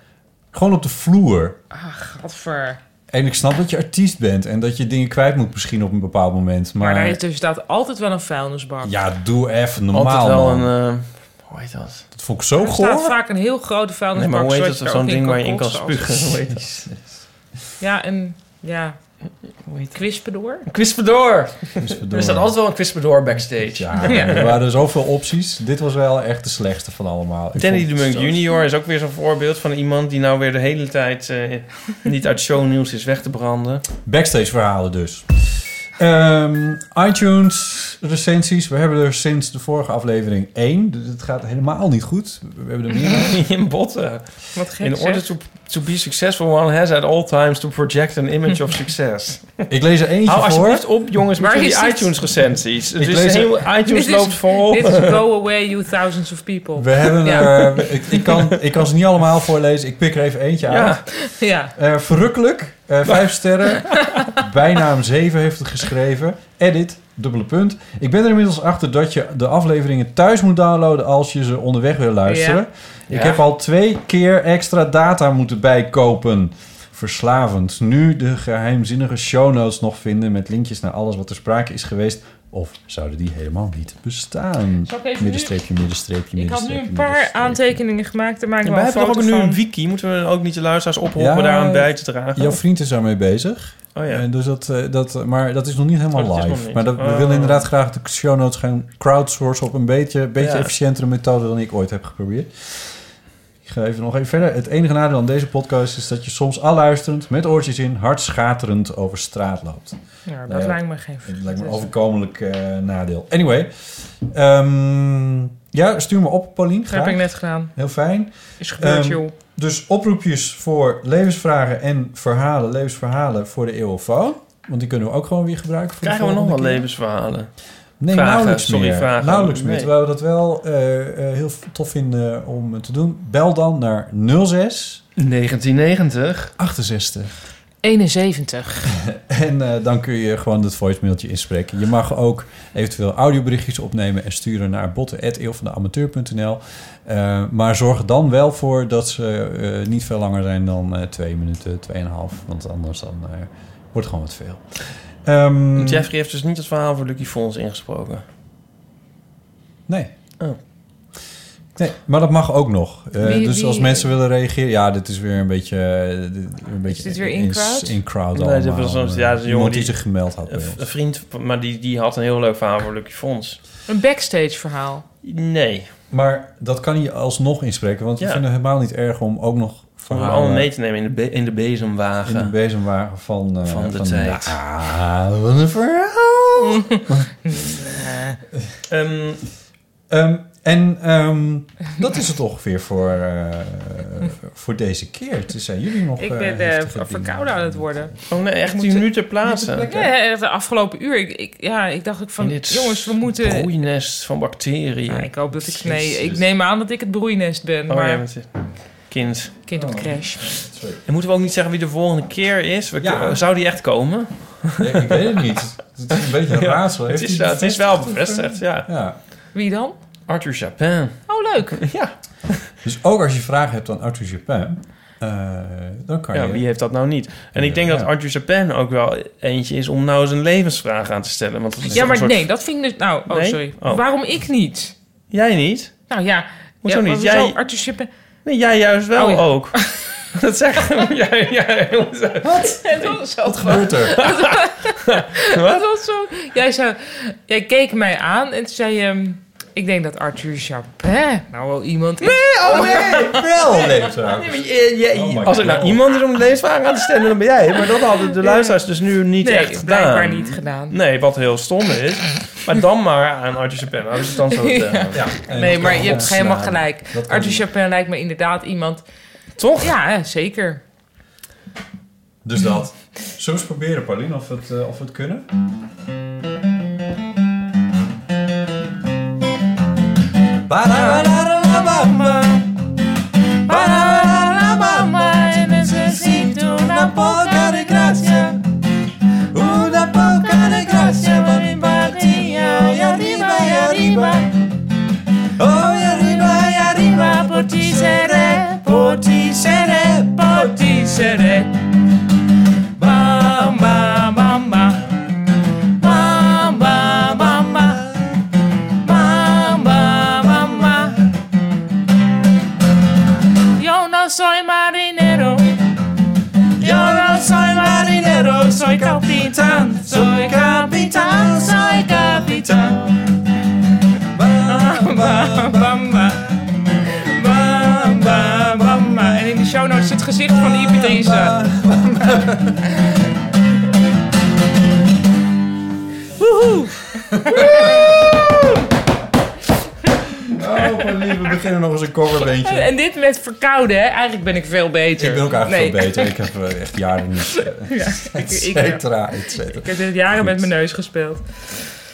Speaker 2: Gewoon op de vloer.
Speaker 3: Ah, gadver.
Speaker 2: En ik snap dat je artiest bent en dat je dingen kwijt moet misschien op een bepaald moment.
Speaker 3: Maar,
Speaker 2: Maar,
Speaker 3: daar daartussen staat altijd wel een vuilnisbak.
Speaker 2: ja, doe even normaal.
Speaker 1: Altijd wel
Speaker 2: man.
Speaker 1: een, eh, hoe heet dat?
Speaker 2: Dat vond ik zo
Speaker 3: er staat
Speaker 2: goor.
Speaker 3: vaak een heel grote
Speaker 1: Nee,
Speaker 3: vuilnisbak.
Speaker 1: maar hoe heet
Speaker 3: zodat
Speaker 1: dat?
Speaker 3: er
Speaker 1: Zo'n
Speaker 3: ook
Speaker 1: ding waar je in kan
Speaker 3: kotsen als-
Speaker 1: spugen. Hoe heet dat?
Speaker 3: Ja, en ja. Kwispedoor?
Speaker 1: Een kwispedoor.
Speaker 2: Kwispedoor.
Speaker 3: Dus
Speaker 1: Er staat altijd wel een kwispedoor backstage.
Speaker 2: Ja, er waren zoveel opties. Dit was wel echt de slechtste van allemaal. Ik
Speaker 1: Danny
Speaker 2: vond
Speaker 1: de
Speaker 2: het
Speaker 1: Munk
Speaker 2: zo-
Speaker 1: junior is ook weer zo'n voorbeeld van iemand... die nou weer de hele tijd eh, niet uit shownieuws is weg te branden.
Speaker 2: Backstage verhalen dus. Ehm, iTunes recensies. We hebben er sinds de vorige aflevering één. Dus het gaat helemaal niet goed. We hebben er meer.
Speaker 1: In botten.
Speaker 3: Wat gek,
Speaker 1: In order
Speaker 3: zeg.
Speaker 1: to, to be successful, one has at all times to project an image of success.
Speaker 2: Ik lees er eentje
Speaker 1: Hou
Speaker 2: voor.
Speaker 1: alsjeblieft op, jongens, met
Speaker 3: Waar
Speaker 1: jullie
Speaker 3: is dit?
Speaker 1: iTunes-recensies. Het
Speaker 2: Ik
Speaker 1: is
Speaker 2: lees er-
Speaker 1: heel- iTunes
Speaker 3: Dit is-
Speaker 1: loopt vol.
Speaker 3: Dit is go away you thousands of people.
Speaker 2: We hebben
Speaker 3: ja.
Speaker 2: er, ik, ik, kan, ik kan ze niet allemaal voorlezen. Ik pik er even eentje
Speaker 3: Ja.
Speaker 2: uit.
Speaker 3: ja.
Speaker 2: Eh, verrukkelijk, eh, vijf sterren. Bijnaam 7 heeft het geschreven. Edit, dubbele punt. Ik ben er inmiddels achter dat je de afleveringen thuis moet downloaden als je ze onderweg wil luisteren.
Speaker 1: Ja.
Speaker 2: Ik
Speaker 1: Ja.
Speaker 2: heb al twee keer extra data moeten bijkopen. Verslavend. Nu de geheimzinnige show notes nog vinden met linkjes naar alles wat er sprake is geweest. Of zouden die helemaal niet bestaan?
Speaker 3: Zal ik even nu-
Speaker 2: Middenstreepje, middenstreepje,
Speaker 3: Ik had
Speaker 2: middenstreepje.
Speaker 3: nu een paar aantekeningen gemaakt. Daar maak ik
Speaker 1: En
Speaker 3: wel
Speaker 1: wij
Speaker 3: een
Speaker 1: hebben toch
Speaker 3: foto
Speaker 1: ook nu een
Speaker 3: van.
Speaker 1: wiki. Moeten we ook niet de luisteraars oproepen daaraan bij te dragen?
Speaker 2: eh, Jouw vriend is daarmee bezig.
Speaker 1: Oh ja.
Speaker 2: Eh, dus dat, eh, dat, eh, maar dat is nog niet helemaal
Speaker 1: Oh, dat is nog
Speaker 2: live.
Speaker 1: niet.
Speaker 2: Maar dat, we
Speaker 1: Oh.
Speaker 2: willen inderdaad graag de show notes gaan crowdsourcen op een beetje, beetje
Speaker 1: Ja.
Speaker 2: efficiëntere methode dan ik ooit heb geprobeerd. Ik ga even nog even verder. Het enige nadeel aan deze podcast is dat je soms al luisterend, met oortjes in, hard schaterend over straat loopt.
Speaker 3: Ja, dat
Speaker 2: Nou
Speaker 3: lijkt me geen
Speaker 2: Dat lijkt me een
Speaker 3: vergeten.
Speaker 2: overkomelijk eh, nadeel. Anyway, ehm, ja, stuur me op, Paulien.
Speaker 3: Dat heb
Speaker 2: graag.
Speaker 3: ik net gedaan.
Speaker 2: Heel fijn.
Speaker 3: Is gebeurd,
Speaker 2: Ehm,
Speaker 3: joh.
Speaker 2: Dus oproepjes voor levensvragen en verhalen, levensverhalen voor de E EOFO. Want die kunnen we ook gewoon weer gebruiken. Voor de
Speaker 1: Krijgen we nog wel
Speaker 2: volgende keer.
Speaker 1: levensverhalen?
Speaker 2: Nee,
Speaker 1: Vragen,
Speaker 2: nauwelijks
Speaker 1: sorry,
Speaker 2: meer.
Speaker 1: vragen.
Speaker 2: Nauwelijks meer.
Speaker 1: Nee.
Speaker 2: Terwijl we dat wel eh, eh, heel tof vinden om eh, te doen. Bel dan naar 06
Speaker 1: 1990
Speaker 2: 68.
Speaker 3: 71.
Speaker 2: En eh, dan kun je gewoon dat voicemailtje inspreken. Je mag ook eventueel audioberichtjes opnemen en sturen naar botten.eeuwvandeamateur.nl. Eh maar zorg er dan wel voor dat ze eh, niet veel langer zijn dan eh, twee minuten, tweeënhalf. Want anders dan, eh, wordt het gewoon wat veel. Ehm,
Speaker 1: Jeffrey heeft dus niet het verhaal voor Lucky Fons ingesproken.
Speaker 2: Nou, Nee. Nee, maar dat mag ook nog. Eh,
Speaker 3: Wie-
Speaker 2: dus
Speaker 3: wie-
Speaker 2: als mensen willen reageren, ja, dit is weer een beetje. eh, dit- een beetje
Speaker 3: dit weer in crowd?
Speaker 2: In crowd
Speaker 1: Nee, dit was
Speaker 2: allemaal. Eh,
Speaker 1: soms, ja, dat is een jongen
Speaker 2: Iemand
Speaker 1: die, Eh,
Speaker 2: die zich gemeld had. bij
Speaker 1: een v-
Speaker 2: ons.
Speaker 1: Een vriend, maar die, die had een heel leuk verhaal voor Lucky Fons.
Speaker 3: Een backstage verhaal.
Speaker 1: Nee.
Speaker 2: Maar dat kan je alsnog inspreken, want we
Speaker 1: Ja.
Speaker 2: vinden het helemaal niet erg om ook nog
Speaker 1: Om
Speaker 2: verhalen...
Speaker 1: allemaal mee te nemen in de, be- in de bezemwagen.
Speaker 2: in de bezemwagen van, eh,
Speaker 1: Van de tijd.
Speaker 2: Ah, wat een verhaal!
Speaker 1: Ehm,
Speaker 2: Ehm, en ehm, dat is het ongeveer voor, eh, voor deze keer. Het zijn jullie nog...
Speaker 3: Ik
Speaker 2: eh,
Speaker 3: ben eh,
Speaker 2: heftige dingen?
Speaker 3: verkouden aan het worden.
Speaker 1: Oh nee, echt
Speaker 3: Ik
Speaker 1: die
Speaker 3: moet-
Speaker 1: nu ter plaatse.
Speaker 3: Ja, echt de afgelopen uur. Ik, ik, ja, ik dacht ook van,
Speaker 1: In dit
Speaker 3: jongens, we moeten... Ah,
Speaker 1: Broeinest van bacteriën.
Speaker 3: ik hoop dat ik... Nee,
Speaker 1: Jezus.
Speaker 3: ik neem aan dat ik het broeinest ben.
Speaker 1: Oh
Speaker 3: maar
Speaker 1: ja, want je- kind.
Speaker 3: kind
Speaker 2: Oh.
Speaker 3: op de crash.
Speaker 1: En moeten we ook niet zeggen wie de volgende keer is? We, eh,
Speaker 3: Ja.
Speaker 1: Zou die echt komen?
Speaker 2: ik weet het niet. Het is een beetje een
Speaker 1: Ja,
Speaker 2: raadsel.
Speaker 1: het,
Speaker 2: Heeft
Speaker 1: is,
Speaker 2: hij
Speaker 1: wel- het is wel bevestigd, ja.
Speaker 2: Ja.
Speaker 3: Wie dan?
Speaker 1: Arthur Chapin.
Speaker 3: Oh, leuk.
Speaker 1: ja.
Speaker 2: Dus ook als je vragen hebt aan Arthur Japin, eh, dan kan
Speaker 1: ja,
Speaker 2: je...
Speaker 1: wie heeft dat nou niet? En ik denk dat Arthur Chapin ook wel eentje is om nou zijn levensvraag aan te stellen. Want dat is
Speaker 3: Ja,
Speaker 1: een
Speaker 3: maar
Speaker 1: soort-
Speaker 3: nee, dat vind ik dus... Nou, oh,
Speaker 1: Nee?
Speaker 3: sorry.
Speaker 1: Oh.
Speaker 3: Waarom ik niet?
Speaker 1: Jij niet?
Speaker 3: Nou ja.
Speaker 1: Hoezo
Speaker 3: ja,
Speaker 1: niet?
Speaker 3: hoezo,
Speaker 1: Jij-
Speaker 3: Arthur Chapin...
Speaker 1: Nee, jij juist wel
Speaker 3: Oh, ja.
Speaker 1: ook. dat zegt hem. Jij, jij,
Speaker 3: Wat? Wat
Speaker 2: gebeurt er?
Speaker 3: Dat was zo. Jij, zei, jij keek mij aan en toen zei je... ehm, Ik denk dat Arthur Chapin nou wel iemand is.
Speaker 1: oh nee, wel.
Speaker 3: Nee,
Speaker 1: maar je- je- Als er nou iemand is om de leesvraag aan te stellen, dan ben jij. Maar dat hadden de luisteraars dus nu niet
Speaker 3: Nee,
Speaker 1: echt gedaan.
Speaker 3: blijkbaar niet gedaan.
Speaker 1: Nee, wat heel stom is. Maar dan maar aan Artje Pen. Hadden ze het dan zo eh, gedaan.
Speaker 3: Ja. Nee, maar je hebt helemaal gelijk. Arthur Chapin lijkt me inderdaad iemand...
Speaker 1: Toch?
Speaker 3: Ja, hè, zeker.
Speaker 2: Dus dat. Zo eens proberen, Paulien, of we het, eh, of we het kunnen.
Speaker 7: mamma e necessito una poca di grazia una poca di grazia ma mi partia e arriva e arriva oh e arriva e arriva potisere potisere potisere mamma mamma mamma mamma mamma mamma Yo no soy marinero. Yo no soy marinero. Soy capitán. Soy capitán. Soy capitán. Ba, ba, ba, ba. Ba, ba, ba, ba.
Speaker 3: En in de show notes zit het gezicht van Ibedrisa.
Speaker 7: Woehoe.
Speaker 2: Oh, Paulien, we beginnen nog eens een coverbeentje.
Speaker 3: En dit met verkouden, hè? Eigenlijk ben ik veel beter.
Speaker 2: Ik ben ook eigenlijk
Speaker 3: Nee.
Speaker 2: veel beter. Ik heb eh, echt jaren niet.
Speaker 3: Ja, ik-
Speaker 2: et
Speaker 3: ik-
Speaker 2: cetera, et cetera.
Speaker 3: Ik heb dit jaren met mijn neus gespeeld.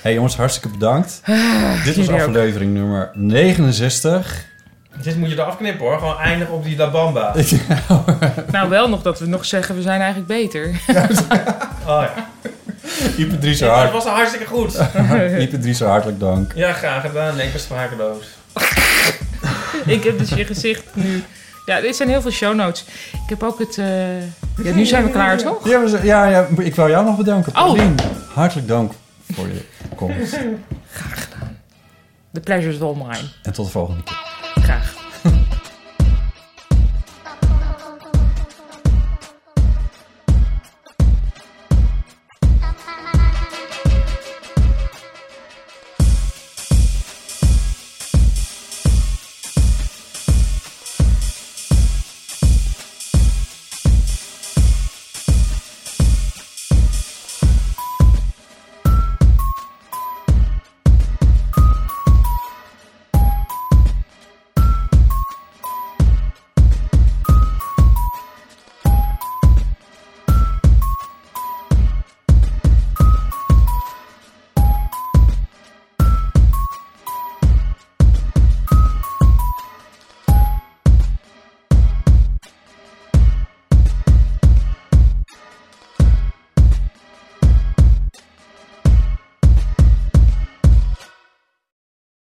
Speaker 2: Hey jongens, hartstikke bedankt.
Speaker 3: Ah,
Speaker 2: Dit was
Speaker 3: jullie ook.
Speaker 2: aflevering nummer 69.
Speaker 1: Dit moet je eraf knippen hoor. Gewoon eindigen op die La Bamba.
Speaker 3: Nou, wel nog dat we nog zeggen, we zijn eigenlijk beter.
Speaker 1: Oh ja.
Speaker 2: Ipe Dries
Speaker 1: Ja,
Speaker 2: hart.
Speaker 1: het was hartstikke goed.
Speaker 2: Ipe Dries hartelijk dank.
Speaker 1: Ja, graag gedaan. Nee, ik ben sprakeloos.
Speaker 3: ik heb dus je gezicht nu... Ja, dit zijn heel veel show notes. Ik heb ook het... eh, Ja, nu zijn we klaar, toch?
Speaker 2: Ja, we zijn- ja, ja, ik wil jou nog bedanken.
Speaker 3: Oh.
Speaker 2: Paulien, hartelijk dank voor je komst.
Speaker 3: Graag gedaan. The pleasure is all mine.
Speaker 2: En tot de volgende keer.
Speaker 3: Graag.